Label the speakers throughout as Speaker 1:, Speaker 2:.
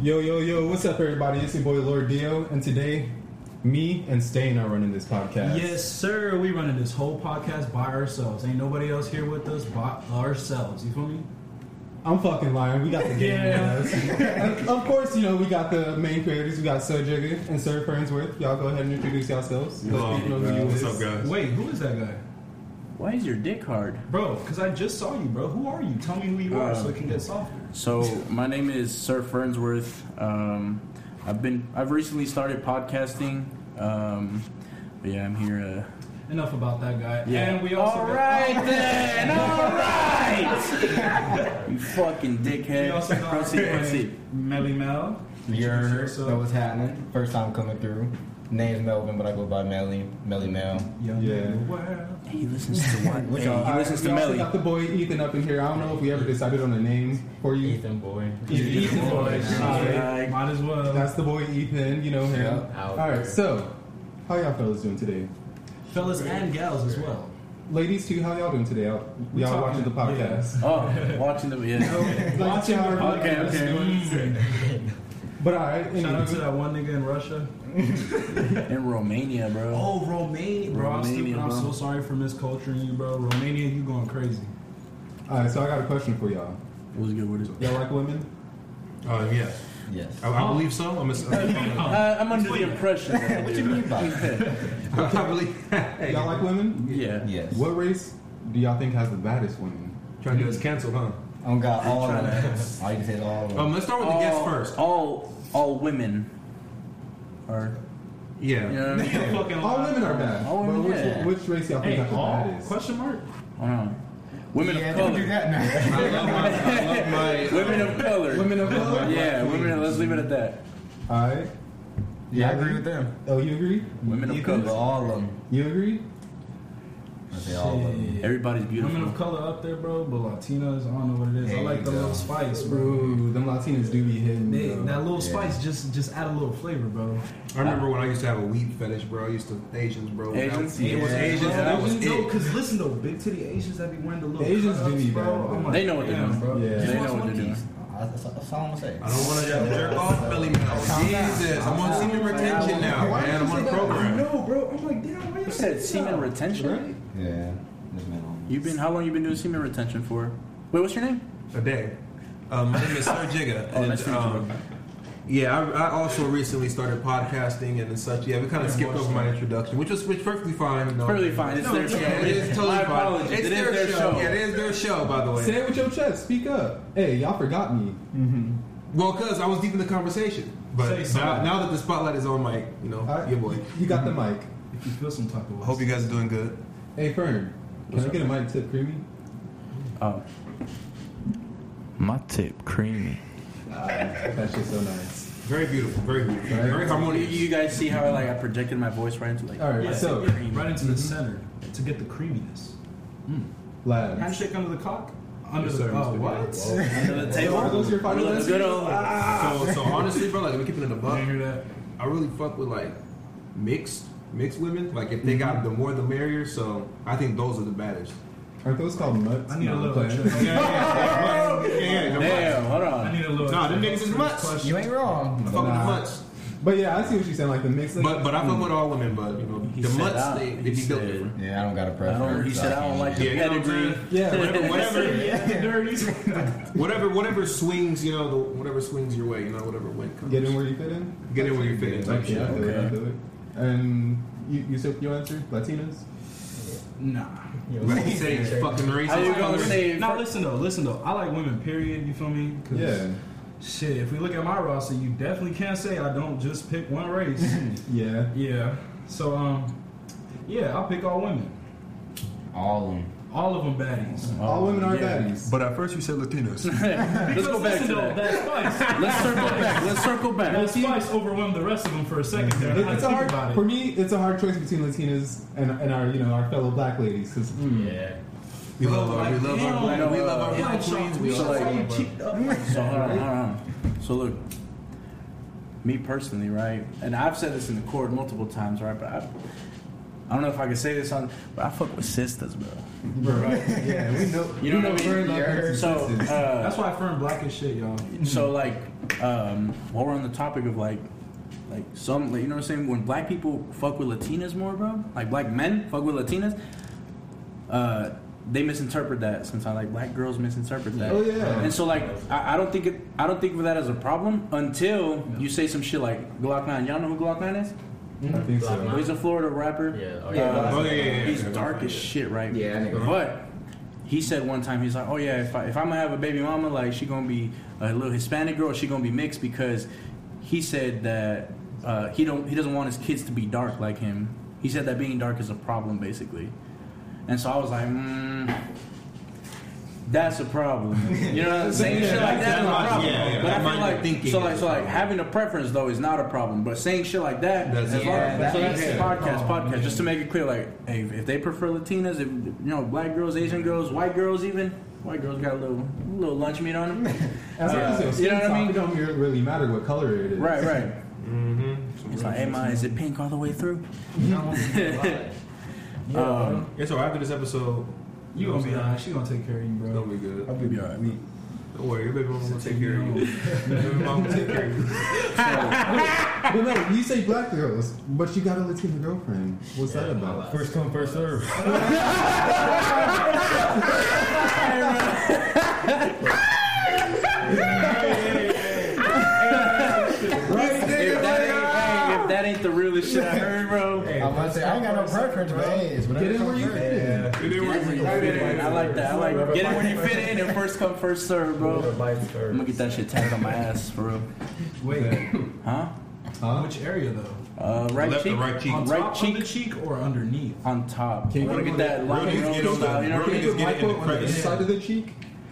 Speaker 1: Yo, yo, yo, what's up, everybody? It's your boy Lord Dio, and today, me and Stain are running this podcast.
Speaker 2: Yes, sir. We running this whole podcast by ourselves. Ain't nobody else here with us by ourselves. You feel me?
Speaker 1: I'm fucking lying. We got the game
Speaker 2: Yeah.
Speaker 1: with us. And of course, you know, we got the main creators. We got Sir Jigga and Sir Fernsworth. Y'all go ahead and introduce yourselves. Let
Speaker 3: Hello,
Speaker 1: people know
Speaker 3: bro.
Speaker 1: who you
Speaker 3: uh, What's
Speaker 1: is.
Speaker 3: up, guys?
Speaker 2: Wait, who is that guy?
Speaker 4: Why is your dick hard?
Speaker 2: Bro, because I just saw you, bro. Who are you? Tell me who you are so it can get softer.
Speaker 4: So my name is Sir Fernsworth. Um, I've been I've recently started podcasting. Um, but yeah, I'm here. Uh,
Speaker 2: Enough about that guy.
Speaker 4: yeah.
Speaker 2: And we also
Speaker 4: all
Speaker 2: got-
Speaker 4: right then. All right. you fucking
Speaker 2: we
Speaker 4: dickhead.
Speaker 2: also got
Speaker 4: Proceed. Proceed.
Speaker 2: Melly Mel.
Speaker 5: Your
Speaker 2: Introduce
Speaker 5: so
Speaker 2: yourself.
Speaker 5: what's happening? First time coming through. Name's Melvin, but I go by Melly. Melly Mel.
Speaker 2: Young
Speaker 1: Yeah.
Speaker 2: man of the world.
Speaker 4: He listens to what? uh,
Speaker 5: Which
Speaker 4: hey,
Speaker 5: one?
Speaker 4: he
Speaker 1: Alright,
Speaker 4: listens
Speaker 1: we
Speaker 4: to
Speaker 1: also
Speaker 4: Melly.
Speaker 1: got the boy Ethan up in here. I don't know if we ever decided on a name for you.
Speaker 5: Ethan boy.
Speaker 1: Ethan. Ethan boy.
Speaker 2: Alright, Might as well.
Speaker 1: That's the boy Ethan. You know him.
Speaker 5: Yeah.
Speaker 1: All right, so how y'all fellas doing today?
Speaker 2: Fellas and gals as well.
Speaker 1: Ladies, too, how y'all doing today? Y'all,
Speaker 2: We
Speaker 1: y'all watching
Speaker 2: talking-
Speaker 1: the podcast?
Speaker 4: Oh, watching the yeah.
Speaker 1: Like, see how everybody
Speaker 4: Okay,
Speaker 1: else
Speaker 4: okay.
Speaker 1: doing. Mm. But all right,
Speaker 2: Mm. Shout out to
Speaker 1: anyway,
Speaker 2: that one nigga in Russia.
Speaker 4: In Romania, bro.
Speaker 2: Oh, Romania, bro. I'm, stupid.
Speaker 4: Romania,
Speaker 2: I'm
Speaker 4: bro.
Speaker 2: so sorry for misculturing you, bro. Romania, you going crazy.
Speaker 1: all right. So I got a question for y'all.
Speaker 4: What's good? What is it?
Speaker 1: Y'all like women?
Speaker 3: Uh, yeah,
Speaker 5: Yes.
Speaker 3: I, I believe so. I'm a, I'm a,
Speaker 4: Uh, I'm under the impression. that I
Speaker 5: What
Speaker 4: do.
Speaker 5: you mean by
Speaker 3: I believe. Hey,
Speaker 1: Y'all like women?
Speaker 4: Yeah.
Speaker 5: Yes.
Speaker 1: What race do y'all think has the baddest women?
Speaker 3: trying to do is cancel, huh?
Speaker 5: I'm got all
Speaker 4: Tryna-
Speaker 5: of them. All you can say is all of
Speaker 3: Um,
Speaker 5: them.
Speaker 3: let's start with the
Speaker 4: all,
Speaker 3: guest first.
Speaker 4: All all women are.
Speaker 3: Yeah.
Speaker 4: You know what I mean?
Speaker 2: Fucking
Speaker 1: All
Speaker 2: lie.
Speaker 1: women are bad.
Speaker 4: All
Speaker 1: but
Speaker 4: women,
Speaker 1: which,
Speaker 4: yeah.
Speaker 1: which race y'all think
Speaker 2: Hey,
Speaker 1: has the
Speaker 2: all?
Speaker 1: baddest?
Speaker 2: Question mark?
Speaker 4: Hold on. Women
Speaker 5: yeah,
Speaker 4: of
Speaker 5: don't do
Speaker 4: color.
Speaker 5: that now.
Speaker 3: I love my, I love my
Speaker 4: Women of color.
Speaker 1: Women of color.
Speaker 4: yeah, women. Let's leave it at that.
Speaker 1: All right.
Speaker 5: yeah, I agree with them.
Speaker 1: Oh, you agree?
Speaker 4: Women of
Speaker 5: But
Speaker 4: color.
Speaker 5: all of them.
Speaker 1: You agree?
Speaker 5: I say all of them.
Speaker 2: Shit.
Speaker 4: Everybody's beautiful.
Speaker 2: Women of color up there, bro, but Latinas, I don't know what it is. I
Speaker 5: There
Speaker 2: like
Speaker 5: you
Speaker 2: the
Speaker 5: go.
Speaker 2: little spice, bro.
Speaker 1: Ooh, them Latinas do be hitting.
Speaker 2: They,
Speaker 1: bro.
Speaker 2: that little
Speaker 5: Yeah.
Speaker 2: spice just just add a little flavor, bro.
Speaker 3: I remember when I used to have a weed fetish, bro. I used to Asians, bro. That
Speaker 4: Asians?
Speaker 3: was- It was
Speaker 4: Yeah.
Speaker 3: Asians.
Speaker 2: Bro,
Speaker 3: That was
Speaker 2: Asians, no,
Speaker 3: it.
Speaker 2: cause listen though, big titty Asians that be wearing the little
Speaker 1: The Asians do
Speaker 2: cups,
Speaker 1: be
Speaker 2: bro.
Speaker 1: bad,
Speaker 2: I'm
Speaker 1: bro.
Speaker 2: like,
Speaker 4: They know what they're
Speaker 2: damn,
Speaker 4: doing.
Speaker 2: bro.
Speaker 1: Yeah.
Speaker 2: Just
Speaker 4: They know
Speaker 2: watch
Speaker 4: what
Speaker 2: One
Speaker 4: they're doing.
Speaker 2: Piece.
Speaker 5: I, that's, that's all I'm gonna say.
Speaker 3: I don't want to jerk off belly mouth. Jesus, I'm on senior retention now,
Speaker 1: Why did
Speaker 3: man.
Speaker 1: you
Speaker 3: I'm on
Speaker 1: say
Speaker 3: a
Speaker 1: that?
Speaker 3: program.
Speaker 2: No, bro. I'm like, damn. Why
Speaker 4: You said semen
Speaker 1: Right?
Speaker 4: retention.
Speaker 5: Yeah. This man on me.
Speaker 4: You've been how long? You been doing semen retention for? Wait, what's your name?
Speaker 3: A day. Um, my name is Sir Jigga,
Speaker 4: Oh, nice to
Speaker 3: and
Speaker 4: meet you,
Speaker 3: um, yeah, I, I also recently started podcasting and such. Yeah, we kind of skipped over my introduction, which was which perfectly fine. No.
Speaker 4: Perfectly fine. It's
Speaker 3: No,
Speaker 4: their
Speaker 3: yeah,
Speaker 4: show.
Speaker 3: it is totally
Speaker 4: My
Speaker 3: fine.
Speaker 4: apologies.
Speaker 3: It's
Speaker 4: It is their show.
Speaker 3: Yeah, it is their show, by the way.
Speaker 1: Say it with your chest. Speak up. Hey, y'all forgot me.
Speaker 2: Mm-hmm.
Speaker 3: Well, because I was deep in the conversation,
Speaker 2: Say
Speaker 3: but
Speaker 2: something.
Speaker 3: now, now that the spotlight is on Mike, you know,
Speaker 1: All right.
Speaker 3: Oh, your boy.
Speaker 1: You got the mic.
Speaker 2: If you feel some type of way.
Speaker 3: I hope you guys are doing good.
Speaker 1: Hey, Fern. Can
Speaker 4: What's
Speaker 1: I
Speaker 4: up,
Speaker 1: get a mic tip, creamy?
Speaker 4: Oh. My tip, creamy.
Speaker 1: That shit's so nice.
Speaker 3: Very beautiful, very beautiful,
Speaker 1: Right.
Speaker 3: very
Speaker 4: You,
Speaker 3: harmonious.
Speaker 4: you guys see how like I projected my voice right into like.
Speaker 1: All right,
Speaker 2: Yeah,
Speaker 1: so
Speaker 2: right into the center to get the creaminess.
Speaker 1: lads.
Speaker 2: Handshake under the cock. Under
Speaker 3: Yes,
Speaker 2: the
Speaker 3: sir,
Speaker 2: oh,
Speaker 3: Mr.
Speaker 2: what?
Speaker 3: Whoa.
Speaker 4: Under the
Speaker 1: So
Speaker 4: table.
Speaker 1: are those your final
Speaker 4: Look,
Speaker 1: answers?
Speaker 4: good old-
Speaker 3: Ah. So, so honestly, bro, like we keeping it in the
Speaker 2: Did
Speaker 3: buck.
Speaker 2: you hear that?
Speaker 3: I really fuck with like mixed mixed women. Like if they got the more the merrier. So I think those are the baddest.
Speaker 1: Aren't those called mutts?
Speaker 2: I need a
Speaker 1: No, I'm
Speaker 2: little.
Speaker 1: playing.
Speaker 2: extra- Yeah, yeah, yeah.
Speaker 4: Damn. Hold
Speaker 2: I
Speaker 4: on.
Speaker 2: need a little.
Speaker 3: Nah, them
Speaker 2: extra
Speaker 3: niggas is
Speaker 2: help for
Speaker 3: much.
Speaker 2: this question.
Speaker 5: You ain't wrong.
Speaker 3: I fuck with the
Speaker 1: Nah.
Speaker 3: mutts,
Speaker 1: But yeah, I see what you're saying. Like the mixing. Mm.
Speaker 3: but but I fuck with all women. But you know,
Speaker 4: He
Speaker 3: the
Speaker 4: said
Speaker 3: mutts
Speaker 4: that.
Speaker 3: they,
Speaker 4: He
Speaker 3: they be built
Speaker 4: said-
Speaker 3: different.
Speaker 5: Yeah, I don't got a
Speaker 4: I
Speaker 5: preference.
Speaker 4: don't, he said I don't like the
Speaker 3: Yeah, you know what I'm
Speaker 4: pedigree.
Speaker 3: saying?
Speaker 1: yeah,
Speaker 3: Whatever, whatever,
Speaker 2: Dirty.
Speaker 3: whatever, whatever swings, you know, the, whatever swings your way, you know, whatever wind comes.
Speaker 1: get in where you fit in.
Speaker 3: Get in where you fit in. Type
Speaker 1: Yeah, I
Speaker 3: shit.
Speaker 1: do it. I
Speaker 4: Okay.
Speaker 1: do it. And you, you said your answer, Latinas.
Speaker 2: Nah.
Speaker 3: Like you say, it's fucking racist.
Speaker 4: How you gonna say?
Speaker 2: Now listen though, listen though. I like women. Period. You feel me? 'Cause
Speaker 1: Yeah,
Speaker 2: Shit. If we look at my roster, you definitely can't say I don't just pick one race.
Speaker 1: yeah.
Speaker 2: yeah. So um, yeah, I'll pick all women.
Speaker 5: All of them.
Speaker 2: All of them baddies.
Speaker 1: All women are
Speaker 4: yeah.
Speaker 1: baddies.
Speaker 3: But at first you said Latinos.
Speaker 4: Let's go
Speaker 2: Because
Speaker 4: back
Speaker 2: listen
Speaker 4: to
Speaker 2: though,
Speaker 4: that.
Speaker 2: that spice.
Speaker 4: Let's circle back. Let's circle back.
Speaker 2: That spice overwhelmed the rest of them for a second there.
Speaker 1: It-
Speaker 2: I
Speaker 1: It's a
Speaker 2: think
Speaker 1: hard
Speaker 2: about it.
Speaker 1: for me. It's a hard choice between Latinas and, and our you know our fellow black ladies mm, because
Speaker 5: Yeah.
Speaker 3: We love our, we love our black, we love our
Speaker 4: Damn.
Speaker 3: black queens. We
Speaker 4: So,
Speaker 3: love
Speaker 4: like,
Speaker 3: our black.
Speaker 4: So hold on, hold on. So look, me personally, right? And I've said this in the court multiple times, right? But I, I don't know if I can say this on, but I fuck with sisters, bro.
Speaker 1: yeah we know
Speaker 4: You know what I mean?
Speaker 1: we're in love
Speaker 5: Yeah.
Speaker 1: with
Speaker 4: So,
Speaker 1: sisters.
Speaker 4: uh,
Speaker 2: That's why Fern black as shit, y'all.
Speaker 4: so like, um, while we're on the topic of like, like some, like, you know what I'm saying? When black people fuck with Latinas more, bro, like black men fuck with Latinas, uh, they misinterpret that sometimes. Like black girls misinterpret that.
Speaker 1: Oh, yeah.
Speaker 4: And so like, I, I don't think it, I don't think of that as a problem until you say some shit like Glock Nine. Y'all know who Glock Nine is?
Speaker 1: I think
Speaker 5: Black
Speaker 1: so.
Speaker 5: man.
Speaker 4: He's a Florida rapper.
Speaker 5: Yeah. Oh,
Speaker 4: Uh,
Speaker 5: yeah.
Speaker 3: Oh, yeah, yeah, yeah.
Speaker 4: He's
Speaker 3: Yeah.
Speaker 4: dark as shit, right?
Speaker 5: Yeah, that nigga.
Speaker 4: But he said one time, he's like, "Oh yeah, if, I, if I'm gonna have a baby mama, like she gonna be a little Hispanic girl, she gonna be mixed because he said that uh, he don't he doesn't want his kids to be dark like him. He said that being dark is a problem, basically. And so I was like, mm, that's a problem. You know what I'm saying?
Speaker 1: Yeah,
Speaker 4: shit like that is a
Speaker 3: that's-
Speaker 4: problem.
Speaker 3: yeah, yeah,
Speaker 4: but I
Speaker 3: that
Speaker 4: feel
Speaker 3: mindset
Speaker 4: like
Speaker 3: thinking
Speaker 4: so
Speaker 3: is
Speaker 4: like
Speaker 3: a
Speaker 4: so like
Speaker 3: problem.
Speaker 4: having a preference though is not a problem, but saying shit like that
Speaker 3: That's-
Speaker 4: as
Speaker 5: yeah,
Speaker 4: long-
Speaker 5: that
Speaker 4: so
Speaker 5: makes
Speaker 4: that's
Speaker 5: sense.
Speaker 4: podcast,
Speaker 1: Oh,
Speaker 4: podcast.
Speaker 1: man.
Speaker 4: Just to make it clear, like, hey, if they prefer Latinas, if you know, black girls, Asian girls, white girls, even white girls got a little, little lunch meat on them.
Speaker 1: As long as your skin
Speaker 4: you know what I
Speaker 1: type,
Speaker 4: mean?
Speaker 1: It don't re- really matter what color it is.
Speaker 4: right, right.
Speaker 3: Mm-hmm.
Speaker 4: It's like, hey, ma, is it pink all the way through? Um,
Speaker 3: Yeah, so after this episode,
Speaker 2: You gonna be alright. She gonna take care of you,
Speaker 3: It's
Speaker 2: bro.
Speaker 3: gonna be good.
Speaker 1: I'll be
Speaker 4: Be alright.
Speaker 1: weak.
Speaker 3: Don't worry, your baby mama will take care of you. Your baby mama will take care of you.
Speaker 1: But no, you say black girls, but you got a Latina girlfriend. What's that about?
Speaker 5: First come, first serve.
Speaker 4: if, that ain't, hey, if that ain't the realest shit I heard, bro.
Speaker 5: I was about to say, I ain't got no preference, but hey, it's whatever
Speaker 1: Get in
Speaker 5: comes
Speaker 1: where you
Speaker 5: first.
Speaker 1: fit in.
Speaker 3: It didn't work for you.
Speaker 4: Fit in. I like that. I like get it when you fit in and first come, first serve,
Speaker 5: Whoever
Speaker 4: bro.
Speaker 5: bites
Speaker 4: I'm gonna
Speaker 5: first.
Speaker 4: get that shit tagged on my ass for real,
Speaker 2: Wait,
Speaker 4: huh?
Speaker 1: Huh?
Speaker 2: which area though?
Speaker 4: Uh, right
Speaker 3: Left
Speaker 4: cheek,
Speaker 3: and right cheek.
Speaker 2: On
Speaker 4: Right
Speaker 2: top
Speaker 4: cheek.
Speaker 2: of the cheek or underneath?
Speaker 4: on top.
Speaker 1: Can
Speaker 4: I
Speaker 1: you
Speaker 4: want to
Speaker 1: put
Speaker 4: get
Speaker 1: it on
Speaker 4: that
Speaker 1: the-
Speaker 4: rock
Speaker 3: Real niggas
Speaker 4: and roll
Speaker 3: get on the-
Speaker 4: style. You know what I
Speaker 3: real
Speaker 4: mean?
Speaker 3: niggas get it in the
Speaker 1: Micro on the
Speaker 3: crevice.
Speaker 1: inside of the cheek?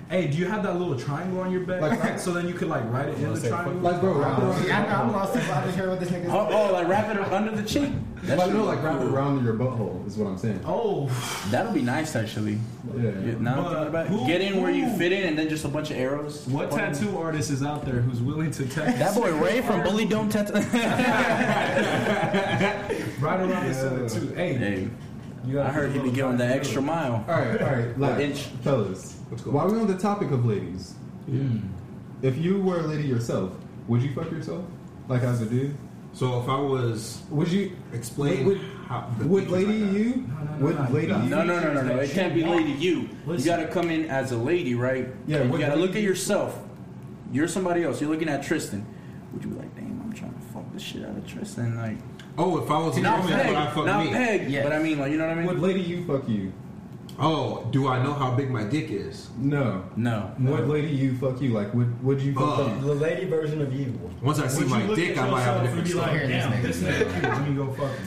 Speaker 2: Hey, do you have that little triangle on your back?
Speaker 1: Like, right-
Speaker 2: so then you could like write it in the
Speaker 5: say,
Speaker 2: triangle.
Speaker 1: Like, bro, wrap it around.
Speaker 5: Yeah, I know, I'm lost. I'm just hearing what this nigga
Speaker 4: Oh, oh, like wrap it under the cheek. That
Speaker 1: Like,
Speaker 4: should
Speaker 1: no,
Speaker 4: look
Speaker 1: like wrap it
Speaker 4: cool.
Speaker 1: around your butthole is what I'm saying.
Speaker 2: oh,
Speaker 4: That'll be nice, actually. Yeah,
Speaker 1: Yeah.
Speaker 4: now I'm
Speaker 2: But
Speaker 4: thinking about it.
Speaker 2: who-
Speaker 4: Get in where you
Speaker 2: who-
Speaker 4: fit in, and then just a bunch of arrows.
Speaker 2: what
Speaker 4: Fucking-
Speaker 2: tattoo artist is out there who's willing to tattoo
Speaker 4: That boy Ray from Bully Dome Tattoo.
Speaker 2: right around the center too? Hey,
Speaker 4: hey,
Speaker 2: you
Speaker 4: I heard he be going the extra mile.
Speaker 1: All right, all right, like,
Speaker 4: inch.
Speaker 1: fellas.
Speaker 3: Let's go.
Speaker 1: While we're on the topic of ladies, if you were a lady yourself, would you fuck yourself? Like as a dude,
Speaker 3: So if I was
Speaker 1: would you?
Speaker 3: explain
Speaker 1: Would-
Speaker 3: how the
Speaker 1: Would
Speaker 3: features
Speaker 1: lady
Speaker 3: like that.
Speaker 1: you?
Speaker 2: no, no,
Speaker 1: would
Speaker 2: no,
Speaker 1: lady
Speaker 2: no.
Speaker 1: you?
Speaker 4: No, no, no, no, no. It can't be lady you. You
Speaker 2: Listen.
Speaker 4: gotta come in as a lady, right?
Speaker 1: Yeah,
Speaker 4: You
Speaker 1: what
Speaker 4: gotta
Speaker 1: lady
Speaker 4: look at
Speaker 1: you-
Speaker 4: yourself. You're somebody else. You're looking at Tristan. Would you be like, damn, I'm trying to fuck the shit out of Tristan? Like,
Speaker 3: Oh, if I was a
Speaker 4: not
Speaker 3: woman,
Speaker 4: peg,
Speaker 3: would I fuck
Speaker 4: not
Speaker 3: me?
Speaker 4: peg.
Speaker 5: Yes.
Speaker 4: But I mean, like, you know what I mean?
Speaker 1: Would lady you fuck you?
Speaker 3: Oh, do I know how big my dick is?
Speaker 1: No.
Speaker 4: No.
Speaker 1: Would lady you fuck you? Like would would you fuck
Speaker 3: Uh,
Speaker 1: you?
Speaker 5: The lady version of you.
Speaker 3: Once I see my dick, I might have a different story.
Speaker 5: story.
Speaker 2: Damn, this nigga, cute. let me go fuck. him."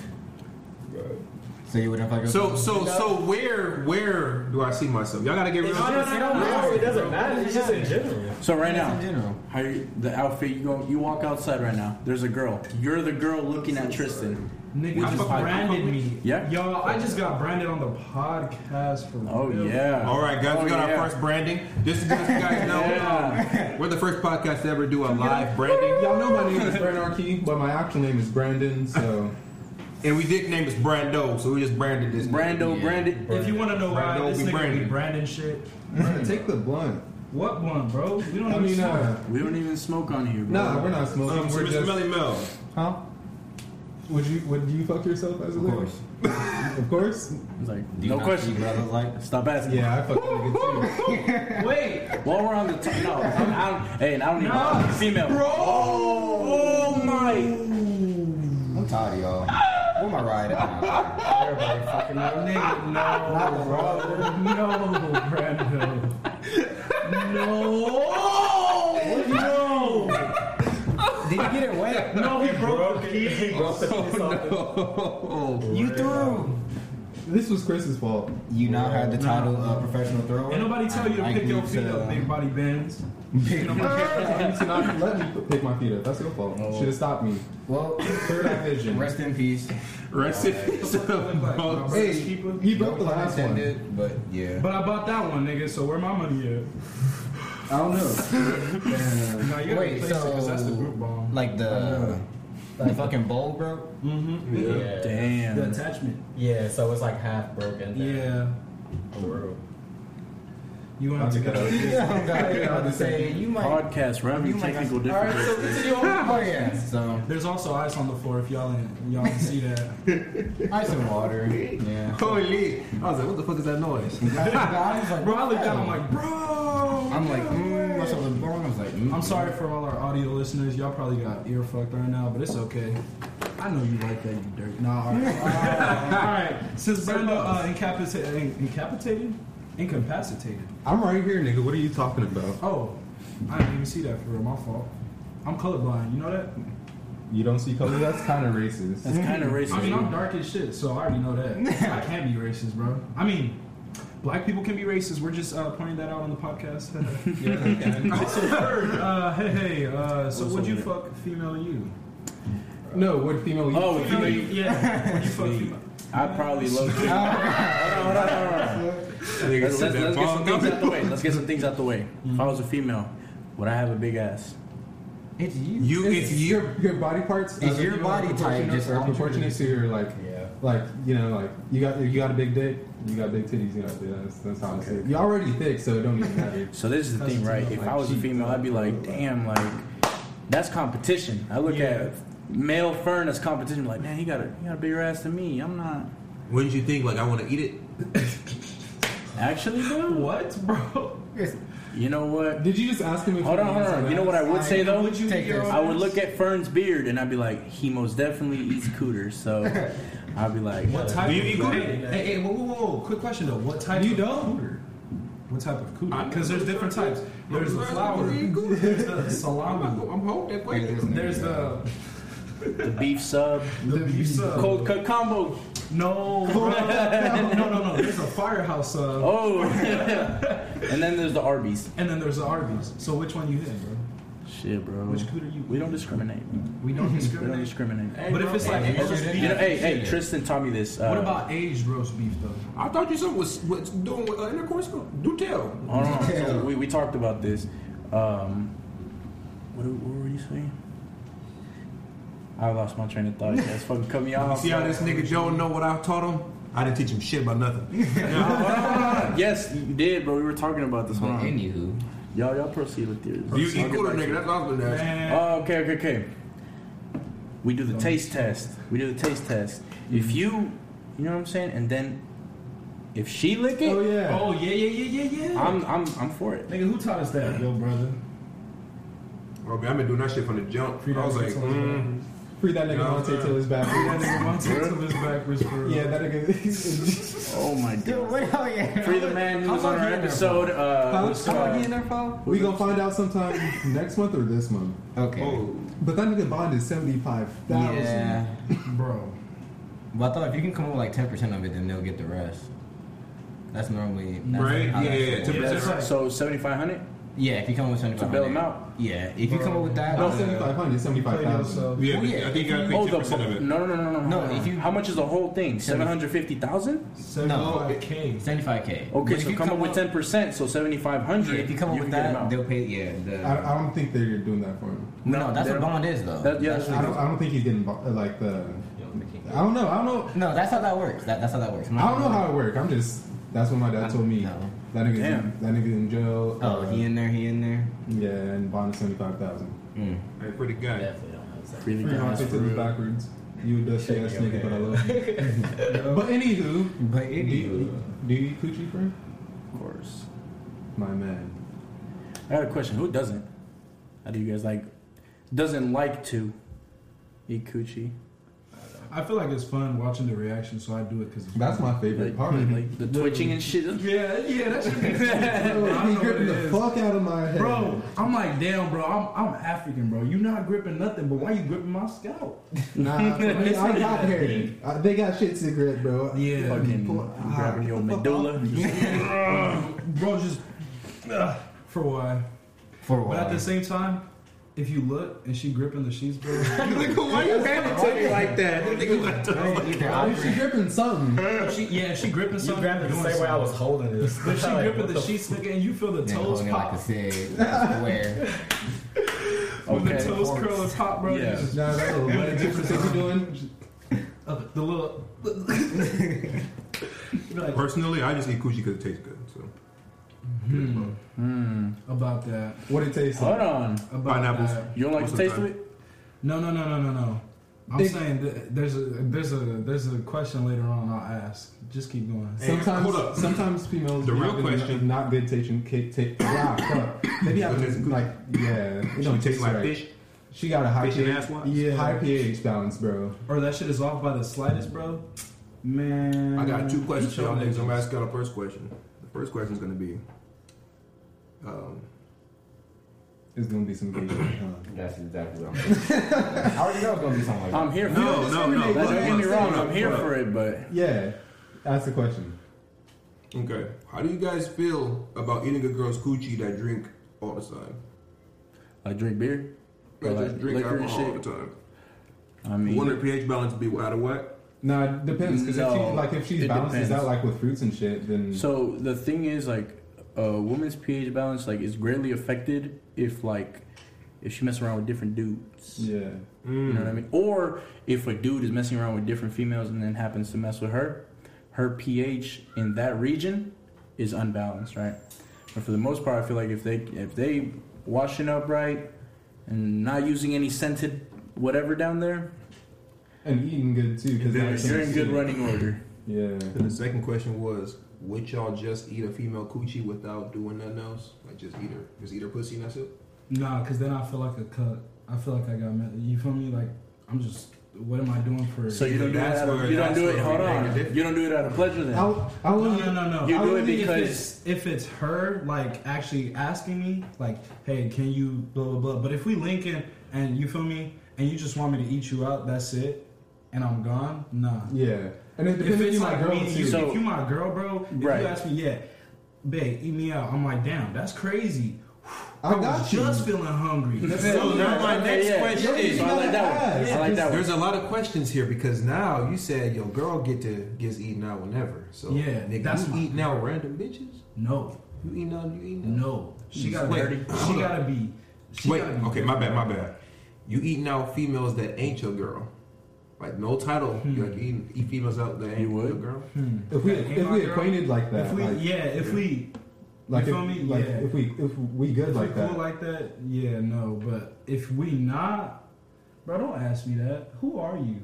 Speaker 5: So you wouldn't fuck
Speaker 3: So, so,
Speaker 5: You know?
Speaker 3: so, where, where do I see myself? Y'all gotta get rid
Speaker 5: It's
Speaker 3: of.
Speaker 5: just- it don't matter. It doesn't matter. It's just in general.
Speaker 4: So right now,
Speaker 5: in general.
Speaker 4: how you, the outfit you go, you walk outside right now. There's a girl. You're the girl looking at Tristan.
Speaker 2: Nigga
Speaker 3: I
Speaker 2: just
Speaker 3: fuck- I
Speaker 2: branded
Speaker 3: fuck with-
Speaker 2: me.
Speaker 4: Yeah.
Speaker 2: Y'all, I just got branded on the podcast for
Speaker 4: Oh
Speaker 2: real.
Speaker 4: yeah.
Speaker 3: All right, guys,
Speaker 4: Oh,
Speaker 3: we got
Speaker 4: yeah.
Speaker 3: our first branding. Just to let you guys know,
Speaker 4: Yeah.
Speaker 3: we're the first podcast to ever do a live branding,
Speaker 1: Y'all know Oh, my name is Bernard Key, but my actual name is Brandon. So
Speaker 3: and we did name is Brando, so we just branded this.
Speaker 4: Brando, Brandon.
Speaker 2: If you want to know why
Speaker 3: Brando
Speaker 2: this
Speaker 3: be
Speaker 2: nigga
Speaker 3: branded.
Speaker 2: be branding shit,
Speaker 1: take the blunt.
Speaker 2: what one, bro? We don't
Speaker 1: I
Speaker 2: even
Speaker 1: mean,
Speaker 2: smoke.
Speaker 1: uh,
Speaker 4: We don't even smoke on here, bro.
Speaker 1: no, we're not smoking.
Speaker 3: Um, so
Speaker 1: we're
Speaker 3: Mr.
Speaker 1: just
Speaker 3: Melly Mel.
Speaker 1: huh? Would you would you fuck yourself as a lady? Of course.
Speaker 4: It's like, no question.
Speaker 5: Brother, like,
Speaker 4: Stop asking.
Speaker 1: Yeah, I fuck niggas too.
Speaker 2: Wait,
Speaker 4: While we're on the top, no, I'm, I don't, hey, and I don't even female. Bro. Oh, my.
Speaker 5: I'm tired of y'all. Where my ride at? Everybody fucking up.
Speaker 2: nigga, no, bro, no, Brando, no, no.
Speaker 5: Did you get it wet?
Speaker 2: No, he broke the
Speaker 5: He
Speaker 2: key.
Speaker 5: broke the piece off.
Speaker 3: Oh,
Speaker 5: You threw.
Speaker 1: This was Chris's fault.
Speaker 5: You now had the title of professional thrower.
Speaker 2: Ain't nobody tell you to
Speaker 5: I
Speaker 2: pick your
Speaker 5: need
Speaker 2: feet
Speaker 5: to-
Speaker 2: up, big body bands.
Speaker 1: you should not let me pick my feet up. That's your fault. Should have stopped me.
Speaker 5: Well,
Speaker 1: Third eye vision.
Speaker 5: rest in peace.
Speaker 3: Rest in peace. Bro.
Speaker 1: Hey, he broke the
Speaker 5: No pun
Speaker 1: last one. I
Speaker 5: intended, But yeah.
Speaker 2: But I bought that one, nigga. So where my money at?
Speaker 1: don't know. Damn.
Speaker 2: Now you gotta
Speaker 5: Wait,
Speaker 2: replace it 'cause that's the
Speaker 5: so-
Speaker 2: group bomb.
Speaker 5: Like the the fucking bowl broke.
Speaker 2: Mm-hmm.
Speaker 3: Yeah.
Speaker 2: The
Speaker 4: Damn.
Speaker 2: attachment.
Speaker 5: Yeah. So it's like half broken.
Speaker 2: Yeah.
Speaker 5: The world.
Speaker 2: You gonna have to get up.
Speaker 5: Yeah, I'm glad you know, to say you might.
Speaker 4: Podcast, we're having
Speaker 5: you might
Speaker 4: technical
Speaker 5: All right,
Speaker 4: difficulties.
Speaker 5: so continue on. Oh yeah. So
Speaker 2: There's also ice on the floor if y'all didn't, y'all didn't see that.
Speaker 5: ice and water. Yeah.
Speaker 3: Holy! I was like, what the fuck is that noise?
Speaker 5: I was like,
Speaker 2: Bro, I looked down. I'm
Speaker 5: "Hey."
Speaker 2: like, bro.
Speaker 5: I'm like, mm, what's up with the I was like, mm.
Speaker 2: I'm sorry for all our audio listeners. Y'all probably got ear fucked right now, but it's okay. I know you like that, you dirt. Nah, all right. all right. Since Brando uh, incapacitated, incapacitated, incapacitated.
Speaker 1: I'm right here, nigga. What are you talking about?
Speaker 2: Oh, I didn't even see that for real. My fault. I'm colorblind. You know that?
Speaker 1: You don't see color? That's kind of racist.
Speaker 4: That's kind of
Speaker 2: I mean, I'm
Speaker 4: racist.
Speaker 2: dark as shit, so I already know that. I can't be racist, bro. I mean, black people can be racist. We're just uh, pointing that out on the podcast. Alright, so third, uh, hey, hey. Uh, so
Speaker 4: What's
Speaker 2: would
Speaker 4: up
Speaker 2: you
Speaker 4: with it?
Speaker 2: fuck female you?
Speaker 1: No, what female? you-
Speaker 4: Oh,
Speaker 2: Female you?
Speaker 4: you-
Speaker 2: Yeah. Would you fuck
Speaker 4: Sweet.
Speaker 2: female?
Speaker 4: I probably love you.
Speaker 3: Nigga,
Speaker 4: Let's,
Speaker 3: sit
Speaker 4: let's,
Speaker 3: that
Speaker 4: let's get some
Speaker 3: bomb.
Speaker 4: things out the way. Let's get some things out the way. If I was a female, would I have a big ass?
Speaker 5: it's you.
Speaker 3: You, it's you.
Speaker 1: your your body parts.
Speaker 5: It's your body type, just
Speaker 1: are
Speaker 5: all
Speaker 1: proportionate to your like,
Speaker 5: Yeah.
Speaker 1: like you know, like you got you got a big dick, you got big titties, you know. That's that's how I see it. You're already thick, so it don't even matter.
Speaker 4: So this is the
Speaker 1: That's
Speaker 4: thing, right?
Speaker 1: not
Speaker 4: If
Speaker 1: like
Speaker 4: I was a
Speaker 1: cheap,
Speaker 4: female, I'd be like, damn, like that's competition. I look
Speaker 2: Yeah.
Speaker 4: at male fern as competition, like, man, he got a he got a bigger ass than me. I'm not
Speaker 3: Wouldn't you think like I want to eat it?
Speaker 4: actually, bro.
Speaker 2: What, bro?
Speaker 4: You know what?
Speaker 1: Did you just ask him? If
Speaker 4: Hold
Speaker 1: he
Speaker 4: on, hold
Speaker 1: wants
Speaker 4: on.
Speaker 1: an
Speaker 4: You know
Speaker 1: ass?
Speaker 4: what I would say though?
Speaker 2: Would you
Speaker 5: Take
Speaker 2: eat your
Speaker 5: this.
Speaker 2: own
Speaker 4: I would
Speaker 2: ass?
Speaker 4: look at Fern's beard and I'd be like, he most definitely eats cooters. So I'd be like,
Speaker 2: What type
Speaker 3: Do you
Speaker 2: of
Speaker 3: eat
Speaker 2: cooter?
Speaker 3: cooter?
Speaker 2: Hey, hey, whoa, whoa, whoa. Quick question though. What type
Speaker 1: You
Speaker 2: of
Speaker 1: don't?
Speaker 2: cooter? What type of cooter?
Speaker 3: I'm-
Speaker 2: Because there's different types. There's the
Speaker 3: I'm-
Speaker 2: flour.
Speaker 3: I'm-
Speaker 2: There's the salami.
Speaker 3: hoping that
Speaker 5: Hey, this nigga,
Speaker 2: There's
Speaker 5: bro.
Speaker 2: the
Speaker 4: the beef sub,
Speaker 2: the beef sub.
Speaker 4: cold cut combo.
Speaker 2: No, bro. no, no, no, no. There's a firehouse sub,
Speaker 4: Oh, and then there's the Arby's.
Speaker 2: and then there's the Arby's. So which one you hitting, bro?
Speaker 4: Shit, bro.
Speaker 2: Which cooter you?
Speaker 4: We don't discriminate.
Speaker 2: We don't
Speaker 4: We don't
Speaker 2: discriminate.
Speaker 4: discriminate.
Speaker 2: but if it's like,
Speaker 5: Hey,
Speaker 2: roast
Speaker 5: hey,
Speaker 2: beef-
Speaker 4: You know, hey, hey, Tristan taught me this. Uh,
Speaker 2: what about aged roast beef though?
Speaker 3: I thought you said was was doing with uh, intercourse. Do tell.
Speaker 4: Hold on. So
Speaker 5: Yeah.
Speaker 4: we, we talked about this. Um, what, what were you saying? I lost my train of thought. You guys fucking cut me off.
Speaker 3: See how this nigga don't know what I taught him? I didn't teach him shit about nothing.
Speaker 4: Yes, you did, bro. We were talking about this.
Speaker 5: But
Speaker 4: Hold on.
Speaker 5: anywho,
Speaker 4: Y'all, y'all proceed with yours.
Speaker 3: Do you
Speaker 4: I'll
Speaker 3: eat
Speaker 4: get
Speaker 3: cooler,
Speaker 4: back to
Speaker 3: nigga?
Speaker 4: you.
Speaker 3: That's what I was gonna ask.
Speaker 2: Man,
Speaker 4: Oh, okay, okay, okay. We do the taste test. We do the taste test.
Speaker 5: Mm-hmm.
Speaker 4: If you, you know what I'm saying, and then if she lick
Speaker 1: Oh
Speaker 4: it,
Speaker 1: yeah.
Speaker 2: oh yeah, yeah, yeah, yeah, yeah.
Speaker 4: I'm I'm I'm for it.
Speaker 2: Nigga, who taught us that, yo, brother?
Speaker 3: Oh, man, I've been doing that shit from the jump. I was like, mm.
Speaker 1: Free that nigga
Speaker 3: No,
Speaker 1: Monte
Speaker 3: uh,
Speaker 1: till his back.
Speaker 2: That nigga wants to tilt his backwards for real.
Speaker 1: Yeah, that nigga.
Speaker 4: Oh my
Speaker 5: dude,
Speaker 4: god.
Speaker 5: wait, oh yeah.
Speaker 4: Free the man who
Speaker 5: How
Speaker 4: was on
Speaker 5: long
Speaker 4: our
Speaker 5: he in there
Speaker 4: episode. Uh,
Speaker 1: How-
Speaker 4: was,
Speaker 5: for? How long
Speaker 4: uh,
Speaker 5: he in there for?
Speaker 1: we gonna find out sometime next month or this month.
Speaker 5: Okay.
Speaker 3: oh,
Speaker 1: But that nigga bond is seventy five thousand.
Speaker 5: Yeah.
Speaker 2: bro.
Speaker 5: Well, I thought if you can come up with like ten percent of it, then they'll get the rest. That's normally that's
Speaker 3: Right?
Speaker 5: how
Speaker 3: Yeah,
Speaker 5: that's
Speaker 3: yeah, yeah.
Speaker 5: sold.
Speaker 3: Typ-
Speaker 4: That's-
Speaker 2: Right.
Speaker 4: So seventy five hundred
Speaker 5: yeah. If you come up with
Speaker 4: to
Speaker 5: seventy-five
Speaker 4: bail him
Speaker 5: hundred,
Speaker 4: out.
Speaker 5: yeah. If you come up with that,
Speaker 1: Not
Speaker 5: uh,
Speaker 1: seventy five Oh, hundred, seventy five
Speaker 2: Play
Speaker 1: thousand.
Speaker 2: yourself.
Speaker 3: yeah,
Speaker 5: Well,
Speaker 3: but
Speaker 5: yeah,
Speaker 3: I think
Speaker 5: if
Speaker 3: I
Speaker 5: you-
Speaker 3: paid
Speaker 4: Oh,
Speaker 3: ten
Speaker 4: the
Speaker 3: percent of it.
Speaker 4: no no no no no.
Speaker 5: No,
Speaker 4: hold on.
Speaker 5: if you-
Speaker 4: how much is the whole thing? Seven hundred fifty thousand.
Speaker 2: 75k.
Speaker 5: 75k. But
Speaker 4: Okay,
Speaker 5: if
Speaker 4: so
Speaker 5: you
Speaker 4: come up with ten percent, so seventy five
Speaker 5: Yeah,
Speaker 4: hundred.
Speaker 5: if you come up with that, they'll pay. Yeah, the,
Speaker 1: I, I don't think they're doing that for him.
Speaker 5: no,
Speaker 4: No,
Speaker 5: that's
Speaker 4: they
Speaker 5: what
Speaker 4: don't-
Speaker 5: bond is though.
Speaker 4: That- yeah,
Speaker 5: That's-
Speaker 1: I don't, I don't think he's getting bo- like the. I don't know. I don't know.
Speaker 5: no, that's how that works. That, that's how that works.
Speaker 1: I don't know how it worked. I'm just. That's what my dad told me.
Speaker 5: No.
Speaker 1: That nigga.
Speaker 4: Damn.
Speaker 1: That nigga in jail.
Speaker 5: Oh,
Speaker 1: uh,
Speaker 5: he in there, he in there.
Speaker 1: yeah, and bond is seventy five thousand.
Speaker 5: Mm.
Speaker 3: Hey, pretty good.
Speaker 4: Free the
Speaker 1: Free
Speaker 4: guys
Speaker 1: Monte
Speaker 4: for
Speaker 1: to the
Speaker 4: real.
Speaker 1: backwards. You a dusty ass nigga, but I love you.
Speaker 5: but
Speaker 1: But anywho, do
Speaker 5: anywho,
Speaker 1: you, do you eat coochie, friend?
Speaker 4: Of course.
Speaker 1: My man.
Speaker 4: I got a question. Who doesn't? How do you guys like? Doesn't like to eat coochie?
Speaker 2: I feel like it's fun watching the reaction, so I do it because it's
Speaker 1: That's
Speaker 2: fun.
Speaker 1: my favorite
Speaker 4: Like,
Speaker 1: part.
Speaker 4: like
Speaker 1: Mm-hmm.
Speaker 4: the twitching and shit.
Speaker 2: Yeah, yeah, that should be.
Speaker 1: Bro,
Speaker 2: I
Speaker 1: he
Speaker 2: know
Speaker 1: gripping
Speaker 2: what
Speaker 1: the
Speaker 2: it is.
Speaker 1: fuck out of my head.
Speaker 2: Bro, I'm like, damn, bro, I'm, I'm African, bro. You not gripping nothing, but why you gripping my scalp?
Speaker 1: Nah, for me, I got hair. Uh, they got shit cigarette, bro.
Speaker 2: Yeah.
Speaker 4: Fucking
Speaker 1: Pull- ah,
Speaker 4: grabbing your
Speaker 1: get the fuck
Speaker 4: medulla.
Speaker 2: Bro, just ugh, for why?
Speaker 5: for a
Speaker 2: But at
Speaker 5: while.
Speaker 2: the same time, if you look and she gripping the sheets, bro,
Speaker 3: Why you handing it to me like that? That nigga like the-
Speaker 1: I mean, she gripping something.
Speaker 2: if she, yeah, if she gripping
Speaker 6: You
Speaker 2: something,
Speaker 6: grabbed it the
Speaker 2: doing
Speaker 6: same way I was holding this.
Speaker 2: something. But she gripping the sheets, nigga, and you feel the
Speaker 5: Then
Speaker 2: toes
Speaker 5: holding it like
Speaker 2: pop.
Speaker 5: a cig. I swear.
Speaker 2: When the
Speaker 4: Okay.
Speaker 2: toes curl and pop, bro, you
Speaker 4: Yeah.
Speaker 2: just-
Speaker 1: Nah, that little leg difference that you doing.
Speaker 2: uh, the little. you be like,
Speaker 3: Personally, I just eat coochie because it tastes good. So
Speaker 4: Mm.
Speaker 2: About that.
Speaker 1: What it tastes like.
Speaker 4: Hold on.
Speaker 2: About
Speaker 3: Pineapples.
Speaker 2: that.
Speaker 4: You don't like the
Speaker 3: Most
Speaker 4: taste
Speaker 3: of
Speaker 4: of
Speaker 3: the
Speaker 4: it?
Speaker 2: No, no, no, no, no, no. I'm
Speaker 1: They-
Speaker 2: saying th- there's a there's a there's a question later on I'll ask. Just keep going.
Speaker 3: Hey,
Speaker 1: Sometimes,
Speaker 3: hold up.
Speaker 1: sometimes females
Speaker 3: The
Speaker 1: be
Speaker 3: real
Speaker 1: having
Speaker 3: question-
Speaker 1: not good tasting cake. Take wow, fuck. They be
Speaker 3: Because it's
Speaker 1: having
Speaker 3: good.
Speaker 1: like yeah, it
Speaker 3: She
Speaker 1: don't
Speaker 3: tastes
Speaker 1: taste
Speaker 3: like
Speaker 1: right.
Speaker 3: fish.
Speaker 1: She got a high
Speaker 3: Fish and
Speaker 1: pH,
Speaker 3: ass wipes.
Speaker 2: Yeah.
Speaker 1: high pH balance, bro.
Speaker 2: Or that shit is off by the slightest, bro. Man,
Speaker 3: I got two questions for y'all niggas. I'm
Speaker 2: Niggas.
Speaker 3: gonna ask y'all the first question. The first question is gonna be, um,
Speaker 1: It's gonna be some gay shit. Huh?
Speaker 5: That's exactly what I'm saying. I already know it's gonna be something like
Speaker 4: I'm here for
Speaker 3: No,
Speaker 4: it.
Speaker 3: no, no.
Speaker 4: Like, Don't get me wrong. I'm here
Speaker 3: Look.
Speaker 4: for it, but
Speaker 1: Yeah, that's the question.
Speaker 3: okay. How do you guys feel about eating a girl's coochie that drink all the time?
Speaker 4: I drink beer.
Speaker 3: That
Speaker 4: Like
Speaker 3: just drink
Speaker 4: liquor and
Speaker 3: alcohol all
Speaker 4: shit?
Speaker 3: the time.
Speaker 4: I
Speaker 3: You
Speaker 4: mean,
Speaker 3: want her pH balance to be out of whack?
Speaker 1: No, it depends because if
Speaker 4: No,
Speaker 1: she, like if she
Speaker 4: it
Speaker 1: balances
Speaker 4: depends.
Speaker 1: out like with fruits and shit, then
Speaker 4: So the thing is, like, a woman's pH balance like is greatly affected if like if she messes around with different dudes.
Speaker 1: yeah,
Speaker 4: You know
Speaker 3: Hmm.
Speaker 4: what I mean? Or if a dude is messing around with different females and then happens to mess with her, her pH in that region is unbalanced, right? But for the most part, I feel like if they if they washing up right and not using any scented whatever down there,
Speaker 1: and eating good too because
Speaker 3: You're
Speaker 4: you're in good running order.
Speaker 1: Yeah,
Speaker 3: Mm. And the second question was, would y'all just eat a female coochie without doing nothing else? Like just eat her, just eat her pussy and that's it.
Speaker 2: Nah, cause then I feel like a cut. I feel like I got met. You feel me? Like I'm just. What am I doing for?
Speaker 4: So you
Speaker 3: Yeah,
Speaker 4: don't do it.
Speaker 3: that's
Speaker 4: Out of,
Speaker 3: where-
Speaker 4: you don't
Speaker 3: that's
Speaker 4: do
Speaker 3: where
Speaker 4: it.
Speaker 3: we
Speaker 4: Hold
Speaker 3: make a
Speaker 4: on.
Speaker 3: difference.
Speaker 4: You don't do it out of pleasure then.
Speaker 1: I I
Speaker 2: no,
Speaker 1: will
Speaker 2: no, no, no.
Speaker 4: You
Speaker 2: I
Speaker 4: do
Speaker 2: would
Speaker 4: it
Speaker 2: think
Speaker 4: because-
Speaker 2: if it's, if it's her, like actually asking me, like, hey, can you blah blah blah. But if we link in and you feel me, and you just want me to eat you out, that's it, and I'm gone. Nah.
Speaker 1: yeah, and it
Speaker 2: If
Speaker 1: depends if
Speaker 2: it's
Speaker 1: you my
Speaker 2: like
Speaker 1: girl
Speaker 2: me, and
Speaker 1: too.
Speaker 2: you,
Speaker 4: So-
Speaker 2: if you my girl, bro, if
Speaker 4: Right.
Speaker 2: you ask me, yeah, babe, eat me out. I'm like, damn, that's crazy.
Speaker 1: I
Speaker 2: was
Speaker 1: got you.
Speaker 2: just feeling hungry.
Speaker 1: That's
Speaker 2: So
Speaker 1: it.
Speaker 2: now-
Speaker 3: Now my next
Speaker 4: yeah.
Speaker 3: question is-
Speaker 4: So I like that one.
Speaker 1: Yeah,
Speaker 4: I like that one.
Speaker 3: There's a lot of questions here because now you said your girl get to gets eaten out whenever. So
Speaker 2: Yeah,
Speaker 3: nigga,
Speaker 2: that's
Speaker 3: you
Speaker 2: my-
Speaker 3: eating out random bitches.
Speaker 2: no,
Speaker 3: You eating out? You eating out?
Speaker 2: no, she gotta,
Speaker 3: Wait,
Speaker 2: be, she
Speaker 3: hold up.
Speaker 2: gotta be. She
Speaker 3: Wait,
Speaker 2: gotta be
Speaker 3: okay,
Speaker 2: dirty.
Speaker 3: my bad, my bad. You eating out females that ain't your girl. Like no title.
Speaker 4: Hmm.
Speaker 3: You like eating eat females out that ain't
Speaker 4: You would?
Speaker 3: your girl.
Speaker 2: Hmm.
Speaker 1: If we
Speaker 2: Yeah, hey,
Speaker 1: if
Speaker 2: my
Speaker 1: we
Speaker 2: girl,
Speaker 1: acquainted like that,
Speaker 2: if we,
Speaker 1: like,
Speaker 2: yeah, if we
Speaker 1: like,
Speaker 2: You
Speaker 1: if,
Speaker 2: feel me?
Speaker 1: like
Speaker 2: Yeah.
Speaker 1: if we if we good
Speaker 2: If
Speaker 1: like
Speaker 2: we
Speaker 1: that,
Speaker 2: cool like that, yeah, no. But if we not, bro, don't ask me that. Who are you?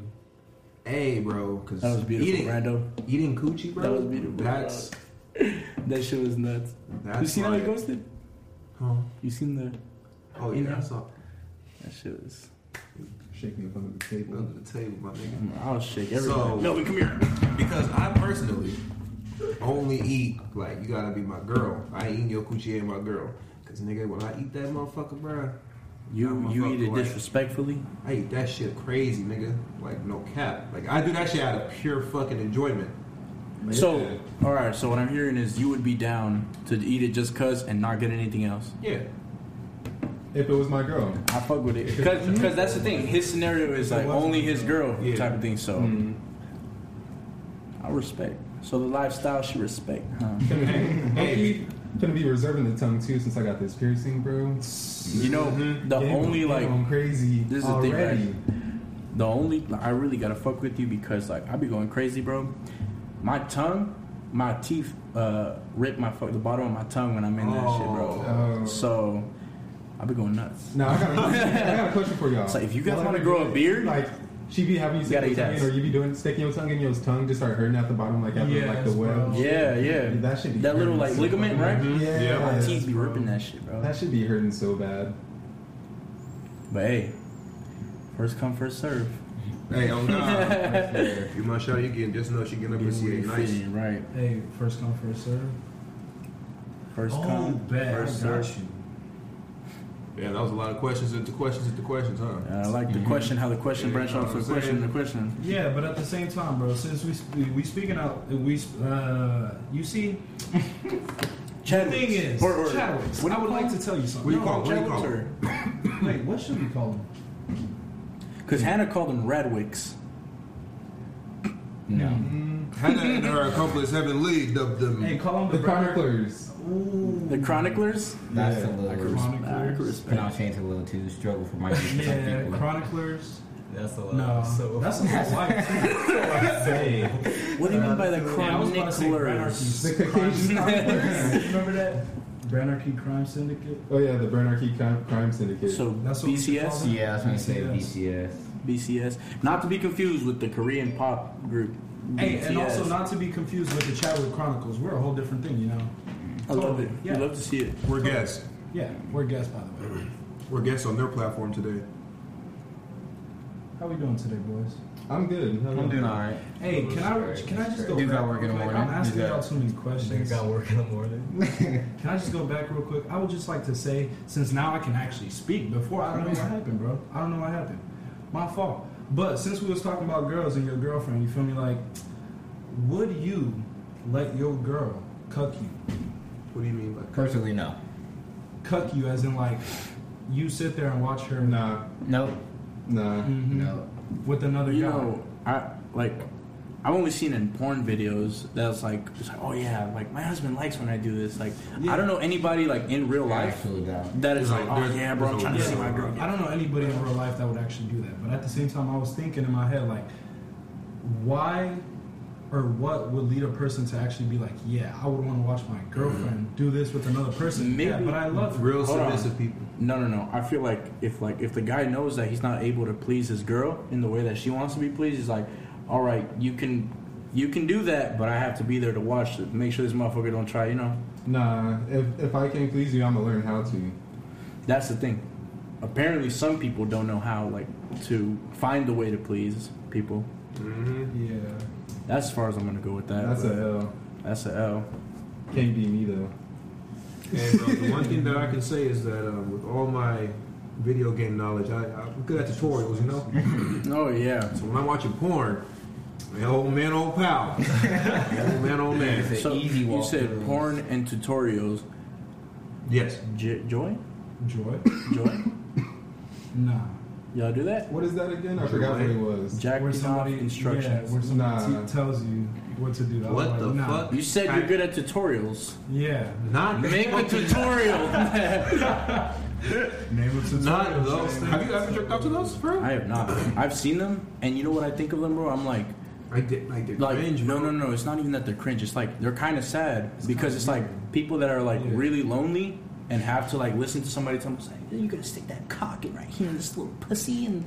Speaker 3: Hey, bro, because
Speaker 4: That was beautiful,
Speaker 3: eating,
Speaker 4: Brando.
Speaker 3: eating coochie, bro.
Speaker 4: That was beautiful,
Speaker 3: That's
Speaker 4: That shit was nuts.
Speaker 3: that's.
Speaker 4: you seen how
Speaker 3: like,
Speaker 4: it ghosted?
Speaker 3: Huh?
Speaker 4: You seen the
Speaker 3: Oh
Speaker 4: In
Speaker 3: yeah, I
Speaker 4: there?
Speaker 3: saw
Speaker 4: that shit was.
Speaker 1: shake me up under the
Speaker 3: it
Speaker 1: table.
Speaker 3: under the table, my nigga.
Speaker 4: I'll shake everybody.
Speaker 3: So-
Speaker 4: Melvin, come here.
Speaker 3: Because I personally only eat like you gotta be my girl. I ain't eating your coochie and my girl. Cause nigga, when I eat that motherfucker, bro,
Speaker 4: You
Speaker 3: I'm a
Speaker 4: you eat it
Speaker 3: fucking white.
Speaker 4: disrespectfully.
Speaker 3: I eat that shit crazy, nigga. Like no cap. Like I do that shit out of pure fucking enjoyment.
Speaker 4: So all right. So what I'm hearing is you would be down to eat it just cause and not get anything else.
Speaker 3: Yeah.
Speaker 1: If it was my girl,
Speaker 4: I fuck with it because that's the thing. His scenario is like only his girl
Speaker 3: Yeah.
Speaker 4: type of thing. So
Speaker 2: Mm-hmm.
Speaker 1: Mm.
Speaker 4: I respect. So the lifestyle she respect. Huh?
Speaker 1: Can it be,
Speaker 3: Hey.
Speaker 1: hey. Gonna be reserving the tongue too, since I got this piercing, bro.
Speaker 4: You know the
Speaker 1: Damn,
Speaker 4: only
Speaker 1: damn,
Speaker 4: like
Speaker 1: I'm crazy
Speaker 4: This is the thing,
Speaker 1: already.
Speaker 4: right? The only I really gotta fuck with you because like I be going crazy, bro. My tongue, my teeth uh, rip my fuck the bottom of my tongue when I'm in that shit, bro.
Speaker 1: Oh.
Speaker 4: So I be going nuts.
Speaker 1: now I got, a, I got a question for y'all.
Speaker 4: So if you guys
Speaker 1: Y'all
Speaker 4: wanna
Speaker 1: ever
Speaker 4: grow
Speaker 1: do
Speaker 4: a
Speaker 1: it,
Speaker 4: beard,
Speaker 1: like she be having you
Speaker 4: you gotta
Speaker 1: sticking your
Speaker 4: eat
Speaker 1: tongue in,
Speaker 4: ass.
Speaker 1: or you be doing sticking your tongue in your tongue to start hurting at the bottom, like after like the
Speaker 2: Yes,
Speaker 1: well.
Speaker 2: bro. Mm-hmm.
Speaker 4: Yeah, yeah.
Speaker 1: Dude, that should be
Speaker 4: little
Speaker 1: hurting
Speaker 4: like
Speaker 1: so
Speaker 4: ligament,
Speaker 1: bad.
Speaker 4: right?
Speaker 1: Yeah,
Speaker 4: My
Speaker 1: yes,
Speaker 4: teeth be
Speaker 1: bro.
Speaker 4: ripping that shit, bro.
Speaker 1: That should be hurting so bad.
Speaker 4: but hey, first come first serve.
Speaker 3: Hey, on God.
Speaker 5: that.
Speaker 3: you my shot, you getting just know she getting up and see nice.
Speaker 4: right?
Speaker 2: Hey, first come, first serve.
Speaker 4: First
Speaker 2: Oh.
Speaker 4: come first serve.
Speaker 2: you.
Speaker 3: Yeah, that was a lot of questions into questions into questions, huh?
Speaker 4: Uh, I like the
Speaker 2: Mm-hmm.
Speaker 4: question, how the question
Speaker 3: Yeah,
Speaker 4: branch
Speaker 3: you know
Speaker 4: off the
Speaker 3: what I'm
Speaker 4: question,
Speaker 3: saying?
Speaker 4: the question.
Speaker 2: Yeah, but at the same time, bro, since we we, we speaking out, we uh, you see, the thing is,
Speaker 4: Or- or-
Speaker 2: Chadwicks.
Speaker 4: what
Speaker 2: I
Speaker 4: do you
Speaker 2: would
Speaker 4: call
Speaker 2: like
Speaker 4: him?
Speaker 2: to tell you something.
Speaker 3: What do you call
Speaker 2: No,
Speaker 3: him? What do you call
Speaker 4: Chadwicks
Speaker 3: him?
Speaker 4: or-
Speaker 2: Wait, what should we call him?
Speaker 4: Because Hannah called them Radwicks.
Speaker 5: no.
Speaker 3: Hannah and her accomplice haven't leagued up them.
Speaker 2: Mm-hmm. Hey, call him the,
Speaker 1: The chroniclers.
Speaker 2: Ooh,
Speaker 4: The Chroniclers?
Speaker 5: That's
Speaker 1: Yeah,
Speaker 5: a
Speaker 4: I
Speaker 5: little.
Speaker 4: could respect- I could
Speaker 2: Chroniclers.
Speaker 4: respect.
Speaker 5: pronunciation a little too struggle for my
Speaker 2: yeah,
Speaker 5: people.
Speaker 2: chroniclers.
Speaker 6: That's a lot.
Speaker 2: No,
Speaker 6: So
Speaker 2: that's not white.
Speaker 6: say.
Speaker 4: What do you mean by the
Speaker 2: Uh, Yeah, I was about to say
Speaker 4: chroniclers?
Speaker 1: The
Speaker 2: Branarchy
Speaker 1: Caucasian.
Speaker 2: Remember that? Branarchy Crime Syndicate.
Speaker 1: Oh yeah, the Bernarchy Crime, Crime Syndicate.
Speaker 4: So
Speaker 2: That's what we should call
Speaker 4: BCS,
Speaker 2: them.
Speaker 5: Yeah, I was gonna say
Speaker 2: BCS.
Speaker 5: BCS.
Speaker 4: BCS, not to be confused with the Korean pop group.
Speaker 2: Hey, and also
Speaker 4: BTS.
Speaker 2: not to be confused with the Chadwick Chronicles. We're a whole different thing, you know.
Speaker 4: I love it.
Speaker 2: Yeah.
Speaker 4: We love to see it.
Speaker 3: We're guests.
Speaker 2: Yeah, we're guests, by the way.
Speaker 3: We're guests on their platform today.
Speaker 2: How we doing today, boys?
Speaker 1: I'm good. How
Speaker 5: I'm
Speaker 1: about-
Speaker 5: doing alright.
Speaker 2: Hey, can I can I just go?
Speaker 5: You
Speaker 2: back
Speaker 5: got work in the
Speaker 2: real quick?
Speaker 5: morning.
Speaker 2: I'm asking
Speaker 5: You got-
Speaker 2: y'all too many
Speaker 6: They
Speaker 2: questions.
Speaker 6: got work in the morning.
Speaker 2: Can I just go back real quick? I would just like to say, since now I can actually speak, before I don't know what happened, bro. I don't know what happened. My fault. But since we was talking about girls and your girlfriend, you feel me? Like, would you let your girl cuck you?
Speaker 3: What do you mean by
Speaker 5: Personally, no.
Speaker 2: Cuck you as in like you sit there and watch her
Speaker 1: Nah,
Speaker 5: Nope.
Speaker 1: nah.
Speaker 2: Mhm.
Speaker 5: No.
Speaker 2: with another
Speaker 4: You
Speaker 2: guy.
Speaker 4: know, I like. I've only seen in porn videos that's like, it's like, oh yeah, like my husband likes when I do this. Like, I don't know anybody like in real life
Speaker 5: Actually, no.
Speaker 4: that is
Speaker 3: No,
Speaker 4: like, oh
Speaker 3: there's-
Speaker 4: yeah, bro, I'm
Speaker 3: there's
Speaker 4: trying
Speaker 3: no-
Speaker 4: to see my girl.
Speaker 2: I don't know anybody in real life that would actually do that. But at the same time, I was thinking in my head, like, why or what would lead a person to actually be like, yeah, I would want to watch my girlfriend do this with another person. yeah,
Speaker 4: Mm. Maybe-
Speaker 2: but I love her.
Speaker 3: Real
Speaker 4: Hold on.
Speaker 3: submissive people.
Speaker 4: No, no, no. I feel like if like if the guy knows that he's not able to please his girl in the way that she wants to be pleased, he's like, all right, you can, you can do that, but I have to be there to watch, it. make sure this motherfucker don't try. You know,
Speaker 1: Nah, if, if I can't please you, I'm gonna learn how to.
Speaker 4: that's the thing. Apparently, some people don't know how like to find a way to please people.
Speaker 3: Mm-hmm.
Speaker 2: Yeah.
Speaker 4: That's as far as I'm gonna go with that.
Speaker 1: That's
Speaker 4: but
Speaker 1: a L.
Speaker 4: That's a L.
Speaker 1: Can't be me though.
Speaker 3: And bro, the one thing that I can say is that um, with all my video game knowledge, I, I'm good at tutorials, you know?
Speaker 4: Oh yeah.
Speaker 3: So when I'm watching porn, man, old man, old pal. old man, old man.
Speaker 5: It's an easy
Speaker 4: you
Speaker 5: walk.
Speaker 4: said porn and tutorials.
Speaker 3: Yes.
Speaker 4: J- joy,
Speaker 2: Joy?
Speaker 4: joy.
Speaker 2: Nah.
Speaker 4: Y'all do that?
Speaker 1: What is that again? I forgot what it was.
Speaker 4: Jack
Speaker 2: Where somebody, yeah,
Speaker 4: instructions.
Speaker 2: where somebody
Speaker 1: Nah.
Speaker 2: te- tells you what to do. I was
Speaker 3: What
Speaker 2: like,
Speaker 3: the
Speaker 2: nah.
Speaker 3: fuck?
Speaker 4: You said you're good at tutorials.
Speaker 2: Yeah.
Speaker 3: Not
Speaker 4: Make a tutorial.
Speaker 2: Name of
Speaker 3: Not
Speaker 2: tutorials.
Speaker 3: those. Have you ever jerked up to those, bro?
Speaker 4: I have not. I've seen them, and you know what I think of them, bro? I'm like,
Speaker 3: I did. I did.
Speaker 4: like
Speaker 3: cringe,
Speaker 4: no,
Speaker 3: bro.
Speaker 4: no, no. It's not even that they're cringe. It's like they're kind of sad because
Speaker 2: kinda
Speaker 4: it's like people that are like
Speaker 2: Yeah.
Speaker 4: really lonely and have to like listen to somebody tell them, like, "You're gonna stick that cock in right here in this little pussy," and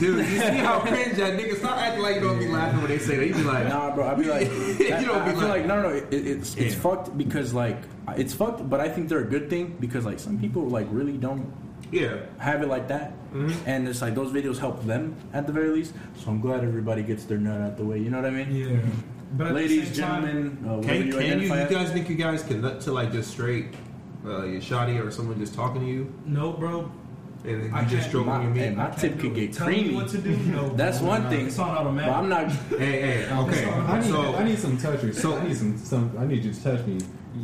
Speaker 3: Dude, you see how cringe that nigga? Stop acting like you don't be laughing when they say that. You be like,
Speaker 4: Nah, bro. I'd be like,
Speaker 3: You
Speaker 4: I,
Speaker 3: don't
Speaker 4: I
Speaker 3: be
Speaker 4: feel
Speaker 3: like-
Speaker 4: like, no, no, no. It, it's it's
Speaker 3: Yeah.
Speaker 4: fucked because like it's fucked, but I think they're a good thing because like some people like really don't
Speaker 3: yeah.
Speaker 4: have it like that,
Speaker 2: Mm-hmm.
Speaker 4: and it's like those videos help them at the very least. So I'm glad everybody gets their nut out the way. You know what I mean?
Speaker 2: Yeah. But at the
Speaker 4: Ladies,
Speaker 2: same time-
Speaker 4: gentlemen, uh, whatever
Speaker 3: Can, you, can you, you
Speaker 4: identify as.
Speaker 3: guys think you guys can nut to like just straight uh, your shoddy or someone just talking to you
Speaker 2: No, bro.
Speaker 3: and then
Speaker 2: I
Speaker 3: you just
Speaker 2: can't.
Speaker 3: stroking
Speaker 4: My-
Speaker 3: your meat?
Speaker 4: hey, my- tip could get
Speaker 2: Tell me
Speaker 4: creamy.
Speaker 2: what to do? No,
Speaker 4: That's
Speaker 2: no,
Speaker 4: one
Speaker 2: no.
Speaker 4: thing.
Speaker 2: It's on automatic.
Speaker 4: But I'm not.
Speaker 3: hey, hey, okay.
Speaker 1: I need,
Speaker 3: so,
Speaker 1: I need some touchers.
Speaker 3: so-
Speaker 1: So I need some, some. I need you to touch me.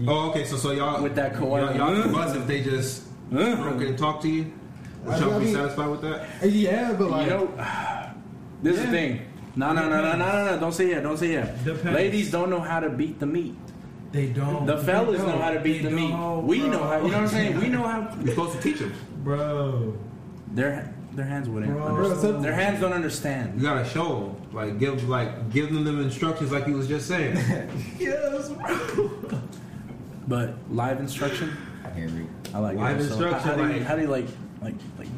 Speaker 3: oh, okay. So, so y'all
Speaker 4: With that
Speaker 3: y'all,
Speaker 4: koala.
Speaker 3: y'all
Speaker 4: Mm.
Speaker 3: buzz if they just
Speaker 4: Mm.
Speaker 3: broke and talk to you. Would
Speaker 1: I
Speaker 3: y'all be
Speaker 1: mean-
Speaker 3: satisfied with that?
Speaker 1: Uh, Yeah, but like,
Speaker 4: you know, this is the thing. No, no, no, no, no, no, no. Don't say yeah. Don't say yeah.
Speaker 2: Depends.
Speaker 4: Ladies don't know how to beat the meat.
Speaker 2: They don't.
Speaker 4: The fellas
Speaker 2: They
Speaker 4: know how to beat the
Speaker 2: don't.
Speaker 4: meat.
Speaker 2: They don't,
Speaker 4: we
Speaker 2: bro.
Speaker 4: know how. You know what I'm saying? We know how.
Speaker 3: You're supposed to teach them.
Speaker 2: bro.
Speaker 4: Their their hands wouldn't.
Speaker 2: Bro.
Speaker 4: understand.
Speaker 1: so-
Speaker 4: Their hands don't
Speaker 3: You
Speaker 4: understand.
Speaker 3: gotta show them, like give, like give them them instructions, like you was just saying.
Speaker 2: Yes,
Speaker 4: But live instruction,
Speaker 5: I can't read.
Speaker 4: I like.
Speaker 3: Live
Speaker 4: it. So,
Speaker 3: instruction,
Speaker 4: How, how, do you,
Speaker 3: like-
Speaker 4: how do you like like like?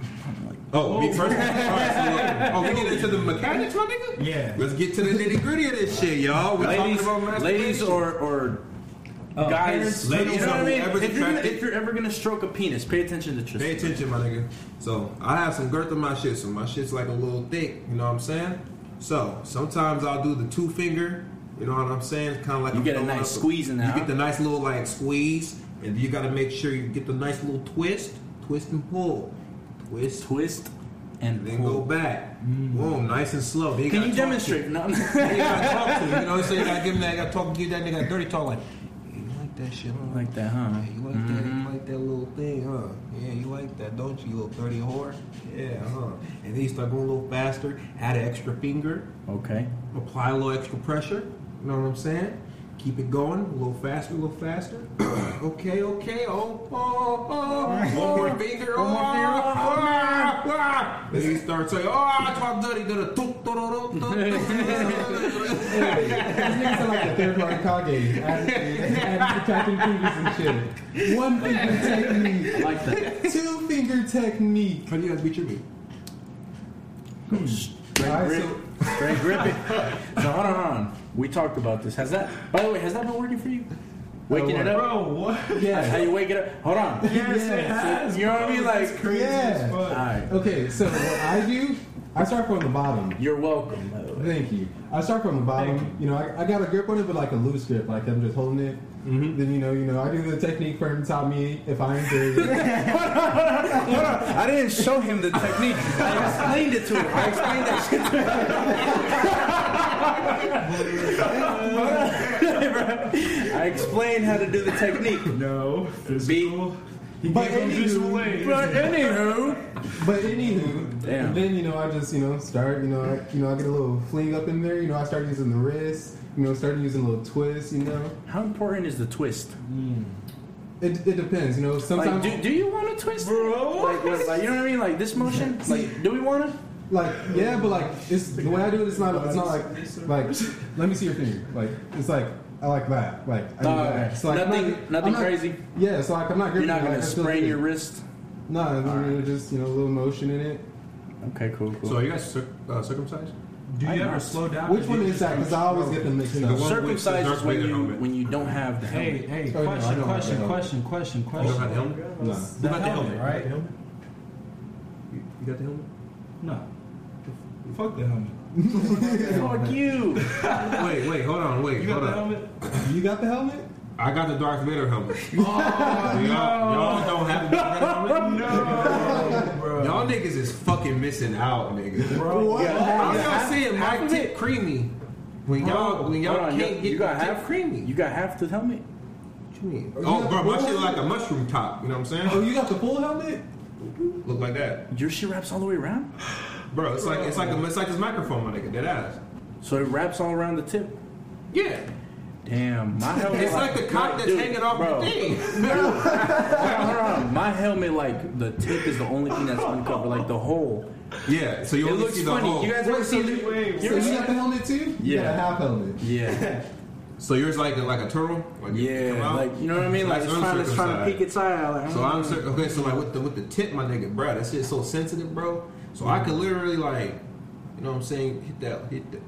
Speaker 4: like
Speaker 3: Oh, me first. All right, so look. oh, we get into the mechanics, my nigga.
Speaker 2: Yeah.
Speaker 3: Let's get to the nitty gritty of this shit, y'all. We're
Speaker 4: ladies,
Speaker 3: talking about
Speaker 4: ladies,
Speaker 3: masturbation.
Speaker 4: or or guys,
Speaker 3: parents,
Speaker 4: you know what I mean.
Speaker 3: whoever's
Speaker 4: If you're, gonna,
Speaker 3: attracted-
Speaker 4: if you're ever gonna stroke a penis, pay attention to Tristan.
Speaker 3: Pay attention, my nigga. So I have some girth in my shit, so my shit's like a little thick. You know what I'm saying? So sometimes I'll do the two finger. You know what I'm saying? Kind of like
Speaker 4: You
Speaker 3: I'm
Speaker 4: get a
Speaker 3: throwing
Speaker 4: nice
Speaker 3: up
Speaker 4: squeeze in there,
Speaker 3: You
Speaker 4: huh?
Speaker 3: get the nice little like squeeze, and you gotta make sure you get the nice little twist, twist and pull, twist,
Speaker 4: Twist and
Speaker 3: and then
Speaker 4: pull. Mm.
Speaker 3: go back. Boom, nice and slow. Then
Speaker 4: Can
Speaker 3: gotta talk
Speaker 4: you
Speaker 3: to
Speaker 4: demonstrate? No.
Speaker 3: you gotta talk to. You know what I'm saying? You gotta give him that. You gotta talk. Give that nigga that dirty talk. Like, "Yeah, you like that shit? Huh?
Speaker 4: Like that, huh?
Speaker 3: Yeah, you like that? You like that little thing, huh? Yeah, you like that, don't you, you little dirty whore? Yeah, huh? And then you start going a little faster. Add an extra finger.
Speaker 4: Okay.
Speaker 3: Apply a little extra pressure. You know what I'm saying? Keep it going, a little faster, a little faster. okay, okay. Oh, oh, oh. One more finger. Oh,
Speaker 4: One more finger.
Speaker 3: ah, ah, Then he starts saying, oh, I tried dirty, did a toot, toot, toot, toot, toot, toot."
Speaker 1: These niggas are like the third party Kage. I'm attacking fingers and shit. One finger technique.
Speaker 4: I like that.
Speaker 1: Two finger technique.
Speaker 3: How do you guys beat your meat?
Speaker 4: Great
Speaker 1: Alright,
Speaker 4: grip. Great grip it. So hold on, hold on. We talked about this. Has that? By the way, has that been working for you? Waking it up.
Speaker 2: Bro, what?
Speaker 4: That's how you wake it up. Hold on.
Speaker 2: Yes, it has.
Speaker 4: You know what I mean? Like,
Speaker 2: That's crazy
Speaker 1: Yeah.
Speaker 2: as
Speaker 4: all
Speaker 2: fuck.
Speaker 4: right.
Speaker 1: Okay, so what I do, I start from the bottom.
Speaker 4: You're welcome. By the way.
Speaker 1: Thank you. I start from the bottom. You. know, I, I got a grip on it, but like a loose grip, like I'm just holding it. Then you know, you know, I do the technique Fern taught me if I ain't dirty.
Speaker 4: Hold on. I didn't show him the technique. I explained it to him. I explained that shit to him. I explained how to do the technique.
Speaker 2: No, physical. He
Speaker 1: But
Speaker 2: gave him
Speaker 1: anywho-
Speaker 2: visual aids.
Speaker 4: But anywho,
Speaker 1: But anywho,
Speaker 4: Damn.
Speaker 1: and then you know I just you know start you know I, you know I get a little fling up in there. You know I start using the wrist. You know start using a little twist. You know
Speaker 4: how important is the twist?
Speaker 1: it, it depends. You know
Speaker 4: Like,
Speaker 1: sometimes
Speaker 4: do,
Speaker 1: like,
Speaker 4: do you want to twist,
Speaker 2: Bro.
Speaker 4: Like, what- like, you know what I mean? Like this motion? Like, do we want to?
Speaker 1: yeah, but like it's the way I do it. It's not it's not like like let me see your finger. Like it's like I like that. Like I do
Speaker 4: Oh,
Speaker 1: that.
Speaker 4: okay.
Speaker 1: It's like, I'm
Speaker 4: Nothing-
Speaker 1: I'm
Speaker 4: nothing crazy?
Speaker 1: Yeah, so like I'm not
Speaker 4: You're
Speaker 1: gripping.
Speaker 4: not
Speaker 1: it,
Speaker 4: gonna
Speaker 1: like, I feel
Speaker 4: sprain
Speaker 1: good.
Speaker 4: your wrist.
Speaker 1: No, no, no, just you know a little motion in it.
Speaker 4: Okay, cool, cool.
Speaker 3: So are you guys cir- uh, circumcised?
Speaker 2: Do you
Speaker 4: I'm
Speaker 2: ever
Speaker 4: not.
Speaker 2: slow down?
Speaker 1: Which one is that? Because I always get them mixed
Speaker 3: The
Speaker 1: up.
Speaker 3: one-
Speaker 4: Circumcised is
Speaker 3: Darth
Speaker 4: when
Speaker 3: Vader
Speaker 4: you
Speaker 3: helmet.
Speaker 4: when you don't have the
Speaker 2: Hey,
Speaker 4: helmet.
Speaker 2: hey,
Speaker 1: Oh, no, I
Speaker 2: question,
Speaker 1: don't have
Speaker 2: question,
Speaker 1: that.
Speaker 2: question, question,
Speaker 3: You don't have the
Speaker 2: question.
Speaker 3: helmet?
Speaker 1: No.
Speaker 2: The
Speaker 3: Who got the
Speaker 2: helmet,
Speaker 3: helmet?
Speaker 2: right?
Speaker 3: You you got the helmet?
Speaker 2: No. Fuck the helmet.
Speaker 4: Fuck you.
Speaker 3: Wait, wait, hold on, wait,
Speaker 2: You got
Speaker 3: hold
Speaker 2: the
Speaker 3: on.
Speaker 2: helmet?
Speaker 1: You got the helmet?
Speaker 3: I got the Darth Vader helmet.
Speaker 4: Oh,
Speaker 3: y'all, y'all don't have the Darth Vader helmet?
Speaker 2: No, bro.
Speaker 3: Y'all niggas is fucking missing out, nigga.
Speaker 2: Bro,
Speaker 1: What?
Speaker 3: I'm not saying my
Speaker 4: half of
Speaker 3: tip creamy. When y'all, when y'all
Speaker 4: Hold on,
Speaker 3: can't
Speaker 4: you,
Speaker 3: get
Speaker 4: you got
Speaker 3: the tip
Speaker 4: half
Speaker 3: creamy.
Speaker 4: You got half the helmet.
Speaker 3: What you mean? Oh, bro, my shit like a mushroom top. You know what I'm
Speaker 1: Oh,
Speaker 3: saying?
Speaker 1: you got the full helmet?
Speaker 3: Look like that,
Speaker 4: Your shit wraps all the way around.
Speaker 3: bro. It's like it's like a, it's like this microphone, my nigga. Dead ass.
Speaker 4: So it wraps all around the tip.
Speaker 3: Yeah,
Speaker 4: Damn, my helmet.
Speaker 3: it's like the cock that's
Speaker 4: dude,
Speaker 3: hanging off
Speaker 4: bro,
Speaker 3: the thing.
Speaker 4: Hold on, hold on. My helmet, like the tip is the only thing that's uncovered, like the hole.
Speaker 3: Yeah, so you
Speaker 4: it
Speaker 3: only
Speaker 4: looks
Speaker 3: see the
Speaker 4: funny.
Speaker 3: hole.
Speaker 4: You guys ever
Speaker 2: Wait,
Speaker 4: see
Speaker 2: so
Speaker 4: the?
Speaker 2: you- wait,
Speaker 1: So
Speaker 4: you ever
Speaker 1: you
Speaker 4: seen-
Speaker 1: got the helmet too? You
Speaker 4: Yeah.
Speaker 1: got a half helmet.
Speaker 4: Yeah,
Speaker 3: so yours like a, like a turtle. Like it come
Speaker 4: yeah.
Speaker 3: out?
Speaker 4: Like you know what I mean? Like it's
Speaker 3: That's
Speaker 4: trying, it's trying to
Speaker 3: uncircumcised.
Speaker 4: peek its eye out. Like,
Speaker 3: So I'm cir- okay. So like with the with the tip, my nigga, bro, that shit's so sensitive, bro. So I could literally like, you know what I'm saying? Hit that, hit the,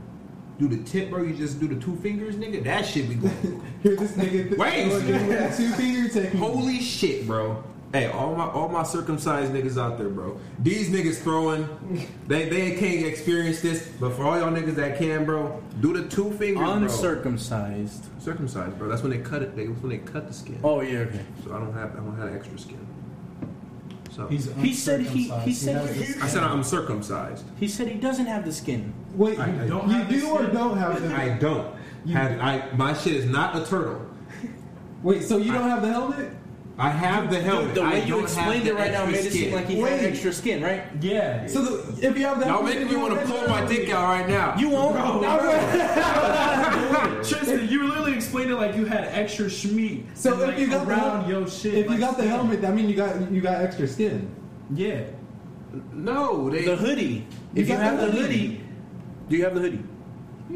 Speaker 3: do the tip, bro. You just do the two fingers, nigga. That shit be going.
Speaker 1: Here, this nigga. th-
Speaker 3: Wait.
Speaker 1: doing the Two finger technique.
Speaker 3: Holy shit, bro. Hey, all my all my circumcised niggas out there, bro. These niggas throwing, they they can't experience this, but for all y'all niggas that can, bro, do the two fingers, bro.
Speaker 4: uncircumcised.
Speaker 3: Circumcised, bro. That's when they cut it. They, that's when they cut the skin.
Speaker 4: Oh yeah, okay.
Speaker 3: So I don't have I don't have extra skin. So
Speaker 2: He's
Speaker 4: He said he he said
Speaker 2: uncircumcised.
Speaker 4: he,
Speaker 3: I said I'm circumcised.
Speaker 4: he said he doesn't have the skin.
Speaker 1: Wait,
Speaker 3: I- I
Speaker 2: don't
Speaker 1: you
Speaker 2: have
Speaker 1: do
Speaker 2: this
Speaker 1: or
Speaker 2: shit.
Speaker 1: don't have the.
Speaker 3: I don't have I. My shit is not a turtle.
Speaker 1: Wait, so you don't have the helmet?
Speaker 3: I have the helmet.
Speaker 4: Dude, the
Speaker 3: I
Speaker 4: way you
Speaker 3: don't have
Speaker 4: explained
Speaker 3: the
Speaker 4: it right now
Speaker 3: extra
Speaker 4: made it
Speaker 3: skin.
Speaker 4: seem like he
Speaker 1: Wait.
Speaker 4: had extra skin, right?
Speaker 2: Yeah.
Speaker 1: So the, if you have the
Speaker 3: Y'all
Speaker 1: helmet,
Speaker 3: making
Speaker 1: then
Speaker 3: me
Speaker 1: you
Speaker 3: want to
Speaker 1: have
Speaker 3: pull
Speaker 1: the
Speaker 3: my
Speaker 1: helmet.
Speaker 3: dick out right now.
Speaker 4: You won't.
Speaker 2: Bro.
Speaker 4: No, bro.
Speaker 2: Tristan, you literally explained it like you had extra schmeat.
Speaker 1: So
Speaker 2: and,
Speaker 1: if
Speaker 2: like,
Speaker 1: you got the
Speaker 2: around
Speaker 1: hel-
Speaker 2: your shit,
Speaker 1: If you
Speaker 2: like,
Speaker 1: got the
Speaker 2: skin.
Speaker 1: helmet, that mean you got you got extra skin.
Speaker 2: yeah.
Speaker 3: no, they.
Speaker 4: The hoodie.
Speaker 1: You
Speaker 4: If you
Speaker 1: got
Speaker 4: have
Speaker 1: the
Speaker 4: the
Speaker 1: hoodie.
Speaker 4: hoodie, do you have the hoodie?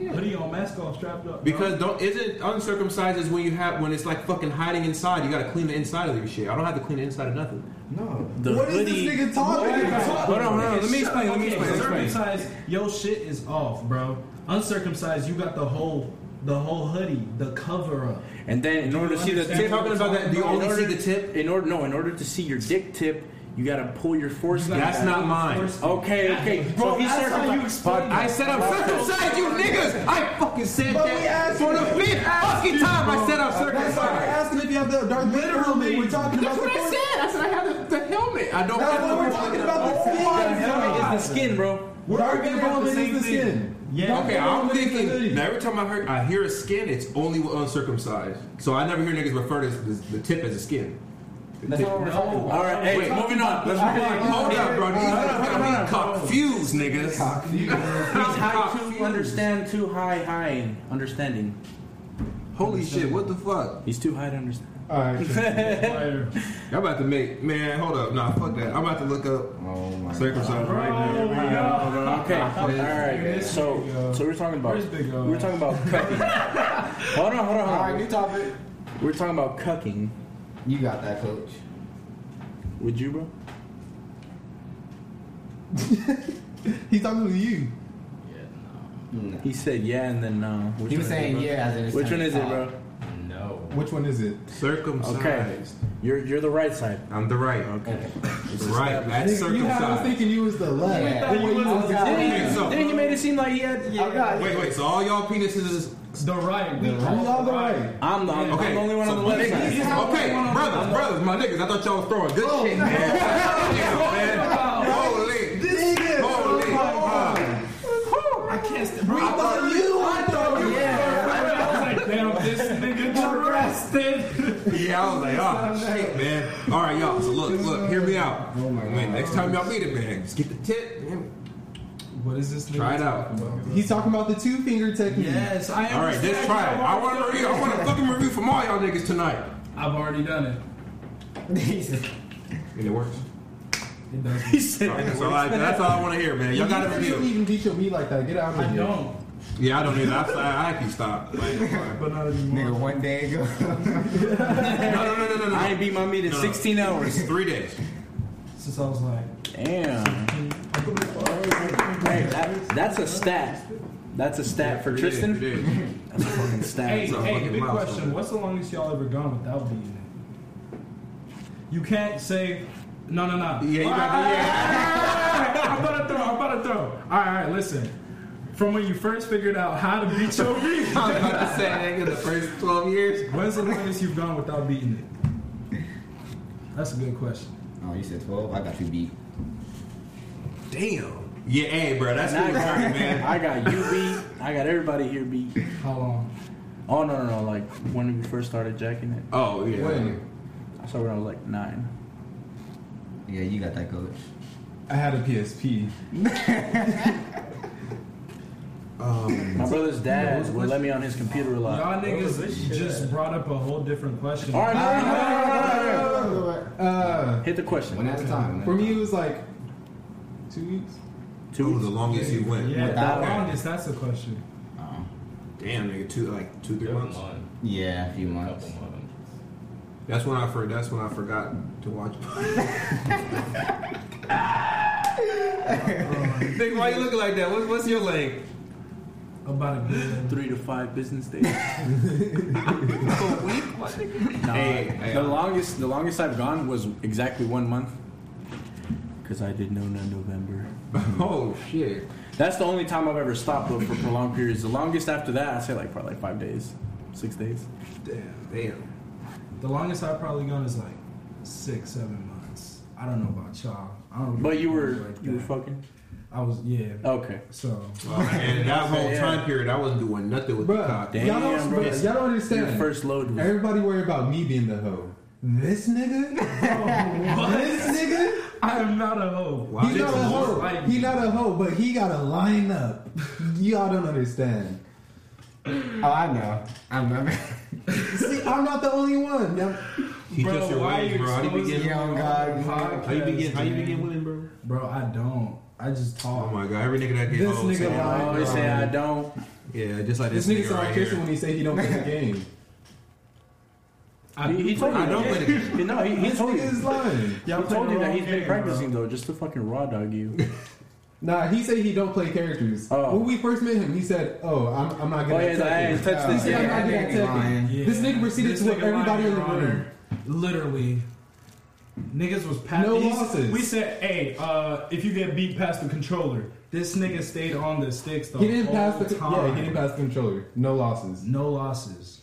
Speaker 2: Hoodie on, mask off, strapped up.
Speaker 3: Because don't isn't uncircumcised is when you have when it's like fucking hiding inside. You gotta clean the inside of your shit. I don't have to clean the inside of nothing.
Speaker 6: No.
Speaker 4: The
Speaker 1: what is
Speaker 4: hoodie.
Speaker 1: this nigga talking about?
Speaker 4: Hold on, hold on. Let me explain. Let me
Speaker 2: Okay,
Speaker 4: explain. Let me explain.
Speaker 2: circumcised, your shit is off, bro. Uncircumcised, you got the whole, the whole hoodie, the cover up.
Speaker 4: And then, in order to see the
Speaker 2: understand
Speaker 4: tip,
Speaker 2: what we're talking
Speaker 3: about?
Speaker 4: in
Speaker 3: Do you
Speaker 4: order-
Speaker 3: only see the tip?
Speaker 4: In order, no. In order to see your dick tip, you gotta pull your foreskin.
Speaker 3: That's
Speaker 4: back.
Speaker 3: not mine.
Speaker 4: Okay, okay.
Speaker 2: Bro,
Speaker 4: so he's
Speaker 2: that's how you
Speaker 4: circumcised.
Speaker 2: explain
Speaker 3: I said I'm circumcised, you niggas. I fucking said
Speaker 1: But we
Speaker 3: that
Speaker 1: asked
Speaker 3: for
Speaker 1: you.
Speaker 3: the fifth fucking time. I said I'm
Speaker 1: That's why I
Speaker 3: circumcised.
Speaker 1: asked him if you have the Darth Vader helmet. We're talking
Speaker 3: That's
Speaker 1: about the
Speaker 3: what I
Speaker 1: first-
Speaker 3: said. I said I have the, the helmet. I don't
Speaker 1: That's
Speaker 3: have
Speaker 1: what
Speaker 3: the
Speaker 1: we're talking about. The skin.
Speaker 4: It's the skin, bro.
Speaker 1: We're arguing
Speaker 2: about
Speaker 1: about
Speaker 2: the
Speaker 1: the
Speaker 2: same
Speaker 1: skin.
Speaker 2: thing. Yeah.
Speaker 1: Darth
Speaker 3: Okay,
Speaker 1: Vader
Speaker 3: I'm
Speaker 1: helmet is the
Speaker 3: thinking.
Speaker 1: hoodie.
Speaker 3: Now every time I hear I hear a skin, it's only with uncircumcised. So I never hear niggas refer to the, the tip as a skin. The tip.
Speaker 4: All right, hey,
Speaker 3: Wait.
Speaker 4: moving on. Let's
Speaker 1: Alright,
Speaker 4: move on.
Speaker 3: Hold up, bro. These niggas got me confused, niggas.
Speaker 1: Cock.
Speaker 4: He's high
Speaker 3: Confused.
Speaker 4: to understand, too high, high in understanding.
Speaker 3: Holy shit! What the fuck?
Speaker 4: He's too high to understand.
Speaker 1: All right.
Speaker 2: Fire.
Speaker 3: I'm about to make man. Hold up, nah, fuck that. I'm about to look up
Speaker 5: Oh my
Speaker 3: circumcised right now.
Speaker 2: Oh my God.
Speaker 4: Okay, all right. So, so we're talking about
Speaker 2: Where's Big O?
Speaker 4: we're talking about cucking. hold on, hold on,
Speaker 5: All right,
Speaker 4: hold
Speaker 5: new
Speaker 4: on.
Speaker 5: topic.
Speaker 4: We're talking about cucking.
Speaker 5: You got that, coach.
Speaker 4: Would you, bro?
Speaker 1: He's talking to you.
Speaker 5: No.
Speaker 4: He said yeah, and then no. Which
Speaker 5: He
Speaker 4: one is
Speaker 5: was
Speaker 4: it,
Speaker 5: saying
Speaker 4: bro?
Speaker 5: yeah. As in it's
Speaker 4: Which
Speaker 5: time
Speaker 4: one
Speaker 5: to
Speaker 4: is it,
Speaker 5: talk.
Speaker 4: bro?
Speaker 6: No.
Speaker 1: Which one is it?
Speaker 3: Circumcised.
Speaker 4: Okay, you're you're the right side.
Speaker 3: I'm the right.
Speaker 4: Okay.
Speaker 3: It's right. That's
Speaker 1: Nigga, you had us
Speaker 3: circumcised.
Speaker 1: thinking you was the left.
Speaker 5: Yeah.
Speaker 1: The way
Speaker 5: I
Speaker 1: you-
Speaker 5: got it.
Speaker 3: Think so.
Speaker 4: Then he made it seem like he had.
Speaker 5: I got it.
Speaker 3: Wait, wait. So all y'all penises is
Speaker 2: The right. We
Speaker 1: How
Speaker 2: call
Speaker 1: y'all
Speaker 2: the
Speaker 1: the
Speaker 2: right.
Speaker 1: right?
Speaker 4: I'm the, I'm,
Speaker 3: okay.
Speaker 4: I'm the only one
Speaker 3: so
Speaker 4: on the left
Speaker 3: niggas-
Speaker 4: side.
Speaker 3: Okay, brothers, brothers, my niggas. I thought y'all was throwing good shit. man. Yeah, man. Holy. Holy.
Speaker 2: I can't stand bro, I
Speaker 3: thought
Speaker 2: thought you. I thought you. I was like, damn, this nigga trusted.
Speaker 3: Yeah, I was like, oh shit, man. All right, y'all. So look, look, hear me out. Oh my man, next time y'all meet a man, just get the tip. man.
Speaker 2: What is this? Nigga
Speaker 3: Try it
Speaker 2: talking about?
Speaker 1: He's talking about the two finger technique.
Speaker 2: Yes, I am.
Speaker 3: All right, let's try it. I want a review. I want a fucking review from all y'all niggas tonight.
Speaker 2: I've already done it.
Speaker 3: And it works.
Speaker 2: It does.
Speaker 4: He said,
Speaker 3: All right, that's all I, that's all I want to hear, man. Y'all got a
Speaker 1: You don't
Speaker 3: review.
Speaker 1: even beat your meat like that. Get out of
Speaker 2: I
Speaker 1: here.
Speaker 2: don't,
Speaker 3: Yeah, I don't either. I, I, I actually stopped. Like,
Speaker 2: but not anymore.
Speaker 5: Nigga, one day ago.
Speaker 3: no, no, no, no, no, no.
Speaker 4: I ain't beat my meat in
Speaker 3: No.
Speaker 4: 16 hours.
Speaker 3: It's three days.
Speaker 2: Since I was like,
Speaker 4: Damn. Hey, that, that's a stat. That's a stat for
Speaker 3: Three days,
Speaker 4: Tristan.
Speaker 3: three days.
Speaker 4: That's a fucking stat.
Speaker 2: hey,
Speaker 3: a
Speaker 2: hey,
Speaker 3: fucking
Speaker 2: big
Speaker 3: milestone.
Speaker 2: question. What's the longest y'all ever gone without being it? You can't say, no, no, no.
Speaker 3: Yeah, you got the- yeah.
Speaker 2: I'm about to throw. I'm about to throw. All right, all right, listen. From when you first figured out how to beat your meat,
Speaker 3: I was about to say, nigga, the first 12 years.
Speaker 2: when's the longest you've gone without beating it? That's a good question.
Speaker 5: oh, you said twelve. I got you beat.
Speaker 3: Damn. Yeah, hey, bro, that's
Speaker 4: And I
Speaker 3: what we're
Speaker 4: got,
Speaker 3: man.
Speaker 4: I got you beat. I got everybody here beat.
Speaker 2: How long?
Speaker 4: Oh no no no! Like when we first started jacking it,
Speaker 3: Oh, yeah.
Speaker 1: When?
Speaker 4: I started when I was like nine.
Speaker 5: Yeah, you got that, coach.
Speaker 1: I had a PSP.
Speaker 3: Um,
Speaker 4: My brother's dad would let me on his computer a
Speaker 3: Uh,
Speaker 4: lot.
Speaker 2: Y'all niggas just brought up a whole different question.
Speaker 4: All right, no, no, no, no, no, no, no, no.
Speaker 1: Uh,
Speaker 4: hit the question.
Speaker 5: One at a time.
Speaker 1: for me, it was like two weeks.
Speaker 3: two was
Speaker 4: Two.
Speaker 3: the longest you went.
Speaker 2: Yeah,
Speaker 5: Without-
Speaker 2: the longest. That's the question.
Speaker 5: Oh.
Speaker 3: Damn, nigga, two like two, three
Speaker 6: Couple
Speaker 3: months.
Speaker 6: months.
Speaker 5: Yeah, a few months.
Speaker 6: Couple months.
Speaker 3: That's when I for, That's when I forgot to watch. Nigga, why you looking like that? What, what's your link?
Speaker 2: About a good.
Speaker 4: Three to five business days. Nah,
Speaker 3: Hey, hey,
Speaker 4: the
Speaker 3: uh,
Speaker 4: longest, the longest I've gone was exactly one month, because I did no no November.
Speaker 3: Oh shit!
Speaker 4: That's the only time I've ever stopped though, for prolonged periods. The longest after that, I say like probably like five days, six days.
Speaker 3: Damn, damn.
Speaker 2: The longest I've probably gone is like six, seven months. I don't know about y'all. I don't.
Speaker 4: But you were
Speaker 2: like
Speaker 4: you were
Speaker 2: that.
Speaker 4: fucking
Speaker 2: I was yeah.
Speaker 4: okay.
Speaker 2: So
Speaker 3: Well, and that whole
Speaker 4: Yeah.
Speaker 3: time period, I wasn't doing nothing with the
Speaker 1: Bruh,
Speaker 3: cock.
Speaker 4: Damn,
Speaker 1: y'all, don't,
Speaker 4: bro.
Speaker 1: bruh, y'all don't
Speaker 4: Your
Speaker 1: understand.
Speaker 4: first load was
Speaker 1: Everybody worry about me being the hoe. This nigga? This nigga?
Speaker 2: I am not a hoe.
Speaker 3: Wow,
Speaker 1: He's not a
Speaker 3: nigga,
Speaker 1: hoe.
Speaker 2: like-
Speaker 1: he not a hoe, but he got a line up. Y'all don't understand.
Speaker 5: Oh, I know. I remember.
Speaker 1: See, I'm not the only one. Now,
Speaker 3: he just your ways, bro. How you begin?
Speaker 5: exposing- young
Speaker 3: How you begin? How you begin women, bro?
Speaker 2: Bro, I don't. I just
Speaker 3: Oh
Speaker 2: talk.
Speaker 3: my god! Every nigga that gets
Speaker 1: This
Speaker 3: old,
Speaker 1: nigga
Speaker 3: say-
Speaker 1: lying.
Speaker 4: Oh, they say I don't.
Speaker 3: yeah, just like
Speaker 1: This
Speaker 3: this,
Speaker 1: nigga
Speaker 3: nigga
Speaker 1: sound
Speaker 3: right
Speaker 1: kissing
Speaker 3: here.
Speaker 1: when he say he don't play the game.
Speaker 2: I
Speaker 4: He, he
Speaker 2: do.
Speaker 4: told you.
Speaker 3: I don't
Speaker 4: that.
Speaker 3: play the-
Speaker 4: He- No, he, he
Speaker 1: This
Speaker 4: told
Speaker 1: nigga
Speaker 4: you.
Speaker 1: is
Speaker 4: He
Speaker 1: lying.
Speaker 2: Y'all play
Speaker 4: told
Speaker 2: the
Speaker 4: you that
Speaker 2: wrong
Speaker 4: he's been
Speaker 2: game,
Speaker 4: practicing though, just to fucking raw dog you.
Speaker 1: Nah, he said he don't play characters.
Speaker 4: Oh.
Speaker 1: When we first met him, he said, "Oh, I'm, I'm not
Speaker 4: Oh
Speaker 1: gonna."
Speaker 4: yeah, he's like, I ain't
Speaker 1: attack
Speaker 4: touched
Speaker 1: you."
Speaker 4: this
Speaker 1: He said,
Speaker 4: yet.
Speaker 1: I'm not gonna
Speaker 5: Yeah, that nigga
Speaker 1: attack
Speaker 5: lying.
Speaker 1: you."
Speaker 2: bro. Yeah.
Speaker 1: This nigga proceeded
Speaker 2: This
Speaker 1: to whip
Speaker 2: nigga lied,
Speaker 1: everybody in the
Speaker 2: Your
Speaker 1: room.
Speaker 2: Honor. Literally. Niggas was past.
Speaker 1: No losses.
Speaker 2: We said, hey, uh, if you get beat past the controller, this nigga stayed on the sticks the
Speaker 1: He didn't
Speaker 2: whole
Speaker 1: pass the
Speaker 2: time.
Speaker 1: yeah. He didn't pass the controller. No losses.
Speaker 2: No losses.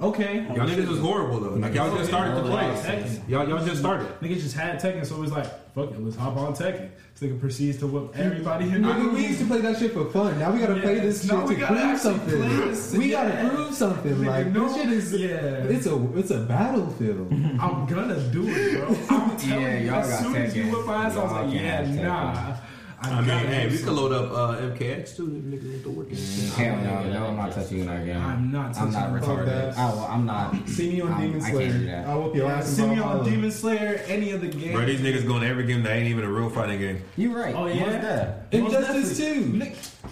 Speaker 2: Okay.
Speaker 3: Y'all niggas was horrible though. Like y'all just started to play.
Speaker 2: Tekken.
Speaker 3: Y'all y'all just started.
Speaker 2: Niggas just had Tekken, so it was like, fuck it, let's hop on Tekken. This nigga proceeds to whip everybody in the
Speaker 1: Nigga, we
Speaker 2: room.
Speaker 1: used to play that shit for fun. Now we gotta play this
Speaker 2: Yes.
Speaker 1: shit
Speaker 2: Now we
Speaker 1: to
Speaker 2: gotta
Speaker 1: prove
Speaker 2: actually
Speaker 1: something.
Speaker 2: play this.
Speaker 1: We
Speaker 2: Yeah.
Speaker 1: gotta prove something.
Speaker 2: Nigga,
Speaker 1: Like
Speaker 2: no-
Speaker 1: this shit is.
Speaker 2: yeah.
Speaker 1: It's a it's a battlefield.
Speaker 2: I'm gonna do it, bro. I'm telling
Speaker 5: Yeah,
Speaker 2: you.
Speaker 5: y'all
Speaker 2: As
Speaker 5: got
Speaker 2: soon as you
Speaker 5: Tekken.
Speaker 2: whip my ass, I was
Speaker 5: Y'all
Speaker 2: like,
Speaker 5: can
Speaker 2: yeah,
Speaker 5: have Tekken.
Speaker 2: nah.
Speaker 3: I mean, hey, we could load up uh, MKX too. Them niggas with the work.
Speaker 5: Hell no, no, I'm not touching you in our game.
Speaker 2: I'm not
Speaker 5: I'm not
Speaker 2: touching
Speaker 5: retarded.
Speaker 1: that.
Speaker 5: I, will- I'm not.
Speaker 1: See me on
Speaker 5: I'm-
Speaker 1: Demon
Speaker 5: I can't do
Speaker 1: Slayer.
Speaker 5: that.
Speaker 1: I whoop your ass. in
Speaker 2: See me on
Speaker 1: Valhalla.
Speaker 2: Demon Slayer, any of the game.
Speaker 6: Bro, these niggas going to every game that ain't even a real fighting game.
Speaker 5: You're right.
Speaker 2: Oh, yeah?
Speaker 5: What's that?
Speaker 1: Injustice too.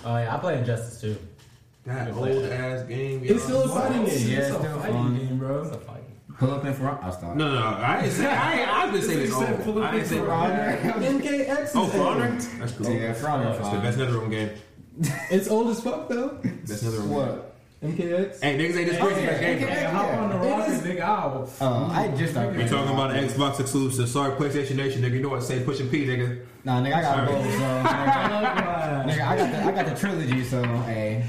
Speaker 6: Oh yeah, I play Injustice too.
Speaker 3: That old ass game.
Speaker 1: It's still a fighting
Speaker 2: It's
Speaker 1: game.
Speaker 5: Yeah,
Speaker 2: a
Speaker 5: it's still
Speaker 2: fighting
Speaker 5: fun.
Speaker 2: game,
Speaker 6: It's
Speaker 2: bro.
Speaker 6: a fight.
Speaker 5: Pull up in front. I'll stop.
Speaker 3: No, no, no. I ain't say. I ain't, I've been saying
Speaker 2: He
Speaker 3: it
Speaker 2: said
Speaker 3: all.
Speaker 2: pull up
Speaker 3: I ain't
Speaker 2: in
Speaker 3: saying.
Speaker 2: front.
Speaker 1: MKX is
Speaker 3: Oh, for
Speaker 1: old.
Speaker 3: honor. That's cool.
Speaker 5: Yeah, front or
Speaker 3: That's the
Speaker 5: front.
Speaker 3: best NetherRealm game.
Speaker 1: It's old as fuck though.
Speaker 3: That's NetherRealm game.
Speaker 5: What?
Speaker 1: MKX.
Speaker 3: Hey, niggas ain't just crazy about game.
Speaker 2: Hey, hop on the rocket, nigga. Ow.
Speaker 5: Uh, I just started.
Speaker 3: We talking about an Xbox exclusive. Sorry, PlayStation Nation, nigga. You know what? Say pushing P, nigga.
Speaker 5: Nah, nigga, I got
Speaker 3: Sorry.
Speaker 5: both. So, nigga, nigga, I got the I got the trilogy. So, hey,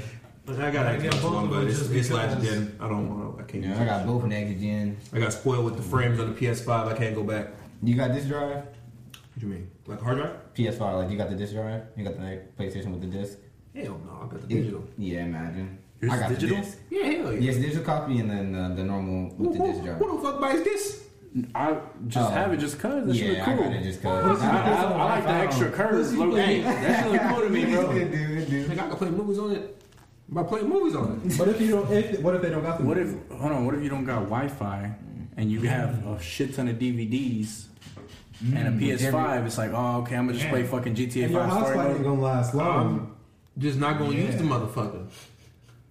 Speaker 3: I got an Xbox One, but it's, it's last gen. I don't want. to I can't.
Speaker 5: you know, I got both next gen.
Speaker 3: I got spoiled with the frames on the PS5. I can't go back. What
Speaker 5: You got this drive,
Speaker 3: you mean? Like hard drive?
Speaker 5: PS5. Like, you got the disc drive. You got the like, PlayStation with the disc.
Speaker 3: Hell no. I got the digital.
Speaker 5: Yeah, imagine.
Speaker 4: Yours
Speaker 5: I got
Speaker 4: is digital?
Speaker 5: the disc.
Speaker 3: Yeah, hell yeah.
Speaker 5: Yes, digital copy and then uh, the normal
Speaker 3: Who,
Speaker 5: with the
Speaker 3: who-
Speaker 5: disc drive.
Speaker 3: who the fuck buys this?
Speaker 4: I just
Speaker 5: Oh.
Speaker 4: have it just cause that shit
Speaker 5: Yeah,
Speaker 4: look
Speaker 5: I
Speaker 4: cool.
Speaker 5: got it just cause.
Speaker 4: I, I- I like the
Speaker 5: I don't-
Speaker 4: extra curves. Low key. That shit look cool to me, bro.
Speaker 5: It do, it do.
Speaker 3: Nigga, I can play movies on it. By playing movies on it.
Speaker 1: What if you don't? If, what if they don't got the?
Speaker 4: What if hold on? What if you don't got Wi-Fi and you have a shit ton of DVDs and a
Speaker 5: Mm,
Speaker 4: PS5? It's like, oh, okay, I'm gonna just play fucking GTA
Speaker 1: And your
Speaker 4: 5
Speaker 1: house
Speaker 4: story
Speaker 1: fight ain't
Speaker 4: mode.
Speaker 1: gonna
Speaker 3: Um,
Speaker 1: last long.
Speaker 3: Just not gonna use the motherfucker.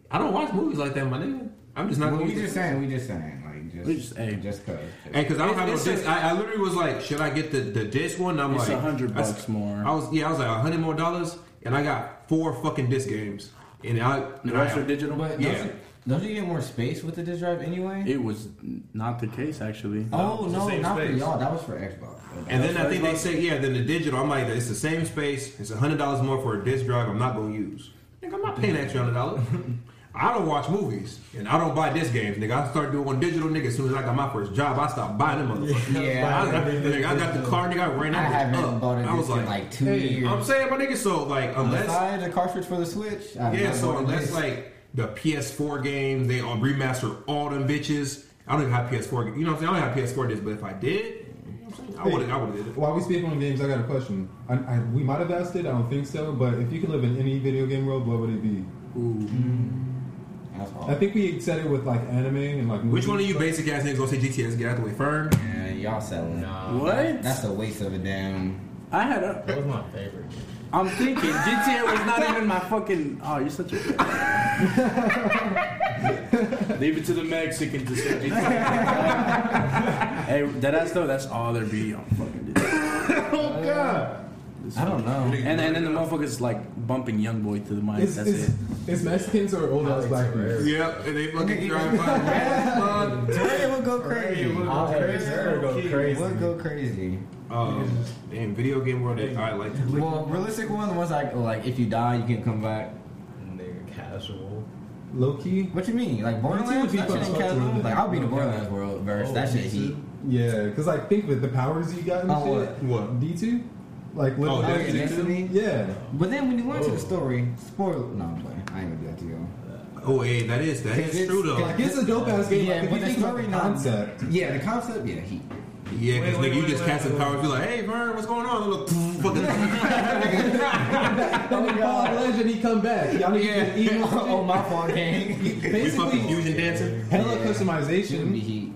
Speaker 3: I don't watch movies like that, my nigga. I'm just not
Speaker 5: Well,
Speaker 3: gonna
Speaker 5: we
Speaker 3: use
Speaker 5: just
Speaker 3: it.
Speaker 5: saying, we just saying, like just,
Speaker 4: We just- hey.
Speaker 5: just cause.
Speaker 3: Hey, cause I don't
Speaker 4: It's-
Speaker 3: have no
Speaker 4: it's
Speaker 3: disc. I I literally was like, should I get the the disc one? And I'm
Speaker 4: It's
Speaker 3: like,
Speaker 4: a hundred
Speaker 3: I s-
Speaker 4: bucks more.
Speaker 3: I was yeah, I was like a hundred more dollars, and I got four fucking disc games, and I
Speaker 4: The
Speaker 3: and
Speaker 4: rest
Speaker 3: I,
Speaker 4: are digital.
Speaker 5: But don't,
Speaker 3: Yeah.
Speaker 5: you, don't you get more space with the disc drive anyway?
Speaker 4: It was n- not the case actually.
Speaker 5: oh no,
Speaker 6: same
Speaker 5: not for
Speaker 6: space.
Speaker 5: y'all. That was for Xbox.
Speaker 3: and then I think they say yeah, then the digital. I'm like, it's the same space. It's a hundred dollars more for a disc drive. I'm not gonna use. Nigga, I'm not paying an extra hundred dollars. I don't watch movies, and I don't buy disc games, nigga. I started doing digiga nigga as soon as I got my first job. I stopped buying them motherfuckers.
Speaker 5: Yeah,
Speaker 3: I, nigga, I got the car, nigga. I ran
Speaker 5: I,
Speaker 3: out.
Speaker 5: haven't
Speaker 3: of
Speaker 5: bought a
Speaker 3: I was
Speaker 5: disc
Speaker 3: like,
Speaker 5: in like two years.
Speaker 3: I'm saying my nigga. So like, unless
Speaker 5: Besides the cartridge for the Switch, I
Speaker 3: Yeah,
Speaker 5: haven't
Speaker 3: so
Speaker 5: bought a
Speaker 3: unless
Speaker 5: disc.
Speaker 3: like the PS4 games, they all remaster all them bitches. I don't even have PS4. You know what I'm saying? I don't have PS4 discs, but if I did, you know what I'm saying? I would have. I would have did it.
Speaker 1: While we speak on games, I got a question. I, I, we might have asked it. I don't think so. But if you could live in any video game world, what would it be?
Speaker 5: That's all.
Speaker 1: I think we said it with like anime and like.
Speaker 3: Which
Speaker 1: movies.
Speaker 3: one of you basic ass niggas gonna say GTA? Let's get out the way. Fern.
Speaker 5: Yeah, y'all selling.
Speaker 4: What?
Speaker 5: Oh, That's a waste of a damn.
Speaker 4: I had a.
Speaker 6: That was my favorite.
Speaker 4: I'm thinking GTA was not even my fucking. Oh, you're such a. Leave it to the Mexican to say GTA. hey, that ass though. That's all there be on fucking. GTA.
Speaker 1: Oh god!
Speaker 5: I don't know.
Speaker 4: And and then the motherfuckers like bumping young boy to the mic.
Speaker 1: It's,
Speaker 4: that's
Speaker 1: it's,
Speaker 4: it.
Speaker 1: it's Mexicans or old ass black people.
Speaker 3: Yep, and they fucking drive by.
Speaker 5: Today would go crazy.
Speaker 6: I'll have Zero go crazy.
Speaker 5: Would go crazy.
Speaker 3: Um, damn, video game world. I like.
Speaker 5: Well, realistic one, the ones like like if you die, you can come back.
Speaker 6: Nigga, casual.
Speaker 1: Low key.
Speaker 5: What you mean? Like Borderlands?
Speaker 1: would be
Speaker 5: That shit ain't
Speaker 1: fucked up
Speaker 5: casual.
Speaker 1: with
Speaker 5: Like
Speaker 1: it.
Speaker 5: I'll be the Borderlands world verse. That shit heat.
Speaker 1: Yeah, because like think with the powers you got and
Speaker 5: Oh,
Speaker 1: shit.
Speaker 3: what? What?
Speaker 1: D two, like
Speaker 3: Oh,
Speaker 1: living-
Speaker 3: Destiny
Speaker 5: yeah, Destiny?
Speaker 1: Yeah.
Speaker 5: But then when you went to the story, spoil. No, I'm playing. I ain't gonna do that to you.
Speaker 3: Oh, hey, that is that is true though.
Speaker 1: Like it's a dope ass game.
Speaker 5: Yeah,
Speaker 1: like, if
Speaker 5: but
Speaker 1: you
Speaker 5: the
Speaker 1: think about
Speaker 5: story
Speaker 1: the
Speaker 5: not-
Speaker 1: concept.
Speaker 5: Yeah, the concept. Yeah, heat.
Speaker 3: Yeah, because nigga, you just cast some powers. Be like, hey, Fern, what's going on? Look, fucking.
Speaker 1: And then Paul Legend, he come back. Y'all need
Speaker 3: Yeah.
Speaker 1: to eat him.
Speaker 5: oh my fault, gang.
Speaker 3: We fucking
Speaker 1: Basically,
Speaker 3: fusion dancing.
Speaker 1: hella
Speaker 5: Yeah. Shouldn't be
Speaker 1: customization.
Speaker 5: heat.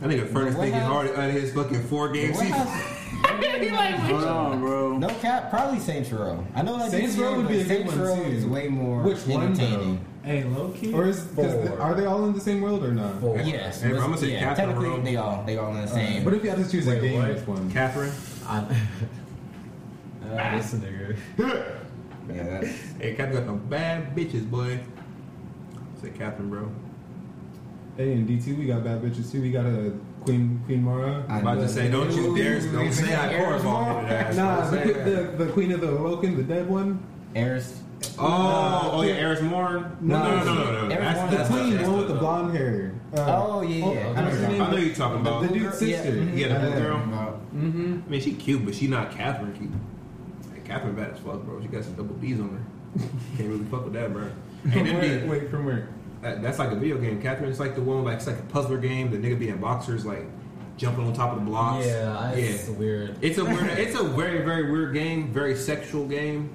Speaker 3: That nigga Furnace
Speaker 5: What
Speaker 3: think he's
Speaker 5: happened?
Speaker 3: hard out of his fucking four game
Speaker 5: What
Speaker 3: season.
Speaker 5: else?
Speaker 4: Hold on, bro.
Speaker 5: No cap. Probably Saints Row. I know that
Speaker 1: Saints
Speaker 5: GTA,
Speaker 1: Row would
Speaker 5: but
Speaker 1: be a good
Speaker 5: Saints
Speaker 1: one,
Speaker 5: Row
Speaker 1: too.
Speaker 5: is way more
Speaker 1: Which one though?
Speaker 5: entertaining.
Speaker 2: Hey, low key.
Speaker 1: Or is because
Speaker 6: Four.
Speaker 1: are they all in the same world or not?
Speaker 6: Four.
Speaker 5: Yes.
Speaker 3: Hey, bro,
Speaker 5: but-
Speaker 3: I'ma say
Speaker 5: yeah,
Speaker 3: Captain
Speaker 5: technically,
Speaker 3: Row.
Speaker 5: they all they all in the same.
Speaker 1: But if you had to choose a
Speaker 6: Wait,
Speaker 1: game,
Speaker 6: what?
Speaker 1: which one?
Speaker 3: Catherine.
Speaker 6: I, I this nigga.
Speaker 5: uh, yeah, that's,
Speaker 3: Hey, Catherine got some bad bitches, boy. Say Catherine, bro.
Speaker 1: Hey, in D two, we got bad bitches too. We got a Queen Queen Mara.
Speaker 5: I
Speaker 3: I'm about to say, don't you dare, don't say I cornball in that ass.
Speaker 1: Nah, the,
Speaker 3: Don't say that.
Speaker 1: the, the Queen of the Awoken, the dead one.
Speaker 5: Eris.
Speaker 3: Oh, oh yeah, Eris Morn. No, no, no, no, no. no.
Speaker 5: Eris
Speaker 3: That's,
Speaker 5: Morn.
Speaker 1: The
Speaker 3: that's
Speaker 1: queen,
Speaker 3: that's
Speaker 1: one with
Speaker 3: the-
Speaker 1: the blonde hair.
Speaker 3: Uh,
Speaker 5: Oh yeah, yeah. I know
Speaker 1: what's
Speaker 5: you're
Speaker 1: her
Speaker 5: talking
Speaker 1: name?
Speaker 3: I know you're talking about.
Speaker 1: The dude's
Speaker 5: Yeah.
Speaker 1: sister.
Speaker 5: Mhm.
Speaker 3: Oh. Yeah, the blue
Speaker 1: Uh,
Speaker 3: girl.
Speaker 5: about.
Speaker 1: Mhm.
Speaker 3: I mean, she cute, but she not Catherine cute. Hey, Catherine bad as fuck, bro. She got some double B's on her. Can't really fuck with that, bro.
Speaker 1: From
Speaker 3: And then
Speaker 1: where?
Speaker 3: be,
Speaker 1: Wait, from where?
Speaker 3: that, that's like a video game. Catherine, it's like the one like it's like a puzzler game. The nigga being boxers, like jumping on top of the blocks.
Speaker 6: Yeah,
Speaker 3: yeah.
Speaker 6: it's weird.
Speaker 3: It's a weird, it's a very very weird game, very sexual game,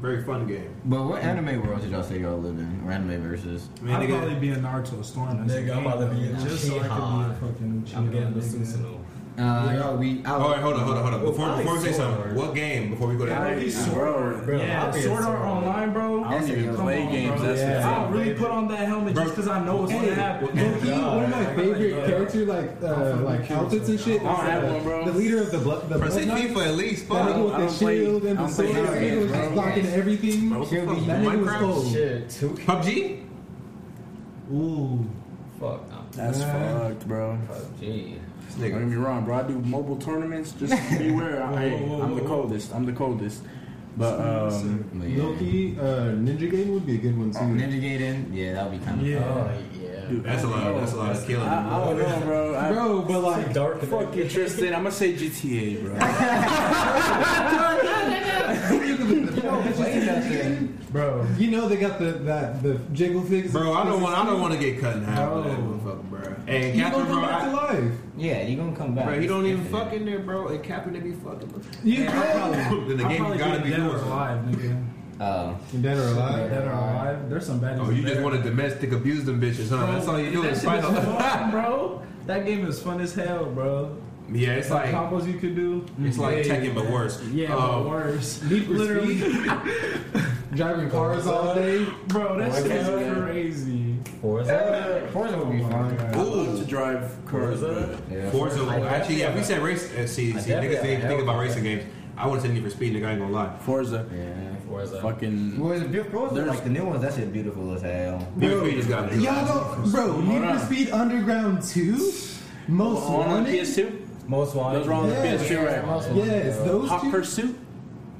Speaker 3: very fun game.
Speaker 5: But what anime world did y'all say y'all lived in? Or anime versus?
Speaker 3: Man,
Speaker 2: I'd
Speaker 3: nigga,
Speaker 2: probably be a Naruto Storm.
Speaker 6: Nigga, I'm about to be a
Speaker 2: just so I
Speaker 6: Uchiha.
Speaker 2: could be a fucking Uchiha.
Speaker 6: I'm getting the
Speaker 2: nigga.
Speaker 6: Susanoo.
Speaker 5: Uh, y'all, we. I,
Speaker 3: all right, hold on, hold on, hold on.
Speaker 6: Well,
Speaker 3: Before,
Speaker 6: probably
Speaker 3: before we say
Speaker 6: Sword
Speaker 3: something,
Speaker 6: Art.
Speaker 3: what game? Before we go to
Speaker 2: I would be
Speaker 3: that,
Speaker 2: Sword Art.
Speaker 6: Bro,
Speaker 2: yeah,
Speaker 6: I'll be a
Speaker 2: Sword
Speaker 6: Sword
Speaker 2: Art
Speaker 6: Art.
Speaker 2: online, bro.
Speaker 4: I don't even
Speaker 2: Come
Speaker 4: play
Speaker 2: on,
Speaker 4: games.
Speaker 2: bro.
Speaker 4: That's
Speaker 1: Yeah.
Speaker 4: the
Speaker 2: I
Speaker 4: thing.
Speaker 2: don't really put on that helmet
Speaker 3: Bro.
Speaker 2: just because I know what's gonna happen.
Speaker 1: Low-key,
Speaker 6: God.
Speaker 1: one of my favorite characters, like uh, like outfits and shit.
Speaker 4: I don't
Speaker 1: is,
Speaker 4: have
Speaker 1: uh,
Speaker 4: one, bro.
Speaker 1: The leader of the blood, the
Speaker 3: bro, say
Speaker 1: blood Knights.
Speaker 3: FIFA at
Speaker 1: That
Speaker 3: least. Fuck.
Speaker 1: nigga
Speaker 4: I don't
Speaker 1: with the
Speaker 4: play-
Speaker 1: shield and
Speaker 4: I
Speaker 1: the
Speaker 4: don't play
Speaker 1: sword, that
Speaker 4: video
Speaker 1: nigga was
Speaker 4: games,
Speaker 1: just
Speaker 4: bro.
Speaker 1: blocking everything.
Speaker 3: Bro, what the
Speaker 5: Should
Speaker 3: fuck?
Speaker 5: be-
Speaker 1: That nigga was
Speaker 3: Minecraft.
Speaker 1: old.
Speaker 6: Shit, two K.
Speaker 3: PUBG.
Speaker 2: Ooh.
Speaker 6: Fuck, I'm
Speaker 4: That's
Speaker 1: Yeah.
Speaker 4: fucked, bro.
Speaker 6: PUBG.
Speaker 3: This
Speaker 4: Don't get
Speaker 3: nigga.
Speaker 4: me wrong, bro. I do mobile tournaments. Just beware. I,
Speaker 2: Whoa, whoa, whoa,
Speaker 4: I'm the
Speaker 2: whoa.
Speaker 4: coldest. I'm the coldest. But um,
Speaker 5: But yeah.
Speaker 1: Loki, uh, Ninja Game would be a good one too.
Speaker 5: Ninja Gaiden? Yeah, that would be kind of.
Speaker 2: Yeah.
Speaker 6: Oh, yeah.
Speaker 4: dude,
Speaker 3: That's a lot. That's a lot of killing.
Speaker 4: I, I don't know, bro. I,
Speaker 1: Bro, but like,
Speaker 6: Dark and
Speaker 4: fuck you, Tristan. I'm gonna say GTA, bro.
Speaker 1: bro, you know they got the that the jingle fix.
Speaker 3: Bro, I don't want. I don't want to get cut in half, with that motherfucker, bro. And
Speaker 1: You gonna come
Speaker 3: Captain, bro,
Speaker 1: back to
Speaker 3: I,
Speaker 1: life?
Speaker 5: Yeah, you gonna come back.
Speaker 3: bro, he don't even
Speaker 5: Yeah.
Speaker 3: fuck in there, bro. And Captain, they be fucking. then
Speaker 1: You
Speaker 3: the
Speaker 2: I
Speaker 3: game
Speaker 2: probably
Speaker 3: gotta
Speaker 2: did
Speaker 3: be
Speaker 2: Dead or
Speaker 3: yours.
Speaker 2: Alive, nigga.
Speaker 5: Oh.
Speaker 1: Dead or alive?
Speaker 2: Dead or Alive. There's some bad.
Speaker 3: Oh, you just want to domestic abuse them bitches, huh? That's all you do
Speaker 2: that
Speaker 3: is
Speaker 2: shit
Speaker 3: fight.
Speaker 2: is
Speaker 3: them.
Speaker 2: fun, bro. That game is fun as hell, bro.
Speaker 3: yeah, it's
Speaker 2: Like,
Speaker 3: like
Speaker 2: combos you could do. Mm.
Speaker 3: it's like
Speaker 2: Mm-hmm. Yeah,
Speaker 3: Tekken, but worse.
Speaker 2: Yeah,
Speaker 3: Um,
Speaker 2: but worse.
Speaker 1: Need for
Speaker 2: Literally.
Speaker 1: Speed? Driving cars all day.
Speaker 2: Bro, that shit is
Speaker 5: Forza.
Speaker 2: crazy.
Speaker 6: Forza?
Speaker 5: Forza would be fun.
Speaker 4: I love to drive cars,
Speaker 6: Forza?
Speaker 4: but
Speaker 5: Yeah.
Speaker 3: Forza.
Speaker 6: I
Speaker 3: actually, yeah.
Speaker 6: definitely
Speaker 3: We said race. Uh, see, see,
Speaker 6: I
Speaker 3: niggas
Speaker 6: definitely
Speaker 3: think,
Speaker 6: have
Speaker 3: think
Speaker 6: a
Speaker 3: about
Speaker 6: hell.
Speaker 3: racing games. I would have said Need for Speed. Nigga, I ain't gonna lie.
Speaker 4: Forza,
Speaker 5: Yeah.
Speaker 6: Forza.
Speaker 4: fucking.
Speaker 5: Well, it's beautiful.
Speaker 4: There's-
Speaker 5: Like the new ones, that shit beautiful as hell.
Speaker 3: Need for Speed has got.
Speaker 1: Y'all don't, bro. Need
Speaker 4: on. Oh,
Speaker 1: for Speed Underground Two, Most
Speaker 4: on on
Speaker 1: Wanted.
Speaker 4: PS2,
Speaker 6: Most wanted.
Speaker 4: those were on the
Speaker 1: Yeah.
Speaker 4: PS2, right?
Speaker 1: Yes, those
Speaker 4: Hot
Speaker 1: two.
Speaker 4: Pursuit.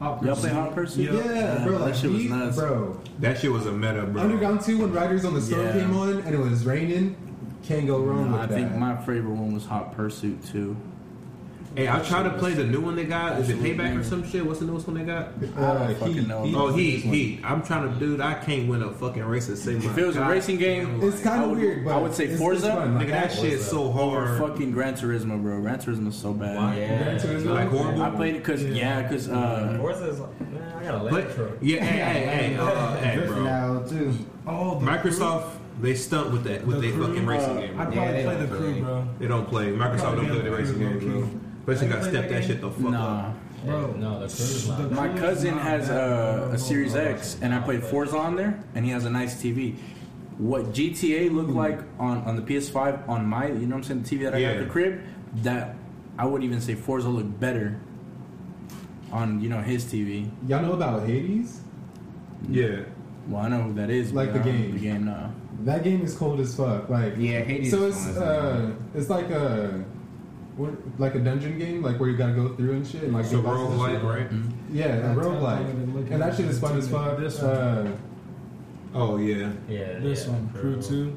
Speaker 2: Hot
Speaker 4: Y'all
Speaker 2: Pursuit.
Speaker 4: play Hot Pursuit?
Speaker 1: Yeah, bro,
Speaker 4: that
Speaker 1: like,
Speaker 4: shit was
Speaker 1: he-
Speaker 4: nuts.
Speaker 1: bro.
Speaker 3: That shit was a meta, bro.
Speaker 1: Underground Two, when Riders on the Storm
Speaker 4: Yeah.
Speaker 1: came on and it was raining, can't go wrong with
Speaker 4: I
Speaker 1: that.
Speaker 4: think my favorite one was Hot Pursuit too.
Speaker 3: Hey, I tried to play the new one they got. Is it
Speaker 4: Absolute
Speaker 3: Payback or
Speaker 4: name.
Speaker 3: some shit? What's the newest one they got?
Speaker 1: uh,
Speaker 4: don't fucking
Speaker 1: Heat,
Speaker 4: know.
Speaker 1: Heat
Speaker 3: Oh,
Speaker 1: was
Speaker 3: he,
Speaker 1: this one.
Speaker 3: he. I'm trying to, dude. I can't win a fucking race and save my.
Speaker 4: If it was a
Speaker 3: goddamn
Speaker 4: racing game,
Speaker 1: It's
Speaker 3: life.
Speaker 1: kind
Speaker 4: I
Speaker 1: of
Speaker 4: would-
Speaker 1: weird, but
Speaker 4: I would say
Speaker 1: it's- it's
Speaker 4: Forza.
Speaker 1: fun. Like,
Speaker 3: nigga, that shit's so hard.
Speaker 4: Fucking Gran Turismo, bro. Gran Turismo's so bad.
Speaker 1: Gran
Speaker 6: Yeah.
Speaker 1: Turismo.
Speaker 3: Like horrible.
Speaker 4: I played it because yeah, because uh,
Speaker 6: Forza is like, man, I got a
Speaker 3: But
Speaker 6: leg truck.
Speaker 3: yeah, hey, hey, hey, uh, hey,
Speaker 5: Drifting
Speaker 3: bro.
Speaker 5: out too.
Speaker 2: Oh, the
Speaker 3: Microsoft, they stumped with that with
Speaker 2: The
Speaker 3: their
Speaker 2: crew, uh,
Speaker 3: fucking racing game.
Speaker 2: I'd
Speaker 3: Bro.
Speaker 2: probably
Speaker 5: Yeah, they
Speaker 2: play the
Speaker 5: don't
Speaker 2: crew,
Speaker 5: play.
Speaker 2: bro.
Speaker 3: They don't play. Microsoft don't play the racing game, bro. Especially got to step that shit the fuck
Speaker 4: nah.
Speaker 3: up.
Speaker 2: Bro.
Speaker 6: no, the crew's
Speaker 2: The
Speaker 6: not.
Speaker 4: My
Speaker 2: crew's
Speaker 4: cousin
Speaker 2: not
Speaker 4: has
Speaker 2: bad,
Speaker 4: a,
Speaker 2: bro.
Speaker 4: a Series X, and I played Forza on there, and he has a nice TV. What GTA looked like on, on the PS5 on my, you know what I'm saying, the TV that I got
Speaker 3: Yeah.
Speaker 4: at the crib, that I would even say Forza looked better on, you know, his TV.
Speaker 1: Y'all know about Hades?
Speaker 3: Yeah.
Speaker 4: Well, I know who that is.
Speaker 1: Like
Speaker 4: but um, uh,
Speaker 1: the
Speaker 4: I don't know
Speaker 1: game.
Speaker 4: The game, no.
Speaker 1: That game is cold as fuck. Like,
Speaker 5: Yeah, Hades.
Speaker 1: so
Speaker 5: is
Speaker 1: it's
Speaker 5: fun as hell.
Speaker 1: uh, it's like a, what, like a dungeon game, like where you gotta go through and shit, and like
Speaker 3: It's a
Speaker 1: get bosses and shit.
Speaker 3: roguelike, right?
Speaker 1: Yeah, a roguelike. And that shit is fun as fuck.
Speaker 2: This one.
Speaker 1: Uh,
Speaker 3: Oh yeah.
Speaker 6: Yeah,
Speaker 2: This
Speaker 6: yeah,
Speaker 2: one, crew two.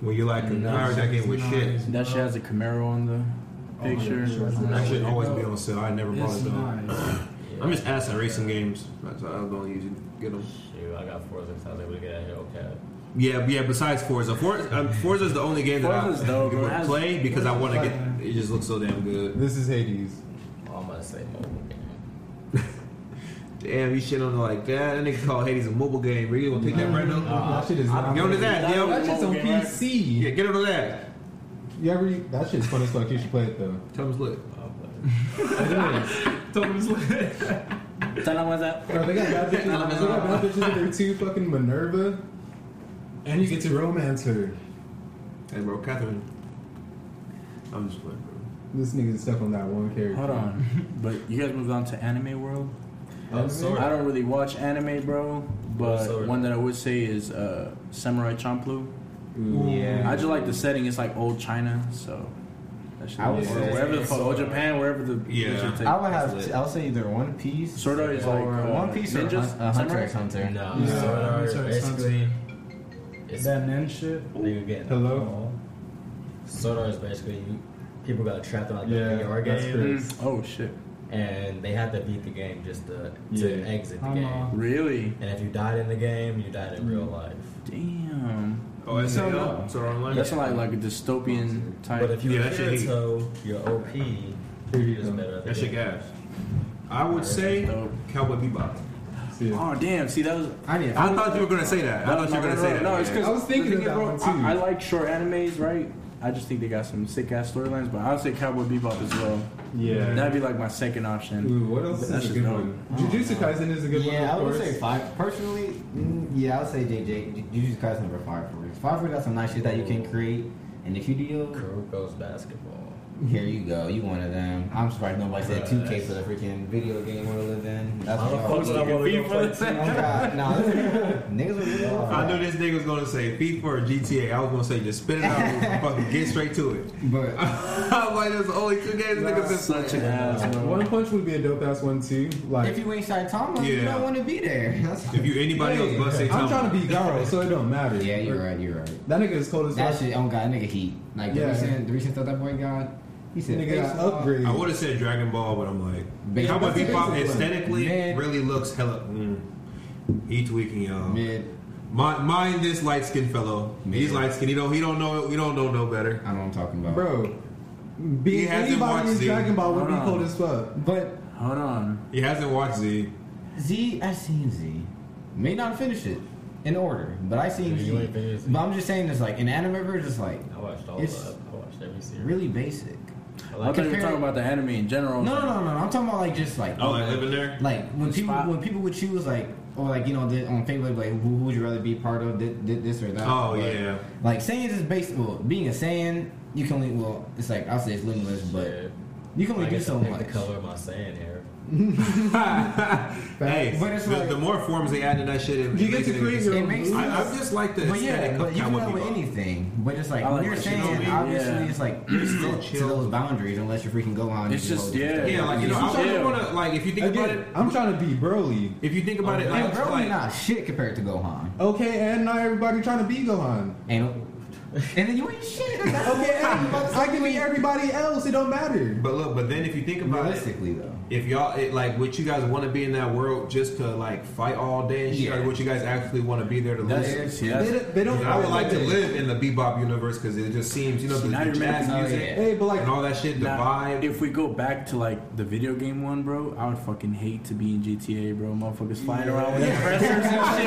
Speaker 3: When you like compare that game with shit,
Speaker 4: That shit has a Camaro on the
Speaker 2: Oh, yeah,
Speaker 4: picture.
Speaker 2: sure.
Speaker 3: that should always be on sale. I never bought
Speaker 2: It's
Speaker 3: it though.
Speaker 2: nice.
Speaker 6: Yeah.
Speaker 3: I'm just asking racing games. That's how I was gonna usually get them.
Speaker 6: Shoot, I got Forza because I was able to get out here. Okay.
Speaker 3: Yeah, yeah. Besides Forza, Forza, um, Forza is the only game that
Speaker 4: Forza's
Speaker 3: I
Speaker 4: dope, bro.
Speaker 3: would
Speaker 4: It has-
Speaker 3: play because I want to
Speaker 1: Forza's
Speaker 3: get. It just looks so damn good.
Speaker 1: this is Hades.
Speaker 6: Oh, I'm gonna say mobile game.
Speaker 3: Damn, you shit on it like that. That nigga called Hades a mobile game. Are you gonna pick that right now?
Speaker 1: that shit is.
Speaker 3: Get onto that, yo.
Speaker 1: That shit's on
Speaker 4: Mobile game, right?
Speaker 1: PC.
Speaker 3: Yeah, get onto that.
Speaker 1: You ever? That shit's fun as fuck. You should play it though.
Speaker 3: Tell him it's lit.
Speaker 6: Oh, but-
Speaker 2: Tell me what's-
Speaker 4: Tell them what's up.
Speaker 1: Bro, they got bad bitches. they got bad bitches in there too. Fucking Minerva, and you get to romance her.
Speaker 3: Hey, bro, Catherine. I'm just playing, bro.
Speaker 1: This nigga stuck on that one character.
Speaker 4: Hold on. But you guys moved on to Anime World?
Speaker 1: Oh,
Speaker 6: sorry.
Speaker 4: I don't really watch anime, bro. But
Speaker 6: Sword.
Speaker 4: one that I would say is uh, Samurai Champloo.
Speaker 1: Ooh.
Speaker 5: yeah.
Speaker 4: I just like the setting. It's like old China, so that should
Speaker 5: I would
Speaker 4: be
Speaker 5: say-
Speaker 4: wherever the fuck, old Japan, wherever the they
Speaker 3: Yeah.
Speaker 4: should take-
Speaker 5: I would have. T- I'll say either One Piece.
Speaker 4: Sword Art is
Speaker 5: or
Speaker 4: like uh,
Speaker 5: One Piece or
Speaker 4: ninjas,
Speaker 5: Hun- uh, Hunter
Speaker 4: samurai?
Speaker 5: x Hunter.
Speaker 6: No,
Speaker 1: Yeah.
Speaker 6: Sword Art,
Speaker 2: Sorry,
Speaker 6: basically. It's
Speaker 2: That nin shit.
Speaker 6: nigga getting
Speaker 1: Hello?
Speaker 6: Sword Art is basically you, people got trapped in like
Speaker 1: Yeah,
Speaker 6: the VR
Speaker 1: that's
Speaker 6: game,
Speaker 1: true.
Speaker 4: Mm. Oh shit!
Speaker 6: and they had to beat the game just to, to
Speaker 1: Yeah.
Speaker 6: exit the
Speaker 2: I'm,
Speaker 6: game.
Speaker 2: uh,
Speaker 4: Really?
Speaker 6: And if you died in the game, you died in real life.
Speaker 4: Damn.
Speaker 3: Oh, SNL.
Speaker 2: So, no.
Speaker 3: So they're online.
Speaker 4: That's like like a dystopian type.
Speaker 6: But if you
Speaker 3: Yeah,
Speaker 6: yeah,
Speaker 3: that shit heat.
Speaker 6: Kirito, your OP, is better. I
Speaker 3: That shit
Speaker 6: think.
Speaker 3: gas. I would say
Speaker 4: Dope.
Speaker 3: Cowboy Bebop.
Speaker 1: See,
Speaker 4: oh damn! See that was.
Speaker 5: I need.
Speaker 3: I thought you were gonna say that. I thought you were gonna say that.
Speaker 4: No, it's because
Speaker 1: I was thinking of that one, too.
Speaker 4: I, I like short animes, right? I just think they got some sick ass storylines, but I'll say Cowboy Bebop as well.
Speaker 1: yeah.
Speaker 4: That'd be like my second option.
Speaker 1: Ooh, what else
Speaker 4: That's
Speaker 1: is a
Speaker 4: just
Speaker 1: good
Speaker 4: dope.
Speaker 1: one? Jujutsu Kaisen is a good
Speaker 5: Yeah, I
Speaker 1: one.
Speaker 5: would
Speaker 1: of course.
Speaker 5: say five. Personally, mm, yeah, I would say JJ. Ju- Jujutsu Kaisen number five for me. Five for me, that's some nice shit that you can create. And if you do, your-
Speaker 6: Kuroko's basketball.
Speaker 5: here you go. You one of them. I'm surprised nobody said
Speaker 6: Right.
Speaker 5: 2K for the freaking video game want to live in. That's what y'all-
Speaker 6: Posted up on the
Speaker 5: Oh,
Speaker 6: FIFA.
Speaker 5: God. Nah, this- niggas were really off.
Speaker 3: I knew this nigga was gonna say FIFA or GTA. I was gonna say just spit it out and fucking get straight to it.
Speaker 5: But
Speaker 3: I was like, there's only two games niggas been
Speaker 4: Such an ass.
Speaker 1: One Punch would be a dope ass one too. Like,
Speaker 5: if you ain't Saitama, you
Speaker 3: Yeah.
Speaker 5: don't want to be there. That's
Speaker 3: If you anybody else but say
Speaker 1: I'm trying to
Speaker 3: Tom,
Speaker 1: be Garo, so it don't matter.
Speaker 5: yeah, you're right. You're right.
Speaker 1: That nigga is cold as
Speaker 5: That
Speaker 1: fuck.
Speaker 5: shit, oh god, that nigga heat. Like the
Speaker 1: Yeah.
Speaker 5: recent, the recent stuff that boy got, he said,
Speaker 1: Nigga
Speaker 5: face
Speaker 1: got
Speaker 5: off.
Speaker 1: upgrade.
Speaker 3: I would have said Dragon Ball, but I'm like,
Speaker 5: Big-
Speaker 3: Cowboy
Speaker 1: That's a basic
Speaker 3: Bebop
Speaker 1: one.
Speaker 3: aesthetically
Speaker 5: Man.
Speaker 3: really looks hella. Mm, he tweaking y'all.
Speaker 5: Mid,
Speaker 3: Mind, mind this light skinned fellow. He's
Speaker 5: Man.
Speaker 3: light skinned. He don't. He don't know. We don't know no better.
Speaker 5: I know what I'm talking about,
Speaker 3: Oh.
Speaker 1: Bro, be
Speaker 3: He hasn't watched
Speaker 1: anybody in
Speaker 3: Z.
Speaker 1: Dragon Ball would be
Speaker 4: Hold on.
Speaker 1: cold as fuck.
Speaker 5: But
Speaker 4: Hold on.
Speaker 3: He hasn't watched Z.
Speaker 5: Z, I seen Z. May not finish it in order, but I seen
Speaker 6: Yeah, you ain't
Speaker 5: Z.
Speaker 6: finished it.
Speaker 5: But I'm just saying, it's like an anime version is like
Speaker 6: I watched all
Speaker 5: It's-
Speaker 6: of it. I watched every series.
Speaker 5: really basic.
Speaker 6: I
Speaker 4: I
Speaker 6: like
Speaker 4: thought you were
Speaker 5: Compare-
Speaker 4: talking about the anime in general.
Speaker 5: No, no, no, no. I'm talking about like just like
Speaker 3: Oh, like living there.
Speaker 5: like when
Speaker 4: The
Speaker 5: people
Speaker 4: spot.
Speaker 5: when people would choose like or like you know the, on Facebook like who, who would you rather be part of thi- thi- this or that.
Speaker 3: Oh
Speaker 5: But,
Speaker 3: yeah.
Speaker 5: Like Saiyans is based well being a Saiyan, you can only well it's like I'll say it's limitless, but
Speaker 6: Shit.
Speaker 5: you can
Speaker 6: I
Speaker 5: only do
Speaker 6: guess
Speaker 5: so
Speaker 6: I picked
Speaker 5: much.
Speaker 6: the color of my sand hair.
Speaker 3: Hey,
Speaker 5: But it's
Speaker 3: the,
Speaker 5: like-
Speaker 3: the more forms they add to that shit, it,
Speaker 1: You get
Speaker 3: it makes
Speaker 1: to
Speaker 3: it
Speaker 1: create
Speaker 3: interesting.
Speaker 1: your
Speaker 5: It
Speaker 1: own
Speaker 5: makes-
Speaker 1: moves.
Speaker 3: I, I just like the
Speaker 5: But yeah,
Speaker 3: aesthetic
Speaker 5: but
Speaker 3: of
Speaker 5: you can
Speaker 3: Cowboy
Speaker 5: go with
Speaker 3: Bebop.
Speaker 5: anything. But it's like
Speaker 4: I like
Speaker 5: when you're
Speaker 4: what
Speaker 5: saying,
Speaker 4: you know, man.
Speaker 5: obviously,
Speaker 4: Yeah.
Speaker 5: it's like you're still to
Speaker 3: chill.
Speaker 5: those boundaries unless you're freaking Gohan.
Speaker 4: It's
Speaker 5: you know,
Speaker 4: just-
Speaker 5: those
Speaker 4: yeah.
Speaker 5: stuff.
Speaker 3: Yeah, like you know, I
Speaker 4: Yeah.
Speaker 3: don't want to like if you think about
Speaker 1: Again,
Speaker 3: it.
Speaker 1: I'm trying to be Broly.
Speaker 3: If you think about it,
Speaker 5: And
Speaker 3: like,
Speaker 5: Broly
Speaker 3: like
Speaker 5: Uh, not shit compared to Gohan.
Speaker 1: Okay, and not everybody trying to be Gohan.
Speaker 5: And and then you ain't shit.
Speaker 1: Okay, and I can be everybody else. It don't matter.
Speaker 3: but look, but then if you think about it,
Speaker 5: Realistically though,
Speaker 3: if y'all it, like what you guys want to be in that world just to like fight all day and shit,
Speaker 5: Yeah.
Speaker 3: or what you guys actually want to be there to live.
Speaker 4: That's, see, that's,
Speaker 1: they, don't- they don't.
Speaker 3: I would like to
Speaker 1: they-
Speaker 3: live in the bebop universe because it just seems, you know, the,
Speaker 4: Now
Speaker 3: the
Speaker 4: you're
Speaker 3: jazz
Speaker 4: making-
Speaker 5: oh,
Speaker 3: music
Speaker 5: yeah.
Speaker 1: Hey, but like,
Speaker 3: and all that shit, the
Speaker 4: Nah,
Speaker 3: vibe.
Speaker 4: If we go back to like the video game one, bro, I would fucking hate to be in GTA, bro. Motherfuckers flying around with compressors and shit,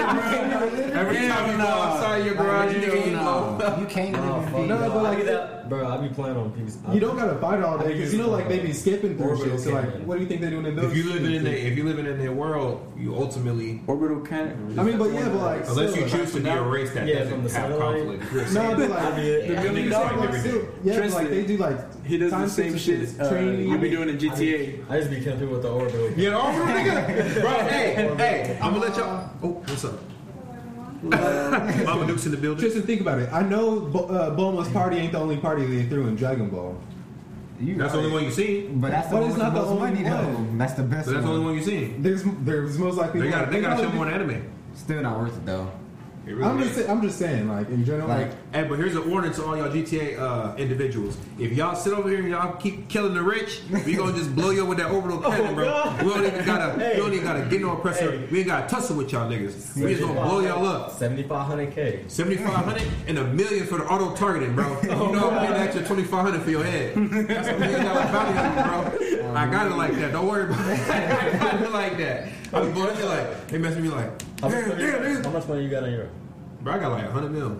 Speaker 4: bro.
Speaker 3: Every
Speaker 4: Yeah,
Speaker 3: time you go
Speaker 4: nah.
Speaker 3: outside your garage,
Speaker 4: Like,
Speaker 3: nigga, you
Speaker 4: hell
Speaker 3: blow.
Speaker 5: you can't.
Speaker 3: Oh.
Speaker 5: even
Speaker 1: no,
Speaker 5: be-
Speaker 1: but like-
Speaker 6: bro, I be playing on peace.
Speaker 1: you don't gotta fight all day because you know, like, they be skipping through
Speaker 6: Orbital
Speaker 1: shit. So like,
Speaker 6: cannon.
Speaker 1: what do you think they're doing in those?
Speaker 3: If you live in
Speaker 1: instances?
Speaker 3: a, if you living in their world, you ultimately,
Speaker 4: Orbital cannon.
Speaker 1: I mean, but yeah, but like,
Speaker 3: unless
Speaker 1: still,
Speaker 3: you choose to be a race that
Speaker 6: Yeah,
Speaker 3: doesn't
Speaker 6: from the
Speaker 3: have
Speaker 6: satellite.
Speaker 3: conflict. You're a
Speaker 1: No,
Speaker 3: saint.
Speaker 1: but like,
Speaker 6: did.
Speaker 1: the
Speaker 6: I
Speaker 1: building
Speaker 3: did.
Speaker 1: dog,
Speaker 3: Like,
Speaker 1: like,
Speaker 3: every
Speaker 1: still-
Speaker 3: day.
Speaker 1: yeah, but,
Speaker 4: Tristan,
Speaker 1: like they do like
Speaker 4: he does the
Speaker 1: time
Speaker 4: same
Speaker 1: sicknesses,
Speaker 4: shit uh,
Speaker 1: training.
Speaker 4: you be doing in GTA.
Speaker 6: I just be killing people with the orbital.
Speaker 3: Get off me, nigga. Bro, hey, hey, I'm gonna let y'all. Oh, what's up? Mama Duke's in the building.
Speaker 1: Tristan, think about it. I know Bo- uh, Bulma's party ain't the only party they threw in Dragon Ball.
Speaker 5: you
Speaker 3: That's the
Speaker 5: right.
Speaker 3: only one you seen.
Speaker 5: But that's the
Speaker 1: But
Speaker 5: one
Speaker 1: it's
Speaker 5: with the
Speaker 1: not the
Speaker 5: most
Speaker 1: only
Speaker 5: money though.
Speaker 1: one.
Speaker 5: That's the best.
Speaker 3: So that's the only
Speaker 5: one.
Speaker 3: one you seen.
Speaker 1: There's there's most likely
Speaker 3: They
Speaker 1: one.
Speaker 3: got they got to show
Speaker 1: probably
Speaker 3: more anime.
Speaker 5: Still not worth it though.
Speaker 3: It
Speaker 1: do- I'm
Speaker 3: really
Speaker 1: just
Speaker 3: is.
Speaker 1: say- I'm just saying like in general like,
Speaker 5: Like-
Speaker 3: Hey, but here's an order to all y'all GTA uh, individuals. If y'all sit over here and y'all keep killing the rich, we gonna just blow you up with that orbital cannon, bro.
Speaker 6: God.
Speaker 3: We don't even gotta,
Speaker 6: Hey.
Speaker 3: we don't even gotta get no oppressor.
Speaker 6: Hey.
Speaker 3: We ain't gotta tussle with y'all niggas. We just gonna blow y'all up.
Speaker 6: 7500K.
Speaker 3: 7500 and a million for the auto targeting, bro. You know I'm paying an extra 2500 for your head. That's a million dollar bounty, bro. I got it like that. Don't worry about it. I got it like that. I be blowing you like, they messing me like,
Speaker 6: How
Speaker 3: damn,
Speaker 6: much,
Speaker 3: damn,
Speaker 6: money, how
Speaker 3: damn.
Speaker 6: much money you got on your?
Speaker 3: Bro, I got like 100 mil.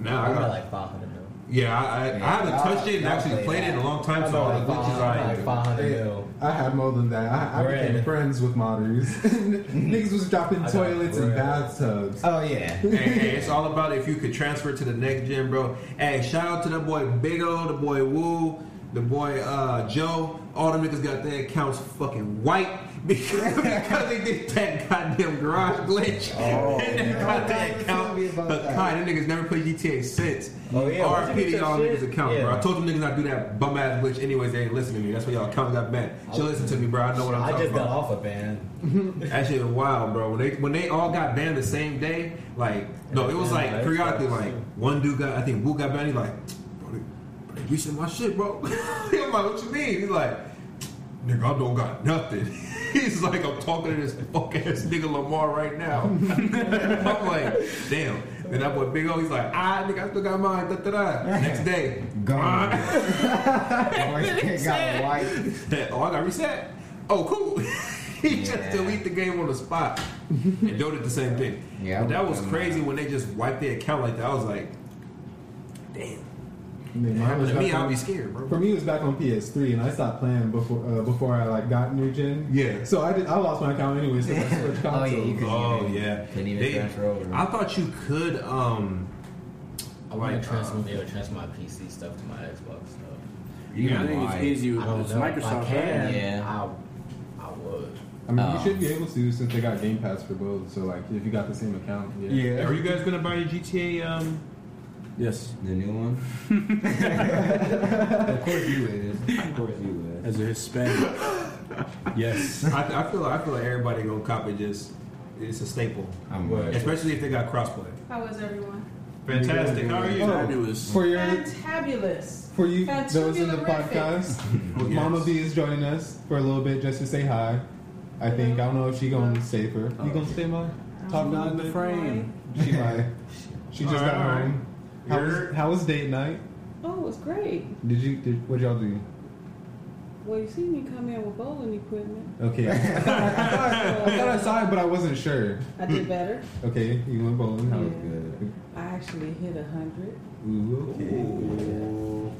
Speaker 3: Now
Speaker 6: I
Speaker 3: I
Speaker 6: got
Speaker 3: got
Speaker 6: like 500 mil.
Speaker 3: yeah, I, I, I haven't
Speaker 5: y'all-
Speaker 3: touched it and
Speaker 5: y'all
Speaker 3: actually
Speaker 5: play
Speaker 3: played it in a long time,
Speaker 6: I
Speaker 3: so all the
Speaker 6: got like
Speaker 3: glitches
Speaker 6: 500,
Speaker 3: I
Speaker 6: like 500 mil.
Speaker 1: I had more than that. I, I became
Speaker 6: Bread.
Speaker 1: friends with modders. Niggas was dropping
Speaker 6: got
Speaker 1: toilets and
Speaker 6: bread.
Speaker 1: bathtubs.
Speaker 5: Oh yeah.
Speaker 3: Hey, hey, it's all about if you could transfer to the next gen, bro. Hey, shout out to the boy Big O, the boy Woo, the boy uh, Joe. All the niggas got their accounts fucking white because, because they did that goddamn garage glitch. Oh, and they got that account.
Speaker 5: me about
Speaker 3: But
Speaker 5: that.
Speaker 3: God, them niggas never played GTA since.
Speaker 6: Oh, yeah, once you
Speaker 3: RP
Speaker 6: get
Speaker 3: to
Speaker 6: that
Speaker 3: y'all
Speaker 6: shit,
Speaker 3: niggas account, bro.
Speaker 6: yeah.
Speaker 3: I told them niggas I do that bum ass glitch anyways. They ain't listening to me. That's why y'all account got mad. She'll listen to me, bro. I know what I'm
Speaker 6: I
Speaker 3: talking
Speaker 6: just
Speaker 3: about.
Speaker 6: got off a ban.
Speaker 3: That shit was wild, bro. When they when they all got banned the same day, like no, it was
Speaker 6: Yeah,
Speaker 3: like
Speaker 6: that's
Speaker 3: periodically,
Speaker 6: tough,
Speaker 3: like
Speaker 6: too.
Speaker 3: one dude got I think Wu got banned. He's like, bro, they, bro, they reaching my shit, bro. I'm like, what you mean? He's like, nigga, I don't got nothing. He's like, I'm talking to this fuck ass nigga Lamar right now. I'm like, damn. Then that boy Big O, he's like, ah, nigga, I still got mine. Da, da, da. Next day,
Speaker 5: Gone.
Speaker 3: ah.
Speaker 5: It got white.
Speaker 3: oh, I got reset. Oh, cool. he just
Speaker 5: Yeah.
Speaker 3: delete the game on the spot. and Dota did the same thing.
Speaker 5: Yeah, I
Speaker 3: but that
Speaker 5: would've
Speaker 3: was
Speaker 5: done
Speaker 3: crazy when they just wiped their account like that. I was like, damn.
Speaker 1: And then
Speaker 3: If it
Speaker 1: mine
Speaker 3: happened
Speaker 1: was
Speaker 3: to me,
Speaker 1: back
Speaker 3: I'd
Speaker 1: on-
Speaker 3: be scared, bro.
Speaker 1: For me, it was back on PS3, and I stopped playing before uh, before I like got new gen.
Speaker 3: Yeah.
Speaker 1: So I did, I lost my account anyway. So I switched consoles.
Speaker 5: Oh, yeah, you could-
Speaker 3: Oh
Speaker 5: even-
Speaker 3: yeah,
Speaker 5: couldn't even transfer over.
Speaker 3: I thought you could. um
Speaker 6: I want
Speaker 3: Like,
Speaker 6: to transfer, be able to transfer my PC stuff to my Xbox stuff.
Speaker 5: You
Speaker 4: I think it's easy.
Speaker 6: I don't
Speaker 4: oh, It's
Speaker 6: know. if I
Speaker 4: Microsoft.
Speaker 6: can,
Speaker 4: right?
Speaker 5: Yeah.
Speaker 6: I, I would.
Speaker 1: I mean,
Speaker 5: Oh.
Speaker 1: you should be able to since they got Game Pass for both. So like, if you got the same account, yeah.
Speaker 3: Are you guys gonna buy your GTA? Um,
Speaker 4: Yes,
Speaker 5: The new one? of course you is. Of course you is.
Speaker 4: as a Hispanic. yes.
Speaker 3: I, I feel I feel like everybody gonna copy just. It's a staple,
Speaker 5: I'm right.
Speaker 3: especially if they got crossplay.
Speaker 7: How was everyone?
Speaker 3: Fantastic. How are you?
Speaker 4: Fabulous.
Speaker 1: For your
Speaker 7: Fantabulous.
Speaker 1: for you those in the
Speaker 7: Fantularific.
Speaker 1: podcast,
Speaker 3: Yes.
Speaker 1: Mama B is joining us for a little bit just to say hi. I think I don't know if she gonna stay for. You gonna stay, Ma?
Speaker 7: Um,
Speaker 1: Talk
Speaker 4: Not in
Speaker 1: about
Speaker 4: the
Speaker 1: it.
Speaker 4: frame.
Speaker 1: She might. She just
Speaker 3: All
Speaker 1: got
Speaker 3: right.
Speaker 1: home. How was, how was date night?
Speaker 7: Oh, it was great.
Speaker 1: Did you did what y'all do?
Speaker 7: Well, you see me come in with bowling equipment.
Speaker 1: Okay. I thought I thought I saw it, but I wasn't sure.
Speaker 7: I
Speaker 5: Hmm.
Speaker 7: did better.
Speaker 1: Okay, you went bowling.
Speaker 5: That was good.
Speaker 7: I actually hit a hundred.
Speaker 1: Ooh,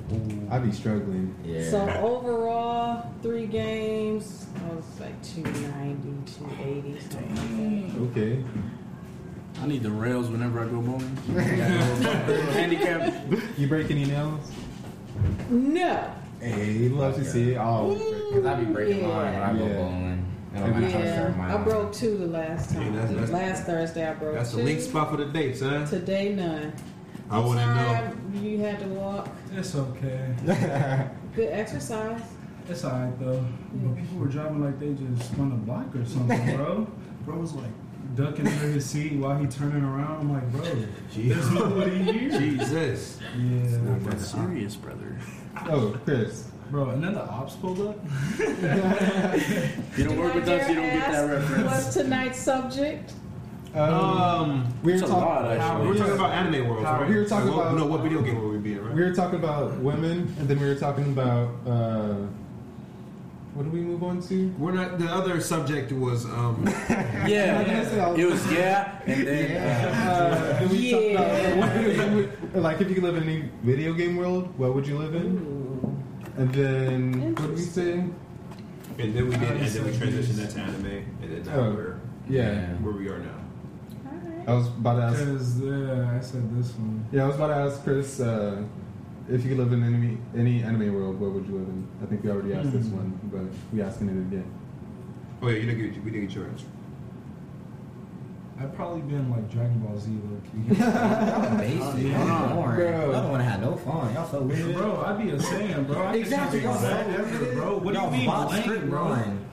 Speaker 1: I be struggling.
Speaker 5: Yeah.
Speaker 7: So overall, three games, I was like 290, 280. something like
Speaker 1: Okay.
Speaker 4: I need the rails whenever I go bowling. Handicap.
Speaker 1: You break any nails?
Speaker 7: that. No.
Speaker 1: Hey, love to see it. Oh,
Speaker 5: Because I be breaking
Speaker 7: Yeah.
Speaker 5: mine when I go
Speaker 1: Yeah.
Speaker 5: bowling. Oh, I don't mind how to
Speaker 7: Yeah,
Speaker 5: start mine.
Speaker 7: I broke two the last
Speaker 3: Hey,
Speaker 7: time.
Speaker 3: that's- that's-
Speaker 7: last Thursday, I broke
Speaker 3: That's
Speaker 7: two.
Speaker 3: the link spot for the day, son.
Speaker 7: Today, none.
Speaker 3: I
Speaker 7: I'm
Speaker 3: wouldn't know.
Speaker 7: sorry You had to walk.
Speaker 2: It's okay.
Speaker 7: Good exercise.
Speaker 2: It's alright though. But people were driving like they just spun a block or something, bro. Bro was like ducking under his seat while he turning around. I'm like, bro, there's nobody here.
Speaker 3: Jesus.
Speaker 2: Yeah,
Speaker 4: Not serious, brother.
Speaker 1: oh, Chris.
Speaker 2: bro. And then the ops pulled up.
Speaker 4: You don't
Speaker 7: Do
Speaker 4: work
Speaker 7: I
Speaker 4: with us,
Speaker 7: dare
Speaker 4: you don't get that
Speaker 7: ask
Speaker 4: reference.
Speaker 7: What's tonight's subject?
Speaker 1: Um,
Speaker 3: Um,
Speaker 1: we were
Speaker 4: It's a lot,
Speaker 1: talking.
Speaker 3: we were
Speaker 4: actually.
Speaker 3: talking about anime worlds,
Speaker 1: How-
Speaker 3: right?
Speaker 1: we were talking
Speaker 3: Like, what-
Speaker 1: about-
Speaker 3: no, what video game were we be in, right?
Speaker 1: We were talking about women, and then we were talking about uh, what do we move on to?
Speaker 3: We're not. The other subject was um,
Speaker 4: Yeah. It was yeah, and then
Speaker 1: Uh,
Speaker 4: uh,
Speaker 1: then we talked
Speaker 7: Yeah.
Speaker 1: about what- like if you could live in any video game world, what would you live in?
Speaker 7: Ooh.
Speaker 1: And then what did we say?
Speaker 3: and then we did, and then we transitioned that to anime, and then now
Speaker 1: Oh.
Speaker 3: we're
Speaker 1: Yeah,
Speaker 3: where we are now.
Speaker 7: Alright.
Speaker 1: I was about to ask.
Speaker 2: Cause yeah, uh, I said this one.
Speaker 1: Yeah, I was about to ask Chris uh, if you could live in any any anime world, what would you live in? I think we already asked
Speaker 7: Hmm.
Speaker 1: this one, but we asking it again.
Speaker 3: Oh yeah, you didn't get, we didn't get your answer.
Speaker 2: I'd probably been like Dragon Ball Z low
Speaker 5: Y'all basic.
Speaker 4: Yeah.
Speaker 5: Y'all boring.
Speaker 1: Bro.
Speaker 5: Y'all don't want to have no fun. Y'all so
Speaker 2: key.
Speaker 5: weird.
Speaker 2: bro, I'd be a Saiyan, bro. I
Speaker 5: Exactly,
Speaker 2: Y'all
Speaker 5: y'all
Speaker 2: exactly, bro. What do you
Speaker 5: Y'all
Speaker 2: mean,
Speaker 5: bot
Speaker 2: blank,
Speaker 5: strip
Speaker 2: bro?
Speaker 5: run.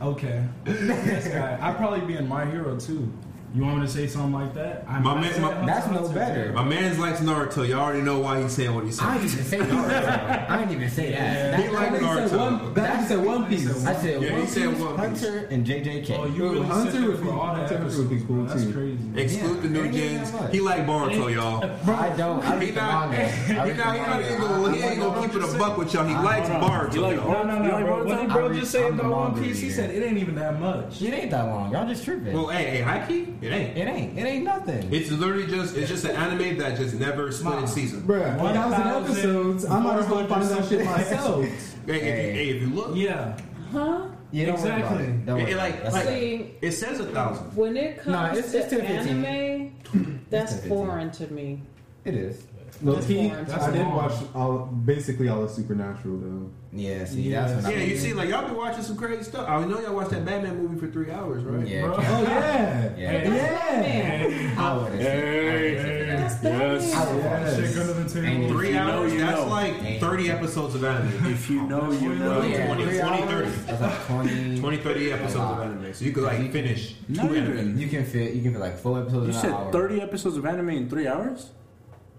Speaker 2: Okay, this guy. I'd probably be in My Hero too. You want me to say something like that? I'm
Speaker 3: My man- my-
Speaker 5: That's no better.
Speaker 3: My man's likes Naruto. Y'all already know why he's saying what he's
Speaker 5: I
Speaker 3: saying.
Speaker 5: didn't even say Naruto. I didn't even say that.
Speaker 3: He like Naruto.
Speaker 1: That's said One Piece.
Speaker 5: I said
Speaker 3: Yeah, he
Speaker 5: One
Speaker 3: said
Speaker 5: Piece,
Speaker 3: One Piece.
Speaker 5: Hunter, and JJK.
Speaker 2: Oh, you
Speaker 1: Bro, Hunter
Speaker 2: really Hunter
Speaker 1: would
Speaker 2: would
Speaker 1: be-
Speaker 2: all the
Speaker 1: Hunter would be
Speaker 2: episodes,
Speaker 1: cool,
Speaker 2: bro. That's
Speaker 1: too.
Speaker 2: crazy.
Speaker 3: Exclude the new
Speaker 5: Yeah,
Speaker 3: gens.
Speaker 5: yeah, yeah.
Speaker 3: He like Boruto, y'all.
Speaker 5: bro, I don't. I
Speaker 3: He
Speaker 5: read the
Speaker 3: not,
Speaker 5: manga.
Speaker 3: he
Speaker 5: I
Speaker 3: not,
Speaker 5: read
Speaker 3: he
Speaker 5: the
Speaker 3: not
Speaker 5: manga.
Speaker 3: even gonna, he ain't gonna keep it a buck with y'all. He likes Boruto.
Speaker 4: uh, You like
Speaker 3: y'all.
Speaker 2: No, no,
Speaker 4: You
Speaker 2: no,
Speaker 4: like
Speaker 2: bro. What
Speaker 4: Boruto?
Speaker 2: did bro
Speaker 5: I'm
Speaker 2: just
Speaker 5: re-
Speaker 2: say
Speaker 5: I'm the
Speaker 2: about One
Speaker 5: manga
Speaker 2: Piece? He
Speaker 5: reader.
Speaker 2: said it ain't even that much.
Speaker 5: It ain't that long. Y'all just tripping.
Speaker 3: Well, hey, hey, high key, it ain't.
Speaker 5: it ain't. It ain't nothing.
Speaker 3: It's literally just it's just an anime that just never split
Speaker 2: Nah.
Speaker 3: its season.
Speaker 1: Bruh, 1,000 episodes. I might as well find that shit myself.
Speaker 3: Hey, if, you, hey, if you look,
Speaker 2: Yeah.
Speaker 7: Huh?
Speaker 5: Yeah, don't worry about
Speaker 2: Exactly.
Speaker 5: it. Don't
Speaker 3: It-
Speaker 5: worry
Speaker 3: it
Speaker 5: about
Speaker 3: like-
Speaker 5: it. That's
Speaker 3: like-
Speaker 5: it.
Speaker 7: See,
Speaker 3: it says a thousand.
Speaker 7: when it comes
Speaker 5: Nah, it's-
Speaker 7: to
Speaker 5: it's 10, 15.
Speaker 7: anime, that's
Speaker 5: 10, 15.
Speaker 7: foreign to me.
Speaker 5: It is.
Speaker 1: Low
Speaker 7: That's
Speaker 1: key,
Speaker 7: boring.
Speaker 1: I did watch all, basically all of Supernatural though.
Speaker 5: Yeah, see,
Speaker 2: Yeah.
Speaker 5: that's what
Speaker 3: Yeah,
Speaker 5: I'm
Speaker 3: you see, like y'all been watching some crazy stuff. I know y'all watched that Batman movie for three hours, right?
Speaker 5: Yeah,
Speaker 2: Bro.
Speaker 5: okay.
Speaker 1: Oh yeah,
Speaker 5: yeah.
Speaker 7: Batman.
Speaker 5: I would have.
Speaker 7: That's Batman.
Speaker 5: I would
Speaker 2: That shit go
Speaker 5: have.
Speaker 2: to the table.
Speaker 5: Ain't three-
Speaker 3: Three
Speaker 4: you know,
Speaker 3: hours.
Speaker 4: you
Speaker 3: that's
Speaker 4: know.
Speaker 3: like thirty episodes of anime.
Speaker 4: If you know, you know.
Speaker 5: Yeah,
Speaker 3: 20,
Speaker 5: three
Speaker 3: 20,
Speaker 5: hours.
Speaker 3: 30.
Speaker 5: That's like 20.
Speaker 3: 20, 30 episodes of anime, so you could like finish
Speaker 4: Not
Speaker 3: two anime.
Speaker 4: even.
Speaker 5: You can fit. You can fit like four episodes.
Speaker 4: You
Speaker 5: in an
Speaker 4: said
Speaker 5: hour.
Speaker 4: 30 episodes of anime in three hours?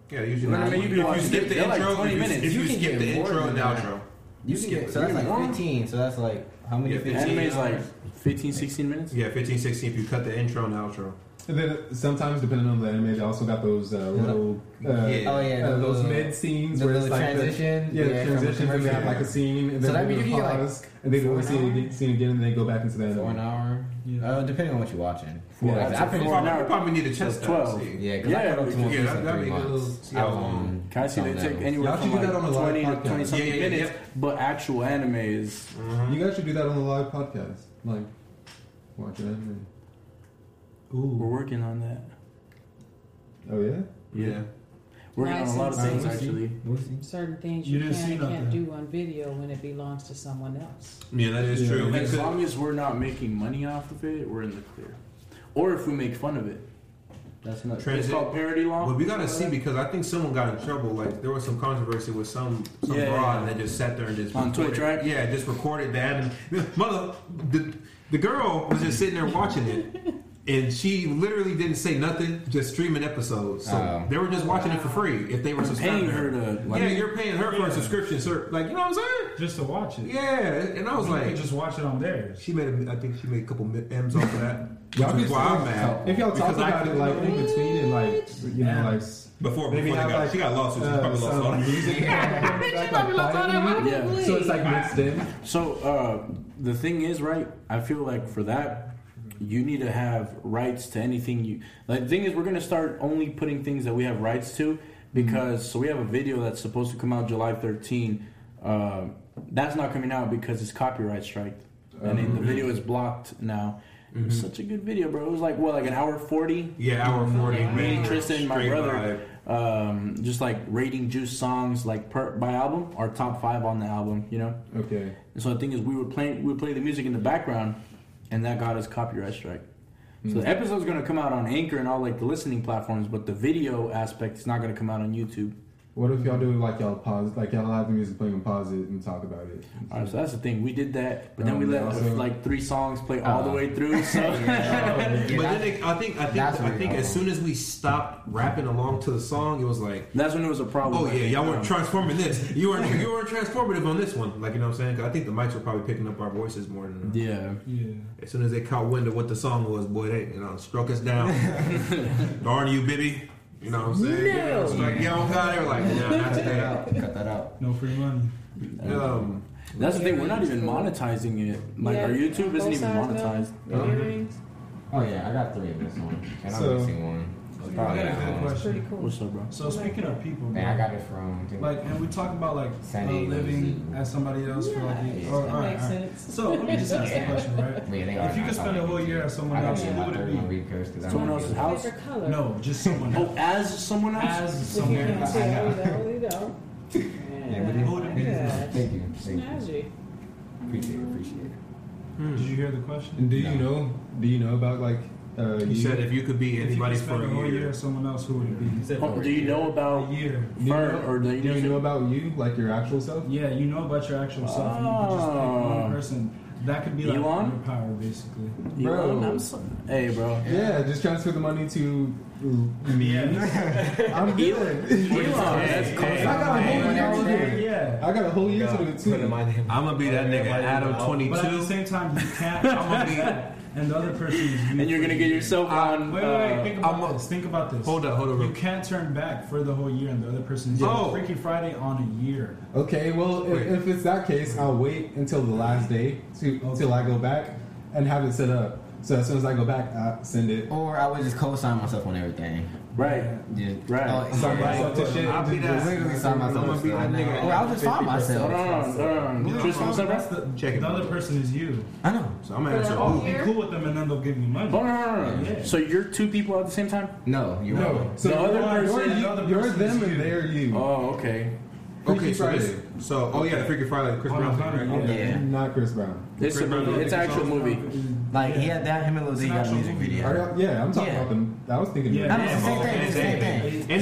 Speaker 3: Yeah, usually.
Speaker 4: Well, I mean, you
Speaker 3: if
Speaker 4: be
Speaker 3: you
Speaker 4: watching-
Speaker 3: skip the
Speaker 4: they're like
Speaker 3: intro,
Speaker 4: 20
Speaker 3: if you-
Speaker 4: minutes.
Speaker 3: if
Speaker 5: You
Speaker 3: you,
Speaker 5: can
Speaker 3: skip
Speaker 5: get
Speaker 3: the
Speaker 5: more
Speaker 3: intro
Speaker 5: than
Speaker 3: and the
Speaker 5: that.
Speaker 3: outro,
Speaker 5: You can
Speaker 3: skip
Speaker 5: get
Speaker 3: it.
Speaker 5: so that's like
Speaker 4: Really?
Speaker 5: 15. So that's like how many?
Speaker 3: Yeah,
Speaker 5: Yeah,
Speaker 3: 15.
Speaker 4: Anime is like 15, 16 minutes?
Speaker 3: yeah, 15, 16 If you cut the intro and the outro,
Speaker 1: And then uh, sometimes, depending on the anime, they also got those uh, little uh,
Speaker 3: Yeah.
Speaker 5: Oh yeah,
Speaker 1: uh,
Speaker 5: the
Speaker 1: those
Speaker 5: little-
Speaker 1: mid scenes
Speaker 5: the
Speaker 1: where it's
Speaker 5: little
Speaker 1: like
Speaker 5: transition.
Speaker 1: The, yeah,
Speaker 5: Yeah,
Speaker 1: the
Speaker 5: from
Speaker 1: transition where they have like a scene and
Speaker 5: So
Speaker 1: then
Speaker 5: that'd
Speaker 1: they
Speaker 5: be
Speaker 1: do
Speaker 5: if
Speaker 1: a
Speaker 5: you get,
Speaker 1: pause and they
Speaker 5: four
Speaker 1: don't see
Speaker 5: an
Speaker 1: it,
Speaker 5: hour?
Speaker 1: again- seen again and they go back into that.
Speaker 5: for an hour.
Speaker 2: Yeah.
Speaker 5: Uh, depending on what you're watching.
Speaker 4: Yeah,
Speaker 5: hours. I
Speaker 4: that's a
Speaker 5: finished
Speaker 4: four
Speaker 5: my-
Speaker 4: hour-
Speaker 3: You probably need a chest out,
Speaker 4: Twelve.
Speaker 3: see.
Speaker 5: Yeah, 'cause I
Speaker 4: Yeah,
Speaker 5: got up to
Speaker 4: yeah,
Speaker 5: one piece
Speaker 3: that'd
Speaker 5: in
Speaker 3: be
Speaker 5: three
Speaker 3: a little-
Speaker 5: months.
Speaker 3: see how long.
Speaker 4: Can I see they take
Speaker 5: any?
Speaker 4: anywhere
Speaker 1: Y'all should
Speaker 4: from
Speaker 1: do
Speaker 4: like
Speaker 1: that on a live
Speaker 4: 20 to
Speaker 1: podcast.
Speaker 4: 20 something
Speaker 3: Yeah, Mm-hmm. yeah, yeah.
Speaker 4: minutes, but actual anime is.
Speaker 1: You guys should do that on a live podcast, like watch an anime.
Speaker 4: We're
Speaker 2: Ooh.
Speaker 4: working on that.
Speaker 1: Oh yeah,
Speaker 3: Yeah.
Speaker 4: Working on a lot of things, actually.
Speaker 5: We'll see.
Speaker 7: Certain things
Speaker 2: You
Speaker 7: you,
Speaker 2: didn't
Speaker 7: can
Speaker 2: see
Speaker 7: and can't
Speaker 2: nothing.
Speaker 7: do on video when it belongs to someone else.
Speaker 3: Yeah, that is
Speaker 1: Yeah.
Speaker 3: true. We
Speaker 4: As
Speaker 3: could-
Speaker 4: long as we're not making money off of it, we're in the clear. Or if we make fun of it. That's not. It's
Speaker 3: Transit-
Speaker 4: called parody law.
Speaker 3: But we gotta see because I think someone got in trouble. Like there was some controversy with some some
Speaker 4: Yeah,
Speaker 3: broad
Speaker 4: yeah.
Speaker 3: that just sat there and just
Speaker 4: On
Speaker 3: recorded-
Speaker 4: Twitch, right?
Speaker 3: Yeah, just recorded the anime. Mother, the the girl was just sitting there watching it, and she literally didn't say nothing, just streaming episodes. So
Speaker 5: Oh.
Speaker 3: they were just watching it for free if they were subscribing.
Speaker 4: paying her to, like-
Speaker 3: yeah, you're paying her for
Speaker 2: Yeah.
Speaker 3: a subscription, sir. Like you know what I'm saying?
Speaker 2: Just to watch it.
Speaker 3: Yeah, and I was
Speaker 2: You can
Speaker 3: like,
Speaker 2: just watch it on theirs.
Speaker 3: she made. A, I think she made a couple m's off of that.
Speaker 1: Y'all
Speaker 3: Which is
Speaker 1: can
Speaker 3: why
Speaker 1: still-
Speaker 3: I'm mad.
Speaker 1: If y'all talk
Speaker 3: Because I
Speaker 1: about
Speaker 3: couldn't
Speaker 1: it like in between and like you know
Speaker 2: Yeah.
Speaker 1: like
Speaker 3: Before, before
Speaker 1: maybe
Speaker 3: they
Speaker 1: have
Speaker 3: got,
Speaker 1: like
Speaker 3: she got lawsuits. she
Speaker 1: uh,
Speaker 3: probably lost
Speaker 1: some
Speaker 3: all that.
Speaker 1: music. like, like, fighting
Speaker 4: Yeah.
Speaker 1: music. So it's like mixed in.
Speaker 4: So uh, the thing is, right? I feel like for that, you need to have rights to anything you. Like the thing is, we're gonna start only putting things that we have rights to because. So we have a video that's supposed to come out July 13. Uh, that's not coming out because it's copyright strike, and it- the
Speaker 3: Oh,
Speaker 4: video is blocked now. It
Speaker 3: Mm-hmm.
Speaker 4: was such a good video, bro. It was like what, like an hour forty.
Speaker 3: Yeah, hour forty.
Speaker 4: Me,
Speaker 3: man.
Speaker 4: Tristan, my
Speaker 3: Straight
Speaker 4: brother,
Speaker 3: vibe.
Speaker 4: um, just like rating Juice songs like per, by album, our top five on the album, you know.
Speaker 1: Okay.
Speaker 4: And so the thing is, we were playing, we would play the music in the background, and that got us copyright strike.
Speaker 3: Hmm.
Speaker 4: So the episode's going to come out on Anchor and all like the listening platforms, but the video aspect is not going to come out on YouTube.
Speaker 1: What if y'all do like y'all pause, like y'all have the music playing and pause it and talk about it?
Speaker 4: All right, so that's the thing. We did that, but then
Speaker 1: Um,
Speaker 4: we let
Speaker 1: also-
Speaker 4: like three songs play all the
Speaker 3: Uh-huh.
Speaker 5: Uh.
Speaker 4: way through. So
Speaker 5: Yeah,
Speaker 3: but
Speaker 5: that's-
Speaker 3: then it, I think I think
Speaker 5: that's
Speaker 3: I
Speaker 5: where
Speaker 3: think
Speaker 5: you're
Speaker 3: as soon as we stopped rapping along to the song, it was like,
Speaker 4: that's when it was a problem.
Speaker 3: oh
Speaker 4: I
Speaker 3: yeah,
Speaker 4: think.
Speaker 3: y'all weren't
Speaker 4: Um,
Speaker 3: transforming this. You weren't you weren't transformative on this one. Like you know what I'm saying? 'Cause I think the mics were probably picking up our voices more than.
Speaker 4: Yeah,
Speaker 2: Yeah.
Speaker 3: As soon as they caught wind of what the song was, boy, they you know struck us down. Darn you, Bibby. You know what I'm saying?
Speaker 7: No.
Speaker 3: Yeah, it's like, yeah, oh God, they were like, nah, not
Speaker 5: Cut that
Speaker 3: today.
Speaker 5: out. Cut that out.
Speaker 2: No free money.
Speaker 3: Um,
Speaker 4: that's the thing. We're not even monetizing it. Like
Speaker 7: Yeah,
Speaker 4: our YouTube isn't
Speaker 7: both
Speaker 4: even
Speaker 7: sides, though.
Speaker 4: monetized.
Speaker 7: The earrings,
Speaker 5: Oh yeah, I got three of this one, and
Speaker 1: So-
Speaker 5: I'm missing one. It's
Speaker 2: I
Speaker 5: probably
Speaker 2: got a
Speaker 5: that
Speaker 2: good
Speaker 5: one.
Speaker 7: it's pretty
Speaker 2: question.
Speaker 7: cool.
Speaker 4: What's up, bro?
Speaker 2: So speaking of people,
Speaker 5: And I
Speaker 2: bro,
Speaker 5: got it from. I think-
Speaker 2: like, and we talk about like uh,
Speaker 5: San Diego
Speaker 2: living
Speaker 5: Zoo.
Speaker 2: as somebody else for like.
Speaker 7: Yeah,
Speaker 2: a-
Speaker 5: Oh,
Speaker 2: or-
Speaker 7: that
Speaker 2: all right,
Speaker 7: makes
Speaker 2: all right.
Speaker 7: sense.
Speaker 2: So let me just ask the question, right?
Speaker 5: Wait, I think I
Speaker 2: If you
Speaker 5: already-
Speaker 2: could
Speaker 5: I
Speaker 2: spend a
Speaker 5: thought
Speaker 2: whole
Speaker 5: I
Speaker 2: year at someone
Speaker 5: I got
Speaker 2: else,
Speaker 5: me
Speaker 2: who
Speaker 5: my
Speaker 2: would
Speaker 5: third
Speaker 2: it
Speaker 5: one
Speaker 2: be?
Speaker 5: recursed 'cause I
Speaker 4: Someone
Speaker 5: wanted
Speaker 4: else's
Speaker 5: to-
Speaker 4: house.
Speaker 7: Favorite color.
Speaker 2: No, just someone else.
Speaker 4: Oh, as someone else.
Speaker 2: As
Speaker 7: If you
Speaker 2: someone
Speaker 7: can't
Speaker 2: else.
Speaker 7: tell, you know, you know.
Speaker 5: Yeah, we did.
Speaker 2: Hold it.
Speaker 7: Yeah.
Speaker 5: Thank you. Thank you.
Speaker 7: Magic.
Speaker 5: Appreciate it. Appreciate it.
Speaker 2: Did
Speaker 3: hmm.
Speaker 2: you hear the question?
Speaker 1: And do you
Speaker 5: No.
Speaker 1: know? Do you know about like? Uh,
Speaker 3: he said if you could
Speaker 2: If
Speaker 3: be
Speaker 2: you
Speaker 3: anybody
Speaker 2: could
Speaker 3: for
Speaker 2: spend a whole
Speaker 3: a
Speaker 2: year
Speaker 3: year,
Speaker 2: at someone else, who would it
Speaker 5: You
Speaker 2: be?
Speaker 5: said
Speaker 4: Oh, do you know
Speaker 2: A
Speaker 4: about
Speaker 2: year.
Speaker 1: Do you
Speaker 4: Fur,
Speaker 1: know-
Speaker 4: or do you
Speaker 1: do
Speaker 4: know?
Speaker 1: you know about you, like your actual self?
Speaker 2: Yeah, you know about your actual self. and You could just pick
Speaker 4: Oh.
Speaker 2: one person. That could be like
Speaker 4: Elon?
Speaker 2: your power, basically.
Speaker 1: Bro.
Speaker 4: Elon, I'm so- hey, bro.
Speaker 1: Yeah, just transfer the money to me. I'm good.
Speaker 4: Elon, that's
Speaker 1: I
Speaker 4: crazy.
Speaker 1: got a whole year to do it.
Speaker 2: Yeah.
Speaker 1: I got a whole year to do it
Speaker 5: Put in
Speaker 1: too.
Speaker 5: my name.
Speaker 3: I'm gonna be that nigga Adam
Speaker 2: But at the
Speaker 3: 22.
Speaker 2: same time, you can't. I'm gonna be that. And the other person is you.
Speaker 4: And you're gonna get yourself on.
Speaker 2: Wait, wait, wait.
Speaker 4: uh,
Speaker 2: Think about
Speaker 3: I'm a-
Speaker 2: this. Think about this.
Speaker 3: Hold up, hold up.
Speaker 2: You
Speaker 3: real-
Speaker 2: can't turn back for the whole year, and the other person's
Speaker 3: Oh.
Speaker 2: Freaky Friday on a year.
Speaker 1: Okay, well,
Speaker 3: Wait.
Speaker 1: if, if it's that case, I'll wait until the last day to until I go back and have it set up. So as soon as I go back, I send it.
Speaker 5: Or I would just co-sign myself on everything.
Speaker 4: Right.
Speaker 5: Just,
Speaker 4: Right.
Speaker 5: Oh,
Speaker 1: Sign
Speaker 5: yeah.
Speaker 1: myself to shit.
Speaker 3: I'll be that.
Speaker 5: Literally sign myself.
Speaker 3: I'm gonna be that nigga.
Speaker 5: Or I'll just sign
Speaker 4: Hold on,
Speaker 5: myself.
Speaker 4: hold on.
Speaker 2: Yeah,
Speaker 4: Tristan, what's up, bro?
Speaker 2: that's the,
Speaker 3: Check it,
Speaker 2: the
Speaker 3: bro.
Speaker 2: other person is you.
Speaker 5: I know.
Speaker 3: So I'm gonna answer.
Speaker 7: Oh,
Speaker 3: who.
Speaker 2: Be cool with them, and then they'll give you money.
Speaker 4: Hold on, hold on, hold on.
Speaker 2: Yeah.
Speaker 4: So you're two people at the same time?
Speaker 5: No, you're
Speaker 1: No,
Speaker 5: wrong.
Speaker 1: so
Speaker 4: The other
Speaker 1: you're,
Speaker 2: person-
Speaker 1: you're,
Speaker 2: the other
Speaker 1: you're
Speaker 2: person
Speaker 1: them
Speaker 2: is you.
Speaker 1: and they're you.
Speaker 4: Oh, okay.
Speaker 1: Freaky
Speaker 3: Okay, so
Speaker 1: Friday.
Speaker 3: this, so oh yeah, the Freaky Friday, Chris
Speaker 2: Oh,
Speaker 3: Brown
Speaker 2: Friday,
Speaker 3: thing, right?
Speaker 2: yeah.
Speaker 5: Yeah.
Speaker 1: Not Chris Brown.
Speaker 4: It's a movie. It's an actual movie.
Speaker 5: Like he had that. Him and Lil
Speaker 2: It's
Speaker 5: Zay
Speaker 2: an
Speaker 5: got a
Speaker 2: actual
Speaker 5: music
Speaker 2: movie.
Speaker 1: Are
Speaker 5: video.
Speaker 1: y'all, yeah, I'm talking
Speaker 5: Yeah.
Speaker 1: about them. I was thinking.
Speaker 2: Yeah.
Speaker 5: I know. Same
Speaker 3: Okay,
Speaker 5: thing. It's the same thing.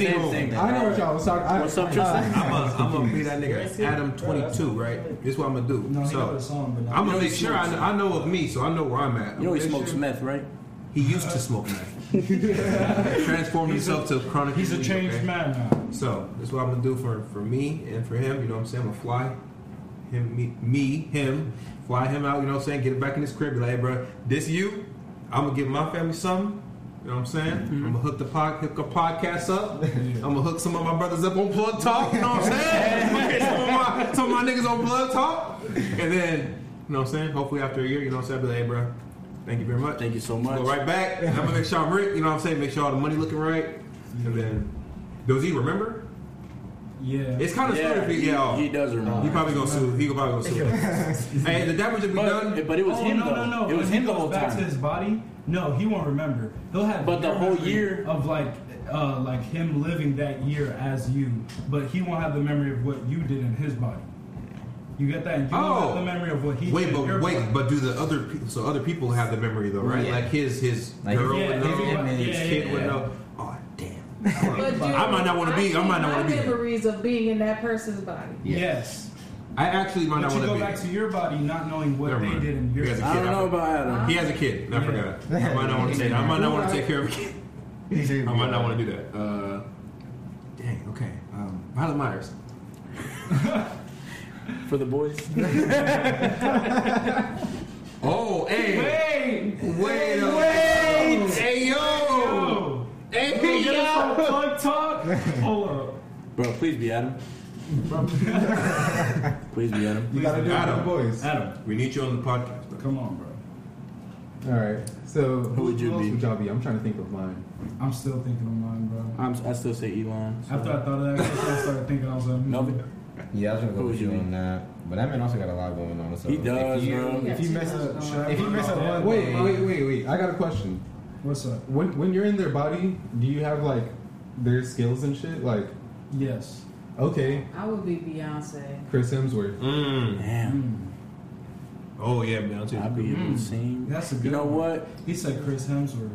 Speaker 4: Same
Speaker 3: Anywho,
Speaker 4: thing.
Speaker 1: I know what y'all was talking. I,
Speaker 4: What's up, Tristan?
Speaker 3: I'm gonna I'm gonna be that nigga Adam 22, right? This is what I'm gonna do.
Speaker 2: No, he wrote a
Speaker 3: so
Speaker 2: song, but not.
Speaker 3: I'm
Speaker 4: You know
Speaker 3: gonna
Speaker 4: he
Speaker 3: make sure I,
Speaker 4: smokes.
Speaker 3: I know of me, so I know where I'm at.
Speaker 4: You know he
Speaker 3: Make
Speaker 4: smokes
Speaker 3: sure-
Speaker 4: meth, right?
Speaker 3: He used to smoke meth. Transformed himself to chronic.
Speaker 2: He's a
Speaker 3: weed,
Speaker 2: changed
Speaker 3: okay?
Speaker 2: man now.
Speaker 3: So this is what I'm gonna do for for me and for him. You know what I'm saying? I'm gonna fly him, me, me, him, fly him out. You know what I'm saying? Get it back in his crib. Be like, hey, bro, this you. I'm gonna give my family something. You know what I'm saying? I'm gonna hook the pod, hook a podcast up. I'm gonna hook some of my brothers up on Plug Talk. You know what I'm saying? I'm gonna get some, of my, some of my niggas on Plug Talk, and then you know what I'm saying. Hopefully after a year, you know what I'm saying. I'll be like, hey, bro, thank you very much.
Speaker 4: Thank you so
Speaker 3: Go
Speaker 4: much.
Speaker 3: right back. I'm gonna make sure I'm Rick. You know what I'm saying? Make sure all the money looking right, and then does he remember?
Speaker 2: Yeah.
Speaker 3: It's kind of yeah,
Speaker 4: Yeah,
Speaker 3: stupid.
Speaker 4: he,
Speaker 3: Yeah, oh,
Speaker 4: he does
Speaker 3: He
Speaker 4: remember.
Speaker 3: probably gonna sue. He probably gonna sue. hey, the damage that we
Speaker 4: But,
Speaker 3: done.
Speaker 4: but it was
Speaker 2: oh,
Speaker 4: him
Speaker 2: no,
Speaker 4: though.
Speaker 2: No, no,
Speaker 4: It was
Speaker 2: When
Speaker 4: him
Speaker 2: he
Speaker 4: the
Speaker 2: goes
Speaker 4: whole
Speaker 2: back
Speaker 4: time.
Speaker 2: To his body? No, he won't remember. He'll have.
Speaker 4: But the
Speaker 2: your
Speaker 4: whole
Speaker 2: memory
Speaker 4: year-
Speaker 2: of like, uh, like him living that year as you, but he won't have the memory of what you did in his body. You get that? And you
Speaker 3: Oh.
Speaker 2: won't have the memory of what he
Speaker 3: Wait,
Speaker 2: did. in your
Speaker 3: but
Speaker 2: body.
Speaker 3: wait, but do the other people? So other people have the memory though, right?
Speaker 5: Yeah.
Speaker 3: Like his his
Speaker 5: Like,
Speaker 3: girl
Speaker 2: yeah,
Speaker 3: would
Speaker 2: everyone-
Speaker 3: know, his
Speaker 2: yeah,
Speaker 3: kid
Speaker 2: yeah,
Speaker 3: would
Speaker 2: yeah.
Speaker 3: know. Oh damn!
Speaker 7: But you-
Speaker 3: I might not want to be. I might not
Speaker 7: keep
Speaker 3: want to be.
Speaker 7: my
Speaker 3: there.
Speaker 7: memories of being in that person's body.
Speaker 5: Yeah.
Speaker 2: Yes.
Speaker 3: I actually might
Speaker 2: But
Speaker 3: not
Speaker 2: you
Speaker 3: want
Speaker 2: go
Speaker 3: to be.
Speaker 2: back
Speaker 3: there.
Speaker 2: to your body, not knowing what
Speaker 3: Never
Speaker 2: they
Speaker 3: mind.
Speaker 2: did in your.
Speaker 3: He has a
Speaker 4: I
Speaker 3: kid.
Speaker 4: don't know about Adam.
Speaker 3: He has a kid. I
Speaker 2: Yeah.
Speaker 3: forgot. I might not want to take. I might not want to take care of a kid.
Speaker 5: I
Speaker 3: I might not want to do that. Uh, dang. Okay. Um, Violet Myers.
Speaker 4: For the boys.
Speaker 3: Oh, hey.
Speaker 2: Wait. Hey,
Speaker 3: Wait. a-
Speaker 2: wait.
Speaker 3: Hey yo.
Speaker 2: Yo.
Speaker 3: Hey
Speaker 2: Get us
Speaker 3: yo.
Speaker 2: some plug talk. Hold up.
Speaker 4: Bro, please be Adam. please be Adam.
Speaker 1: You gotta do it
Speaker 3: Adam.
Speaker 1: with the boys.
Speaker 2: Adam,
Speaker 3: We need you on the podcast. Bro.
Speaker 2: come on, bro.
Speaker 1: All right. So who
Speaker 4: would you
Speaker 1: else
Speaker 4: be?
Speaker 1: would y'all be? I'm trying to think of mine.
Speaker 2: I'm still thinking of mine, bro.
Speaker 4: I'm, I still say Elon.
Speaker 2: After I thought of that, I started thinking I was like, hmm.
Speaker 4: Melvin.
Speaker 5: Yeah, I was gonna
Speaker 4: Who
Speaker 5: go
Speaker 4: would
Speaker 5: with
Speaker 4: you
Speaker 5: you
Speaker 4: be?
Speaker 5: on that. But that man also got a lot going on. So
Speaker 4: He does,
Speaker 5: if you,
Speaker 4: bro.
Speaker 5: If you mess up,
Speaker 2: Should I
Speaker 5: if you
Speaker 2: put
Speaker 5: mess up
Speaker 2: my
Speaker 5: one,
Speaker 2: dad?
Speaker 1: Wait,
Speaker 5: thing-
Speaker 1: wait, wait, wait. I got a question.
Speaker 2: What's up?
Speaker 1: When when you're in their body, do you have like their skills and shit? Like,
Speaker 2: Yes.
Speaker 1: okay,
Speaker 7: I would be Beyonce.
Speaker 1: Chris Hemsworth.
Speaker 3: Mm.
Speaker 4: Damn.
Speaker 2: Hmm.
Speaker 3: Oh yeah, Beyonce.
Speaker 4: I'd be able
Speaker 2: Mm.
Speaker 4: to sing.
Speaker 2: That's a
Speaker 4: You
Speaker 2: good
Speaker 4: know
Speaker 2: one.
Speaker 4: what?
Speaker 2: He said Chris Hemsworth.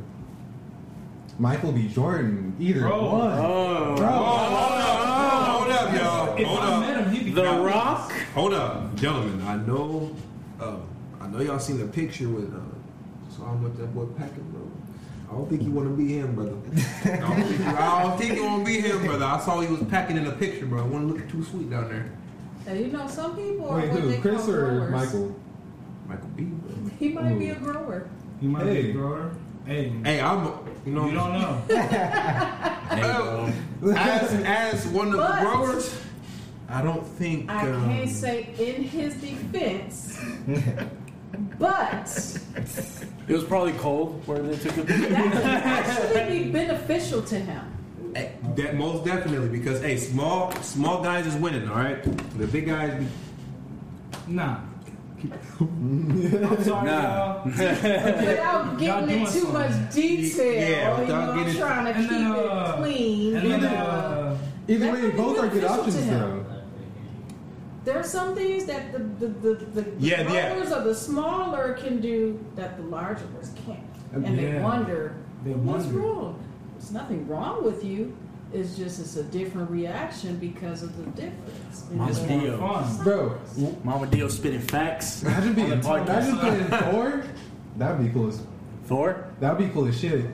Speaker 1: Michael B. Jordan. Either
Speaker 2: Bro.
Speaker 1: one.
Speaker 4: Oh.
Speaker 1: Bro.
Speaker 3: Oh, hold up. Hold up, y'all.
Speaker 2: If
Speaker 3: Hold
Speaker 2: I met
Speaker 3: up.
Speaker 2: him, he'd be
Speaker 4: The
Speaker 2: Nah,
Speaker 4: Rock?
Speaker 3: Hold up, gentlemen. I know. Um, I know y'all seen the picture with. Uh, so I'm with that boy Packing, bro. I don't think you want to be him, brother. I don't think you, I don't think you want to be him, brother. I saw he was packing in the picture, bro. I wasn't looking too sweet down there.
Speaker 7: Now, you know, some people are
Speaker 1: Wait,
Speaker 7: what they
Speaker 1: who? Chris
Speaker 7: call
Speaker 1: or
Speaker 7: growers.
Speaker 1: Michael?
Speaker 3: Michael B. Bro.
Speaker 7: He might be a grower.
Speaker 2: He might be
Speaker 1: Hey.
Speaker 2: a grower. Hey.
Speaker 3: Hey, I'm. You know,
Speaker 2: You don't know.
Speaker 4: Hey, bro.
Speaker 3: as as one of
Speaker 7: But-
Speaker 3: the growers, I don't think.
Speaker 7: I
Speaker 3: um,
Speaker 7: can't say in his defense, but
Speaker 4: It was probably cold where they took him.
Speaker 7: that could actually be beneficial to him.
Speaker 3: Eh, That most definitely because hey, small small guys is winning. All right, the big guys. Be,
Speaker 2: nah. I'm sorry,
Speaker 4: Nah.
Speaker 2: y'all.
Speaker 7: Without
Speaker 2: Y'all
Speaker 7: getting
Speaker 2: doing
Speaker 7: into too
Speaker 2: something.
Speaker 7: much detail,
Speaker 3: Yeah,
Speaker 7: you know,
Speaker 3: without
Speaker 7: I'm
Speaker 3: getting-
Speaker 7: trying to
Speaker 2: And
Speaker 7: keep
Speaker 2: then, uh,
Speaker 7: it clean.
Speaker 2: And
Speaker 7: you
Speaker 2: then,
Speaker 7: know.
Speaker 2: uh,
Speaker 1: Either
Speaker 7: That
Speaker 1: way,
Speaker 7: might be
Speaker 1: both are good
Speaker 7: beneficial to
Speaker 1: options
Speaker 7: him.
Speaker 1: though.
Speaker 7: There are some things that the the the, the, the
Speaker 3: Yeah, yeah.
Speaker 7: growers or the smaller can do that the larger ones can't, and they
Speaker 2: Yeah.
Speaker 7: wonder
Speaker 2: They
Speaker 7: what's
Speaker 2: wonder.
Speaker 7: wrong. There's nothing wrong with you. It's just it's a different reaction because of the difference. you
Speaker 4: Mama's
Speaker 7: know?
Speaker 2: more
Speaker 4: Dio.
Speaker 2: fun.
Speaker 1: Bro,
Speaker 4: Mama Dio spitting facts.
Speaker 1: imagine being
Speaker 4: On the podcast.
Speaker 1: imagine being Thor. That'd be cool. As,
Speaker 4: Thor?
Speaker 1: that'd be cool as shit.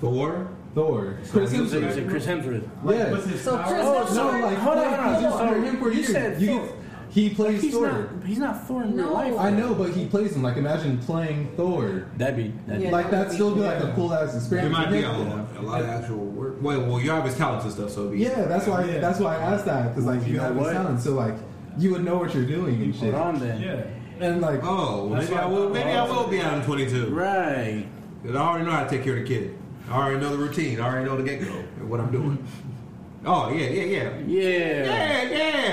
Speaker 3: Thor.
Speaker 1: Thor. Chris
Speaker 4: You said- you
Speaker 1: Hemsworth.
Speaker 4: said Chris Hemsworth.
Speaker 2: Like,
Speaker 1: Yeah.
Speaker 2: what's his
Speaker 7: So
Speaker 2: power?
Speaker 7: Chris-
Speaker 4: Oh,
Speaker 7: That's
Speaker 4: no,
Speaker 7: not
Speaker 4: like,
Speaker 7: right.
Speaker 4: hold on,
Speaker 1: Like,
Speaker 4: hold
Speaker 1: he's
Speaker 4: on.
Speaker 1: under him for
Speaker 4: you
Speaker 1: years.
Speaker 4: said
Speaker 1: You
Speaker 4: Thor.
Speaker 1: get- he plays
Speaker 4: He's
Speaker 1: Thor.
Speaker 4: not, he's not Thor in real
Speaker 7: No.
Speaker 4: life.
Speaker 1: I know, but he plays him. Like, imagine playing Thor.
Speaker 4: That'd be, that'd
Speaker 7: Yeah.
Speaker 1: Like, that'd still be like a cool ass
Speaker 3: It
Speaker 1: experience.
Speaker 3: might be a lot, a lot of actual work. Well, well, you have his talents and stuff, so it'd be
Speaker 1: Yeah, that's why.
Speaker 2: Yeah.
Speaker 1: That's why I asked that because like you,
Speaker 4: You know
Speaker 1: have his
Speaker 4: what?
Speaker 1: talent, so like you would know what you're doing and
Speaker 4: be.
Speaker 1: shit.
Speaker 4: Hold on then.
Speaker 2: Yeah.
Speaker 1: And like,
Speaker 3: Oh, well,
Speaker 2: That's
Speaker 3: maybe I
Speaker 2: why-
Speaker 3: will. Maybe I will be out in 22.
Speaker 4: Right.
Speaker 3: 'Cause I already know how to take care of the kid. I already know the routine. I already know the get go and what I'm doing. Oh yeah, yeah, yeah,
Speaker 4: Yeah.
Speaker 3: yeah,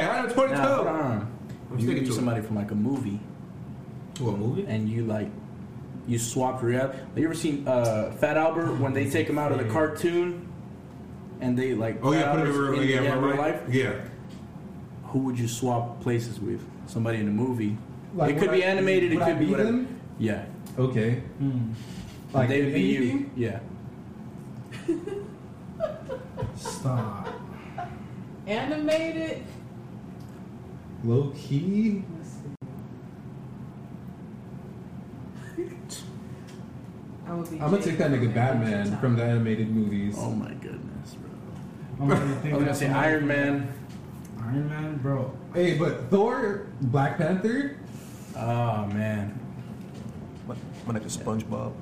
Speaker 3: yeah. Out in 22.
Speaker 4: Now, hold on.
Speaker 3: I'm
Speaker 4: You
Speaker 3: sticking
Speaker 4: knew
Speaker 3: to it.
Speaker 4: somebody from like a movie,
Speaker 3: To a movie.
Speaker 4: and you like you swapped reality. Have you ever seen uh, Fat Albert when they take him out of the cartoon and they like?
Speaker 3: Oh yeah,
Speaker 4: Fat
Speaker 3: put it in
Speaker 4: Albert's
Speaker 3: real,
Speaker 4: in-
Speaker 3: yeah,
Speaker 4: yeah,
Speaker 3: real life. Yeah.
Speaker 4: Who would you swap places with? Somebody in the movie.
Speaker 1: Like,
Speaker 4: it could
Speaker 1: would
Speaker 4: be
Speaker 1: I-
Speaker 4: animated. It
Speaker 1: would I
Speaker 4: could be
Speaker 1: be
Speaker 4: whatever.
Speaker 1: them?
Speaker 4: Yeah,
Speaker 1: okay,
Speaker 2: Hmm.
Speaker 1: like
Speaker 4: they would be
Speaker 1: anything?
Speaker 4: you. Yeah,
Speaker 2: Stop.
Speaker 7: Animated.
Speaker 1: Low key.
Speaker 7: Let's see. I would be
Speaker 1: I'm gonna take that nigga Batman from the animated movies.
Speaker 4: Oh my goodness, bro.
Speaker 2: I'm already thinking
Speaker 4: I was gonna
Speaker 2: of
Speaker 4: say
Speaker 2: somebody-
Speaker 4: Iron Man.
Speaker 2: Iron Man, bro.
Speaker 1: Hey, but Thor, Black Panther.
Speaker 4: Oh man.
Speaker 8: But, but like a SpongeBob.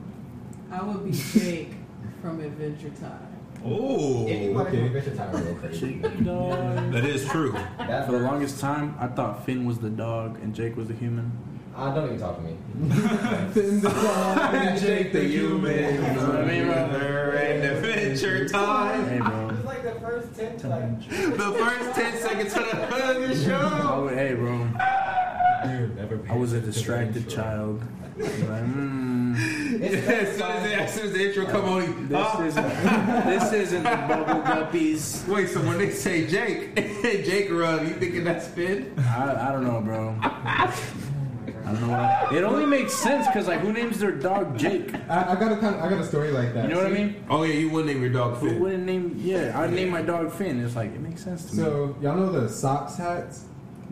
Speaker 7: I would be Jake from Adventure Time.
Speaker 3: Oh,
Speaker 5: Anybody from Richard Tower go crazy.
Speaker 3: that is true.
Speaker 5: That's
Speaker 4: For the longest time, I thought Finn was the dog and Jake was the human.
Speaker 5: Uh, don't even talk to me.
Speaker 1: Finn the dog, Jake the human.
Speaker 4: You know what I mean, bro?
Speaker 3: We're in adventure time.
Speaker 4: Hey, bro.
Speaker 5: It's like the first ten. Like,
Speaker 3: The first 10 seconds of the fucking show.
Speaker 4: Oh, hey, bro.
Speaker 6: Never
Speaker 4: I was a distracted child. Like, mm,
Speaker 3: As soon as, the, as soon as the intro come on,
Speaker 4: this
Speaker 1: Oh.
Speaker 3: ah,
Speaker 4: isn't this isn't the bubble guppies.
Speaker 3: wait. So when they say Jake, Jake run, you thinking that's Finn?
Speaker 4: I, I don't know, bro. I don't know. Why. It only makes sense because like, who names their dog Jake?
Speaker 1: I, I got a kind of, I got a story like that.
Speaker 4: You know what I
Speaker 1: See?
Speaker 4: mean?
Speaker 3: Oh yeah, you wouldn't name your dog
Speaker 4: Who
Speaker 3: Finn.
Speaker 4: wouldn't name? Yeah, I'd name my dog Finn. It's like it makes sense to me.
Speaker 1: So y'all know the socks hats?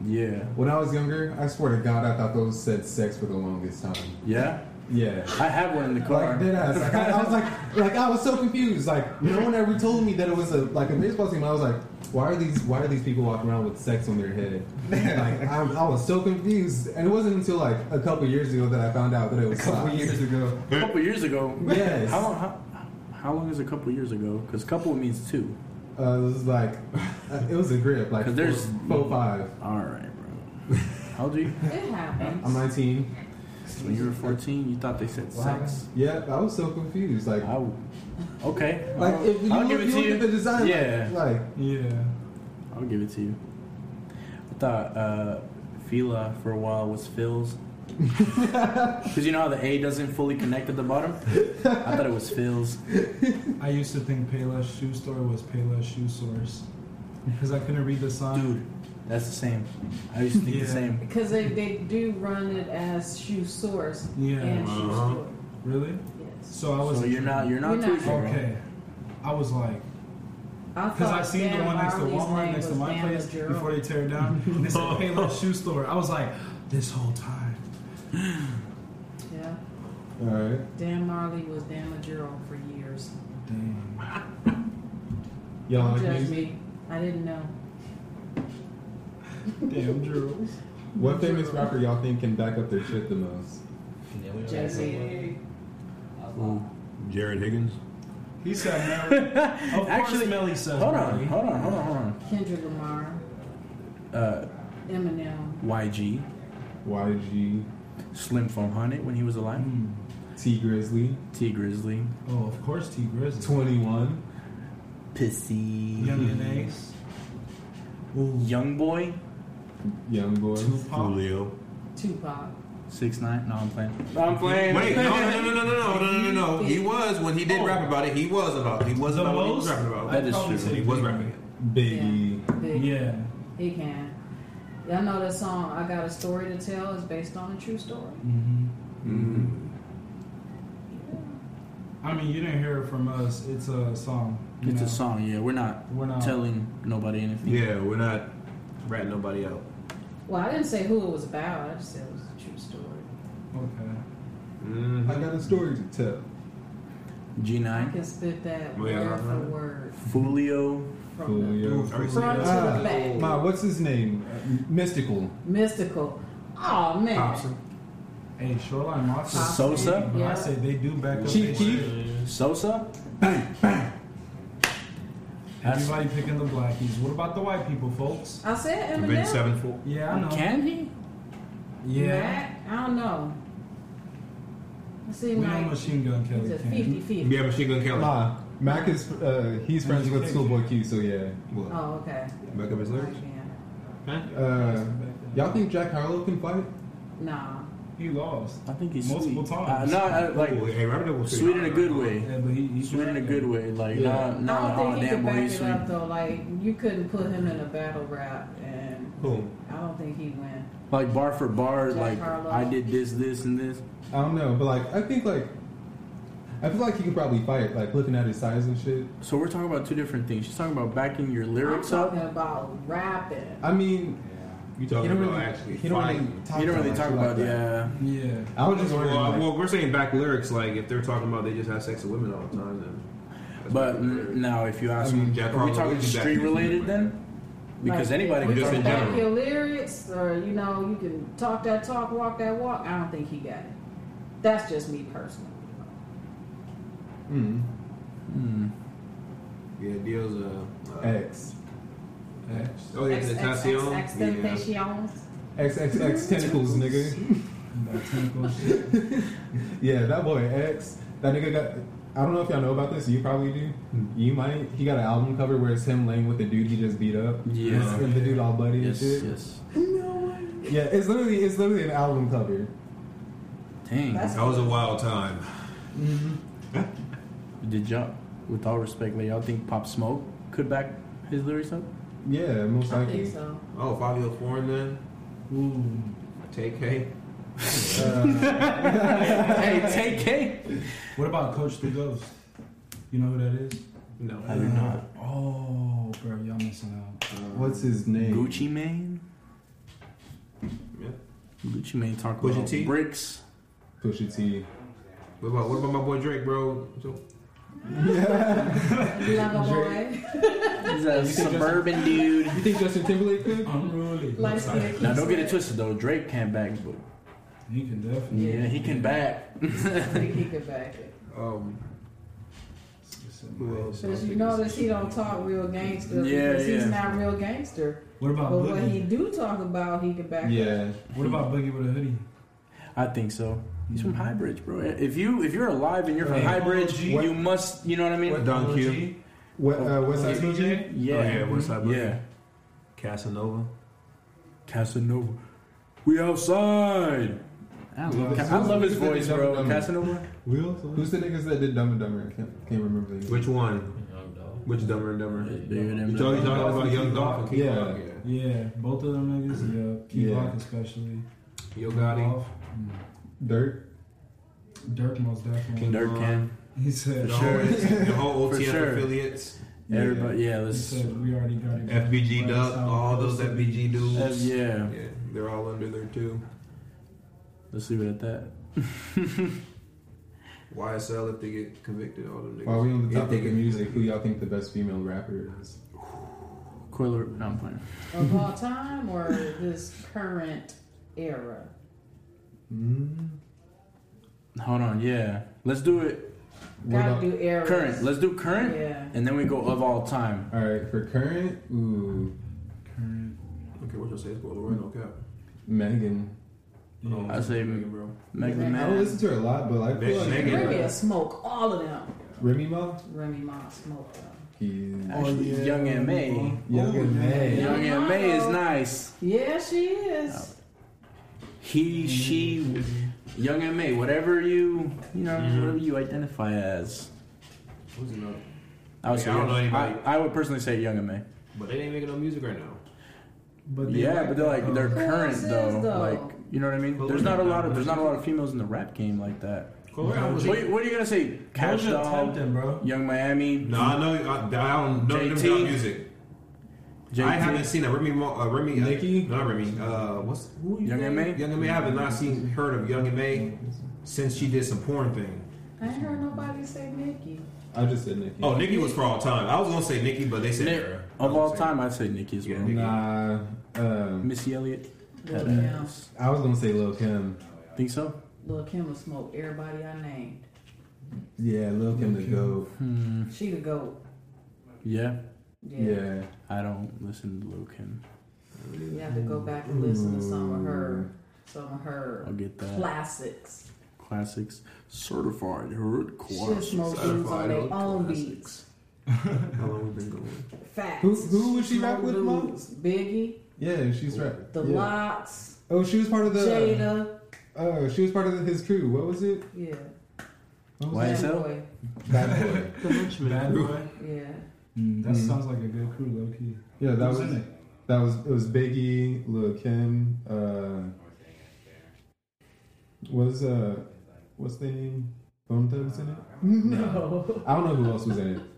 Speaker 4: Yeah,
Speaker 1: When I was younger, I swear to God, I thought those said sex for the longest time.
Speaker 4: yeah.
Speaker 1: Yeah.
Speaker 4: I have one in the
Speaker 1: Like
Speaker 4: car.
Speaker 1: dead ass. Like, I, I was like, like I was so confused. Like no one ever told me that it was a like a baseball team. I was like, why are these why are these people walking around with sex on their head? Like I, I was so confused, and it wasn't until like a couple years ago that I found out that it was a couple years ago.
Speaker 4: a couple years ago.
Speaker 1: Yes.
Speaker 4: How long? How, how long is a couple years ago? Because couple means two.
Speaker 1: Uh, it was like uh, it was a grip. Like
Speaker 4: 'Cause there's-
Speaker 1: four, four five.
Speaker 4: All right, bro. How old are you?
Speaker 7: It happens.
Speaker 1: I'm 19.
Speaker 4: When you were fourteen, you thought they said sex.
Speaker 1: Yeah, I was so confused. Like,
Speaker 4: I w okay.
Speaker 1: like if you
Speaker 4: I'll
Speaker 1: look,
Speaker 4: give it
Speaker 1: you
Speaker 4: to
Speaker 1: look
Speaker 4: you.
Speaker 1: at the design,
Speaker 4: Yeah.
Speaker 1: like, like
Speaker 2: Yeah.
Speaker 4: I'll give it to you. I thought uh, Fila for a while was Phil's. Because you know how the A doesn't fully connect at the bottom? I thought it was Phil's.
Speaker 2: I used to think Payless Shoe Store was Payless Shoe Source because I couldn't read the sign.
Speaker 4: Dude, that's the same. I used to think the
Speaker 2: Yeah.
Speaker 4: same.
Speaker 7: Because they, they do run it as shoe source
Speaker 2: Yeah.
Speaker 7: and shoe
Speaker 3: Uh-huh.
Speaker 7: store.
Speaker 2: Really?
Speaker 7: Yes.
Speaker 2: So I was.
Speaker 4: So you're not, you're not
Speaker 7: You're not.
Speaker 4: Tucci, bro.
Speaker 2: Okay. I was like,
Speaker 7: I
Speaker 2: because I
Speaker 7: thought
Speaker 2: seen the
Speaker 7: Dan
Speaker 2: one next to
Speaker 7: Barley's
Speaker 2: Walmart
Speaker 7: name
Speaker 2: next to
Speaker 7: was
Speaker 2: my
Speaker 7: Dan
Speaker 2: place
Speaker 7: Gerald.
Speaker 2: before they tear it down. And it said Payless Shoe Store. I was like, this whole time.
Speaker 7: Yeah.
Speaker 1: all right.
Speaker 7: Dan Marley was Dan Majuro for years.
Speaker 2: Damn.
Speaker 3: Uh,
Speaker 1: Y'all
Speaker 7: Don't
Speaker 1: like
Speaker 7: judge
Speaker 1: music?
Speaker 7: me. I didn't know.
Speaker 2: Damn drills.
Speaker 1: What famous rapper y'all think can back up their shit the most?
Speaker 7: Jay Z.
Speaker 3: Jared Higgins.
Speaker 2: He said Melly. Of
Speaker 4: Actually-
Speaker 2: course Melly says
Speaker 4: Hold on,
Speaker 2: Melly.
Speaker 4: hold on, hold on, hold on.
Speaker 7: Kendrick Lamar.
Speaker 4: Uh,
Speaker 7: Eminem.
Speaker 4: YG,
Speaker 1: YG,
Speaker 4: Slim 400 when he was alive.
Speaker 2: Hmm.
Speaker 1: T Grizzly,
Speaker 4: T Grizzly,
Speaker 2: Oh, of course T Grizzly.
Speaker 1: 21,
Speaker 4: Pissy,
Speaker 2: Young and Ace. Ooh.
Speaker 4: Young Boy,
Speaker 1: Youngboy,
Speaker 2: Tupac.
Speaker 3: Julio.
Speaker 7: Tupac.
Speaker 4: Six Nine. No, I'm playing. No, I'm playing.
Speaker 3: Wait, no, no, no, no, no, no, no, no, no, no. He was when he did rap about it. He was about. He was
Speaker 2: The
Speaker 3: about what he was
Speaker 2: most-
Speaker 3: rapping about.
Speaker 4: That is
Speaker 2: Probably
Speaker 4: true.
Speaker 2: said
Speaker 3: He was rapping it.
Speaker 1: Biggie.
Speaker 7: Big.
Speaker 2: Yeah.
Speaker 7: He can. Y'all know that song, I Got a Story to Tell, is based on a true story?
Speaker 2: Mm-hmm.
Speaker 3: Mm.
Speaker 2: I mean, you didn't hear it from us. It's a song. you
Speaker 4: It's
Speaker 2: know.
Speaker 4: a song, yeah. We're not
Speaker 2: We're not.
Speaker 4: telling nobody anything.
Speaker 3: Yeah, we're not ratting nobody out.
Speaker 7: Well, I didn't say who it was about, I just said it was a true story.
Speaker 2: Okay.
Speaker 3: Mm-hmm.
Speaker 1: I got a story to tell.
Speaker 7: I
Speaker 4: G9.
Speaker 7: can spit that
Speaker 3: Well, yeah,
Speaker 7: word for
Speaker 3: uh-huh.
Speaker 7: word
Speaker 4: Fulio.
Speaker 7: from
Speaker 1: Julio.
Speaker 7: the front to
Speaker 1: Ah,
Speaker 7: the back.
Speaker 1: my, what's his name? Uh, Mystical.
Speaker 7: Mystical. Oh man.
Speaker 3: Thompson.
Speaker 2: Hey, Shoreline Mafia.
Speaker 4: Sosa?
Speaker 2: When
Speaker 7: Yeah.
Speaker 2: I say they do back up.
Speaker 1: Chief
Speaker 2: they
Speaker 1: Keef?
Speaker 2: shit.
Speaker 4: Sosa? That's-
Speaker 2: Everybody picking the blackies. What about the white people, folks?
Speaker 7: I said
Speaker 3: Been
Speaker 7: Eminem.
Speaker 3: seven four.
Speaker 2: Yeah, I know.
Speaker 4: Can he?
Speaker 2: Yeah.
Speaker 7: Mac, I don't know. I see
Speaker 2: We know
Speaker 7: like
Speaker 2: Machine Gun
Speaker 7: he's
Speaker 2: Kelly
Speaker 7: a
Speaker 2: can.
Speaker 7: 50-50.
Speaker 3: Yeah, Machine Gun Kelly.
Speaker 1: Ma, Mac is uh, he's friends with Schoolboy Q, so yeah.
Speaker 3: What?
Speaker 7: Oh, okay.
Speaker 3: Back up his lyrics.
Speaker 1: Uh, y'all think Jack Harlow can fight?
Speaker 7: Nah.
Speaker 2: He lost.
Speaker 4: I think he's
Speaker 2: Multiple
Speaker 4: sweet.
Speaker 2: times.
Speaker 4: Uh, no, I-
Speaker 3: Ooh,
Speaker 4: like
Speaker 3: hey, rap that was
Speaker 4: sweet in a good way.
Speaker 2: Yeah, but he, he
Speaker 4: Sweet in a good way. Like
Speaker 1: Yeah.
Speaker 4: not not
Speaker 7: I don't
Speaker 4: oh
Speaker 7: think he
Speaker 4: damn
Speaker 7: could
Speaker 4: boy
Speaker 7: back
Speaker 4: he's
Speaker 7: it
Speaker 4: sweet.
Speaker 7: up though. Like you couldn't put him in a battle rap and
Speaker 3: Boom.
Speaker 7: I don't think he'd win.
Speaker 4: Like bar for bar,
Speaker 7: Jack
Speaker 4: like
Speaker 7: Harlow.
Speaker 4: I did this, this, and this.
Speaker 1: I don't know, but like I think like I feel like he could probably fight. Like looking at his size and shit.
Speaker 4: So we're talking about two different things. She's talking about backing your lyrics
Speaker 7: I'm
Speaker 4: up.
Speaker 7: talking about rapping.
Speaker 1: I mean,
Speaker 3: You
Speaker 1: he
Speaker 3: talking
Speaker 1: don't
Speaker 3: about
Speaker 1: really
Speaker 3: actually
Speaker 1: he don't really
Speaker 3: fighting?
Speaker 1: talk
Speaker 4: you don't
Speaker 1: that
Speaker 4: really
Speaker 1: much
Speaker 4: talk
Speaker 1: like
Speaker 4: about
Speaker 1: that.
Speaker 4: yeah.
Speaker 2: Yeah.
Speaker 1: I was just wondering.
Speaker 3: Well, uh,
Speaker 1: like,
Speaker 3: well, we're saying back lyrics. Like if they're talking about they just have sex with women all the time, then. that's
Speaker 4: But
Speaker 3: back
Speaker 4: n-
Speaker 3: lyrics.
Speaker 4: now if you ask
Speaker 1: I mean,
Speaker 4: me,
Speaker 3: Jack
Speaker 4: are we
Speaker 3: Harlow
Speaker 4: talking
Speaker 3: would be back
Speaker 4: street
Speaker 3: in his
Speaker 4: related
Speaker 3: lyrics.
Speaker 4: then? Because
Speaker 7: Like,
Speaker 4: anybody
Speaker 7: if
Speaker 4: can
Speaker 7: you
Speaker 3: Just
Speaker 4: talk
Speaker 3: in
Speaker 7: can
Speaker 4: about
Speaker 7: back
Speaker 3: general.
Speaker 7: your lyrics, or you know, you can talk that talk, walk that walk. I don't think he got it. That's just me personally.
Speaker 1: mm.
Speaker 4: Hmm.
Speaker 3: Yeah, deals. Uh, uh,
Speaker 1: X.
Speaker 2: X.
Speaker 3: oh yeah,
Speaker 7: X, X, X,
Speaker 3: Tentacion.
Speaker 7: X,
Speaker 3: Yeah.
Speaker 7: Temptations.
Speaker 1: X, X, X tentacles, nigga.
Speaker 2: That tentacle shit.
Speaker 1: Yeah, that boy X. That nigga got. I don't know if y'all know about this. You probably do. You might. He got an album cover where it's him laying with the dude he just beat up.
Speaker 4: Yeah.
Speaker 1: And the dude all bloody
Speaker 4: Yes.
Speaker 1: and shit.
Speaker 4: Yes.
Speaker 1: Yeah, it's literally it's literally an album cover.
Speaker 4: Dang.
Speaker 7: That's
Speaker 3: That was a wild time.
Speaker 4: Did y'all, with all respect, like y'all think Pop Smoke could back his lyrics up?
Speaker 1: Yeah, most
Speaker 7: I think
Speaker 1: likely.
Speaker 7: so.
Speaker 3: Oh, Fabio Foreign then.
Speaker 2: Ooh.
Speaker 3: Take K.
Speaker 1: Uh,
Speaker 4: hey, take K.
Speaker 2: What about Coach the Ghost? You know who that is?
Speaker 3: No. Uh,
Speaker 4: I do not.
Speaker 2: Oh, bro, y'all missing out.
Speaker 1: what's his name?
Speaker 4: Gucci Mane.
Speaker 3: Yeah.
Speaker 4: Gucci Mane talk
Speaker 3: Pusha
Speaker 4: about
Speaker 3: T?
Speaker 4: bricks.
Speaker 1: Pusha T.
Speaker 3: What about what about my boy Drake, bro? So,
Speaker 7: Love a boy.
Speaker 4: He's a suburban dude.
Speaker 1: You think Justin Timberlake could?
Speaker 2: Unruly.
Speaker 7: Light skin.
Speaker 4: Now don't get it twisted though. Drake can't back, but
Speaker 2: He can definitely.
Speaker 4: yeah, he can back.
Speaker 7: I think he could back it.
Speaker 3: um, who else?
Speaker 7: Because you notice he don't talk real gangster.
Speaker 4: Yeah,
Speaker 7: because He's
Speaker 4: yeah.
Speaker 7: not real gangster.
Speaker 2: What
Speaker 3: Oh,
Speaker 2: about
Speaker 7: But what he
Speaker 2: Boogie?
Speaker 7: do talk about, he could back up.
Speaker 1: Yeah.
Speaker 2: What about Boogie with a hoodie?
Speaker 4: I think so. He's from High Bridge, bro. If you if you're alive and you're from
Speaker 1: Hey,
Speaker 4: High Bridge,
Speaker 2: OG.
Speaker 4: you must. You know what I mean?
Speaker 3: What Don
Speaker 2: OG?
Speaker 3: Q?
Speaker 1: What, uh, what's that?
Speaker 2: OG?
Speaker 4: Yeah.
Speaker 3: Oh, yeah, Westside Boogie.
Speaker 4: Yeah.
Speaker 3: Casanova.
Speaker 4: Casanova. We outside. I love, I love his voice, bro. Casanova.
Speaker 1: Who's the niggas that did Dumb and Dumber? I can't, can't remember the name.
Speaker 3: Which one?
Speaker 6: Young dog.
Speaker 3: Which Dumber and Dumber? You
Speaker 4: Dude,
Speaker 3: talking, you talking about Young Dolph and Kid
Speaker 1: Yeah.
Speaker 3: Rock,
Speaker 2: Yeah, both of them niggas. Yeah, Key
Speaker 1: Yeah.
Speaker 2: Lock especially.
Speaker 3: yeah. Yo Gotti.
Speaker 2: Dolph.
Speaker 1: Dirt.
Speaker 2: Dirk most definitely.
Speaker 4: Dirk can.
Speaker 2: He said,
Speaker 3: The
Speaker 2: he
Speaker 3: whole, the whole
Speaker 4: For
Speaker 3: OTF
Speaker 4: sure.
Speaker 3: affiliates.
Speaker 1: Yeah.
Speaker 4: Everybody, yeah, let's.
Speaker 2: said we already got it.
Speaker 3: FBG
Speaker 2: Right,
Speaker 3: Duck.
Speaker 2: so-
Speaker 3: All those FBG
Speaker 4: uh,
Speaker 3: dudes.
Speaker 4: yeah,
Speaker 3: Yeah, they're all under there too.
Speaker 4: let's leave it at that.
Speaker 3: YSL if they get convicted, all them niggas.
Speaker 1: While we on the
Speaker 3: If
Speaker 1: topic
Speaker 3: get-
Speaker 1: of music, who y'all think the best female rapper is?
Speaker 4: Coiler, no, I'm playing.
Speaker 7: Of all time or this current era? Mm-hmm.
Speaker 1: Mm.
Speaker 4: Hold on, yeah, let's do it
Speaker 1: What
Speaker 7: Gotta
Speaker 1: about,
Speaker 7: do eras.
Speaker 4: current. Let's do current,
Speaker 7: Yeah.
Speaker 4: and then we go of all time.
Speaker 1: all right, for current, ooh,
Speaker 2: Current.
Speaker 3: Okay, what you say? It's called Lorraine, no cap.
Speaker 1: Megan.
Speaker 2: Yeah.
Speaker 3: Um,
Speaker 4: I say-
Speaker 3: Megan, bro.
Speaker 4: Meg the
Speaker 7: Yeah.
Speaker 1: I don't
Speaker 4: Man.
Speaker 1: listen to her a lot, but like, I feel like
Speaker 3: Megan.
Speaker 1: Megan.
Speaker 7: Remy will smoke all of them.
Speaker 1: Remy Ma.
Speaker 7: Remy Ma smoke them.
Speaker 1: He's
Speaker 4: Actually, Young and May.
Speaker 1: young and mad.
Speaker 7: Yeah.
Speaker 4: Young and May is nice.
Speaker 7: Yeah, she is.
Speaker 4: He, she, Young and May, whatever you, you know, whatever you identify as.
Speaker 3: Who's another?
Speaker 4: I would
Speaker 3: Yeah,
Speaker 4: say,
Speaker 3: I don't know
Speaker 4: Young-
Speaker 3: anybody.
Speaker 4: I, I would personally say Young and May.
Speaker 3: But they ain't making no music right now.
Speaker 2: But they
Speaker 4: Yeah,
Speaker 2: like
Speaker 4: but they're like
Speaker 2: that,
Speaker 4: they're
Speaker 2: though.
Speaker 7: Who
Speaker 4: current
Speaker 7: else is,
Speaker 4: though.
Speaker 7: though?
Speaker 4: Like you know what I mean?
Speaker 3: Who
Speaker 4: There's
Speaker 3: is
Speaker 4: not a
Speaker 3: it?
Speaker 4: lot of there's not a lot of females in the rap game like that.
Speaker 3: Lorraine was-
Speaker 4: What, what are you gonna say? Cash
Speaker 2: Doja
Speaker 4: Doll,
Speaker 2: Tempting, bro.
Speaker 4: Young Miami,
Speaker 3: No, I know. I, I don't know them
Speaker 4: JT.
Speaker 3: drop music.
Speaker 4: JT,
Speaker 3: I haven't seen that. Remy, Mo- uh, Remy, uh,
Speaker 1: Nicki?
Speaker 3: not Remy. Uh, what's who? you
Speaker 4: Young
Speaker 3: think?
Speaker 4: and May?
Speaker 3: Young and May. I have not seen heard of Young and May since she did some porn thing.
Speaker 7: I ain't heard nobody say Nicki.
Speaker 1: I just said Nicki.
Speaker 3: Oh, Nikki was for all time. I was gonna say Nikki, but they said
Speaker 4: Nick,
Speaker 3: her. I
Speaker 4: of
Speaker 3: was
Speaker 4: all
Speaker 3: gonna say-
Speaker 4: time, I'd say Nicki as
Speaker 3: Yeah,
Speaker 4: well.
Speaker 3: Nicki.
Speaker 1: Nah, um,
Speaker 4: Missy Elliott,
Speaker 7: Lil
Speaker 4: That
Speaker 7: Kim.
Speaker 4: ass.
Speaker 1: I was gonna say Lil Kim.
Speaker 4: think so?
Speaker 7: Lil Kim will smoke everybody I named.
Speaker 1: Yeah, Lil Kim the go.
Speaker 4: Hmm.
Speaker 7: She the goat.
Speaker 4: Yeah,
Speaker 7: Yeah.
Speaker 1: Yeah.
Speaker 4: I don't listen to Lil Kim.
Speaker 7: You have to go back and listen to some of her, some of her
Speaker 4: I'll get that.
Speaker 7: classics.
Speaker 4: Classics, certified hood
Speaker 7: She smokes dudes on
Speaker 3: Certified
Speaker 7: their
Speaker 3: old
Speaker 7: own
Speaker 3: classics.
Speaker 7: beats.
Speaker 3: How long we been going?
Speaker 7: Facts.
Speaker 1: Who- who was she rap with, Mom?
Speaker 7: Dudes. Biggie,
Speaker 1: Yeah, she's right.
Speaker 7: The
Speaker 1: yeah.
Speaker 7: Locks,
Speaker 1: Oh, she was part of the.
Speaker 7: Jada.
Speaker 1: Oh, she was part of his crew. What was it?
Speaker 7: Yeah.
Speaker 1: What was
Speaker 4: Why
Speaker 7: Bad
Speaker 4: is that?
Speaker 7: boy.
Speaker 1: it? Bad boy.
Speaker 2: Bad boy.
Speaker 7: Yeah.
Speaker 2: Mm,
Speaker 4: Mm-hmm.
Speaker 2: that
Speaker 1: Mm.
Speaker 2: sounds like a good crew, low key.
Speaker 1: Yeah, that
Speaker 2: Who's
Speaker 1: was
Speaker 2: in it?
Speaker 1: that was it was Biggie, Lil Kim. Uh, was uh, what's the name? Bone Thugs in it?
Speaker 7: No.
Speaker 1: I don't know who else was in it.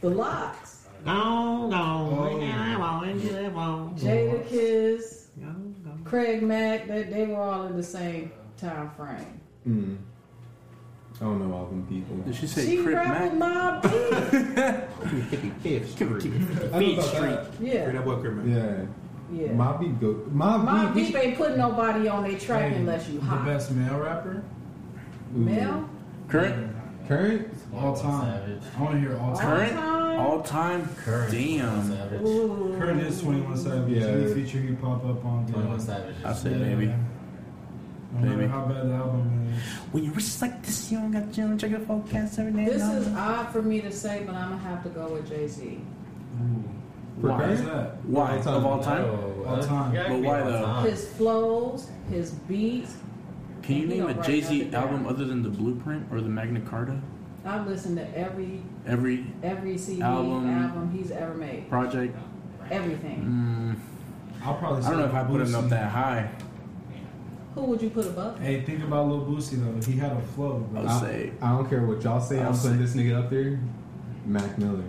Speaker 7: The Locks,
Speaker 8: No, no,
Speaker 2: Oh.
Speaker 8: yeah, I won't, yeah, I won't.
Speaker 7: Jada Kiss,
Speaker 8: No, no.
Speaker 7: Craig Mack. They, they were all in the same time frame.
Speaker 1: Mm. I don't know all them people.
Speaker 4: Did she say
Speaker 7: She
Speaker 4: Crip
Speaker 7: rap with
Speaker 4: Mac?
Speaker 7: Mob Deep.
Speaker 1: I know about that.
Speaker 3: Bring
Speaker 7: Yeah.
Speaker 3: that boy Kermit.
Speaker 1: Yeah,
Speaker 7: Yeah.
Speaker 1: Mob Deep go. Mob,
Speaker 7: Mob
Speaker 1: Deep.
Speaker 7: Deep ain't putting nobody on their track
Speaker 2: Hey,
Speaker 7: unless you
Speaker 2: The
Speaker 7: hot.
Speaker 2: best male rapper?
Speaker 1: Ooh.
Speaker 7: Mel?
Speaker 4: Current?
Speaker 1: Current?
Speaker 2: All time.
Speaker 6: Savage.
Speaker 2: I want to hear all time.
Speaker 4: Current?
Speaker 7: time.
Speaker 4: All time?
Speaker 6: Current.
Speaker 4: Damn.
Speaker 6: 21 Savage.
Speaker 7: Ooh.
Speaker 2: Current is 21 Savage.
Speaker 1: Yeah.
Speaker 2: Any feature you pop up on.
Speaker 6: 21 Savage.
Speaker 4: I
Speaker 6: is-
Speaker 4: say baby.
Speaker 2: No matter
Speaker 4: Baby.
Speaker 2: how bad the album is.
Speaker 4: When you're rich like this, you don't got you don't check your forecast every day.
Speaker 7: This
Speaker 4: no.
Speaker 7: is odd for me to say, but I'm gonna have to go with Jay Z.
Speaker 1: For
Speaker 4: Why?
Speaker 2: Who's
Speaker 1: current?
Speaker 2: that?
Speaker 4: why
Speaker 1: All time.
Speaker 4: of all time.
Speaker 6: No,
Speaker 2: All
Speaker 6: uh,
Speaker 2: time.
Speaker 6: yeah, it
Speaker 4: But
Speaker 6: could be
Speaker 4: why
Speaker 6: all
Speaker 4: though?
Speaker 2: Uh.
Speaker 6: time.
Speaker 7: His flows, his beats.
Speaker 4: Can you
Speaker 7: He
Speaker 4: name
Speaker 7: gonna
Speaker 4: a
Speaker 7: write
Speaker 4: Jay Z
Speaker 7: nothing down.
Speaker 4: album other than the Blueprint or the Magna Carta?
Speaker 7: I've listened to every
Speaker 4: Every
Speaker 7: every CD
Speaker 4: Album.
Speaker 7: album, he's ever made.
Speaker 4: project.
Speaker 7: Everything.
Speaker 4: Mm,
Speaker 2: I'll probably.
Speaker 4: I don't
Speaker 2: say
Speaker 4: know if I put
Speaker 2: Lil
Speaker 4: him up
Speaker 2: Boosie.
Speaker 4: that high. Mm.
Speaker 7: Who would you put above? him?
Speaker 2: Hey, think about Lil Boosie though. He had a flow.
Speaker 4: I
Speaker 2: Bro.
Speaker 4: would say
Speaker 1: I don't care what y'all say. I'm
Speaker 4: I'll
Speaker 1: putting this nigga up there. Mac Miller.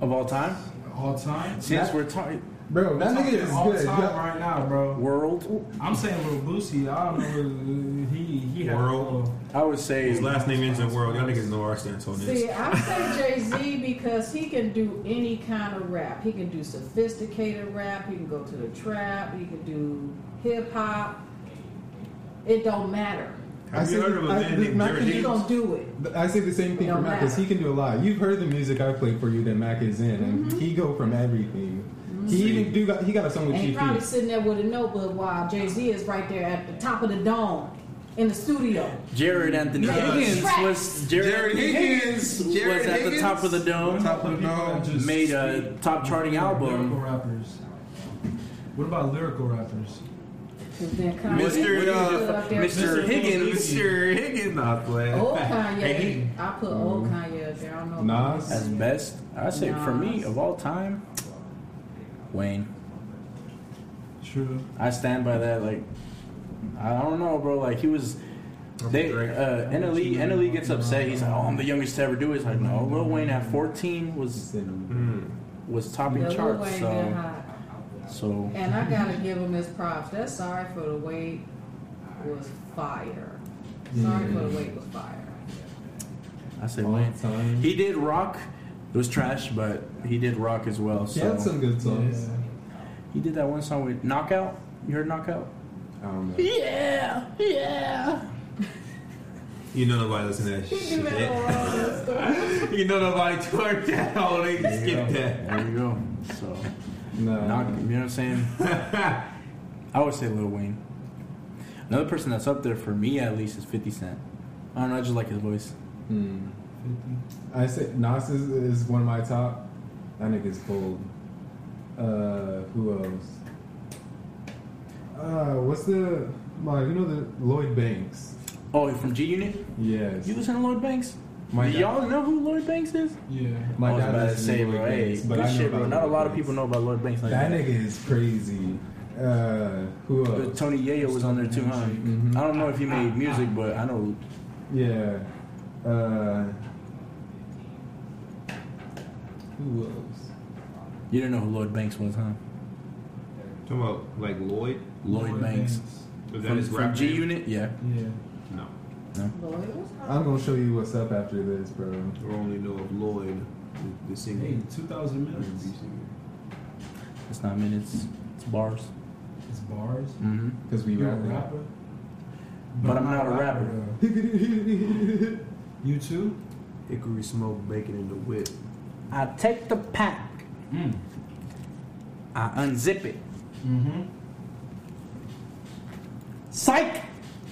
Speaker 4: of all time.
Speaker 2: All time.
Speaker 4: Since
Speaker 1: That-
Speaker 4: we're talking
Speaker 1: Bro, that nigga
Speaker 2: Talking
Speaker 1: is
Speaker 2: all
Speaker 1: good.
Speaker 2: time
Speaker 1: Y'all-
Speaker 2: right now, bro.
Speaker 4: world,
Speaker 2: I'm saying Lil Boosie. I don't know. He he had
Speaker 3: World.
Speaker 4: I would say
Speaker 3: His last name ends in world. Y'all niggas know our stance on this.
Speaker 7: See, I say Jay Z because he can do any kind of rap. He can do sophisticated rap. He can go to the trap. He can do hip hop. It don't matter.
Speaker 1: I
Speaker 3: Have
Speaker 1: see-
Speaker 3: you heard of a
Speaker 1: I-
Speaker 3: man named
Speaker 1: Mac and
Speaker 3: Jerry
Speaker 7: He
Speaker 1: He's-
Speaker 3: Davis?
Speaker 7: gonna do it.
Speaker 1: Th- I say the same thing
Speaker 7: It
Speaker 1: for
Speaker 7: don't
Speaker 1: Mac because
Speaker 7: matter.
Speaker 1: he can do a lot. You've heard the music I played for you that Mac is in, and
Speaker 7: Mm-hmm.
Speaker 1: he go from everything. He even do got he got a song with
Speaker 7: And he
Speaker 1: Chief
Speaker 7: probably
Speaker 1: Keef.
Speaker 7: sitting there with a notebook while Jay Z is right there at the top of the dome in the studio.
Speaker 4: Jared Anthony
Speaker 7: Yeah.
Speaker 4: Higgins
Speaker 7: Tracks.
Speaker 4: was Jared,
Speaker 3: Jared
Speaker 4: Anthony
Speaker 3: Higgins.
Speaker 4: was
Speaker 3: Jared
Speaker 4: at the
Speaker 3: Higgins.
Speaker 4: top of the dome.
Speaker 3: Top of the dome.
Speaker 4: Made a top charting
Speaker 2: Lyrical
Speaker 4: album.
Speaker 2: rappers. What about lyrical rappers?
Speaker 7: And then Kanye
Speaker 3: Mr.,
Speaker 7: West
Speaker 3: uh,
Speaker 7: stood up there.
Speaker 4: Mr. Higgins.
Speaker 3: Mr. Higgins, not playing.
Speaker 7: Old
Speaker 3: And he-
Speaker 7: Kanye. I put old Kanye up there. I don't know.
Speaker 1: Nas.
Speaker 4: As best, I say for me
Speaker 7: Nas.
Speaker 4: of all time, Wayne.
Speaker 2: True.
Speaker 4: I stand by that. Like, I don't know, bro. Like he was. They uh, NLE NLE gets upset. He's like, "Oh, I'm the youngest to ever do it." He's like, "No, Lil Wayne at 14 was
Speaker 3: Hmm.
Speaker 4: was topping
Speaker 7: Yeah, Lil
Speaker 4: charts."
Speaker 7: Wayne been
Speaker 4: So,
Speaker 7: hot.
Speaker 4: so
Speaker 7: And I gotta give him his props. That sorry for the wait was fire. Sorry for the wait was fire.
Speaker 4: I say
Speaker 1: All
Speaker 4: Wayne.
Speaker 1: time.
Speaker 4: He did rock. It was trash, but he did rock as well.
Speaker 1: He had
Speaker 4: So
Speaker 1: some good songs.
Speaker 4: he did that one song with Knockout. You heard Knockout?
Speaker 1: I don't know.
Speaker 4: Yeah, yeah.
Speaker 3: You know nobody listen to that
Speaker 7: He do
Speaker 3: shit.
Speaker 7: that all over the store.
Speaker 3: You know nobody twerk that. Oh, they skip that.
Speaker 4: There you go. So,
Speaker 1: No.
Speaker 4: knock, you know what I'm saying? I would say Lil Wayne. Another person that's up there for me, at least, is 50 Cent. I don't know. I just like his voice.
Speaker 1: Hmm.
Speaker 2: 50.
Speaker 1: I say Nas is, is one of my top. That nigga's cold. Uh, who else? Uh, what's the like? You know the Lloyd Banks.
Speaker 4: Oh, you're from G Unit.
Speaker 1: Yes.
Speaker 4: You listen to Lloyd Banks?
Speaker 1: My
Speaker 4: Do
Speaker 1: dad-
Speaker 4: y'all know who Lloyd Banks is?
Speaker 2: Yeah.
Speaker 1: My
Speaker 4: I was
Speaker 1: dad
Speaker 4: about to
Speaker 1: listens
Speaker 4: say,
Speaker 1: Lloyd
Speaker 4: bro. Hey,
Speaker 1: Banks, but
Speaker 4: good
Speaker 1: I know
Speaker 4: shit, bro.
Speaker 1: about
Speaker 4: Not a
Speaker 1: Lloyd
Speaker 4: lot of
Speaker 1: Banks.
Speaker 4: people know about Lloyd Banks. Like
Speaker 1: That
Speaker 4: that
Speaker 1: nigga is crazy. Uh, who
Speaker 4: Uh,
Speaker 1: else?
Speaker 4: Tony Yayo was on there too, huh?
Speaker 1: Mhm.
Speaker 4: I don't know if he made music, but I know
Speaker 1: Yeah. Uh, who else?
Speaker 4: you didn't know who Lloyd Banks was, huh?
Speaker 3: Talking about like Lloyd.
Speaker 4: Lloyd, Banks.
Speaker 3: Is that
Speaker 4: From,
Speaker 3: his
Speaker 4: from
Speaker 3: rap
Speaker 4: G
Speaker 3: name?
Speaker 4: Unit? Yeah.
Speaker 2: Yeah.
Speaker 3: No,
Speaker 7: Boy, it was hot.
Speaker 1: I'm gonna show you what's up after this, bro.
Speaker 3: we only know of Lloyd, the, the singer.
Speaker 2: Hey, 2,000 minutes.
Speaker 3: R&B singer.
Speaker 4: It's not minutes, it's bars.
Speaker 2: It's bars.
Speaker 4: hmm
Speaker 1: Because we
Speaker 2: You're a
Speaker 1: rap.
Speaker 2: rapper.
Speaker 4: But I'm not a rapper.
Speaker 2: though. You too?
Speaker 3: Hickory smoked bacon in the whip.
Speaker 4: I take the pack,
Speaker 2: Mm.
Speaker 4: I unzip it.
Speaker 2: Mm-hmm.
Speaker 4: Psych!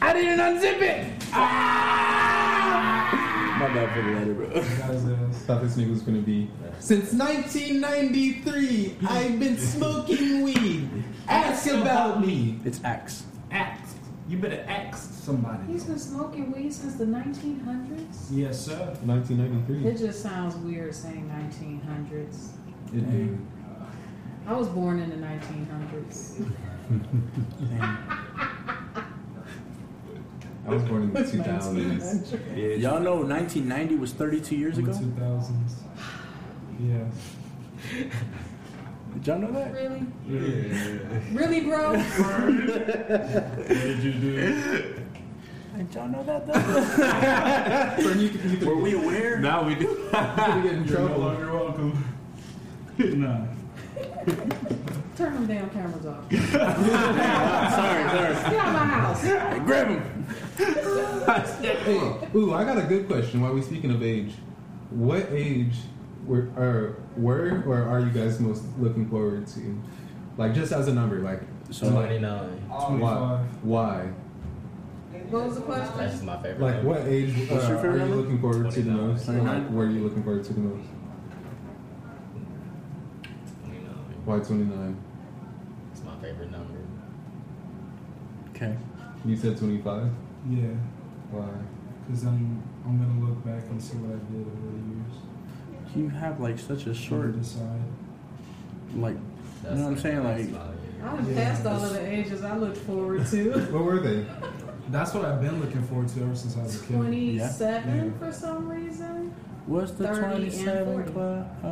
Speaker 4: I didn't unzip it! Ah! My bad for the letter, bro.
Speaker 2: Guys, ass.
Speaker 1: Thought this nigga was gonna be. Since 1993, I've been smoking weed. Ask about me.
Speaker 4: It's Axe.
Speaker 2: Ask. You better ask somebody.
Speaker 7: He's been smoking weed since the 1900s.
Speaker 2: Yes, sir.
Speaker 1: 1993.
Speaker 7: It just sounds weird saying 1900s.
Speaker 1: It did.
Speaker 7: I was born in the 1900s.
Speaker 1: I was born in the 2000s.
Speaker 3: Yeah,
Speaker 4: Y'all know 1990 was 32 years
Speaker 2: In the
Speaker 4: ago?
Speaker 2: 2000s. Yeah.
Speaker 4: Did y'all know that?
Speaker 7: Really?
Speaker 3: yeah.
Speaker 7: Really, bro?
Speaker 4: Did y'all know that? though?
Speaker 1: Friend, you, you could
Speaker 4: Were we aware?
Speaker 3: Now we do.
Speaker 1: get in
Speaker 2: You're no
Speaker 1: trouble.
Speaker 2: longer welcome. nah.
Speaker 7: Turn them damn cameras off.
Speaker 4: sorry, sorry.
Speaker 7: Get out of my house.
Speaker 4: Hey, grab him!
Speaker 1: Hey, ooh, I got a good question. While we speaking of age, what age were are were or are you guys most looking forward to? Like just as a number, like
Speaker 4: So,
Speaker 1: like,
Speaker 6: 29.
Speaker 1: why? Why?
Speaker 7: What was the question?
Speaker 6: That's my favorite.
Speaker 1: Like what age uh,
Speaker 4: What's your favorite
Speaker 1: are you
Speaker 4: number?
Speaker 1: looking forward to the most? Or, Like,
Speaker 4: 29?
Speaker 1: where are you looking forward to the most?
Speaker 6: 29.
Speaker 1: Why twenty nine?
Speaker 6: It's my favorite number.
Speaker 4: okay.
Speaker 1: You said twenty five.
Speaker 2: Yeah,
Speaker 1: Why?
Speaker 2: because I'm I'm gonna look back and see what I did over the years.
Speaker 4: You have like such a
Speaker 2: To
Speaker 4: short,
Speaker 2: decide.
Speaker 4: like, you know what I'm saying? Like,
Speaker 7: I done passed all of the ages I looked forward to.
Speaker 1: What were they?
Speaker 2: That's what I've been looking forward to ever since I was a kid.
Speaker 7: 27 for some reason.
Speaker 4: what's the
Speaker 7: 30 and 40.
Speaker 4: 27 club? Uh,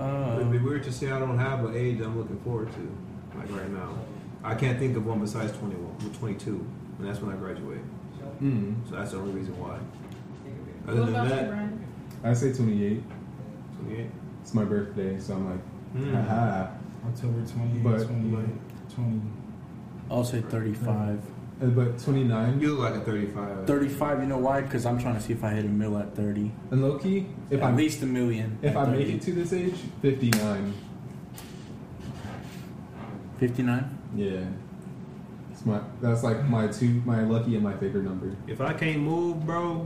Speaker 4: uh,
Speaker 3: It'd
Speaker 4: uh.
Speaker 3: be weird to say I don't have an age I'm looking forward to, like right now. I can't think of one besides 21, 22, and that's when I graduate.
Speaker 1: Hmm.
Speaker 3: So that's the only reason why. Other
Speaker 7: What
Speaker 3: than
Speaker 7: about you,
Speaker 3: that,
Speaker 7: Brandon?
Speaker 1: I say twenty eight.
Speaker 3: 28.
Speaker 1: It's my birthday, so I'm like,
Speaker 3: Hmm.
Speaker 1: haha.
Speaker 2: October 28,
Speaker 1: But-
Speaker 2: 28, 20.
Speaker 4: I'll say 35.
Speaker 1: Uh, But twenty nine.
Speaker 3: You look like a 35.
Speaker 4: 35, you know why? Because I'm trying to see if I hit a mill at 30.
Speaker 1: And low key, if
Speaker 4: At
Speaker 1: I
Speaker 4: least a million.
Speaker 1: if
Speaker 4: at
Speaker 1: I make
Speaker 4: 30.
Speaker 1: it to this age, fifty nine.
Speaker 4: 59?
Speaker 1: Yeah. It's my that's like my two my lucky and my favorite number.
Speaker 3: If I can't move, bro,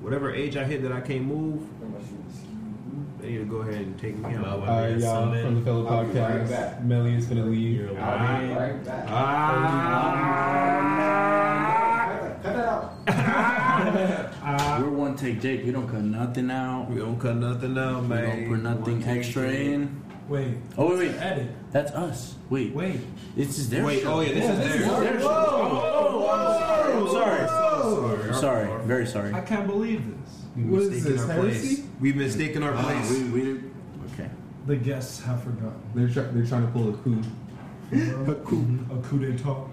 Speaker 3: whatever age I hit that I can't move, they need to go ahead and take me out.
Speaker 1: All right, Uh, y'all from the fellow
Speaker 5: I'll be right
Speaker 1: podcast.
Speaker 5: back.
Speaker 1: Melly is gonna leave.
Speaker 5: Right back.
Speaker 3: Ah,
Speaker 5: Cut that out.
Speaker 1: Uh,
Speaker 4: We're one take, Jake. We don't cut nothing out.
Speaker 3: we don't cut nothing out,
Speaker 4: We
Speaker 3: man.
Speaker 4: don't put nothing extra in.
Speaker 2: Wait,
Speaker 4: Oh, wait, wait.
Speaker 2: edit.
Speaker 4: That's us. Wait.
Speaker 2: Wait.
Speaker 4: It's just their
Speaker 3: Wait,
Speaker 4: show.
Speaker 3: oh yeah, this is there.
Speaker 4: Their show. I'm sorry. I'm sorry. Very sorry.
Speaker 2: I can't believe this.
Speaker 1: What is this?
Speaker 3: Our place.
Speaker 1: Heresy?
Speaker 3: We've mistaken our
Speaker 4: Oh,
Speaker 3: place.
Speaker 4: we, we did. Okay.
Speaker 2: The guests have forgotten.
Speaker 1: They're try- they're trying to pull a coup.
Speaker 2: A coup. A coup d'etat.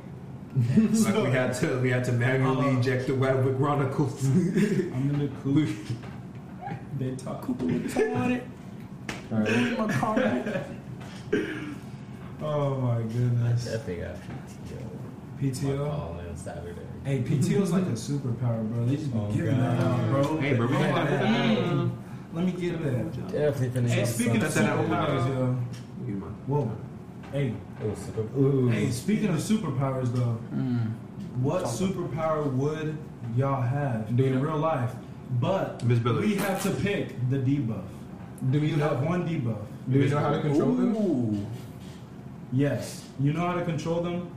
Speaker 3: Like we had to, we had to manually
Speaker 2: Uh-huh.
Speaker 3: eject the web with Chronicles.
Speaker 2: I'm in the coup d'etat.
Speaker 1: All right.
Speaker 2: Oh my
Speaker 6: I
Speaker 2: goodness.
Speaker 6: definitely got PTO. My
Speaker 2: PTO?
Speaker 6: call on Saturday.
Speaker 2: Hey, PTO's like a superpower, bro. They just be
Speaker 6: Oh,
Speaker 2: giving
Speaker 6: God.
Speaker 2: that out, bro.
Speaker 3: Hey, bro, we
Speaker 2: Like,
Speaker 3: got that.
Speaker 2: mm, Let me get that.
Speaker 6: Definitely finished.
Speaker 2: Hey, speaking of
Speaker 3: That's that old
Speaker 2: superpowers,
Speaker 3: guy.
Speaker 2: yo.
Speaker 3: You mind?
Speaker 2: Whoa. Hey,
Speaker 6: it was super.
Speaker 1: Ooh.
Speaker 2: hey, speaking of superpowers, though,
Speaker 4: Hmm.
Speaker 2: what superpower would y'all have
Speaker 1: Do
Speaker 2: in
Speaker 1: you-
Speaker 2: real life? But
Speaker 3: Miss Billy.
Speaker 2: we have to pick the debuff.
Speaker 1: Do we
Speaker 2: You have
Speaker 1: know
Speaker 2: one debuff.
Speaker 1: do we know how to control them?
Speaker 4: Ooh.
Speaker 2: Yes, you know how to control them,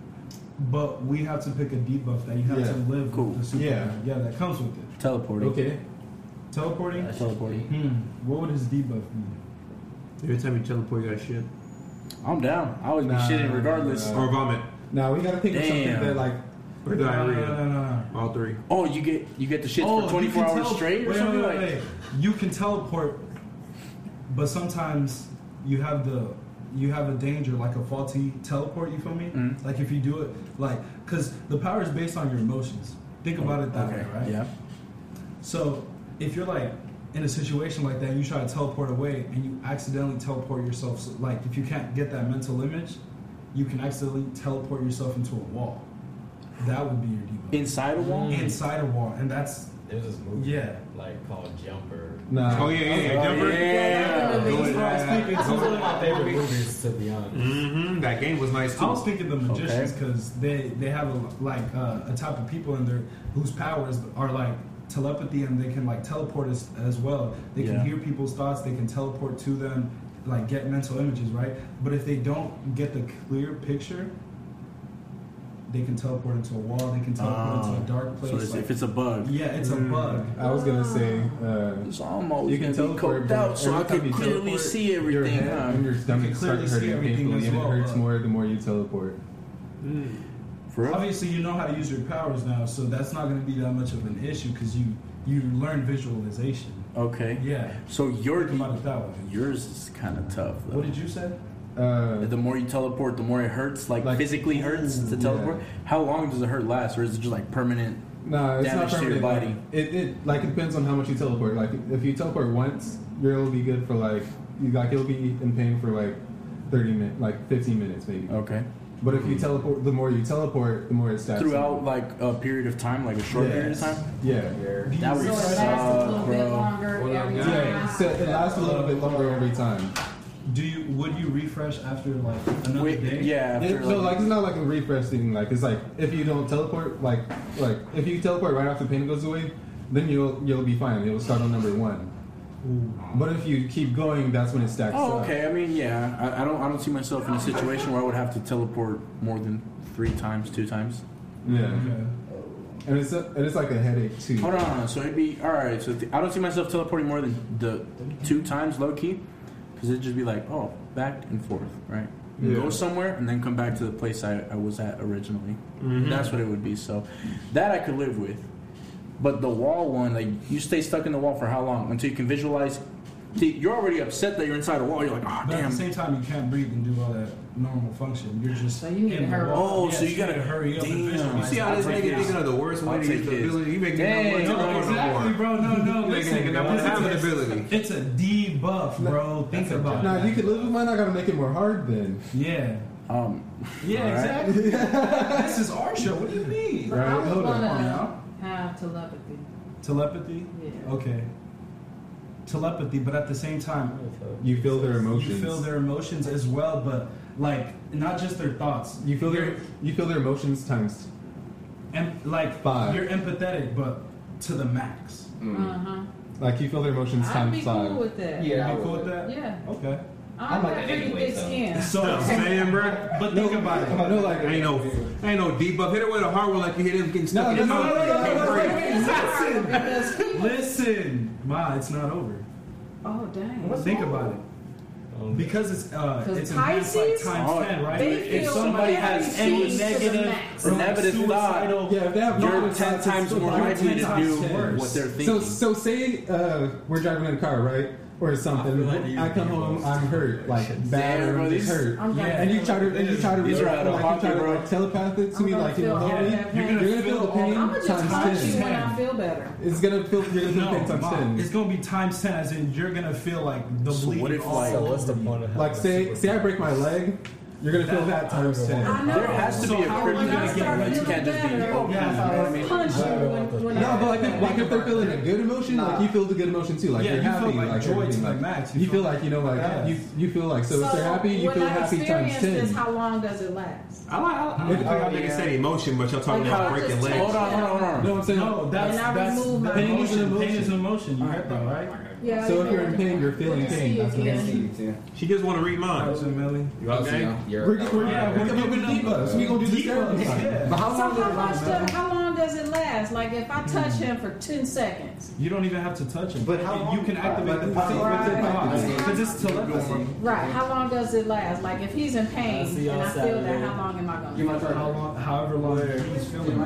Speaker 2: but we have to pick a debuff that you have to
Speaker 1: Yeah,
Speaker 2: live
Speaker 4: cool.
Speaker 2: with. The superpower.
Speaker 1: Yeah.
Speaker 2: yeah, that comes with it.
Speaker 4: Teleporting.
Speaker 1: Okay.
Speaker 2: Teleporting.
Speaker 4: Teleporting.
Speaker 2: Hmm. What would his debuff be?
Speaker 3: Every time you teleport, you got shit
Speaker 4: I'm down. I always be
Speaker 1: Nah,
Speaker 4: shitting regardless.
Speaker 1: nah.
Speaker 3: or vomit
Speaker 1: Now we gotta think of something
Speaker 4: Damn.
Speaker 1: that like
Speaker 2: No,
Speaker 3: or
Speaker 2: no,
Speaker 3: diarrhea.
Speaker 2: no, no, no.
Speaker 3: All three.
Speaker 4: Oh, you get you get the shit
Speaker 2: Oh,
Speaker 4: for
Speaker 2: you
Speaker 4: 24
Speaker 2: can
Speaker 4: hours
Speaker 2: tele-
Speaker 4: straight or
Speaker 2: wait,
Speaker 4: something
Speaker 2: wait,
Speaker 4: like.
Speaker 2: wait. You can teleport, but sometimes you have the you have a danger like a faulty teleport. You feel me?
Speaker 4: Mm.
Speaker 2: Like if you do it like because the power is based on your emotions. Think about it that
Speaker 4: Okay.
Speaker 2: way, right?
Speaker 4: Yeah.
Speaker 2: So if you're like in a situation like that, and you try to teleport away and you accidentally teleport yourself. So, like if you can't get that mental image, you can accidentally teleport yourself into a wall. That would be your debuff.
Speaker 4: Inside a wall.
Speaker 2: Inside a wall, and that's
Speaker 6: There's this movie.
Speaker 2: Yeah.
Speaker 6: Like called Jumper.
Speaker 1: nah.
Speaker 3: Oh yeah, yeah, yeah.
Speaker 4: Oh,
Speaker 3: Denver.
Speaker 4: yeah.
Speaker 7: Yeah.
Speaker 4: Go with that.
Speaker 6: It's one of my favorite movies, to be honest.
Speaker 3: Mm-hmm. That game was nice
Speaker 2: I
Speaker 3: too.
Speaker 2: was thinking the magicians because they they have a, like uh, a type of people in there whose powers are like telepathy and they can like teleport as, as well. They
Speaker 4: Yeah.
Speaker 2: can hear people's thoughts. They can teleport to them, like get mental images, right? But if they don't get the clear picture, they can teleport into a wall. They can teleport
Speaker 4: Oh.
Speaker 2: into a dark
Speaker 4: So
Speaker 2: place.
Speaker 4: it's,
Speaker 2: like-
Speaker 4: if it's a Hmm. bug,
Speaker 2: yeah, it's a bug.
Speaker 1: Mm. I was gonna say uh,
Speaker 4: it's almost
Speaker 1: you can
Speaker 4: gonna be
Speaker 1: teleport
Speaker 4: coked
Speaker 1: but
Speaker 4: out, so
Speaker 1: every
Speaker 4: I
Speaker 1: time
Speaker 4: can
Speaker 1: you
Speaker 4: clearly
Speaker 1: teleport,
Speaker 4: see
Speaker 1: your
Speaker 4: everything.
Speaker 1: head and
Speaker 4: huh?
Speaker 1: your stomach
Speaker 2: can
Speaker 1: start
Speaker 2: clearly see
Speaker 1: hurting
Speaker 2: everything
Speaker 1: painfully,
Speaker 2: as
Speaker 1: and it
Speaker 2: well,
Speaker 1: hurts
Speaker 2: but-
Speaker 1: more the more you teleport.
Speaker 4: Hmm. For real?
Speaker 2: Obviously, you know how to use your powers now, so that's not going to be that much of an issue because you you learn visualization.
Speaker 4: Okay.
Speaker 2: Yeah,
Speaker 4: So your
Speaker 2: think about it that way.
Speaker 4: yours is kind of tough. Though.
Speaker 2: What did you say?
Speaker 1: Uh,
Speaker 4: the more you teleport, the more it hurts. Like,
Speaker 1: Like-
Speaker 4: physically hurts to teleport.
Speaker 1: Yeah.
Speaker 4: How long does the hurt last, or is it just like permanent?
Speaker 1: No, it's not
Speaker 4: damage to your
Speaker 1: permanent.
Speaker 4: body.
Speaker 1: It, it like it depends on how much you teleport. Like if you teleport once, you'll be good
Speaker 4: Oh.
Speaker 1: for like you like you'll be in pain for like thirty minutes, like fifteen minutes maybe.
Speaker 4: Okay.
Speaker 1: But if you teleport, the more you teleport, the more it stacks.
Speaker 4: Throughout like a period of time, like a short period
Speaker 1: Yes.
Speaker 4: of time.
Speaker 1: Yeah.
Speaker 4: That
Speaker 7: So
Speaker 4: would
Speaker 7: it lasts a
Speaker 4: suck,
Speaker 7: little bit
Speaker 4: bro.
Speaker 7: longer
Speaker 3: Well,
Speaker 7: every
Speaker 3: yeah.
Speaker 1: Yeah.
Speaker 7: time.
Speaker 1: So it lasts a little bit longer every time.
Speaker 2: Do you would you refresh after like another
Speaker 4: Wait,
Speaker 2: day?
Speaker 4: yeah,
Speaker 1: It-
Speaker 4: after,
Speaker 1: so
Speaker 4: like,
Speaker 1: like it's not like a refresh thing. Like it's like if you don't teleport, like like if you teleport right after pain goes away, then you'll you'll be fine. It'll start on number one. But if you keep going, that's when it stacks
Speaker 4: oh,
Speaker 1: up.
Speaker 4: okay. I mean, yeah, I, I don't, I don't see myself in a situation where I would have to teleport more than three times, two times.
Speaker 1: Yeah.
Speaker 2: Okay.
Speaker 1: And it's a, and it's like a headache too.
Speaker 4: Hold on, hold on. so it'd be all right. So th- I don't see myself teleporting more than the two times low key, because it'd just be like, oh, back and forth, right?
Speaker 1: Yeah.
Speaker 4: Go somewhere and then come back to the place I, I was at originally.
Speaker 2: Mm-hmm.
Speaker 4: That's what it would be. So that I could live with, but the wall one, like you stay stuck in the wall for how long until you can visualize? See, you're already upset that you're inside a wall. You're like, oh
Speaker 2: But at the
Speaker 4: damn.
Speaker 2: same time, you can't breathe and do all that normal function. You're just
Speaker 7: So you need
Speaker 2: in
Speaker 7: to
Speaker 2: the
Speaker 7: hurry
Speaker 2: wall.
Speaker 4: up. Oh, so you gotta-
Speaker 2: hurry up.
Speaker 4: damn.
Speaker 2: And visualize.
Speaker 3: You see how this
Speaker 2: I'll take
Speaker 3: nigga
Speaker 2: this.
Speaker 3: thinking of the worst
Speaker 4: I'll
Speaker 3: way to
Speaker 4: take
Speaker 3: use the
Speaker 4: this.
Speaker 3: ability? You make
Speaker 4: Dang.
Speaker 3: me
Speaker 2: No,
Speaker 3: no more
Speaker 2: exactly, bro. No, no.
Speaker 3: Nigga,
Speaker 2: Listen,
Speaker 3: nigga, that
Speaker 2: bro.
Speaker 3: one
Speaker 2: It's a-
Speaker 3: have an ability.
Speaker 2: It's a debuff, bro. Think about
Speaker 1: Now
Speaker 2: it.
Speaker 1: you could live with mine. I gotta make it more hard then.
Speaker 2: Yeah.
Speaker 4: Um,
Speaker 2: Yeah,
Speaker 4: All
Speaker 2: exactly. this is our show. What do you mean?
Speaker 7: But I
Speaker 1: Right,
Speaker 7: would
Speaker 1: hold on.
Speaker 7: wanna
Speaker 2: Come on now.
Speaker 7: have telepathy.
Speaker 2: Telepathy?
Speaker 7: Yeah.
Speaker 2: Okay. Telepathy, but at the same time,
Speaker 1: You feel their emotions.
Speaker 2: you feel their emotions as well, but like not just their thoughts.
Speaker 1: You feel their
Speaker 2: You're-
Speaker 1: you feel their emotions times.
Speaker 2: em- like
Speaker 1: Five.
Speaker 2: you're empathetic, but to the max.
Speaker 3: Mm.
Speaker 7: Uh-huh.
Speaker 1: Like you feel their emotions
Speaker 7: I'd
Speaker 1: times
Speaker 7: be
Speaker 1: five.
Speaker 7: cool with that.
Speaker 5: Yeah, I
Speaker 2: you cool
Speaker 5: would.
Speaker 2: with that?
Speaker 7: Yeah.
Speaker 2: Okay.
Speaker 7: I'm,
Speaker 5: I'm like
Speaker 7: got
Speaker 5: that
Speaker 7: pretty
Speaker 5: anyway,
Speaker 7: thick
Speaker 5: though.
Speaker 7: skin.
Speaker 2: So,
Speaker 3: Man, bro.
Speaker 2: but think about it.
Speaker 1: I know, like
Speaker 3: Ain't no, ain't no debuff. Hit her with a hard one like you hit him getting stuck.
Speaker 1: No,
Speaker 3: in
Speaker 1: no,
Speaker 3: the-
Speaker 1: no, no, no, no, no, no,
Speaker 3: Break.
Speaker 2: Listen, listen, ma, it's not over.
Speaker 7: Oh dang.
Speaker 2: think about it.
Speaker 1: Um,
Speaker 2: Because it's uh,
Speaker 7: 'Cause
Speaker 2: it's enhanced,
Speaker 7: Pisces,
Speaker 2: like times
Speaker 4: Oh,
Speaker 2: ten, right?
Speaker 7: they
Speaker 2: if
Speaker 7: feel
Speaker 2: somebody has
Speaker 7: everything
Speaker 2: any
Speaker 7: to the
Speaker 2: negative
Speaker 7: max.
Speaker 2: or like
Speaker 4: Negative thought.
Speaker 2: suicidal-
Speaker 1: Yeah, if they have
Speaker 4: you're
Speaker 1: knowledge,
Speaker 4: ten
Speaker 1: it's
Speaker 4: times
Speaker 1: still
Speaker 4: more
Speaker 1: fine.
Speaker 2: you're
Speaker 4: likely
Speaker 2: 10
Speaker 4: to
Speaker 2: times
Speaker 4: do
Speaker 2: worse.
Speaker 4: what they're thinking.
Speaker 1: So so say uh, we're driving in a car, right? Or something.
Speaker 4: I feel like
Speaker 1: I, come
Speaker 4: you-
Speaker 1: home, I'm hurt, like bad,
Speaker 4: Damn, bro,
Speaker 1: or just
Speaker 4: these-
Speaker 1: hurt.
Speaker 7: I'm
Speaker 2: Yeah.
Speaker 7: gonna
Speaker 1: And you try to and you try to
Speaker 4: These are out
Speaker 1: like,
Speaker 4: of
Speaker 1: you try
Speaker 4: pocket,
Speaker 1: to
Speaker 4: bro.
Speaker 1: like, telepath it to me,
Speaker 7: I'm
Speaker 1: like you
Speaker 7: gonna
Speaker 1: know,
Speaker 7: feel all
Speaker 1: me.
Speaker 7: that
Speaker 1: You're
Speaker 7: pain.
Speaker 1: gonna feel the pain
Speaker 7: I'm gonna just
Speaker 1: times
Speaker 7: punch you
Speaker 1: ten.
Speaker 7: when I feel better.
Speaker 1: It's gonna feel you're gonna feel
Speaker 2: No,
Speaker 1: pain times
Speaker 2: Ma,
Speaker 1: ten.
Speaker 2: it's gonna be times ten, as in you're gonna feel like the
Speaker 4: So
Speaker 2: bleeding.
Speaker 4: what if,
Speaker 2: all
Speaker 4: like-
Speaker 6: So
Speaker 2: over
Speaker 6: what's the
Speaker 2: you.
Speaker 6: point of having
Speaker 1: Like
Speaker 6: a
Speaker 1: say say I break my leg, you're gonna feel that times
Speaker 7: I
Speaker 1: ten.
Speaker 7: know.
Speaker 4: There has to
Speaker 2: So
Speaker 4: be a
Speaker 2: how
Speaker 4: critical
Speaker 2: am I gonna
Speaker 4: thinking,
Speaker 2: get
Speaker 4: right? You
Speaker 7: feeling
Speaker 4: can't just be
Speaker 7: better?
Speaker 4: open.
Speaker 2: Yeah.
Speaker 4: you know what I mean?
Speaker 7: punch you when, when
Speaker 1: No,
Speaker 7: I
Speaker 1: but like if, like if they're feeling a good emotion, like you feel the good emotion too. Like
Speaker 2: Yeah,
Speaker 1: you're
Speaker 2: you feel
Speaker 1: happy,
Speaker 2: like joy to
Speaker 1: everything,
Speaker 2: the
Speaker 1: like,
Speaker 2: max.
Speaker 1: You,
Speaker 2: You
Speaker 1: feel
Speaker 2: feel-
Speaker 1: like you know, like
Speaker 2: Yes.
Speaker 1: you you feel like so, if they're happy, you
Speaker 7: when
Speaker 1: feel
Speaker 7: I
Speaker 1: happy times
Speaker 7: experience
Speaker 1: ten.
Speaker 7: This, how long does it last?
Speaker 3: I like. I, I don't think y'all
Speaker 4: Oh, yeah.
Speaker 3: niggas said emotion, but y'all talking
Speaker 7: Like,
Speaker 3: about
Speaker 7: how-
Speaker 3: breaking
Speaker 7: just-
Speaker 3: legs.
Speaker 4: Hold on, hold on, hold on.
Speaker 1: No, I'm saying
Speaker 2: No, that's
Speaker 7: And I
Speaker 2: that's
Speaker 7: remove my
Speaker 2: pain is
Speaker 1: emotion.
Speaker 2: an emotion. Pain is an emotion. You heard that, right?
Speaker 7: Yeah.
Speaker 1: So
Speaker 7: you
Speaker 1: if you're in
Speaker 7: know.
Speaker 1: pain, you're feeling
Speaker 7: You see
Speaker 1: pain.
Speaker 7: it
Speaker 1: That's what
Speaker 7: again.
Speaker 1: I'm saying.
Speaker 3: She just want to read minds.
Speaker 2: Ultimately.
Speaker 3: You okay?
Speaker 1: We're, we're, we're,
Speaker 2: Yeah, we're
Speaker 1: coming up with
Speaker 2: giving up,
Speaker 1: debuffs. We're gonna do this every time.
Speaker 2: Yeah.
Speaker 7: So how much? does- how long does it last? Like if I touch him for ten seconds,
Speaker 2: You don't even have to touch him.
Speaker 5: But how
Speaker 2: You- you
Speaker 5: long-
Speaker 2: can activate the
Speaker 5: But-
Speaker 2: power with your thoughts
Speaker 7: Right.
Speaker 2: because it's telepathy.
Speaker 7: right? How long does it last? Like if he's in pain
Speaker 6: I see y'all
Speaker 7: and I feel that,
Speaker 6: Saturday.
Speaker 7: how long am I gonna?
Speaker 5: Give my
Speaker 7: feel?
Speaker 5: charger.
Speaker 2: How long, however long he's feeling.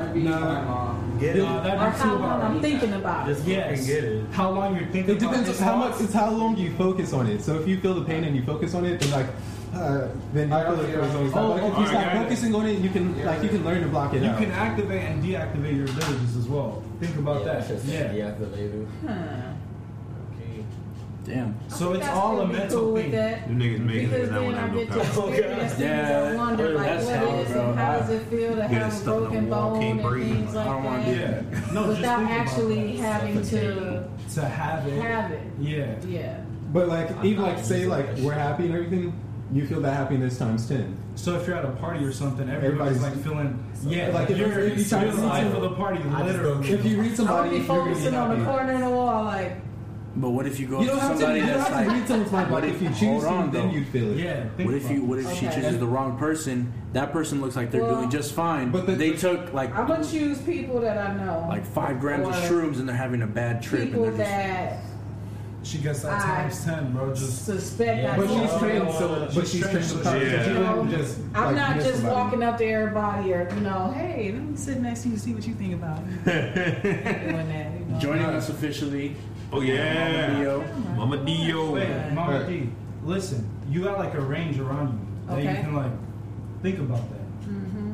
Speaker 2: Uh,
Speaker 6: Get
Speaker 2: that'd
Speaker 7: Or
Speaker 2: be
Speaker 7: how
Speaker 2: too
Speaker 7: long
Speaker 2: hard.
Speaker 7: I'm thinking about it?
Speaker 6: Just
Speaker 2: Yes.
Speaker 6: fucking get it.
Speaker 2: How long you're thinking?
Speaker 1: It depends
Speaker 2: about
Speaker 1: on
Speaker 2: his
Speaker 1: how much.
Speaker 2: thoughts.
Speaker 1: It's how long you focus on it. So if you feel the pain and you focus on it, then like. Uh, then you feel it for as long as
Speaker 2: Oh,
Speaker 1: But if
Speaker 2: okay,
Speaker 1: you stop
Speaker 2: got it.
Speaker 1: focusing on it, you can like you can learn to block it
Speaker 2: You
Speaker 1: out.
Speaker 2: can activate and deactivate your abilities as well. Think about that. Yeah.
Speaker 6: Yeah, the later.
Speaker 7: Hmm.
Speaker 4: Damn.
Speaker 2: So it's
Speaker 7: That's
Speaker 2: all a
Speaker 7: gonna be
Speaker 2: mental
Speaker 7: cool
Speaker 2: thing.
Speaker 7: With that.
Speaker 3: You niggas making
Speaker 7: Because
Speaker 3: it now
Speaker 7: then
Speaker 3: when
Speaker 7: I
Speaker 3: I
Speaker 7: get
Speaker 3: have
Speaker 7: to
Speaker 3: no power.
Speaker 7: experience things
Speaker 4: Yeah.
Speaker 7: and wonder like
Speaker 4: That's
Speaker 7: what
Speaker 4: hell,
Speaker 7: it is
Speaker 4: bro.
Speaker 7: and how does it feel to have a
Speaker 3: stuck in the
Speaker 7: broken
Speaker 3: wall,
Speaker 7: bone
Speaker 3: can't
Speaker 7: and
Speaker 3: breathe.
Speaker 7: things
Speaker 4: I don't wanna
Speaker 7: like
Speaker 4: do
Speaker 7: that
Speaker 2: Yeah. No, just
Speaker 7: without
Speaker 2: think
Speaker 7: actually
Speaker 2: about
Speaker 7: having to
Speaker 2: that. to have it.
Speaker 7: have it.
Speaker 2: Yeah.
Speaker 7: Yeah.
Speaker 1: But like, even
Speaker 6: not
Speaker 1: like, say
Speaker 6: using
Speaker 1: like
Speaker 6: that
Speaker 1: we're
Speaker 6: shit.
Speaker 1: happy and everything, you feel that happiness times ten.
Speaker 2: So if you're at a party or something, everybody's like
Speaker 1: Everybody's-
Speaker 2: feeling yeah,
Speaker 1: Like, if
Speaker 2: like if you're,
Speaker 1: you- if you
Speaker 2: if
Speaker 1: try
Speaker 2: you're
Speaker 1: to
Speaker 2: the
Speaker 1: see
Speaker 2: life
Speaker 1: someone-
Speaker 2: of the party,
Speaker 6: I just don't
Speaker 2: literally.
Speaker 1: If you read
Speaker 7: I'm gonna
Speaker 1: somebody,
Speaker 7: be
Speaker 1: you're gonna be
Speaker 7: focusing on the
Speaker 1: happy.
Speaker 7: corner of the wall like
Speaker 4: But what if you go
Speaker 1: You don't
Speaker 4: up to
Speaker 1: have to.
Speaker 4: somebody
Speaker 1: You don't
Speaker 4: that's
Speaker 1: have to
Speaker 4: like,
Speaker 1: read someone's mind.
Speaker 4: what
Speaker 1: But
Speaker 4: if-
Speaker 1: if you choose
Speaker 4: hold
Speaker 1: to,
Speaker 4: on,
Speaker 1: then
Speaker 4: though.
Speaker 1: you'd feel it.
Speaker 2: Yeah. Think
Speaker 4: what if
Speaker 2: about
Speaker 4: you?
Speaker 2: it.
Speaker 4: What if she
Speaker 7: Okay.
Speaker 4: chooses the wrong person? That person looks like they're
Speaker 7: Well,
Speaker 4: doing just fine.
Speaker 1: but the-
Speaker 4: But they took like
Speaker 7: I'm gonna choose people that I know.
Speaker 4: like five grams of
Speaker 7: Or
Speaker 4: shrooms and they're having a bad trip
Speaker 7: people
Speaker 4: and they're
Speaker 7: that
Speaker 2: she gets that
Speaker 7: I-
Speaker 2: times ten, bro? Just
Speaker 7: suspect
Speaker 6: Yeah.
Speaker 7: I
Speaker 1: But
Speaker 7: know.
Speaker 1: she's trained, so
Speaker 2: She's
Speaker 1: but she's trained
Speaker 2: trained,
Speaker 1: so
Speaker 2: so
Speaker 1: she
Speaker 3: she- Yeah.
Speaker 1: wouldn't just.
Speaker 7: I'm
Speaker 1: like,
Speaker 7: not
Speaker 1: miss
Speaker 7: just
Speaker 1: somebody.
Speaker 7: walking up to everybody or you know, hey, let me sit next to you and see what you think about it. Doing that, you know.
Speaker 4: just joining us officially.
Speaker 3: Oh yeah,
Speaker 4: Video.
Speaker 3: Mama Dio.
Speaker 2: wait, Mama
Speaker 1: Right.
Speaker 2: D. Listen, you got like a range around you that
Speaker 7: Okay.
Speaker 2: you can like think about that.
Speaker 7: Mm-hmm.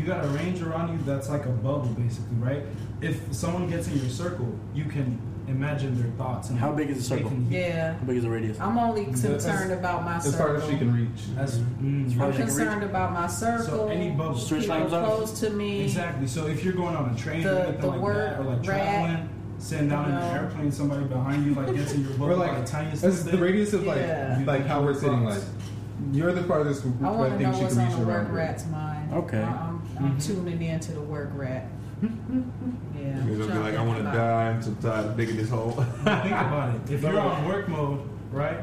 Speaker 2: You got a range around you that's like a bubble, basically, right? If someone gets in your circle, you can imagine their thoughts and
Speaker 4: How big is the
Speaker 2: they
Speaker 4: circle?
Speaker 2: can-
Speaker 7: Yeah,
Speaker 4: How big is the radius?
Speaker 7: I'm only
Speaker 2: That's-
Speaker 7: concerned about my
Speaker 1: As far as she
Speaker 7: circle.
Speaker 1: can reach.
Speaker 2: That's mm,
Speaker 7: I'm
Speaker 4: as you can reach.
Speaker 7: concerned about my
Speaker 2: so
Speaker 7: circle.
Speaker 2: any bubble.
Speaker 4: Straight- Switch
Speaker 7: People
Speaker 4: lanes up.
Speaker 7: close to me.
Speaker 2: Exactly. So if you're going on a train
Speaker 7: The-
Speaker 2: or anything
Speaker 7: the
Speaker 2: like that,
Speaker 7: word
Speaker 2: or like
Speaker 7: rat,
Speaker 2: traveling, sitting down in
Speaker 7: no.
Speaker 2: an airplane, somebody behind you like gets in your bubble,
Speaker 1: Or like,
Speaker 2: the tiniest
Speaker 1: this is the
Speaker 2: thing.
Speaker 1: radius of like,
Speaker 7: Yeah.
Speaker 1: like how we're sitting. Like, you're the farthest
Speaker 7: I
Speaker 1: I
Speaker 7: want to know
Speaker 1: think she
Speaker 7: what's
Speaker 1: can
Speaker 7: on
Speaker 1: reach
Speaker 7: the work
Speaker 1: around. here.
Speaker 7: rat's mind.
Speaker 4: Okay.
Speaker 7: I, I'm, I'm tuning in to the work rat. yeah.
Speaker 3: You're gonna be like, I want to
Speaker 7: About-
Speaker 3: die. I'm so tired of digging this hole.
Speaker 2: Now, think about it. If you're on work mode, right?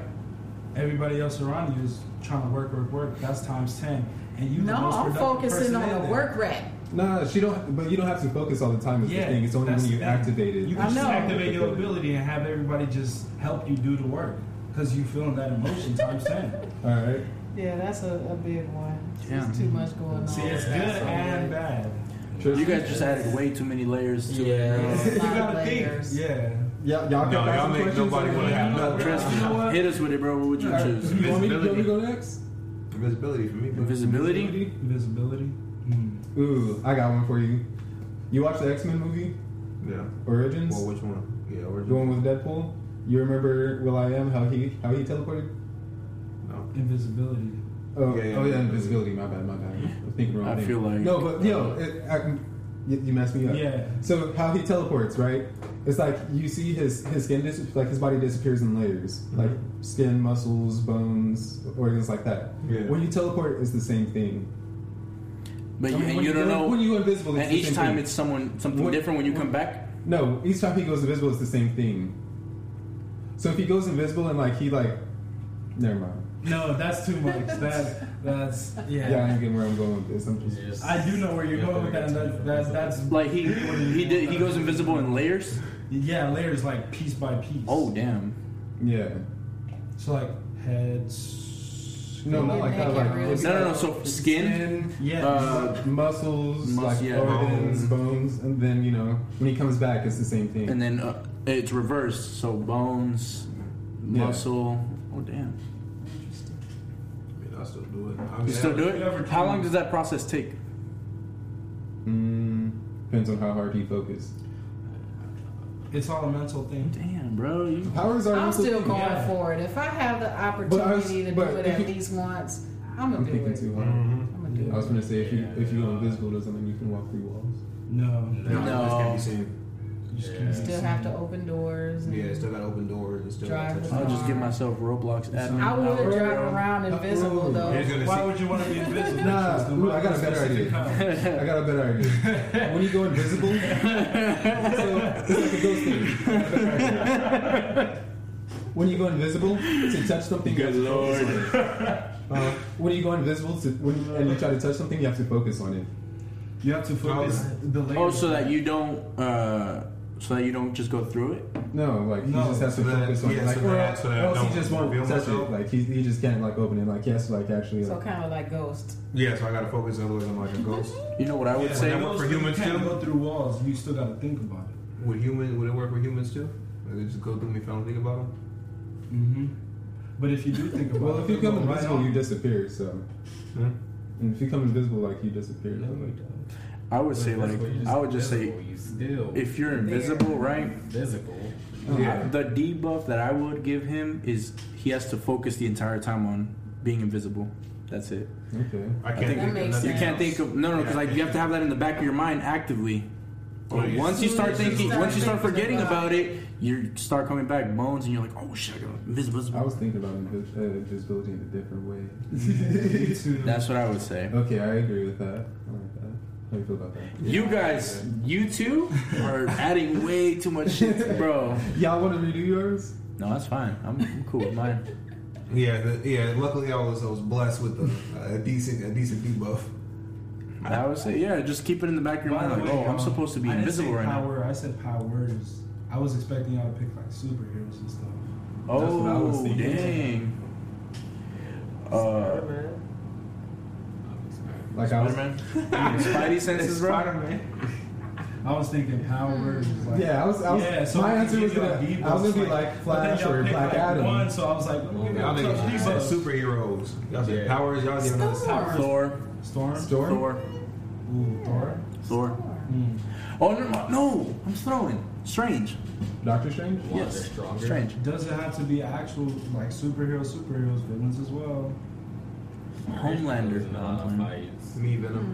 Speaker 2: Everybody else around you is trying to work, work, work. That's times ten, and you.
Speaker 7: No,
Speaker 2: the most
Speaker 7: I'm
Speaker 2: productive
Speaker 7: focusing
Speaker 2: person
Speaker 7: on
Speaker 2: in
Speaker 7: the
Speaker 2: there.
Speaker 7: work rat.
Speaker 1: Nah, she don't. But you don't have to focus all the time. Is
Speaker 2: Yeah,
Speaker 1: the thing. It's only
Speaker 2: that's
Speaker 1: when
Speaker 2: the
Speaker 1: you
Speaker 2: thing.
Speaker 1: activate it.
Speaker 2: You
Speaker 7: I
Speaker 2: can just
Speaker 7: know.
Speaker 2: activate your ability and have everybody just help you do the work because you feeling that emotion times ten.
Speaker 1: All right.
Speaker 7: Yeah, that's a, a big one.
Speaker 4: Yeah.
Speaker 7: There's too much going on.
Speaker 2: See, it's good and bad.
Speaker 1: Sure.
Speaker 4: You guys just added way too many layers to it.
Speaker 6: Yeah.
Speaker 2: you
Speaker 7: lot of
Speaker 2: gotta think.
Speaker 7: layers.
Speaker 2: Yeah.
Speaker 1: y'all, y'all
Speaker 3: No,
Speaker 1: can ask
Speaker 3: y'all
Speaker 1: some
Speaker 3: make
Speaker 1: questions
Speaker 3: nobody
Speaker 1: or-
Speaker 3: wanna have no-
Speaker 4: Trust me.
Speaker 2: You know what?
Speaker 4: Hit us with it, bro. What would you
Speaker 1: All right.
Speaker 4: choose?
Speaker 1: You want me to you want me
Speaker 3: Invisibility.
Speaker 1: to go next?
Speaker 3: Invisibility for me. bro.
Speaker 4: Invisibility?
Speaker 2: Invisibility. Hmm.
Speaker 1: Ooh, I got one for you. You watch the X Men movie
Speaker 3: Yeah.
Speaker 1: Origins,
Speaker 3: Well, which one? Yeah. Where's
Speaker 1: the one with Deadpool. You remember Will I Am? How he how he teleported?
Speaker 3: No.
Speaker 2: Invisibility.
Speaker 1: Oh
Speaker 3: Yeah, yeah,
Speaker 1: oh yeah,
Speaker 3: yeah.
Speaker 1: invisibility. My bad, my bad. I'm thinking wrong.
Speaker 4: I
Speaker 1: thing.
Speaker 4: feel like-
Speaker 1: no, but yo, it, I, you, you messed me up.
Speaker 2: Yeah.
Speaker 1: So how he teleports, right? It's like you see his his skin dis- like his body disappears in layers, like skin, muscles, bones, organs like that.
Speaker 3: Yeah.
Speaker 1: When you teleport, it's the same thing.
Speaker 4: But
Speaker 1: I
Speaker 4: you,
Speaker 1: mean,
Speaker 4: and
Speaker 1: when
Speaker 4: you don't
Speaker 1: go-
Speaker 4: know.
Speaker 1: when you go invisible. It's
Speaker 4: and
Speaker 1: the
Speaker 4: each
Speaker 1: same
Speaker 4: time
Speaker 1: thing.
Speaker 4: it's someone something
Speaker 1: What-
Speaker 4: different when you come back.
Speaker 1: No, each time he goes invisible, it's the same thing. So if he goes invisible and like he like, never mind.
Speaker 2: No, that's too much. That that's yeah.
Speaker 1: Yeah, I ain't getting where I'm going with this. I'm just.
Speaker 6: Just-
Speaker 2: I do know where you're
Speaker 6: Yeah,
Speaker 2: going with that. And that that's that's
Speaker 4: Like he he did, he goes invisible in layers.
Speaker 2: yeah. Layers like piece by piece.
Speaker 4: Oh damn!
Speaker 1: Yeah.
Speaker 2: So like heads.
Speaker 1: No, not like that. Like
Speaker 7: No,
Speaker 1: it'd be
Speaker 4: No, no, no.
Speaker 1: like
Speaker 4: So skin.
Speaker 2: Yeah.
Speaker 4: Uh,
Speaker 1: muscles,
Speaker 4: Mus-
Speaker 1: like
Speaker 4: yeah,
Speaker 1: organs, bones, and then you know when he comes back, it's the same thing.
Speaker 4: And then uh, it's reversed, so bones,
Speaker 1: Yeah.
Speaker 4: muscle. Oh damn!
Speaker 3: I mean, I still do it. I
Speaker 4: You
Speaker 3: mean,
Speaker 4: still do
Speaker 2: Whatever
Speaker 4: it? How long does that process take?
Speaker 1: mm, depends on how hard he focuses.
Speaker 2: it's all a mental thing.
Speaker 4: Damn, bro! You,
Speaker 1: Powers are.
Speaker 7: I'm
Speaker 1: also-
Speaker 7: still going
Speaker 2: Yeah.
Speaker 7: for it. If I have the
Speaker 1: But I was-
Speaker 7: opportunity to do
Speaker 1: but
Speaker 7: it
Speaker 1: if
Speaker 7: at
Speaker 1: you-
Speaker 7: least once, I'm
Speaker 1: I'm
Speaker 7: gonna do
Speaker 1: thinking
Speaker 7: it.
Speaker 1: too hard.
Speaker 3: Mhm.
Speaker 7: I'm gonna do
Speaker 1: I was
Speaker 7: it.
Speaker 1: gonna say if you if you go invisible or something, you can walk through walls.
Speaker 2: No.
Speaker 3: No,
Speaker 4: No.
Speaker 3: This can't be seen.
Speaker 2: You just
Speaker 6: Yeah.
Speaker 2: can't
Speaker 7: Still
Speaker 2: see.
Speaker 7: have to open doors. And
Speaker 3: Yeah, it's still got open doors. It's still got
Speaker 7: Drive
Speaker 3: touch.
Speaker 4: I'll just give myself Roblox admin.
Speaker 7: I would
Speaker 4: power.
Speaker 7: drive around invisible though.
Speaker 3: He's gonna
Speaker 2: Why
Speaker 3: see.
Speaker 2: would you want to be invisible?
Speaker 1: Nah,
Speaker 2: Justin?
Speaker 1: ooh, I got a better idea.
Speaker 2: How?
Speaker 1: I got a better idea. when you go invisible, so it's like a ghost thing. I got a better idea. When you go invisible to touch something,
Speaker 4: Good
Speaker 1: you have to focus
Speaker 4: lord.
Speaker 1: on it. Uh, when you go invisible to when, and you try to touch something, you have to focus on it.
Speaker 2: You have to focus the layers.
Speaker 4: Oh, so that you don't, uh, so that you don't just go through it.
Speaker 1: No, like he
Speaker 2: No,
Speaker 1: just has to
Speaker 3: so that-
Speaker 1: focus on
Speaker 3: yeah,
Speaker 1: it. Like,
Speaker 3: so
Speaker 1: or,
Speaker 3: that- so that
Speaker 1: or else
Speaker 3: don't
Speaker 1: he just won't
Speaker 3: reveal
Speaker 1: touch
Speaker 3: myself.
Speaker 1: it. Like he, he just can't like open it. Like he has to like actually.
Speaker 7: So
Speaker 1: Like,
Speaker 7: kind of like Ghost.
Speaker 3: Yeah, so I gotta focus. Otherwise, I'm like a ghost.
Speaker 4: You know what I would
Speaker 2: Yeah,
Speaker 4: say?
Speaker 3: that work for humans
Speaker 2: You can't
Speaker 3: too?
Speaker 2: go through walls. You still got to think about it.
Speaker 3: Would human? Would it work with humans too? Like they just go through me, found think about them.
Speaker 2: Mm-hmm. But if you do think about it,
Speaker 1: well, if you
Speaker 2: they'll
Speaker 1: come
Speaker 2: go right
Speaker 1: invisible,
Speaker 2: on.
Speaker 1: you disappear. So,
Speaker 3: Hmm?
Speaker 1: and if you come invisible, like you disappear.
Speaker 6: No, you don't.
Speaker 4: I would say like I would just say
Speaker 6: Invisible, you still
Speaker 4: if you're invisible, right?
Speaker 6: physical.
Speaker 1: Yeah.
Speaker 4: The debuff that I would give him is he has to focus the entire time on being invisible. That's it.
Speaker 1: Okay.
Speaker 3: I
Speaker 4: think
Speaker 3: think
Speaker 7: that makes
Speaker 3: of
Speaker 4: You
Speaker 3: nothing
Speaker 7: sense.
Speaker 4: can't think of no, no, because like you have to have that in the back of your mind actively.
Speaker 3: Oh, yeah.
Speaker 4: Once you start
Speaker 7: As soon as you
Speaker 4: thinking,
Speaker 7: start
Speaker 4: once you start
Speaker 7: thinking
Speaker 4: forgetting
Speaker 7: about
Speaker 4: about it, you start coming back bones, and you're like, oh shit, I got invisible.
Speaker 1: I
Speaker 4: invisible.
Speaker 1: was thinking about invis- uh, invisibility in a different way.
Speaker 2: You too.
Speaker 4: That's what I would say.
Speaker 1: Okay, I agree with that. I like that. How do you feel about that?
Speaker 4: You guys, you two are adding way too much shit, bro.
Speaker 1: Y'all want to redo yours?
Speaker 4: No, that's fine. I'm, I'm cool with mine.
Speaker 3: Yeah, the, yeah. Luckily, I was I was blessed with a, a decent a decent debuff.
Speaker 4: But I would say, yeah, just keep it in the back of your
Speaker 2: By the
Speaker 4: mind. Like,
Speaker 2: way,
Speaker 4: oh, I'm
Speaker 2: um,
Speaker 4: supposed to be
Speaker 2: I didn't
Speaker 4: invisible
Speaker 2: say
Speaker 4: right now.
Speaker 2: power, I said powers. I was expecting y'all to pick like superheroes and stuff.
Speaker 1: That's what I was
Speaker 4: Oh,
Speaker 1: thinking.
Speaker 4: dang. Uh,
Speaker 1: Like I was.
Speaker 4: Spider-Man. Spidey senses, bro.
Speaker 2: I was thinking powers. Like,
Speaker 1: Yeah, I was. I was
Speaker 2: yeah. So
Speaker 1: my
Speaker 2: we
Speaker 1: answer
Speaker 2: give
Speaker 1: was
Speaker 2: y'all
Speaker 1: gonna.
Speaker 2: debuffs,
Speaker 1: I was gonna be like
Speaker 2: but then
Speaker 1: Flash
Speaker 2: y'all
Speaker 1: or
Speaker 2: picked,
Speaker 1: Black
Speaker 2: like,
Speaker 1: Adam.
Speaker 2: One, so I was like, let me give
Speaker 3: Y'all
Speaker 2: y'all some
Speaker 3: niggas said
Speaker 2: debuffs.
Speaker 3: superheroes. Y'all said
Speaker 6: Yeah.
Speaker 3: powers. Y'all didn't know
Speaker 7: Storm.
Speaker 4: Thor.
Speaker 2: Storm.
Speaker 1: Storm.
Speaker 4: Thor.
Speaker 2: Ooh, Thor.
Speaker 4: Thor.
Speaker 2: Mm.
Speaker 4: Oh no! no I'm throwing. Strange.
Speaker 1: Doctor Strange?
Speaker 6: Why
Speaker 4: yes.
Speaker 6: they're stronger.
Speaker 4: Strange.
Speaker 2: Does it have to be actual like superhero superheroes villains as well?
Speaker 4: Homelander.
Speaker 6: Nah, fights.
Speaker 3: Me, Venom.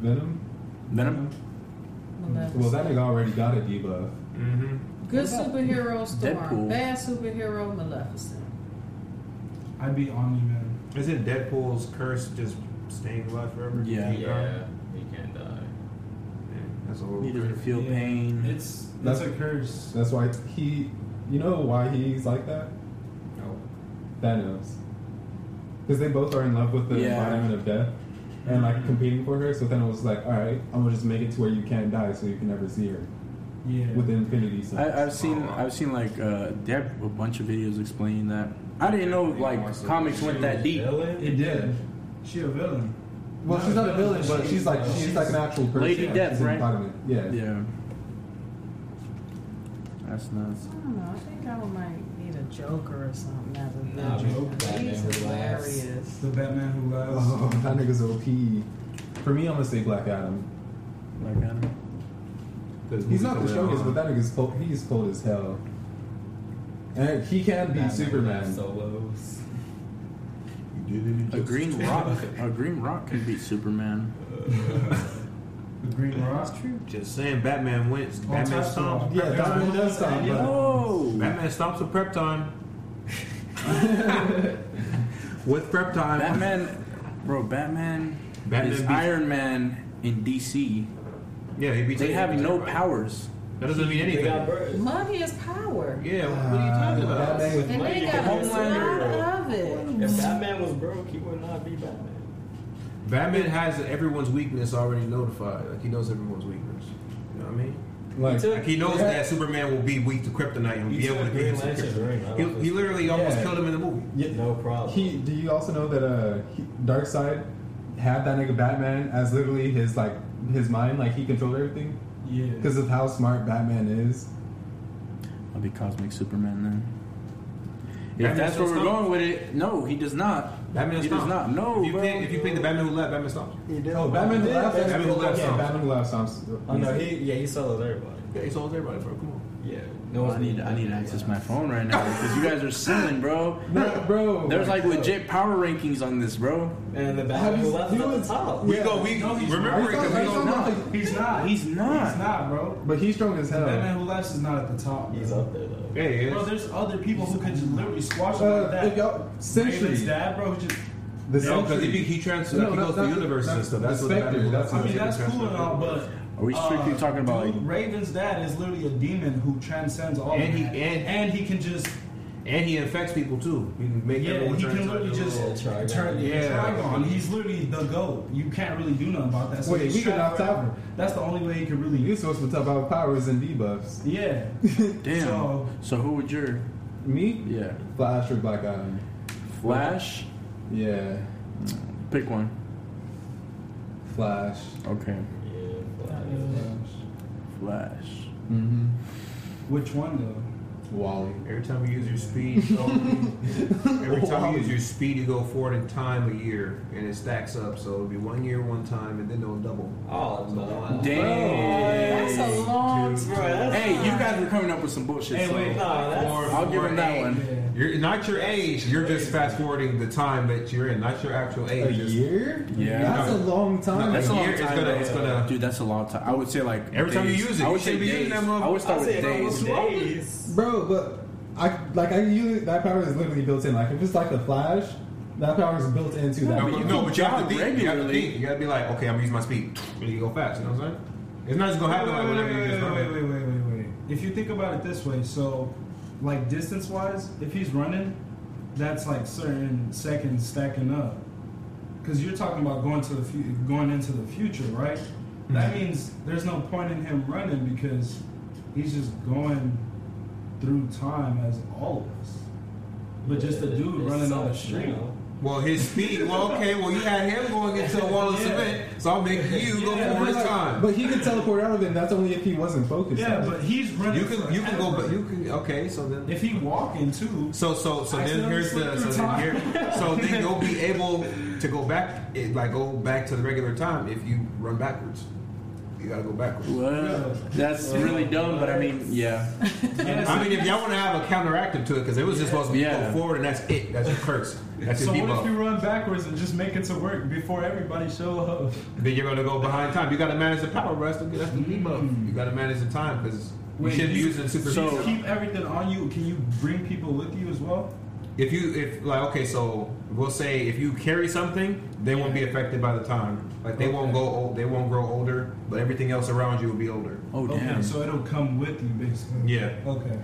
Speaker 1: Hmm. Venom?
Speaker 4: Venom.
Speaker 1: Well, that nigga already got a debuff.
Speaker 3: Mm-hmm.
Speaker 7: Good superhero Storm,
Speaker 4: Deadpool?
Speaker 7: bad superhero Maleficent.
Speaker 2: I'd be on you, man.
Speaker 3: Isn't Deadpool's curse just staying alive forever?
Speaker 4: Yeah.
Speaker 3: Yeah,
Speaker 6: Yeah, we can die.
Speaker 3: That's a whole
Speaker 4: He doesn't feel
Speaker 2: Yeah.
Speaker 4: pain.
Speaker 2: It's
Speaker 1: That's-
Speaker 2: that's a curse.
Speaker 1: That's why he. You know why he's like that?
Speaker 3: No.
Speaker 1: Thanos. Because they both are in love with the
Speaker 4: Yeah. Mm-hmm.
Speaker 1: vitamin of death and like competing for her. So Thanos was like, all right, I'm gonna just make it to where you can't die, so you can never see her
Speaker 2: Yeah.
Speaker 1: with the Infinity Stones.
Speaker 4: I, I've seen I've seen like uh, they have a bunch of videos explaining that. I didn't know like comics went that deep.
Speaker 6: Villain?
Speaker 1: it did.
Speaker 2: she a villain.
Speaker 1: Well, she's not a villain, but she's like she's, like an actual person.
Speaker 4: Lady
Speaker 1: Yeah,
Speaker 4: Death,
Speaker 1: she's an
Speaker 4: right?
Speaker 1: vitamin. Yeah.
Speaker 4: Yeah, that's nuts.
Speaker 7: I don't know. I think I would might need a Joker or something. As a
Speaker 6: Nah,
Speaker 7: villain.
Speaker 6: Joker, Batman
Speaker 7: He's
Speaker 6: would last.
Speaker 7: hilarious.
Speaker 2: The Batman who laughs.
Speaker 1: Oh, that nigga's OP. For me, I'm gonna say Black Adam.
Speaker 4: Like I don't know.
Speaker 1: He's not the strongest, but that nigga's cold, he's cold as hell. And he can be
Speaker 6: Batman
Speaker 1: Superman.
Speaker 6: solos.
Speaker 4: a green rock. A green rock can beat Superman.
Speaker 2: The Green Rock.
Speaker 3: Just saying, Batman wins. Batman
Speaker 2: top
Speaker 3: stomps.
Speaker 2: song.
Speaker 1: Yeah, Batman does stop. but-
Speaker 4: Oh,
Speaker 3: Batman stomps with Prepton. with Prepton.
Speaker 4: Batman, bro, Batman,
Speaker 3: Batman
Speaker 4: is
Speaker 3: beats-
Speaker 4: Iron Man in DC.
Speaker 3: Yeah, he beats
Speaker 4: They have no
Speaker 3: everybody.
Speaker 4: powers.
Speaker 3: That doesn't mean
Speaker 6: They
Speaker 3: anything.
Speaker 6: got birds.
Speaker 7: Money is power.
Speaker 3: yeah, what are you talking about?
Speaker 1: Uh, Batman with
Speaker 7: And they
Speaker 6: Money
Speaker 7: got a
Speaker 6: is
Speaker 7: lot
Speaker 6: power.
Speaker 7: of it.
Speaker 6: If Batman was broke, he would not be Batman.
Speaker 3: Batman has everyone's weakness already notified. Like he knows everyone's weakness. You know what I mean?
Speaker 1: Like,
Speaker 3: Like he knows that Superman will be weak to kryptonite and be
Speaker 6: He
Speaker 3: able to
Speaker 6: took
Speaker 3: beat
Speaker 6: Green
Speaker 3: him. to
Speaker 6: Lantern's
Speaker 3: kryptonite. He,
Speaker 6: ring. I don't
Speaker 3: he
Speaker 6: think-
Speaker 3: literally almost
Speaker 1: Yeah.
Speaker 3: killed him in the movie.
Speaker 1: yeah,
Speaker 6: No problem.
Speaker 1: he. Do you also know that uh, he, Darkseid had that nigga Batman as literally his like his mind, like he controlled everything
Speaker 2: Yeah.
Speaker 1: because of how smart Batman is.
Speaker 4: I'll be Cosmic Superman then. If
Speaker 3: Batman
Speaker 4: that's where
Speaker 3: still
Speaker 4: we're
Speaker 3: stomps.
Speaker 4: going with it, no, he does not.
Speaker 3: Batman
Speaker 4: he
Speaker 3: stomps.
Speaker 4: does not. No,
Speaker 3: If you,
Speaker 4: bro.
Speaker 3: pick, if you pick the Batman who left, Batman stomps.
Speaker 5: He did.
Speaker 1: Oh, Batman who laughs.
Speaker 3: Batman who laughs
Speaker 1: Yeah,
Speaker 3: songs.
Speaker 1: Batman who laughs. songs.
Speaker 6: Oh no, he yeah, he solos everybody.
Speaker 3: Yeah, he sold everybody for. Come on.
Speaker 6: Yeah.
Speaker 4: No, I need I need to access my phone right now because you guys are selling, bro.
Speaker 1: No, bro.
Speaker 4: There's like legit power rankings on this, bro.
Speaker 6: And the
Speaker 1: Have
Speaker 6: Batman
Speaker 1: you-
Speaker 6: who left
Speaker 1: you
Speaker 6: at the
Speaker 1: was-
Speaker 6: top.
Speaker 3: We
Speaker 1: Yeah.
Speaker 3: go. We
Speaker 2: No, he's-
Speaker 3: remember
Speaker 1: Are you
Speaker 3: it. 'cause
Speaker 1: talking-
Speaker 3: we
Speaker 1: are you
Speaker 3: don't
Speaker 1: talking
Speaker 3: know.
Speaker 1: about
Speaker 4: know.
Speaker 1: the-
Speaker 2: He's not.
Speaker 4: He's not.
Speaker 2: He's not, bro.
Speaker 1: But he's strong as hell. Uh,
Speaker 2: Batman who laughs is not at the top.
Speaker 6: He's
Speaker 2: bro.
Speaker 6: up there though.
Speaker 3: Yeah, he
Speaker 2: Bro,
Speaker 3: is.
Speaker 2: there's other people who could just literally squash him like
Speaker 1: Uh,
Speaker 2: that.
Speaker 1: if y'all, Sentry.
Speaker 2: Raven's dad, bro, who just
Speaker 1: The
Speaker 3: No, because he,
Speaker 1: Sentry.
Speaker 3: be- he trans.
Speaker 1: No,
Speaker 3: he
Speaker 1: that-
Speaker 3: goes to
Speaker 1: that's-
Speaker 3: universes and
Speaker 1: that's-
Speaker 3: stuff. That's what
Speaker 1: that's
Speaker 3: Batman.
Speaker 1: Spectre. That's
Speaker 2: I
Speaker 1: what
Speaker 2: mean, that's cool and all, but.
Speaker 4: Are we strictly
Speaker 2: uh,
Speaker 4: talking about,
Speaker 2: dude,
Speaker 4: like-
Speaker 2: Raven's dad is literally a demon who transcends all
Speaker 3: And
Speaker 2: of
Speaker 3: he-
Speaker 2: that.
Speaker 3: and-
Speaker 2: and he can just
Speaker 3: And he infects people too. He can make
Speaker 2: yeah
Speaker 3: everyone
Speaker 2: he
Speaker 3: turn
Speaker 2: can
Speaker 3: into
Speaker 2: literally
Speaker 3: a
Speaker 2: just
Speaker 3: little-
Speaker 6: Trigon.
Speaker 2: turn the
Speaker 3: Yeah.
Speaker 2: Trigon. He's literally the goat. You can't really do nothing about that. So
Speaker 1: Wait,
Speaker 2: he's
Speaker 1: we could opt
Speaker 2: trapped
Speaker 1: out.
Speaker 2: forever. That's the only way he can really.
Speaker 1: You're supposed to talk about powers and debuffs.
Speaker 2: Yeah.
Speaker 4: Damn.
Speaker 2: So-
Speaker 4: So, who would your
Speaker 1: Me?
Speaker 4: yeah
Speaker 1: Flash or Black Adam?
Speaker 4: Flash?
Speaker 1: Yeah,
Speaker 4: Pick one.
Speaker 1: Flash.
Speaker 4: Okay,
Speaker 6: Yeah.
Speaker 4: Flash.
Speaker 1: Mm-hmm.
Speaker 2: Which one though?
Speaker 1: Wally.
Speaker 3: Every time you use your speed, you go- every time you use your speed, you go forward in time a year, and it stacks up. So it'll be one year, one time, and then it'll double.
Speaker 6: Oh no.
Speaker 7: That's
Speaker 4: Damn.
Speaker 7: a long
Speaker 6: Bro,
Speaker 7: time.
Speaker 6: that's
Speaker 4: Hey, you guys were coming up with some bullshit.
Speaker 6: Hey,
Speaker 4: so
Speaker 6: wait, nah, that's
Speaker 3: Or-
Speaker 4: I'll give
Speaker 3: or
Speaker 4: him that
Speaker 3: age.
Speaker 4: one.
Speaker 2: Yeah.
Speaker 3: You're not your age. You're just fast forwarding the time that you're in, not your actual age.
Speaker 1: A
Speaker 3: Just-
Speaker 1: year?
Speaker 4: Yeah.
Speaker 1: That's a long time.
Speaker 4: That's a
Speaker 3: a
Speaker 4: long
Speaker 3: year, it's
Speaker 4: time.
Speaker 3: gonna-
Speaker 4: though.
Speaker 3: it's gonna-
Speaker 4: Dude, that's a long time. I would say like
Speaker 3: Every time you
Speaker 4: days.
Speaker 3: use it,
Speaker 4: I
Speaker 3: you
Speaker 4: would say
Speaker 3: should be using
Speaker 4: days.
Speaker 3: that motherfucker.
Speaker 4: I would
Speaker 6: I'll
Speaker 4: start with
Speaker 6: say
Speaker 4: days.
Speaker 6: almost days.
Speaker 1: Bro, but I like I usually that power is literally built in. Like if it's like the Flash, that power is built into that.
Speaker 3: No,
Speaker 4: but
Speaker 3: but,
Speaker 4: you
Speaker 3: no,
Speaker 4: can
Speaker 3: but you have to
Speaker 4: jog
Speaker 3: think. You have to
Speaker 4: regularly.
Speaker 3: think. You gotta be like, okay, I'm gonna use my speed, and you go fast. You know what I'm saying? It's not just gonna happen like whenever you
Speaker 2: wait,
Speaker 3: just run.
Speaker 2: wait, wait, wait, wait, wait. If you think about it this way, so like distance wise, if he's running, that's like certain seconds stacking up. Because you're talking about going to the fu- going into the future, right?
Speaker 3: Mm-hmm.
Speaker 2: That means there's no point in him running because he's just going through time as all of us. But just a dude
Speaker 6: It's
Speaker 2: running on the
Speaker 6: sucks,
Speaker 2: street.
Speaker 6: you know?
Speaker 3: Well, his speed. Well, okay. Well, you had him going into a wall of
Speaker 2: Yeah.
Speaker 3: cement, so I'll make you go
Speaker 2: Yeah,
Speaker 3: forward in
Speaker 1: Like,
Speaker 3: time.
Speaker 1: But he could teleport out of it. and That's only if he wasn't focused.
Speaker 2: Yeah,
Speaker 1: on it.
Speaker 2: but he's running.
Speaker 3: You can you can go,
Speaker 2: forever.
Speaker 3: but you can okay. So then,
Speaker 2: if he walking too.
Speaker 3: so so so
Speaker 2: I
Speaker 3: then
Speaker 2: still
Speaker 3: here's
Speaker 2: sleep
Speaker 3: the
Speaker 2: through
Speaker 3: so then
Speaker 2: time.
Speaker 3: here so then you'll be eh, able to go back it, like go back to the regular time if you run backwards. You gotta go backwards.
Speaker 4: Well, that's really dumb, but I mean, yeah.
Speaker 3: I mean, if y'all want to have a counteractive to it, because it was just supposed to be
Speaker 4: Yeah.
Speaker 3: go forward, and that's it. That's your curse. That's
Speaker 2: So
Speaker 3: your
Speaker 2: what if you
Speaker 3: debuff.
Speaker 2: run backwards and just make it to work before everybody show up?
Speaker 3: Then you're gonna go behind time. You gotta manage the power, Russ. That's the debuff. You gotta manage the time because you
Speaker 2: Wait,
Speaker 3: shouldn't be
Speaker 2: you-
Speaker 3: using super.
Speaker 2: So you keep everything on you. Can you bring people with you as well?
Speaker 3: if you if like okay, so we'll say if you carry something, they won't be affected by the time. Like they won't go old, they won't grow older, but everything else around you will be older.
Speaker 4: Oh
Speaker 2: Okay,
Speaker 4: damn,
Speaker 2: so it'll come with you basically.
Speaker 3: Yeah.
Speaker 2: Okay.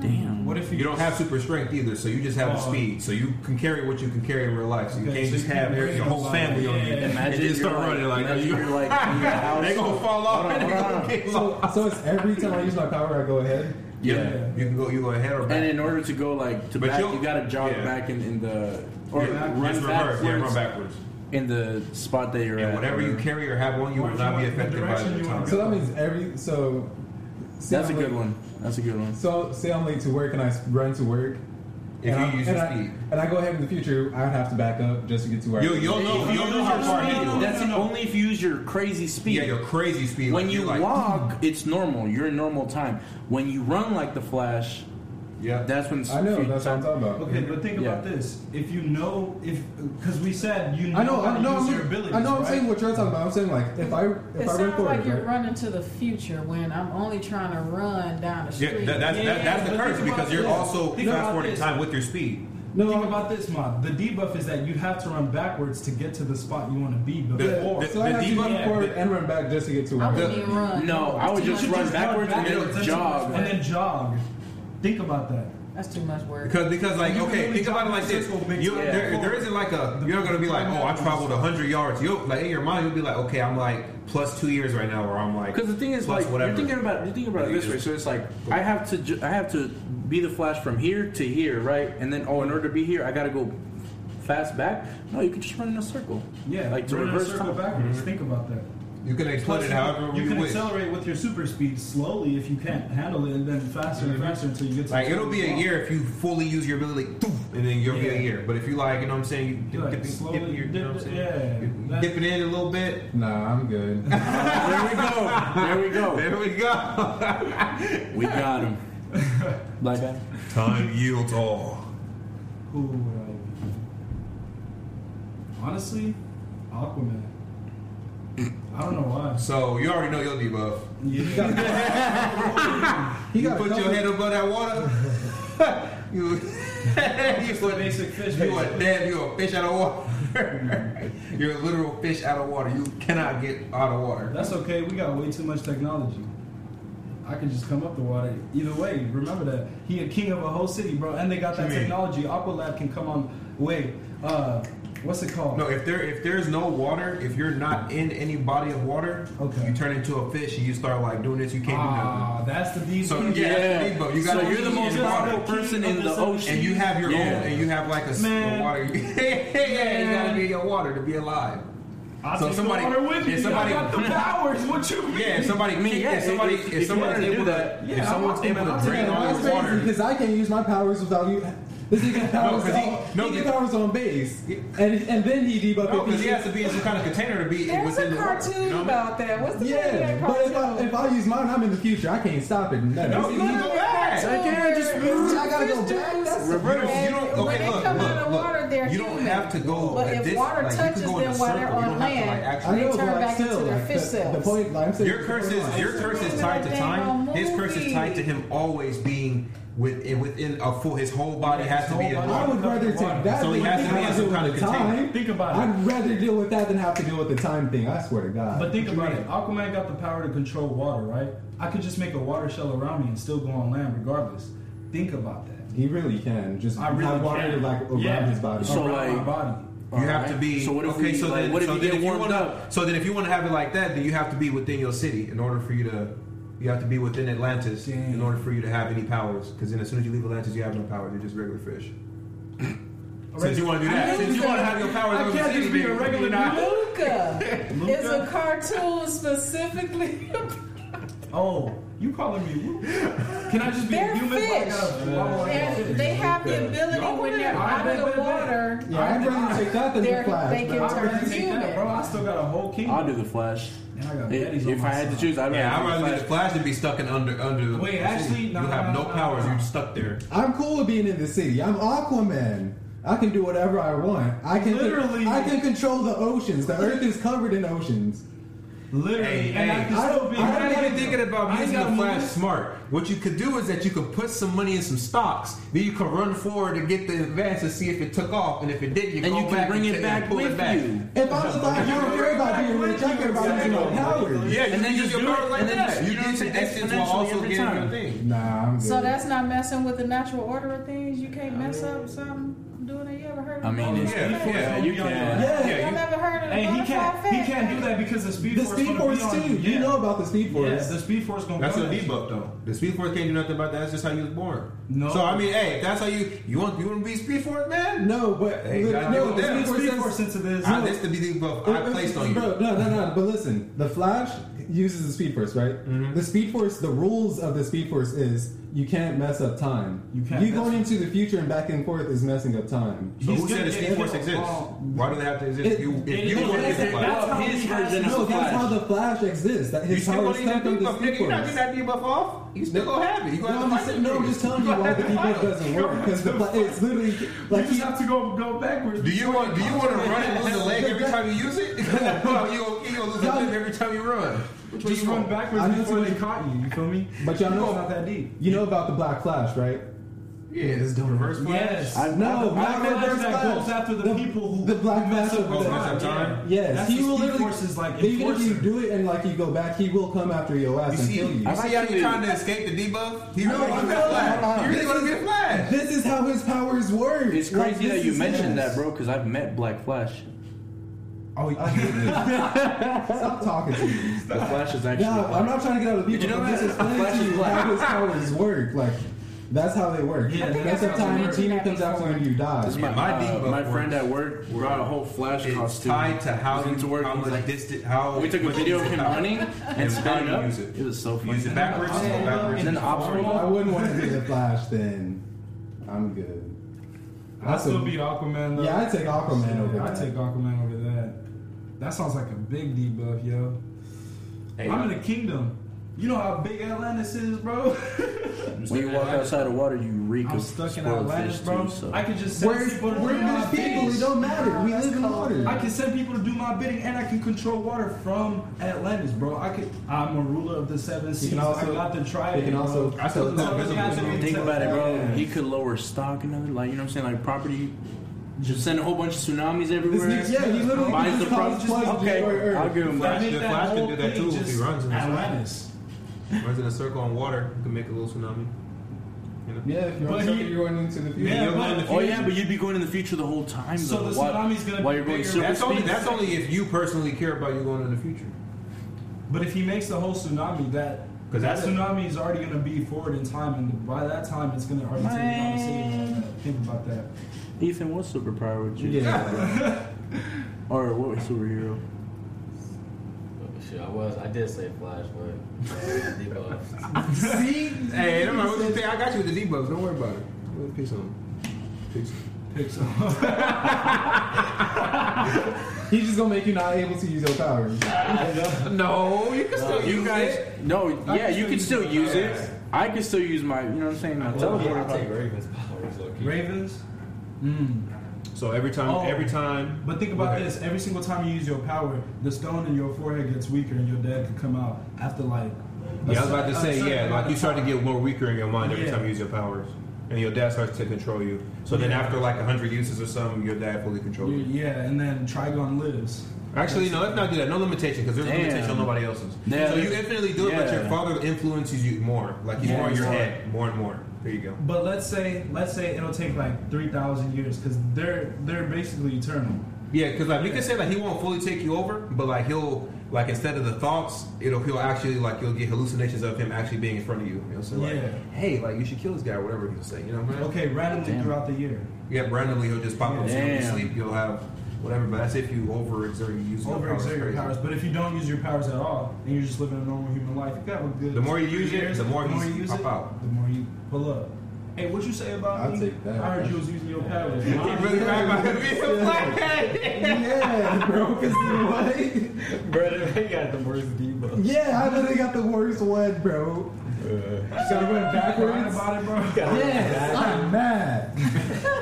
Speaker 4: damn.
Speaker 2: What if you,
Speaker 3: You don't have super strength either, so you just have the
Speaker 2: Oh.
Speaker 3: speed. So you can carry what you can carry in real life. So you
Speaker 2: Okay,
Speaker 3: can't
Speaker 2: so
Speaker 3: just
Speaker 2: you
Speaker 3: have
Speaker 2: can
Speaker 3: your,
Speaker 2: bring
Speaker 3: your whole
Speaker 2: a lot.
Speaker 3: family on you
Speaker 2: Yeah.
Speaker 3: and
Speaker 4: Imagine
Speaker 3: just start
Speaker 4: you're
Speaker 3: running like,
Speaker 4: imagine
Speaker 3: you,
Speaker 4: you're like in your house.
Speaker 3: they gonna fall off.
Speaker 4: Hold on,
Speaker 3: and they
Speaker 4: hold on.
Speaker 3: gonna get lost.
Speaker 1: So, so it's every time I use my power, I go ahead.
Speaker 4: Yeah.
Speaker 3: you can go. You go ahead or back.
Speaker 4: And in order to go like to
Speaker 3: But
Speaker 4: back,
Speaker 3: you'll-
Speaker 4: you gotta jog
Speaker 3: yeah.
Speaker 4: back in, in the or
Speaker 3: yeah,
Speaker 4: run
Speaker 3: just
Speaker 4: backwards
Speaker 3: reverse. Yeah, run backwards.
Speaker 4: in the spot that you're
Speaker 3: And
Speaker 4: at.
Speaker 3: whatever you carry or have on you will
Speaker 2: Or
Speaker 3: not be
Speaker 2: the
Speaker 3: affected by
Speaker 2: direction
Speaker 3: the
Speaker 2: you wanna
Speaker 3: time.
Speaker 1: So that means every so. say
Speaker 4: That's a
Speaker 1: I'm
Speaker 4: good
Speaker 1: late-
Speaker 4: one. That's a good one.
Speaker 1: So say I'm late to work and I s- run to work.
Speaker 3: If
Speaker 1: and
Speaker 3: you
Speaker 1: I,
Speaker 3: use
Speaker 1: and
Speaker 3: your
Speaker 1: I-
Speaker 3: speed.
Speaker 1: and I go ahead in the future, I would have to back up just to get to where.
Speaker 3: You,
Speaker 1: I
Speaker 3: you'll know. You'll know how far.
Speaker 2: No, no,
Speaker 3: you
Speaker 2: no,
Speaker 3: go.
Speaker 4: That's
Speaker 2: no, no.
Speaker 4: only if you use your crazy speed.
Speaker 3: Yeah, your crazy speed.
Speaker 4: when
Speaker 3: like,
Speaker 4: you
Speaker 3: you're like, hmm.
Speaker 4: walk, it's normal. You're in normal time. When you run like the Flash,
Speaker 3: yeah.
Speaker 4: that's when. it's
Speaker 1: I know.
Speaker 4: few
Speaker 1: That's what I'm
Speaker 4: times-
Speaker 1: talking about.
Speaker 2: Okay, but think about
Speaker 4: Yeah.
Speaker 2: this. If you know, if because we said you know,
Speaker 1: I know.
Speaker 2: how
Speaker 1: I
Speaker 2: to
Speaker 1: know.
Speaker 2: use
Speaker 1: I'm,
Speaker 2: your abilities,
Speaker 1: I know. I'm
Speaker 2: right?
Speaker 1: saying what you're talking about. I'm saying like if I if
Speaker 7: It
Speaker 1: I run
Speaker 7: sounds
Speaker 1: forward,
Speaker 7: like you're
Speaker 1: right?
Speaker 7: running to the future when I'm only trying to run down the
Speaker 3: Yeah,
Speaker 7: street.
Speaker 3: that, that's, that, that's the
Speaker 2: but
Speaker 3: curse
Speaker 2: think about
Speaker 3: because you're
Speaker 2: this.
Speaker 3: also
Speaker 2: Think about
Speaker 3: fast forwarding
Speaker 2: this.
Speaker 3: time with your speed.
Speaker 1: no,
Speaker 2: Think
Speaker 1: I'm-
Speaker 2: about this, mod. The debuff is that you have to run backwards to get to the spot you want to be
Speaker 3: The-
Speaker 2: before.
Speaker 3: the-
Speaker 1: so I
Speaker 3: the
Speaker 1: have to
Speaker 3: debuff-
Speaker 1: run forward
Speaker 3: the-
Speaker 1: and run back just to get to where.
Speaker 7: I
Speaker 1: I'm
Speaker 7: wouldn't
Speaker 3: The-
Speaker 7: even run.
Speaker 4: No, I would
Speaker 7: That's
Speaker 4: just
Speaker 7: too
Speaker 4: run
Speaker 7: much-
Speaker 4: backwards and
Speaker 2: That's too
Speaker 4: then jog.
Speaker 2: much- and then jog. Think about that.
Speaker 7: That's too much work.
Speaker 3: Because because like
Speaker 2: You can
Speaker 3: okay,
Speaker 2: really
Speaker 3: think about it like
Speaker 2: travel
Speaker 3: this.
Speaker 2: circle big
Speaker 3: You,
Speaker 2: time.
Speaker 3: there, there isn't like a you're not gonna be like oh I traveled hundred yards. You will like in your mind you'll be like okay I'm like plus two years right now or I'm like
Speaker 4: Because the thing is,
Speaker 3: plus
Speaker 4: like,
Speaker 3: whatever.
Speaker 4: you're thinking about you're thinking about it
Speaker 3: You
Speaker 4: this way.
Speaker 3: just-
Speaker 4: So it's like I have to ju- I have to be the Flash from here to here, right? And then oh, in order to be here, I gotta go fast back. No, you can just run in a circle.
Speaker 2: Yeah,
Speaker 4: like to
Speaker 2: run in a
Speaker 4: reverse
Speaker 2: circle
Speaker 4: time.
Speaker 2: backwards. Think about that.
Speaker 3: you can explain
Speaker 2: Plus,
Speaker 3: it
Speaker 2: you-
Speaker 3: however
Speaker 2: you
Speaker 3: you,
Speaker 2: can
Speaker 3: wish.
Speaker 2: accelerate with your super speed slowly if you can't handle it, and then faster and faster until you get. To
Speaker 3: Mm-hmm. Like
Speaker 2: the
Speaker 3: it'll be a
Speaker 2: top.
Speaker 3: year if you fully use your ability, like, doof, and then you'll be a
Speaker 2: Yeah.
Speaker 3: year. But if you like, you know what I'm saying, you
Speaker 2: You're
Speaker 3: dip,
Speaker 2: like
Speaker 3: dip, dip,
Speaker 2: slowly
Speaker 3: your, you know what I'm
Speaker 2: dip-
Speaker 3: saying,
Speaker 2: yeah.
Speaker 3: You
Speaker 2: That's-
Speaker 3: dip it in a little bit.
Speaker 1: Nah, I'm good.
Speaker 4: there we go. There we go.
Speaker 3: There we go.
Speaker 4: We got him. Black Adam.
Speaker 3: Time yields all.
Speaker 2: Who would I be? Honestly, Aquaman. I don't know why.
Speaker 3: So you already know your debuff.
Speaker 2: Yeah.
Speaker 1: He
Speaker 3: You
Speaker 1: got a
Speaker 3: put your
Speaker 1: couple-
Speaker 3: head above that water. you, you
Speaker 2: the basic fish.
Speaker 3: You are damn, you a fish out of water. You're a literal fish out of water. You cannot get out of water.
Speaker 2: That's okay. We got way too much technology. I can just come up the water. Either way, remember that he a king of a whole city, bro. And they got that
Speaker 3: What you mean?
Speaker 2: technology. Aqualad can come on. Wait, uh, what's it called?
Speaker 3: No, if there if there's no water, if you're not in any body of water,
Speaker 2: Okay.
Speaker 3: you turn into a fish and you start like doing this. You can't
Speaker 2: ah, that's the
Speaker 3: do
Speaker 2: deep.
Speaker 3: nothing. So yeah, that's the debuff. You
Speaker 4: so
Speaker 3: gotta
Speaker 4: you're the
Speaker 3: be
Speaker 4: most
Speaker 3: in water.
Speaker 4: powerful person in the ocean,
Speaker 3: and you have your
Speaker 4: Yeah.
Speaker 3: own, and you have like a, s-
Speaker 2: Man.
Speaker 3: a water. yeah, you gotta be in your water to be alive.
Speaker 2: I
Speaker 3: so
Speaker 2: take
Speaker 3: somebody-
Speaker 2: the water with
Speaker 3: if
Speaker 2: me.
Speaker 3: somebody-
Speaker 2: I got the powers. What you mean?
Speaker 3: Yeah, if somebody,
Speaker 4: I mean,
Speaker 3: kick-
Speaker 4: yeah,
Speaker 3: if somebody,
Speaker 4: if-
Speaker 3: if,
Speaker 4: if you
Speaker 3: someone's
Speaker 4: wanted to do
Speaker 3: able to,
Speaker 4: that,
Speaker 3: if
Speaker 2: yeah,
Speaker 3: someone's
Speaker 2: I'm
Speaker 3: able
Speaker 2: not
Speaker 3: to
Speaker 2: saying
Speaker 3: drain
Speaker 1: Yeah,
Speaker 3: all
Speaker 1: that's
Speaker 3: your
Speaker 1: crazy
Speaker 3: water,
Speaker 1: because I can't use my powers without you. This nigga powers
Speaker 3: 'cause
Speaker 1: on,
Speaker 3: he- no,
Speaker 1: he did
Speaker 3: 'cause-
Speaker 1: powers on base,
Speaker 3: Yeah.
Speaker 1: and and then he debuffed.
Speaker 3: No,
Speaker 1: it.
Speaker 3: because he has to be in some kind of container to be
Speaker 7: There's
Speaker 3: within
Speaker 7: a
Speaker 3: the water.
Speaker 7: cartoon
Speaker 3: You know?
Speaker 7: about that. What's the name of
Speaker 1: Yeah,
Speaker 7: that
Speaker 1: but if I,
Speaker 7: cartoon?
Speaker 1: if I use mine, I'm in the future. I can't stop it. No,
Speaker 3: No, you can go back.
Speaker 4: I can't just
Speaker 1: I gotta go back. That's-
Speaker 3: Reverse.
Speaker 7: And
Speaker 3: You don't,
Speaker 7: when
Speaker 3: okay,
Speaker 7: they
Speaker 3: look,
Speaker 7: come out
Speaker 3: look,
Speaker 7: of
Speaker 3: look.
Speaker 7: water, they're
Speaker 3: you don't
Speaker 7: human.
Speaker 3: have to go.
Speaker 7: But
Speaker 3: a
Speaker 7: if
Speaker 3: dis-
Speaker 7: water
Speaker 3: like, you
Speaker 7: touches
Speaker 3: can go in
Speaker 7: them
Speaker 3: a
Speaker 7: while
Speaker 3: circle. You don't have to, like,
Speaker 7: they're on land,
Speaker 1: I
Speaker 3: actually-
Speaker 1: know, but
Speaker 7: They turn
Speaker 1: like,
Speaker 7: back
Speaker 1: still,
Speaker 7: into their
Speaker 1: like,
Speaker 7: fish
Speaker 1: the, The
Speaker 7: cells.
Speaker 1: point, like, I'm saying,
Speaker 3: Your curse is your curse is tied to time. His curse is tied to him always being within within a full. His whole body has to be in
Speaker 1: I
Speaker 3: water.
Speaker 1: would rather take that.
Speaker 3: So he
Speaker 1: than
Speaker 3: has to
Speaker 1: think
Speaker 3: be in
Speaker 1: about dealing
Speaker 3: some kind
Speaker 1: with
Speaker 3: of
Speaker 1: the
Speaker 3: container.
Speaker 1: time.
Speaker 2: Think about it.
Speaker 1: I'd rather deal with that than have to deal with the time thing. I swear to God.
Speaker 2: But think
Speaker 1: What you
Speaker 2: about
Speaker 1: mean?
Speaker 2: it. Aquaman got the power to control water, right? I could just make a water shell around me and still go on land regardless. Think about that.
Speaker 1: He really can just
Speaker 2: I really
Speaker 1: have water
Speaker 2: can.
Speaker 1: to like around
Speaker 2: Yeah.
Speaker 1: his body.
Speaker 4: So,
Speaker 2: around my
Speaker 4: like-
Speaker 2: body.
Speaker 3: You have to be
Speaker 4: So what if
Speaker 3: okay.
Speaker 4: we,
Speaker 3: so
Speaker 4: like,
Speaker 3: then,
Speaker 4: what if
Speaker 3: so
Speaker 4: you
Speaker 3: then
Speaker 4: get
Speaker 3: if you
Speaker 4: warmed
Speaker 3: wanna,
Speaker 4: up?
Speaker 3: So then, if you want to have it like that, then you have to be within your city in order for you to. You have to be within Atlantis in
Speaker 2: Damn.
Speaker 3: order for you to have any powers. Because then, as soon as you leave Atlantis, you have no powers. You're just regular fish. Since you want to do that, since you want to have your powers,
Speaker 2: I
Speaker 3: over the
Speaker 2: can't just
Speaker 3: city,
Speaker 2: be a
Speaker 3: then
Speaker 2: regular
Speaker 3: you're not-
Speaker 7: Luca.
Speaker 2: Luca?
Speaker 7: It's a cartoon specifically.
Speaker 2: Oh, you calling me? Can I just be
Speaker 7: They're
Speaker 2: a human?
Speaker 7: fish.
Speaker 2: Why would I
Speaker 7: They're-
Speaker 2: gotta-
Speaker 7: they have the ability when they're out
Speaker 2: bet,
Speaker 7: of
Speaker 2: bet,
Speaker 7: the
Speaker 2: bet.
Speaker 7: water,
Speaker 1: Yeah, I'd rather take that than
Speaker 7: They're-
Speaker 1: the flash.
Speaker 7: they
Speaker 1: bro.
Speaker 7: can-
Speaker 2: I'd rather take that, bro. I still got a whole kingdom.
Speaker 4: I'll do the flash.
Speaker 2: And I got
Speaker 4: If
Speaker 2: Betty's on
Speaker 4: if
Speaker 2: my
Speaker 4: I had to
Speaker 2: side.
Speaker 4: choose, I'd rather
Speaker 3: Yeah,
Speaker 4: do
Speaker 3: I'd rather
Speaker 4: the
Speaker 3: do
Speaker 4: Flash.
Speaker 3: the Flash than be stuck in under under.
Speaker 2: Wait,
Speaker 3: the city.
Speaker 2: actually, no,
Speaker 3: you have
Speaker 2: no,
Speaker 3: no,
Speaker 2: no,
Speaker 3: powers.
Speaker 2: no.
Speaker 3: You're stuck there.
Speaker 1: I'm cool with being in the city. I'm Aquaman. I can do whatever I want. I can
Speaker 2: Literally.
Speaker 1: I can control the oceans. The earth is covered in oceans.
Speaker 2: Literally,
Speaker 3: Hey,
Speaker 2: and
Speaker 3: hey.
Speaker 2: I could
Speaker 1: I
Speaker 2: still
Speaker 1: don't-
Speaker 2: be.
Speaker 1: I
Speaker 3: I'm
Speaker 1: don't
Speaker 3: not
Speaker 2: I
Speaker 3: even thinking about
Speaker 2: ain't
Speaker 3: using
Speaker 2: got
Speaker 3: the flash
Speaker 2: moves.
Speaker 3: smart. What you could do is that you could put some money in some stocks. Then you could run forward to get the advance and see if it took off. And if it did, you
Speaker 4: And
Speaker 3: go
Speaker 4: you can
Speaker 3: back
Speaker 4: bring
Speaker 3: and
Speaker 4: it
Speaker 3: ta-
Speaker 4: back
Speaker 3: and pull
Speaker 4: with
Speaker 3: it back.
Speaker 4: you.
Speaker 1: If I was like, I don't care about being rich. I care about using my powers.
Speaker 3: Yeah, you
Speaker 4: And then
Speaker 3: can use
Speaker 4: just
Speaker 3: your
Speaker 4: do it,
Speaker 3: power like
Speaker 4: and then
Speaker 3: that.
Speaker 4: just-
Speaker 3: You
Speaker 4: you know
Speaker 3: get
Speaker 4: what
Speaker 3: some
Speaker 4: I'm saying,
Speaker 3: distance while also
Speaker 4: exponentially every
Speaker 3: getting your
Speaker 4: time.
Speaker 3: thing.
Speaker 1: Nah, I'm good.
Speaker 7: so that's not messing with the natural order of things. You can't mess up something doing it. You ever heard? Of
Speaker 4: I mean,
Speaker 7: the
Speaker 4: it's
Speaker 3: Yeah,
Speaker 4: yeah,
Speaker 3: yeah.
Speaker 4: you can.
Speaker 1: yeah.
Speaker 3: Yeah,
Speaker 7: Y'all
Speaker 3: you-
Speaker 7: never heard of the
Speaker 2: Hey, he
Speaker 7: butterfly
Speaker 2: can't. He
Speaker 7: effect?
Speaker 2: can't do that because the speed
Speaker 1: the
Speaker 2: force.
Speaker 1: Speed
Speaker 2: gonna be
Speaker 1: Force
Speaker 2: on
Speaker 1: too.
Speaker 2: him.
Speaker 1: You
Speaker 2: Yeah.
Speaker 1: know about the Speed Force.
Speaker 2: Yeah, the speed force gonna.
Speaker 3: That's
Speaker 2: go
Speaker 3: a
Speaker 2: at you.
Speaker 3: debuff though. The Speed Force can't do nothing about that. That's just how you was born.
Speaker 2: No.
Speaker 3: So I mean, hey, if that's how you you want you want to be Speed Force man.
Speaker 1: No, but
Speaker 3: Hey,
Speaker 1: look,
Speaker 3: gotta
Speaker 1: no,
Speaker 3: go
Speaker 1: the
Speaker 3: down.
Speaker 1: Speed
Speaker 2: The
Speaker 1: Force
Speaker 2: speed
Speaker 1: says-
Speaker 2: force into this.
Speaker 3: I, this the debuff I placed on you.
Speaker 1: Bro, no, no, no. But listen, the Flash uses the Speed Force, right?
Speaker 2: Mm-hmm.
Speaker 1: The Speed Force. The rules of the Speed Force is you can't mess up time.
Speaker 2: You can't mess
Speaker 1: going
Speaker 2: up-
Speaker 1: into the future and back and forth is messing up time.
Speaker 3: So
Speaker 2: He's
Speaker 3: who said
Speaker 2: gonna
Speaker 3: the
Speaker 2: get
Speaker 3: Speed Force
Speaker 2: hit.
Speaker 3: exists?
Speaker 2: Oh.
Speaker 3: Why do they have to exist? If
Speaker 1: It-
Speaker 3: you
Speaker 2: it-
Speaker 3: if you
Speaker 2: it-
Speaker 3: want to
Speaker 2: it-
Speaker 3: get the
Speaker 2: it-
Speaker 3: Flash.
Speaker 2: that's how
Speaker 4: his
Speaker 2: he
Speaker 4: version
Speaker 2: has
Speaker 4: of
Speaker 1: No,
Speaker 4: the
Speaker 1: that's how
Speaker 4: Flash.
Speaker 1: the Flash exists. That his power is stuck on the Speed
Speaker 3: You're not
Speaker 1: Force.
Speaker 3: getting that debuff off. You still gonna have it. You
Speaker 1: No,
Speaker 3: gonna
Speaker 1: I'm
Speaker 3: have to
Speaker 1: just, no, I'm just telling you why the debuff doesn't work because the fla- it's literally
Speaker 2: You
Speaker 1: like
Speaker 2: just
Speaker 1: he,
Speaker 2: have to go go backwards.
Speaker 3: Do you want? Do you want to run and lose a leg every time you use it? Well, you you gonna lose a limb every time you run. Which one
Speaker 2: Just
Speaker 3: you
Speaker 2: run
Speaker 3: want?
Speaker 1: I
Speaker 2: backwards
Speaker 1: know
Speaker 2: before
Speaker 1: somebody-
Speaker 2: they caught you. You feel me?
Speaker 1: But y'all
Speaker 2: You
Speaker 1: know-
Speaker 2: it's not that deep.
Speaker 1: you know about the Black Flash, right?
Speaker 3: Yeah, this the reverse flash.
Speaker 2: Yes.
Speaker 4: I've-
Speaker 1: No,
Speaker 2: I've-
Speaker 1: Black
Speaker 2: I've realized
Speaker 1: Reverse
Speaker 2: that
Speaker 1: Flash.
Speaker 2: goes after the,
Speaker 1: The-
Speaker 2: people who
Speaker 1: the Black
Speaker 2: mess
Speaker 1: Flash
Speaker 2: up
Speaker 1: of
Speaker 2: with
Speaker 1: the-
Speaker 2: time.
Speaker 3: Mess up time?
Speaker 2: Yeah.
Speaker 1: Yes,
Speaker 2: That's
Speaker 1: he
Speaker 2: the
Speaker 1: will
Speaker 2: speed
Speaker 1: literally.
Speaker 2: force is like
Speaker 1: even if you
Speaker 2: enforcer.
Speaker 1: do it and like you go back, he will come after your ass
Speaker 3: You
Speaker 1: and
Speaker 3: see,
Speaker 1: kill you.
Speaker 3: you see how
Speaker 4: actually-
Speaker 3: you're trying to escape the debuff? He
Speaker 1: No,
Speaker 3: really wants to
Speaker 1: I'm
Speaker 3: be a
Speaker 1: not-
Speaker 3: flash.
Speaker 1: uh-uh.
Speaker 3: You really want to be a flash.
Speaker 1: This is how his powers work.
Speaker 4: It's
Speaker 1: Like,
Speaker 4: crazy that
Speaker 1: this
Speaker 4: you
Speaker 1: is
Speaker 4: mentioned
Speaker 1: his.
Speaker 4: that, bro, because I've met Black Flash.
Speaker 1: Oh, I hate this. Stop talking to me.
Speaker 4: The Flash is actually.
Speaker 1: No, I'm not trying to get out of the people.
Speaker 4: Did you know
Speaker 1: but this
Speaker 4: that?
Speaker 1: is explaining
Speaker 4: Flash
Speaker 1: to
Speaker 4: is
Speaker 1: you
Speaker 4: black.
Speaker 1: how his powers work. Like, that's how they work.
Speaker 2: Yeah, I think
Speaker 1: that's
Speaker 2: I
Speaker 1: the
Speaker 2: heard
Speaker 1: time
Speaker 2: you
Speaker 1: your demon
Speaker 7: mention
Speaker 1: comes
Speaker 7: that
Speaker 1: after when you die.
Speaker 4: This is my,
Speaker 3: Yeah, my
Speaker 4: uh,
Speaker 3: debuff
Speaker 4: my friend
Speaker 3: works.
Speaker 4: at work brought a whole Flash
Speaker 3: It's
Speaker 4: costume.
Speaker 3: tied to how
Speaker 4: He's
Speaker 3: you
Speaker 4: into work.
Speaker 3: how
Speaker 4: He's
Speaker 3: much
Speaker 4: like-
Speaker 3: distance how
Speaker 4: We took a
Speaker 3: much
Speaker 4: video of him
Speaker 3: power.
Speaker 4: running and
Speaker 3: And
Speaker 4: spinning
Speaker 3: then
Speaker 4: up.
Speaker 3: use it.
Speaker 4: It was so funny.
Speaker 3: Use it backwards. Go backwards.
Speaker 4: And then obstacle.
Speaker 1: I wouldn't want to be the Flash. Then I'm good.
Speaker 2: I'll still beat Aquaman though.
Speaker 1: Yeah, I'd take Aquaman over
Speaker 2: I
Speaker 1: that.
Speaker 2: take Aquaman over that. That sounds like a big debuff, yo.
Speaker 3: Hey,
Speaker 2: I'm in the kingdom. You know how big Atlantis is, bro.
Speaker 4: When you walk outside the water, you reek
Speaker 2: I'm
Speaker 4: of
Speaker 2: stuck in
Speaker 4: spoiled
Speaker 2: Atlantis,
Speaker 4: fish
Speaker 2: bro.
Speaker 4: too. So
Speaker 2: I could just send
Speaker 1: We're,
Speaker 2: people to
Speaker 1: we're
Speaker 2: do my
Speaker 1: just people. It
Speaker 2: bidding.
Speaker 1: don't matter. We live in water.
Speaker 2: I can send people to do my bidding, and I can control water from Atlantis, bro. I could. I'm a ruler of the seven seas.
Speaker 1: also-
Speaker 2: I got the tribe.
Speaker 1: you can
Speaker 2: bro.
Speaker 1: also-
Speaker 3: I still
Speaker 2: Tell
Speaker 3: think
Speaker 2: them
Speaker 3: invisible
Speaker 2: guys
Speaker 3: is
Speaker 2: to
Speaker 3: wrong.
Speaker 2: be
Speaker 4: Think about it, bro.
Speaker 1: Yeah.
Speaker 4: He could lower stock another, like you know what I'm saying, like property. Just send a whole bunch of tsunamis everywhere.
Speaker 1: This dude- yeah, he literally
Speaker 4: Buys
Speaker 1: just
Speaker 4: the
Speaker 1: caused
Speaker 4: property.
Speaker 1: floods to
Speaker 4: Okay,
Speaker 1: destroy Earth.
Speaker 4: I'll give him
Speaker 3: Flash-
Speaker 4: that.
Speaker 2: Make
Speaker 3: the
Speaker 2: that
Speaker 3: Flash can
Speaker 2: whole
Speaker 3: do that
Speaker 2: thing
Speaker 3: too if he
Speaker 2: just
Speaker 3: runs in his mind.
Speaker 2: Atlantis.
Speaker 3: runs in a circle on water, you can make a little tsunami. You know?
Speaker 1: Yeah, if you're
Speaker 2: But
Speaker 1: on
Speaker 2: he-
Speaker 1: you're going into the future.
Speaker 2: Yeah,
Speaker 3: you'll
Speaker 2: but-
Speaker 3: learn the
Speaker 4: Oh yeah, but you'd be going in the future the whole time.
Speaker 2: So
Speaker 4: though,
Speaker 2: the
Speaker 4: while-
Speaker 2: tsunami's gonna
Speaker 4: while
Speaker 2: be
Speaker 4: you're going
Speaker 2: bigger.
Speaker 4: super
Speaker 3: That's only
Speaker 4: speed.
Speaker 3: that's only if you personally care about you going in the future.
Speaker 2: But if he makes the whole tsunami, that
Speaker 3: 'Cause
Speaker 2: because that
Speaker 3: that's-
Speaker 2: tsunami is already going to be forward in time, and by that time, it's going to already take
Speaker 4: Man.
Speaker 2: a city. Think about that.
Speaker 4: Ethan, what superpower would you?
Speaker 1: Yeah.
Speaker 4: Or what superhero?
Speaker 6: Shit, I was. I did say Flash, but debuff.
Speaker 1: See?
Speaker 3: Hey, don't worry, what you think? I got you with the debuffs. Don't worry about it. Peace on. Peace.
Speaker 2: Pixel.
Speaker 1: He's just gonna make you not able to use your powers.
Speaker 3: No, you can still
Speaker 4: You
Speaker 3: use
Speaker 4: guys,
Speaker 3: it.
Speaker 4: no,
Speaker 2: I
Speaker 4: yeah,
Speaker 2: can
Speaker 4: you can
Speaker 2: still
Speaker 4: still
Speaker 2: use
Speaker 4: use
Speaker 2: my
Speaker 4: it.
Speaker 2: powers.
Speaker 4: I can still use my, you know what I'm saying, my teleporter.
Speaker 6: I take
Speaker 4: power.
Speaker 6: Raven's powers. low-key.
Speaker 2: Ravens. Mm.
Speaker 3: So every time,
Speaker 2: Oh.
Speaker 3: every time.
Speaker 2: But think about
Speaker 3: Okay.
Speaker 2: this: every single time you use your power, the stone in your forehead gets weaker, and your dad could come out after like. a
Speaker 3: Yeah, I was about to
Speaker 2: cer- a
Speaker 3: say,
Speaker 2: certain
Speaker 3: yeah,
Speaker 2: amount
Speaker 3: like you
Speaker 2: of
Speaker 3: start to
Speaker 2: time.
Speaker 3: get more weaker in your mind every
Speaker 2: Yeah.
Speaker 3: time you use your powers, and your dad starts to control you. So then,
Speaker 2: Yeah.
Speaker 3: after like hundred uses or something, your dad fully controls you.
Speaker 2: You- Yeah, and then Trigon lives.
Speaker 3: Actually, no, let's not do that. No limitation, because there's
Speaker 4: Damn.
Speaker 3: limitation on nobody else's.
Speaker 4: Yeah,
Speaker 3: so you
Speaker 4: there's-
Speaker 3: infinitely do it, but
Speaker 4: yeah.
Speaker 3: your father influences you more. Like he's
Speaker 2: Yeah,
Speaker 3: more in your
Speaker 2: more.
Speaker 3: head, more and more. There you go.
Speaker 2: But let's say let's say it'll take like three thousand years because they're they're basically eternal.
Speaker 3: Yeah, because like we can say like he won't fully take you over, but like he'll like instead of the thoughts, it'll he'll actually like you'll get hallucinations of him actually being in front of you. He'll say like,
Speaker 2: Yeah.
Speaker 3: "Hey, like you should kill this guy," or whatever he'll say. You know what I'm saying?
Speaker 2: Okay, randomly
Speaker 4: Damn.
Speaker 2: throughout the year.
Speaker 3: Yeah, randomly he'll just pop up to you when you
Speaker 4: Damn.
Speaker 3: sleep. You'll have whatever, but that's if you overexert, you use your powers
Speaker 2: overexert your
Speaker 3: crazy.
Speaker 2: powers. But if you don't use your powers at all and you're just living a normal human life, you got a good.
Speaker 3: The more you
Speaker 2: three
Speaker 3: use it,
Speaker 2: years,
Speaker 3: the more you
Speaker 2: use
Speaker 3: pop
Speaker 2: it,
Speaker 3: out.
Speaker 2: The more you pull up. Hey, what you say about
Speaker 1: I'll
Speaker 2: me?
Speaker 1: take that.
Speaker 2: I heard you was using your paddles. Mine-
Speaker 3: really rap about being a black
Speaker 1: yeah, bro. Cause you know what?
Speaker 6: Brother, they got the worst debo.
Speaker 1: Yeah, I literally got the worst one, bro. So I went
Speaker 2: Crying
Speaker 1: backwards.
Speaker 2: about it, bro.
Speaker 1: Yes, I'm mad.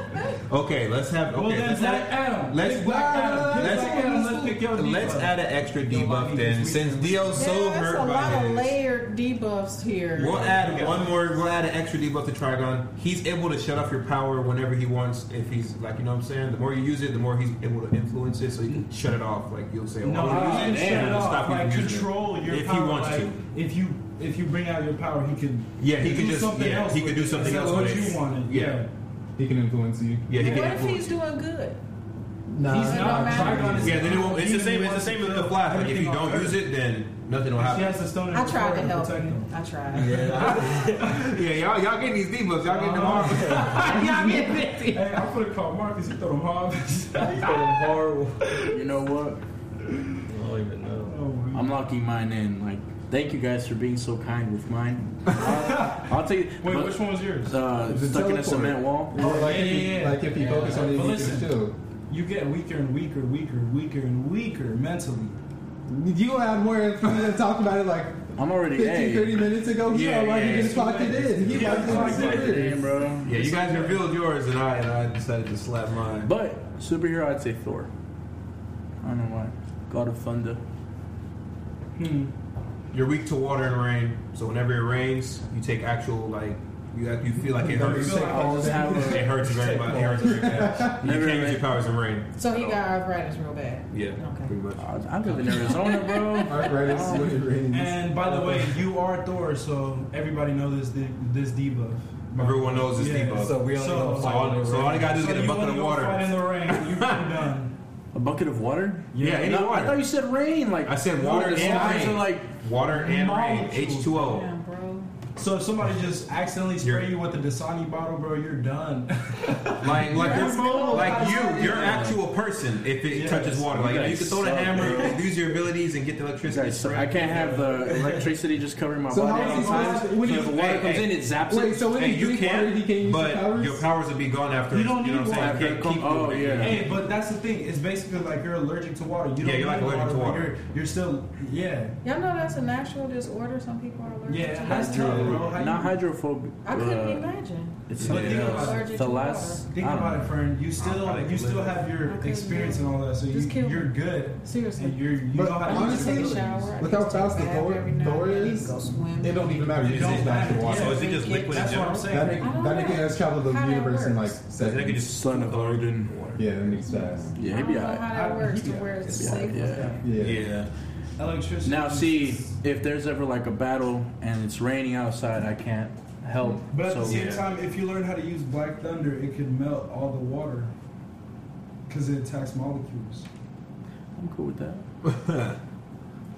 Speaker 3: Okay, let's have. Okay,
Speaker 2: Well, then
Speaker 3: let's
Speaker 2: Black
Speaker 3: add,
Speaker 2: Adam.
Speaker 3: let's-
Speaker 2: Pick Black Adam. Pick
Speaker 3: let's-
Speaker 2: Black Adam. Let's pick your
Speaker 3: let's
Speaker 2: debo.
Speaker 3: add an extra
Speaker 2: lobby
Speaker 3: debuff then,
Speaker 2: this
Speaker 3: since
Speaker 2: weekend.
Speaker 3: Dio's so
Speaker 7: There's
Speaker 3: hurt
Speaker 7: a lot
Speaker 3: by
Speaker 7: of
Speaker 3: his.
Speaker 7: layered debuffs here.
Speaker 3: We'll add one more. We'll add an extra debuff to Trigon. He's able to shut off your power whenever he wants. If he's like, you know what I'm saying. The more you use it, the more he's able to influence it. So he can shut it off. Like you'll say, well,
Speaker 2: No,
Speaker 3: I'm
Speaker 2: you
Speaker 3: gonna
Speaker 2: can
Speaker 3: use it,
Speaker 2: shut
Speaker 3: and
Speaker 2: it
Speaker 3: it'll
Speaker 2: off.
Speaker 3: stop you
Speaker 2: like
Speaker 3: from using it.
Speaker 2: control your
Speaker 3: if
Speaker 2: power.
Speaker 3: he wants
Speaker 2: like,
Speaker 3: to.
Speaker 2: If you if you bring out your power, he can.
Speaker 3: Yeah, he could
Speaker 2: do
Speaker 3: just-
Speaker 2: something
Speaker 3: yeah,
Speaker 2: else
Speaker 3: he
Speaker 2: with
Speaker 3: could do
Speaker 2: it.
Speaker 3: something
Speaker 2: That's
Speaker 3: else
Speaker 2: What
Speaker 3: with it.
Speaker 2: you wanted?
Speaker 3: Yeah.
Speaker 1: He can influence you.
Speaker 3: Yeah, he
Speaker 7: But
Speaker 3: can.
Speaker 7: what if
Speaker 3: influence.
Speaker 7: he's doing good?
Speaker 1: Nah,
Speaker 2: He's
Speaker 7: It
Speaker 2: not.
Speaker 7: don't matter.
Speaker 2: Trigon is-
Speaker 3: Yeah, then it won't, it's the
Speaker 2: he
Speaker 3: same. It's the
Speaker 2: wants
Speaker 3: same
Speaker 2: to
Speaker 3: with
Speaker 2: kill
Speaker 3: the flash. Like if
Speaker 2: everything
Speaker 3: you
Speaker 2: on
Speaker 3: don't
Speaker 2: Earth.
Speaker 3: use it, then nothing will
Speaker 2: She
Speaker 3: happen.
Speaker 2: has the stone. in
Speaker 7: I
Speaker 2: her
Speaker 7: tried
Speaker 2: pocket
Speaker 7: to help
Speaker 2: protect
Speaker 7: him.
Speaker 2: him.
Speaker 7: I tried.
Speaker 3: Yeah, y'all, y'all getting these debuffs. Y'all getting them
Speaker 2: Uh-huh.
Speaker 3: hard.
Speaker 7: Y'all get busy.
Speaker 2: Hey, I'm gonna call Marcus. He throw them harvest.
Speaker 6: He's horrible.
Speaker 4: You know what?
Speaker 6: I don't even know.
Speaker 2: Oh, man.
Speaker 4: I'm locking mine in. Like, thank you guys for being so kind with mine. I'll, I'll take.
Speaker 2: Wait,
Speaker 4: but,
Speaker 2: which one was yours?
Speaker 4: Uh,
Speaker 1: The
Speaker 4: stuck in a
Speaker 1: teleport.
Speaker 4: cement wall.
Speaker 1: Or like,
Speaker 2: Yeah,
Speaker 1: if he,
Speaker 2: yeah, yeah.
Speaker 1: like if he
Speaker 2: Yeah.
Speaker 1: focus on it,
Speaker 2: But
Speaker 1: he
Speaker 2: listen.
Speaker 1: can chill.
Speaker 2: You get weaker and weaker, weaker, weaker and weaker mentally.
Speaker 1: You gonna have more information to talk about it like
Speaker 4: I'm already
Speaker 1: 15,
Speaker 4: hey.
Speaker 1: 30 minutes ago. He
Speaker 3: Yeah,
Speaker 1: yeah, already
Speaker 3: yeah,
Speaker 1: just
Speaker 2: yeah.
Speaker 1: clocked it in. He
Speaker 2: Yeah,
Speaker 1: liked
Speaker 2: clocked
Speaker 1: it
Speaker 2: it
Speaker 1: in
Speaker 4: Damn, bro.
Speaker 3: Yeah, you guys revealed yours, and I and I decided to slap mine.
Speaker 4: But superhero, I'd say Thor. I don't know why. God of Thunder.
Speaker 2: Hmm.
Speaker 3: You're weak to water and rain, so whenever it rains, you take actual like you have, you feel like it hurts.
Speaker 2: Feel like
Speaker 4: I just have
Speaker 3: It
Speaker 4: a,
Speaker 3: hurts very much. It hurts very bad. You
Speaker 4: Never
Speaker 3: can't use
Speaker 4: rain.
Speaker 3: your powers in rain.
Speaker 7: So he got arthritis real bad.
Speaker 3: Yeah,
Speaker 7: Okay.
Speaker 3: pretty much.
Speaker 4: I, I live in Arizona, bro.
Speaker 1: Arthritis when it rains.
Speaker 2: And by the way, you are Thor, so everybody knows this this debuff.
Speaker 3: Everyone knows this
Speaker 2: Yeah,
Speaker 3: debuff.
Speaker 2: so
Speaker 6: we only
Speaker 3: so,
Speaker 6: gonna fight in
Speaker 3: all,
Speaker 6: the
Speaker 3: so all you gotta do is
Speaker 2: So
Speaker 3: get a
Speaker 2: you
Speaker 3: bucket
Speaker 2: wanna
Speaker 3: of
Speaker 2: go Fight in
Speaker 3: water.
Speaker 2: the rain. You're pretty done.
Speaker 4: A bucket of water.
Speaker 3: Yeah, any
Speaker 4: No, I
Speaker 3: water.
Speaker 4: thought you said rain. Like
Speaker 3: I said water
Speaker 4: No, the
Speaker 3: and
Speaker 4: stars
Speaker 3: rain.
Speaker 4: Are like
Speaker 3: Water and rain.
Speaker 2: Molecules.
Speaker 3: H two O.
Speaker 7: Damn, bro.
Speaker 2: So if somebody just accidentally spray
Speaker 3: You're-
Speaker 2: you with the Dasani bottle, bro, you're done.
Speaker 3: Like like
Speaker 2: Yes, bro.
Speaker 3: like you, your actual person. If it
Speaker 2: Yes.
Speaker 3: touches water, like
Speaker 4: You
Speaker 3: if you
Speaker 4: guys
Speaker 3: can throw the
Speaker 4: suck,
Speaker 3: hammer,
Speaker 4: bro.
Speaker 3: lose your abilities, and get the electricity.
Speaker 4: guys, so I
Speaker 3: spread.
Speaker 4: can't have the electricity just covering my
Speaker 1: So how
Speaker 4: body all
Speaker 1: is
Speaker 4: the
Speaker 1: he supposed
Speaker 4: time.
Speaker 1: to- when
Speaker 4: so
Speaker 1: he-
Speaker 4: if the water
Speaker 3: Hey,
Speaker 4: comes
Speaker 3: hey.
Speaker 4: in, it zaps
Speaker 1: Wait,
Speaker 4: it.
Speaker 1: so when
Speaker 3: Hey,
Speaker 1: he
Speaker 3: you
Speaker 1: drink water, he
Speaker 3: can,
Speaker 1: can't use
Speaker 3: but your
Speaker 1: his powers.
Speaker 3: powers will be gone after.
Speaker 2: You don't
Speaker 3: you know
Speaker 2: need
Speaker 3: what I'm
Speaker 4: water.
Speaker 3: saying. You can't keep
Speaker 4: Oh,
Speaker 3: doing it.
Speaker 4: yeah.
Speaker 2: hey, but that's the thing. It's basically like you're allergic to water. You don't
Speaker 3: Yeah, you're like
Speaker 2: need
Speaker 3: allergic to
Speaker 2: but
Speaker 3: water.
Speaker 2: You're, you're still, yeah.
Speaker 7: Y'all know that's a natural disorder. Some people are allergic
Speaker 2: Yeah,
Speaker 7: to.
Speaker 2: that's
Speaker 7: That's
Speaker 2: tough, bro. How
Speaker 4: Not
Speaker 2: you-
Speaker 4: hydrophobic.
Speaker 7: I couldn't
Speaker 4: uh,
Speaker 7: imagine.
Speaker 4: It's
Speaker 2: But
Speaker 4: something
Speaker 2: think
Speaker 4: else.
Speaker 2: about it.
Speaker 4: The last.
Speaker 2: Think
Speaker 4: I don't
Speaker 2: about
Speaker 4: know.
Speaker 2: it, friend. You still, you still have
Speaker 7: I
Speaker 2: your
Speaker 7: couldn't
Speaker 2: experience
Speaker 7: do it.
Speaker 2: and all that, so you,
Speaker 7: Just kill me.
Speaker 2: you're good.
Speaker 7: Seriously.
Speaker 2: And you're, you
Speaker 1: But
Speaker 2: know how to
Speaker 1: honestly,
Speaker 7: take
Speaker 2: use
Speaker 7: a
Speaker 2: it.
Speaker 7: shower. I
Speaker 1: look
Speaker 7: just
Speaker 1: how
Speaker 7: take
Speaker 1: fast
Speaker 7: a
Speaker 1: the
Speaker 7: bath
Speaker 1: Thor-
Speaker 7: every night
Speaker 1: Thor
Speaker 7: and then
Speaker 1: is.
Speaker 7: Go swim.
Speaker 1: It don't even matter. You
Speaker 2: It
Speaker 1: just
Speaker 2: don't
Speaker 1: back to
Speaker 2: matter.
Speaker 1: water.
Speaker 3: So is it just liquid in
Speaker 2: That's what I'm
Speaker 3: general?
Speaker 1: That
Speaker 2: saying.
Speaker 1: nigga,
Speaker 7: don't
Speaker 1: that
Speaker 7: know.
Speaker 1: nigga has traveled the
Speaker 7: How that
Speaker 1: universe in like
Speaker 7: works.
Speaker 3: That nigga
Speaker 1: seconds.
Speaker 3: just
Speaker 4: Son of Odin.
Speaker 1: Yeah, that nigga's fast.
Speaker 4: Yeah,
Speaker 7: I
Speaker 4: he'd
Speaker 7: don't
Speaker 4: be
Speaker 7: know
Speaker 4: alright.
Speaker 7: how that
Speaker 2: I-
Speaker 7: works to
Speaker 2: yeah.
Speaker 7: where it's
Speaker 4: Yeah,
Speaker 7: safe.
Speaker 4: yeah.
Speaker 1: Yeah.
Speaker 3: Yeah.
Speaker 2: Electricity.
Speaker 4: Now, see, if there's ever like a battle and it's raining outside, I can't help.
Speaker 2: But at
Speaker 4: so,
Speaker 2: the same
Speaker 4: yeah.
Speaker 2: time, if you learn how to use Black Thunder, it can melt all the water because it attacks molecules.
Speaker 4: I'm cool with that.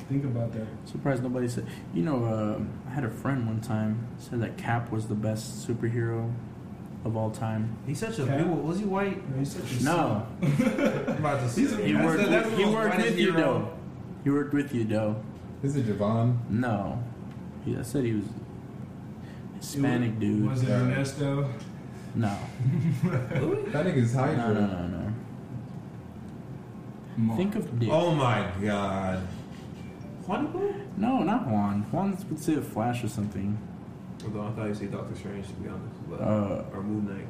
Speaker 2: Think about that.
Speaker 4: Surprised nobody said. You know, uh, I had a friend one time said that Cap was the best superhero of all time.
Speaker 3: He's such a
Speaker 2: Okay.
Speaker 3: big one. Was he white?
Speaker 2: You're such a
Speaker 4: No,
Speaker 3: About to see
Speaker 4: he worked. with, he worked with you though. He worked with you though.
Speaker 1: This is Javon.
Speaker 4: No, he, I said he was Hispanic dude.
Speaker 2: Was it
Speaker 1: Yeah.
Speaker 2: Ernesto?
Speaker 4: no,
Speaker 1: That nigga's
Speaker 4: no, no,
Speaker 1: hydra.
Speaker 4: no, no. Think of Dick.
Speaker 3: Oh my god.
Speaker 4: No, not Juan. Juan's would say the Flash or something.
Speaker 3: Although I thought you said Doctor Strange to be honest, but
Speaker 4: Uh,
Speaker 3: or Moon Knight.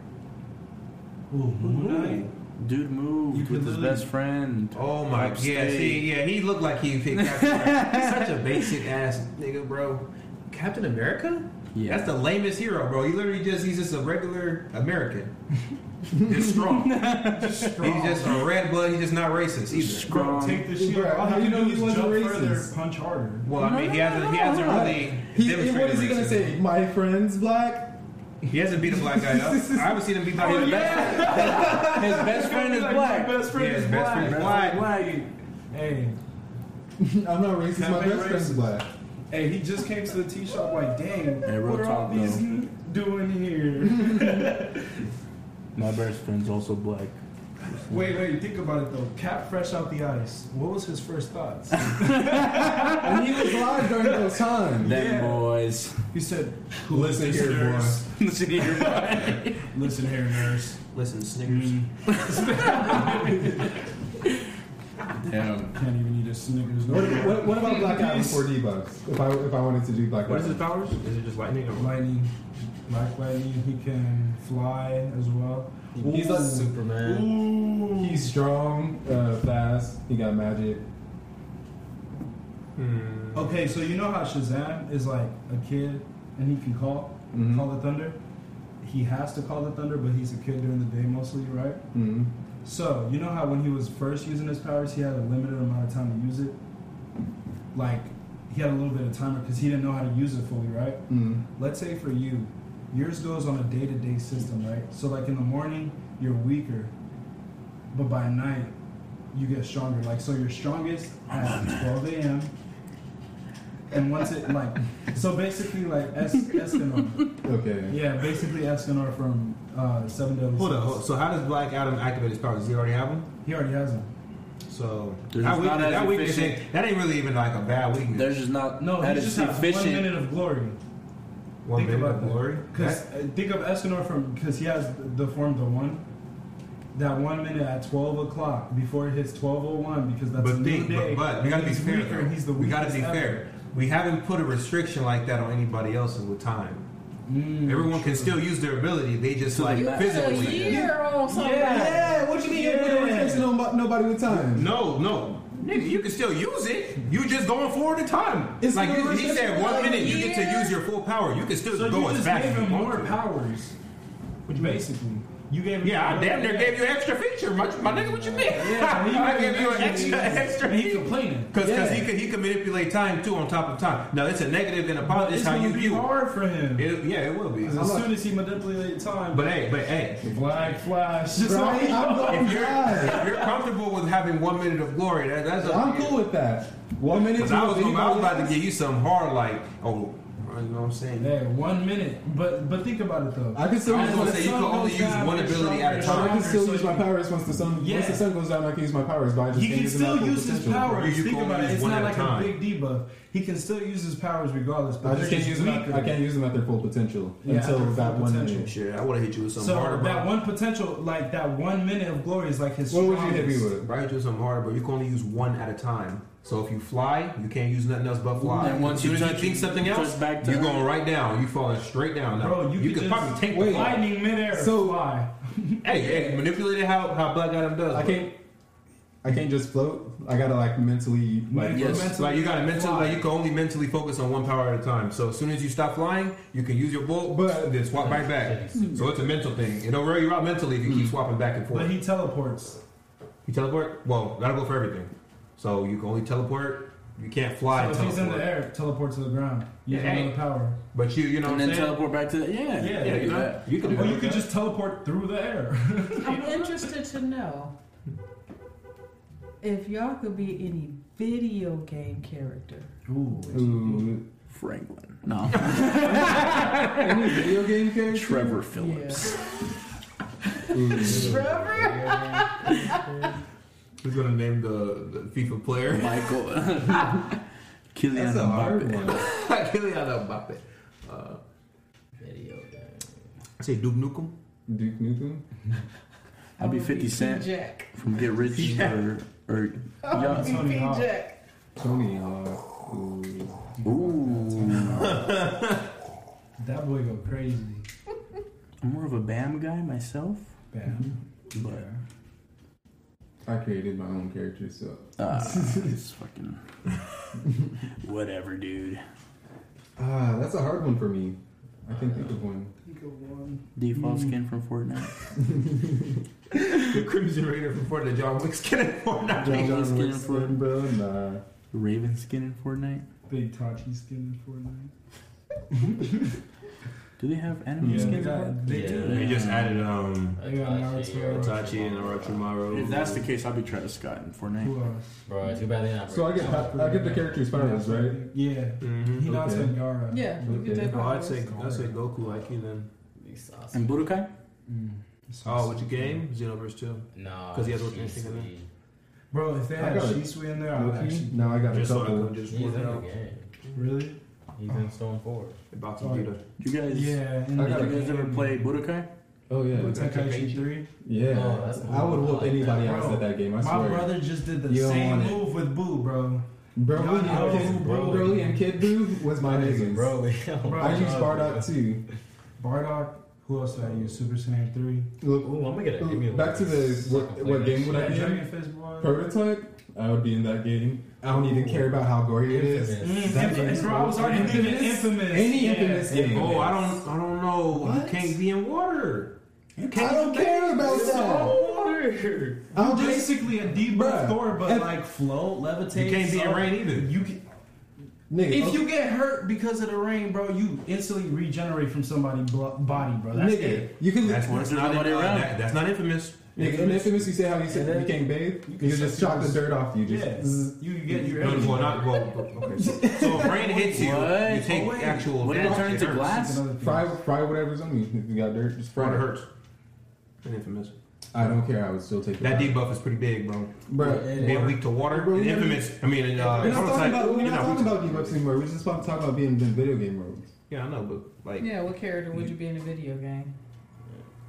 Speaker 2: Ooh, Moon Knight.
Speaker 4: Dude
Speaker 2: You
Speaker 4: moved
Speaker 2: could
Speaker 4: with his
Speaker 2: literally-
Speaker 4: best friend.
Speaker 3: Oh my god. Yeah,
Speaker 4: Upstate.
Speaker 3: see, yeah, he looked like he picked Captain America. He's such a basic ass nigga, bro. Captain America?
Speaker 4: Yeah.
Speaker 3: That's the lamest hero, bro. He literally just he's just a regular American. just strong.
Speaker 2: Just
Speaker 3: He's just a red blood, he's just not racist either.
Speaker 2: Bro,
Speaker 4: strong.
Speaker 2: take the shield.
Speaker 1: Bro,
Speaker 2: All
Speaker 1: how
Speaker 2: you
Speaker 1: you
Speaker 2: know
Speaker 1: know
Speaker 2: do
Speaker 1: he
Speaker 2: is
Speaker 1: wasn't
Speaker 2: jump
Speaker 1: racist?
Speaker 2: further, punch harder.
Speaker 3: Well, I mean, he hasn't, he hasn't really
Speaker 1: He,
Speaker 3: demonstrated
Speaker 1: what is he gonna
Speaker 3: racism.
Speaker 1: say? My friend's black?
Speaker 3: He hasn't beat a black guy up. I haven't seen him beat black
Speaker 4: His
Speaker 2: Oh,
Speaker 3: guy up.
Speaker 4: best, his best friend is
Speaker 2: Like,
Speaker 4: black.
Speaker 2: My best friend
Speaker 3: Yeah,
Speaker 2: is
Speaker 3: his best
Speaker 2: black.
Speaker 3: friend is black.
Speaker 2: Hey,
Speaker 1: I'm not racist.
Speaker 2: Can't
Speaker 1: My
Speaker 2: be
Speaker 1: best friend's
Speaker 2: racist.
Speaker 1: black.
Speaker 2: hey, he just came to the tea shop like, dang,
Speaker 4: Hey, real
Speaker 2: what are all
Speaker 4: talk,
Speaker 2: these
Speaker 4: though.
Speaker 2: n- doing here?
Speaker 4: My best friend's also black.
Speaker 2: God Wait, wait, think about it though. Cap fresh out the ice. What was his first thoughts?
Speaker 1: And he was live during those times.
Speaker 4: Them
Speaker 2: Yeah.
Speaker 4: boys.
Speaker 2: He said,
Speaker 1: Listen here,
Speaker 2: "Listeners,
Speaker 4: Listen here, boy.
Speaker 2: Listen here, nurse.
Speaker 3: Listen, Snickers.
Speaker 4: Damn.
Speaker 2: Can't even eat a Snickers. No
Speaker 1: What, what, what about Black Adam
Speaker 2: Peace.
Speaker 1: before debuffs? If I if I wanted to do Black
Speaker 3: What is his
Speaker 1: Adam,
Speaker 3: powers? Is it just lightning or what?
Speaker 2: Lightning, Black Lightning. He can fly as well.
Speaker 6: He's
Speaker 2: Ooh.
Speaker 6: like Superman.
Speaker 2: Ooh.
Speaker 1: he's strong, uh, fast. He got magic.
Speaker 3: Hmm.
Speaker 2: Okay, so you know how Shazam is like a kid and he can call
Speaker 1: Mhm.
Speaker 2: call the thunder. He has to call the thunder, but he's a kid during the day mostly, right?
Speaker 1: hmm
Speaker 2: So you know how when he was first using his powers, he had a limited amount of time to use it. Like he had a little bit of time because he didn't know how to use it fully, right?
Speaker 1: mm
Speaker 2: Let's say for you, yours goes on a day-to-day system, right? So like in the morning, you're weaker, but by night, you get stronger. Like so, you're strongest at 12 a.m. And once it like, so basically like es- Escanor,
Speaker 1: Okay.
Speaker 2: yeah, basically Escanor from uh, Seven Deadly
Speaker 3: Hold up.
Speaker 2: Sins.
Speaker 3: hold- So how does Black Adam activate his powers? Does he already have them?
Speaker 2: He already has him.
Speaker 3: So
Speaker 4: Dude,
Speaker 3: that
Speaker 4: it's not
Speaker 3: weakness,
Speaker 4: as
Speaker 3: that, weakness
Speaker 4: efficient.
Speaker 3: ain't, that ain't really even like a bad weakness.
Speaker 4: There's just not
Speaker 2: No,
Speaker 4: that
Speaker 2: he
Speaker 4: is
Speaker 2: just has one minute
Speaker 4: efficient.
Speaker 2: of glory.
Speaker 3: One
Speaker 2: think
Speaker 3: minute
Speaker 2: about
Speaker 3: of
Speaker 2: that.
Speaker 3: glory.
Speaker 2: Because
Speaker 3: That-
Speaker 2: uh, think of Escanor from because he has the form the one. That one minute at twelve o'clock before it hits twelve oh one because that's a
Speaker 3: but
Speaker 2: new
Speaker 3: think,
Speaker 2: day.
Speaker 3: but, but we gotta be
Speaker 2: he's
Speaker 3: fair.
Speaker 2: Weaker,
Speaker 3: though.
Speaker 2: he's the
Speaker 3: we gotta
Speaker 2: weakest
Speaker 3: be
Speaker 2: ever.
Speaker 3: fair. We haven't put a restriction like that on anybody else's with time.
Speaker 4: Hmm.
Speaker 2: Mm,
Speaker 3: Everyone can
Speaker 2: true.
Speaker 3: still use their ability. They just
Speaker 4: To the
Speaker 3: like
Speaker 4: max.
Speaker 7: Put a
Speaker 3: physically.
Speaker 7: year on something.
Speaker 1: Yeah. What you mean?
Speaker 2: Yeah.
Speaker 1: You're replacing nobody, nobody with time.
Speaker 3: No, no. Nigga, you can still use it. You just going forward in time.
Speaker 1: It's
Speaker 3: like
Speaker 1: no
Speaker 3: you, he said,
Speaker 1: restriction.
Speaker 3: one minute you get to use your full power. You can still
Speaker 2: So
Speaker 3: go
Speaker 2: you
Speaker 3: as
Speaker 2: just
Speaker 3: fast
Speaker 2: gave
Speaker 3: as you
Speaker 2: him
Speaker 3: want
Speaker 2: more
Speaker 3: to.
Speaker 2: powers, which basically you gave him.
Speaker 3: Yeah, I damn near gave you an extra feature. My, my nigga, what you mean?
Speaker 2: Yeah, he
Speaker 3: I gave you an
Speaker 2: actually-
Speaker 3: extra extra
Speaker 2: And he
Speaker 3: feature.
Speaker 2: complaining.
Speaker 3: Because
Speaker 1: Yeah.
Speaker 3: he could he could manipulate time too on top of time. Now it's a negative and a
Speaker 2: But
Speaker 3: positive.
Speaker 2: it's
Speaker 3: It's how
Speaker 2: gonna
Speaker 3: you
Speaker 2: be
Speaker 3: view.
Speaker 2: hard for him.
Speaker 3: It. It- yeah, it will be.
Speaker 2: 'Cause as soon as he manipulated time,
Speaker 3: But hey, but hey,
Speaker 2: Black Flash, just
Speaker 1: Right? I'm going
Speaker 3: if you're
Speaker 1: live.
Speaker 3: if you're comfortable with having one minute of glory, that, that's up
Speaker 1: I'm
Speaker 3: to you.
Speaker 1: cool with that. One minute.
Speaker 3: 'Cause
Speaker 1: to
Speaker 3: I was,
Speaker 1: anybody
Speaker 3: I was about to
Speaker 1: else?
Speaker 3: give you something hard like oh, you know what I'm saying.
Speaker 2: Hey, one minute. But but think about it though.
Speaker 1: I can still
Speaker 3: I was
Speaker 1: use
Speaker 3: gonna
Speaker 1: my,
Speaker 3: say you can only use one ability at a
Speaker 1: I
Speaker 3: time.
Speaker 1: can still
Speaker 2: So
Speaker 1: use
Speaker 2: you-
Speaker 1: my powers once the sun
Speaker 2: Yeah.
Speaker 1: once the sun goes down. I can use my powers, but I just
Speaker 2: He
Speaker 1: can't
Speaker 2: can
Speaker 1: use them
Speaker 2: still
Speaker 1: at full
Speaker 2: use his
Speaker 1: potential.
Speaker 2: powers.
Speaker 3: You
Speaker 2: Think
Speaker 3: can
Speaker 2: about
Speaker 3: only
Speaker 2: it. It's
Speaker 3: use
Speaker 2: not
Speaker 3: one
Speaker 2: like
Speaker 3: at a
Speaker 2: a
Speaker 3: time.
Speaker 2: big debuff. He can still use his powers regardless. But
Speaker 1: I just
Speaker 2: they're
Speaker 1: can't use them. At,
Speaker 2: weaker.
Speaker 1: I can't use them at their full potential
Speaker 2: Yeah,
Speaker 1: until
Speaker 2: at their
Speaker 1: that
Speaker 2: full
Speaker 1: one
Speaker 2: potential.
Speaker 1: minute.
Speaker 3: Shit, I would have hit you with something
Speaker 2: So
Speaker 3: harder. bro.
Speaker 2: that one potential, like that one minute of glory, is like his.
Speaker 1: What would you hit me
Speaker 2: strongest.
Speaker 1: with?
Speaker 3: If I hit you with something harder, but you can only use one at a time. So if you fly, you can't use nothing else but fly.
Speaker 4: And once
Speaker 3: As
Speaker 4: you
Speaker 3: soon as
Speaker 4: touch-
Speaker 3: think something
Speaker 4: touch
Speaker 3: else,
Speaker 4: back to
Speaker 3: you're going
Speaker 4: Earth.
Speaker 3: right down. You falling straight down. Now,
Speaker 2: Bro, you,
Speaker 3: you
Speaker 2: could
Speaker 3: could
Speaker 2: just
Speaker 3: probably take the
Speaker 1: Wait.
Speaker 3: fly.
Speaker 2: lightning midair.
Speaker 1: So-
Speaker 2: fly.
Speaker 3: Hey, hey, manipulate it how, how Black Adam does.
Speaker 1: I
Speaker 3: bro.
Speaker 1: can't. I can't just float. I gotta like mentally like.
Speaker 2: Mentally-
Speaker 4: yes.
Speaker 3: Like you gotta mentally,
Speaker 2: fly.
Speaker 3: like you can only mentally focus on one power at a time. So as soon as you stop flying, you can use your bolt,
Speaker 1: But-
Speaker 3: but then swap right back. So it's a mental thing. It'll wear you out mentally if you keep swapping back and
Speaker 2: Mm. But
Speaker 3: forth.
Speaker 2: he teleports.
Speaker 3: You teleport? Well, that'll go for everything. So you can only teleport. You can't fly.
Speaker 2: So if
Speaker 3: and
Speaker 2: he's in the
Speaker 3: teleport.
Speaker 2: air, teleport to the ground. Use
Speaker 3: Yeah.
Speaker 2: another power.
Speaker 3: But you, you know,
Speaker 4: And
Speaker 3: what I'm
Speaker 4: then
Speaker 3: saying?
Speaker 4: teleport back to the yeah.
Speaker 2: Yeah,
Speaker 3: Yeah,
Speaker 4: do
Speaker 3: you know,
Speaker 4: that.
Speaker 3: you can do
Speaker 2: Or you
Speaker 3: that.
Speaker 2: could just teleport through the air.
Speaker 7: I'm interested to know if y'all could be any video game character.
Speaker 2: Ooh.
Speaker 1: Ooh,
Speaker 4: Franklin. No.
Speaker 1: any video game character?
Speaker 4: Trevor Phillips.
Speaker 1: Ooh.
Speaker 7: Trevor?
Speaker 3: Who's gonna name the, the FIFA player?
Speaker 4: Michael. Kylian
Speaker 1: That's a hard
Speaker 4: Mbappe.
Speaker 1: one.
Speaker 3: Kylian Mbappe. Uh,
Speaker 6: Video game.
Speaker 3: I say Duke Nukem.
Speaker 1: Duke Nukem.
Speaker 4: I'll be
Speaker 7: I would
Speaker 4: 50
Speaker 7: P.
Speaker 4: Cent.
Speaker 7: Jack.
Speaker 4: From Get Rich or or
Speaker 7: I would
Speaker 4: Yeah,
Speaker 7: be
Speaker 2: Tony
Speaker 7: P.
Speaker 2: Hawk.
Speaker 7: Jack.
Speaker 1: Tony Hawk. Ooh.
Speaker 4: ooh.
Speaker 2: That boy go crazy.
Speaker 4: I'm more of a Bam guy myself,
Speaker 2: Bam.
Speaker 4: but
Speaker 1: I created my own character, so
Speaker 4: uh, it's fucking whatever, dude.
Speaker 1: ah, that's a hard one for me. I can think of one.
Speaker 4: Default skin from Fortnite.
Speaker 3: The Crimson Raider from Fortnite. John Wick skin in Fortnite.
Speaker 4: John Wick skin
Speaker 1: Wick
Speaker 4: in Fortnite.
Speaker 1: bro. Nah.
Speaker 4: Raven skin in Fortnite.
Speaker 2: Big Tachi skin in Fortnite.
Speaker 4: Do they have anime
Speaker 2: Yeah,
Speaker 4: skins?
Speaker 2: they
Speaker 4: in Fortnite?
Speaker 2: got, they do.
Speaker 3: They just added um
Speaker 2: They got Naruto.
Speaker 3: Itachi and Orochimaru.
Speaker 4: If that's the case, I'll be Travis Scott in Fortnite.
Speaker 2: Who else?
Speaker 6: Bro, too bad they not.
Speaker 1: So I get I get the character's powers, right?
Speaker 2: Yeah.
Speaker 3: Mhm.
Speaker 2: Hinata
Speaker 1: Okay.
Speaker 2: and Yara.
Speaker 7: Yeah, you
Speaker 1: Okay.
Speaker 7: get that
Speaker 3: Oh, I'd
Speaker 7: powers.
Speaker 3: say I'd say Goku IQ then.
Speaker 6: These sauce.
Speaker 4: And Budokai?
Speaker 2: Mm.
Speaker 3: Oh, what you game? Xenoverse 2.
Speaker 6: No.
Speaker 3: 'Cause he has worked in Michigan, huh?
Speaker 2: Bro, if they
Speaker 1: I
Speaker 2: had
Speaker 1: got it.
Speaker 2: Shisui in there, I would
Speaker 1: Low-key,
Speaker 2: actually.
Speaker 1: now I got a
Speaker 3: Just so I
Speaker 1: couple.
Speaker 3: can just
Speaker 6: He's in
Speaker 3: work it
Speaker 6: the
Speaker 3: out.
Speaker 6: game.
Speaker 2: Really?
Speaker 6: He's in Storm Forward.
Speaker 3: About to
Speaker 2: Sorry.
Speaker 3: get a.
Speaker 4: You guys,
Speaker 2: Yeah. and
Speaker 1: I
Speaker 4: You
Speaker 1: got
Speaker 2: like-
Speaker 4: guys ever play Budokai?
Speaker 1: Oh
Speaker 2: With
Speaker 1: yeah,
Speaker 2: Tenkaichi 3?
Speaker 1: yeah.
Speaker 6: Oh, that's
Speaker 1: I would whoop
Speaker 6: cool.
Speaker 1: anybody
Speaker 2: Bro,
Speaker 1: else at that game. I
Speaker 2: My
Speaker 1: swear,
Speaker 2: brother just did the
Speaker 1: You don't
Speaker 2: same
Speaker 1: want it.
Speaker 2: move with Boo, bro.
Speaker 1: Broly,
Speaker 2: Y'all know
Speaker 1: and
Speaker 2: who
Speaker 1: Kid,
Speaker 2: Broly
Speaker 1: Broly and Kid Boo was my niggas.
Speaker 6: Bro,
Speaker 2: Bro,
Speaker 1: I used
Speaker 2: uh,
Speaker 1: Bardock too.
Speaker 2: Bardock. Who else did I use? Super Saiyan 3.
Speaker 1: Look,
Speaker 6: Ooh, I'm gonna get a emulator.
Speaker 1: back to the what, what game would I
Speaker 2: That
Speaker 1: be? in?
Speaker 2: Dragon Fist boy.
Speaker 1: Prototype. I would be in that game. I don't even care about how gory it is.
Speaker 2: Mm,
Speaker 1: That
Speaker 2: Infamous,
Speaker 1: game's
Speaker 2: bro, I was already thinking
Speaker 1: Infamous?
Speaker 2: infamous.
Speaker 1: Any
Speaker 2: Yeah.
Speaker 1: infamous game.
Speaker 3: Oh, I don't, I don't know. You
Speaker 1: What?
Speaker 3: can't be in water. You can't.
Speaker 1: I don't care about that.
Speaker 6: water.
Speaker 1: I'm
Speaker 2: You're
Speaker 1: just
Speaker 2: basically a debuff
Speaker 1: Bruh,
Speaker 2: Thor, but
Speaker 1: if-
Speaker 2: like float, levitate.
Speaker 3: You can't be in
Speaker 2: so-
Speaker 3: rain either.
Speaker 2: You can,
Speaker 1: nigga.
Speaker 2: if
Speaker 1: okay.
Speaker 2: you get hurt because of the rain, bro, you instantly regenerate from somebody's blo- body, bro. That's
Speaker 1: nigga,
Speaker 2: it.
Speaker 1: you can.
Speaker 3: That's what's not
Speaker 4: Nobody
Speaker 3: in, uh,
Speaker 4: around.
Speaker 3: that, That's not infamous.
Speaker 1: Nigga, in Infamous, you say how you said you can't bathe. You,
Speaker 2: can
Speaker 1: just
Speaker 2: suck
Speaker 1: chop the
Speaker 2: people's-
Speaker 1: dirt off you. Just
Speaker 2: Yeah,
Speaker 1: zzz.
Speaker 2: you get your
Speaker 3: No, well, not well. Okay, so, so if rain hits you, you
Speaker 4: What?
Speaker 3: take
Speaker 4: Oh, wait.
Speaker 3: actual.
Speaker 4: What did it
Speaker 3: damage.
Speaker 4: turn into
Speaker 3: hurts.
Speaker 4: glass?
Speaker 1: fry fry whatever's on you. If you got dirt, just fry
Speaker 3: Water
Speaker 1: it.
Speaker 3: hurts. And infamous.
Speaker 1: I don't care. I would still take it.
Speaker 3: That
Speaker 1: out.
Speaker 3: debuff is pretty big, bro.
Speaker 1: Bruh.
Speaker 3: Being weak to water,
Speaker 1: Bro,
Speaker 3: and
Speaker 1: we're-
Speaker 3: infamous. I mean, and, uh,
Speaker 1: We're not talking
Speaker 3: prototype,
Speaker 1: about we're
Speaker 3: you're
Speaker 1: not
Speaker 3: weak
Speaker 1: talking
Speaker 3: to-
Speaker 1: about debuffs anymore. We're just about talking about being in video game mode.
Speaker 3: Yeah, I know, but like,
Speaker 7: Yeah, what character would you be in a video game?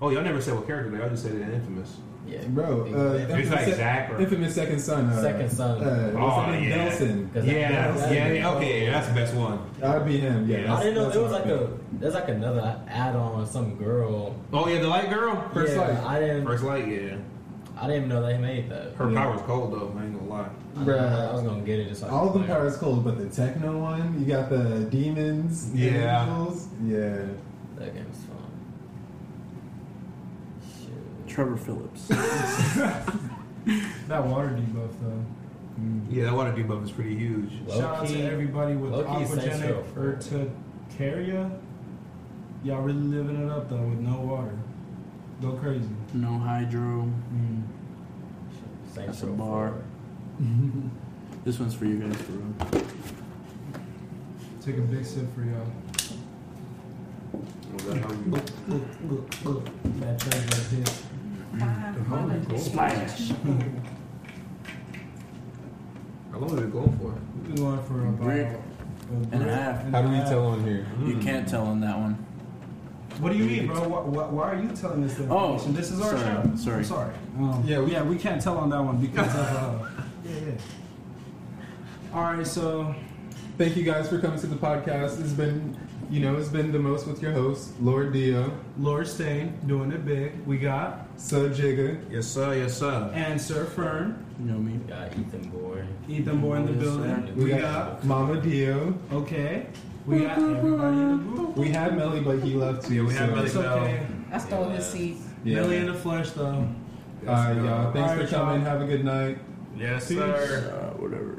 Speaker 3: oh, y'all never said what character. Y'all just said it in infamous.
Speaker 6: Yeah.
Speaker 1: Bro, uh,
Speaker 3: It's
Speaker 1: infamous,
Speaker 3: like
Speaker 1: sec-
Speaker 3: Zach or
Speaker 1: infamous second son. Uh,
Speaker 6: Second son.
Speaker 1: Uh, what's
Speaker 3: Oh,
Speaker 1: his name?
Speaker 3: yeah.
Speaker 1: Nelson.
Speaker 6: Cause
Speaker 3: Yeah,
Speaker 6: that-
Speaker 3: yeah,
Speaker 6: that-
Speaker 3: yeah, okay, yeah, that's the best one.
Speaker 1: I'd be him. Yeah.
Speaker 3: I
Speaker 6: I
Speaker 1: that's-
Speaker 6: didn't know
Speaker 1: that's
Speaker 6: there was
Speaker 1: my
Speaker 6: like
Speaker 1: pick.
Speaker 6: a there's like another add-on, some girl.
Speaker 3: Oh yeah, the light girl.
Speaker 1: First
Speaker 6: yeah,
Speaker 1: light.
Speaker 6: I didn't
Speaker 3: First light, yeah.
Speaker 6: I didn't even know they made that.
Speaker 3: Her
Speaker 1: Yeah.
Speaker 3: power's cold though. I ain't gonna lie.
Speaker 1: Bruh.
Speaker 6: I, I was gonna get it just like
Speaker 1: All of them
Speaker 6: like,
Speaker 1: powers cold, but the techno one, you got the demons, the
Speaker 3: Yeah.
Speaker 1: angels. yeah.
Speaker 6: that game's fun. Shit.
Speaker 4: Trevor Phillips.
Speaker 2: That water debuff, though.
Speaker 3: Yeah, that water debuff is pretty huge.
Speaker 2: Shout out
Speaker 6: Low-key-
Speaker 2: to everybody with
Speaker 6: low-key
Speaker 2: aquagenic
Speaker 6: Saints Row.
Speaker 2: urticaria. Y'all really living it up, though, with no water. Go crazy.
Speaker 4: no hydro.
Speaker 2: Mm.
Speaker 6: Saints
Speaker 4: That's a
Speaker 6: Row
Speaker 4: bar.
Speaker 6: 4.
Speaker 4: This one's for you guys, for real.
Speaker 2: Take a big sip for y'all.
Speaker 3: Well, that's how we-
Speaker 2: Look, look, look. That thing right there.
Speaker 4: Splash.
Speaker 3: How long are we going for?
Speaker 2: We've been going for about
Speaker 4: Brick and a half.
Speaker 2: and
Speaker 1: How do
Speaker 2: a
Speaker 1: we
Speaker 2: half.
Speaker 1: tell on here?
Speaker 4: You
Speaker 3: Hmm. Mm.
Speaker 4: can't tell on that one.
Speaker 2: What do you mean, bro? Why, why, why are you telling us the
Speaker 4: Oh,
Speaker 2: information? this is our
Speaker 4: sorry,
Speaker 2: show.
Speaker 4: sorry.
Speaker 2: I'm sorry. Um,
Speaker 1: Yeah, we-
Speaker 2: yeah, we can't tell on that one because of. Uh, yeah, yeah. All right, so
Speaker 1: Thank you guys for coming to the podcast. It's been, you know, it's been the most with your host, Lord Dio,
Speaker 2: Lord Stain doing it big. We got
Speaker 1: Sir Jigga.
Speaker 3: Yes sir, yes sir.
Speaker 2: and Sir Fern,
Speaker 4: You know me.
Speaker 6: Got Ethan Boy.
Speaker 2: Ethan Boy in the
Speaker 4: Yes,
Speaker 2: building.
Speaker 4: sir.
Speaker 1: We, got, Mama Dio.
Speaker 2: okay. We got everybody in the group.
Speaker 1: We had Melly, but he left too.
Speaker 3: Yeah, we had
Speaker 1: so-
Speaker 3: Melly.
Speaker 2: It's okay.
Speaker 7: I stole his seat.
Speaker 1: Yeah.
Speaker 2: Millie in the flesh, though.
Speaker 1: All right, y'all. Thanks
Speaker 2: All
Speaker 1: for
Speaker 2: right,
Speaker 1: coming.
Speaker 2: y'all.
Speaker 1: Have a good night.
Speaker 3: Yes
Speaker 2: Peace.
Speaker 3: sir.
Speaker 4: Uh, whatever.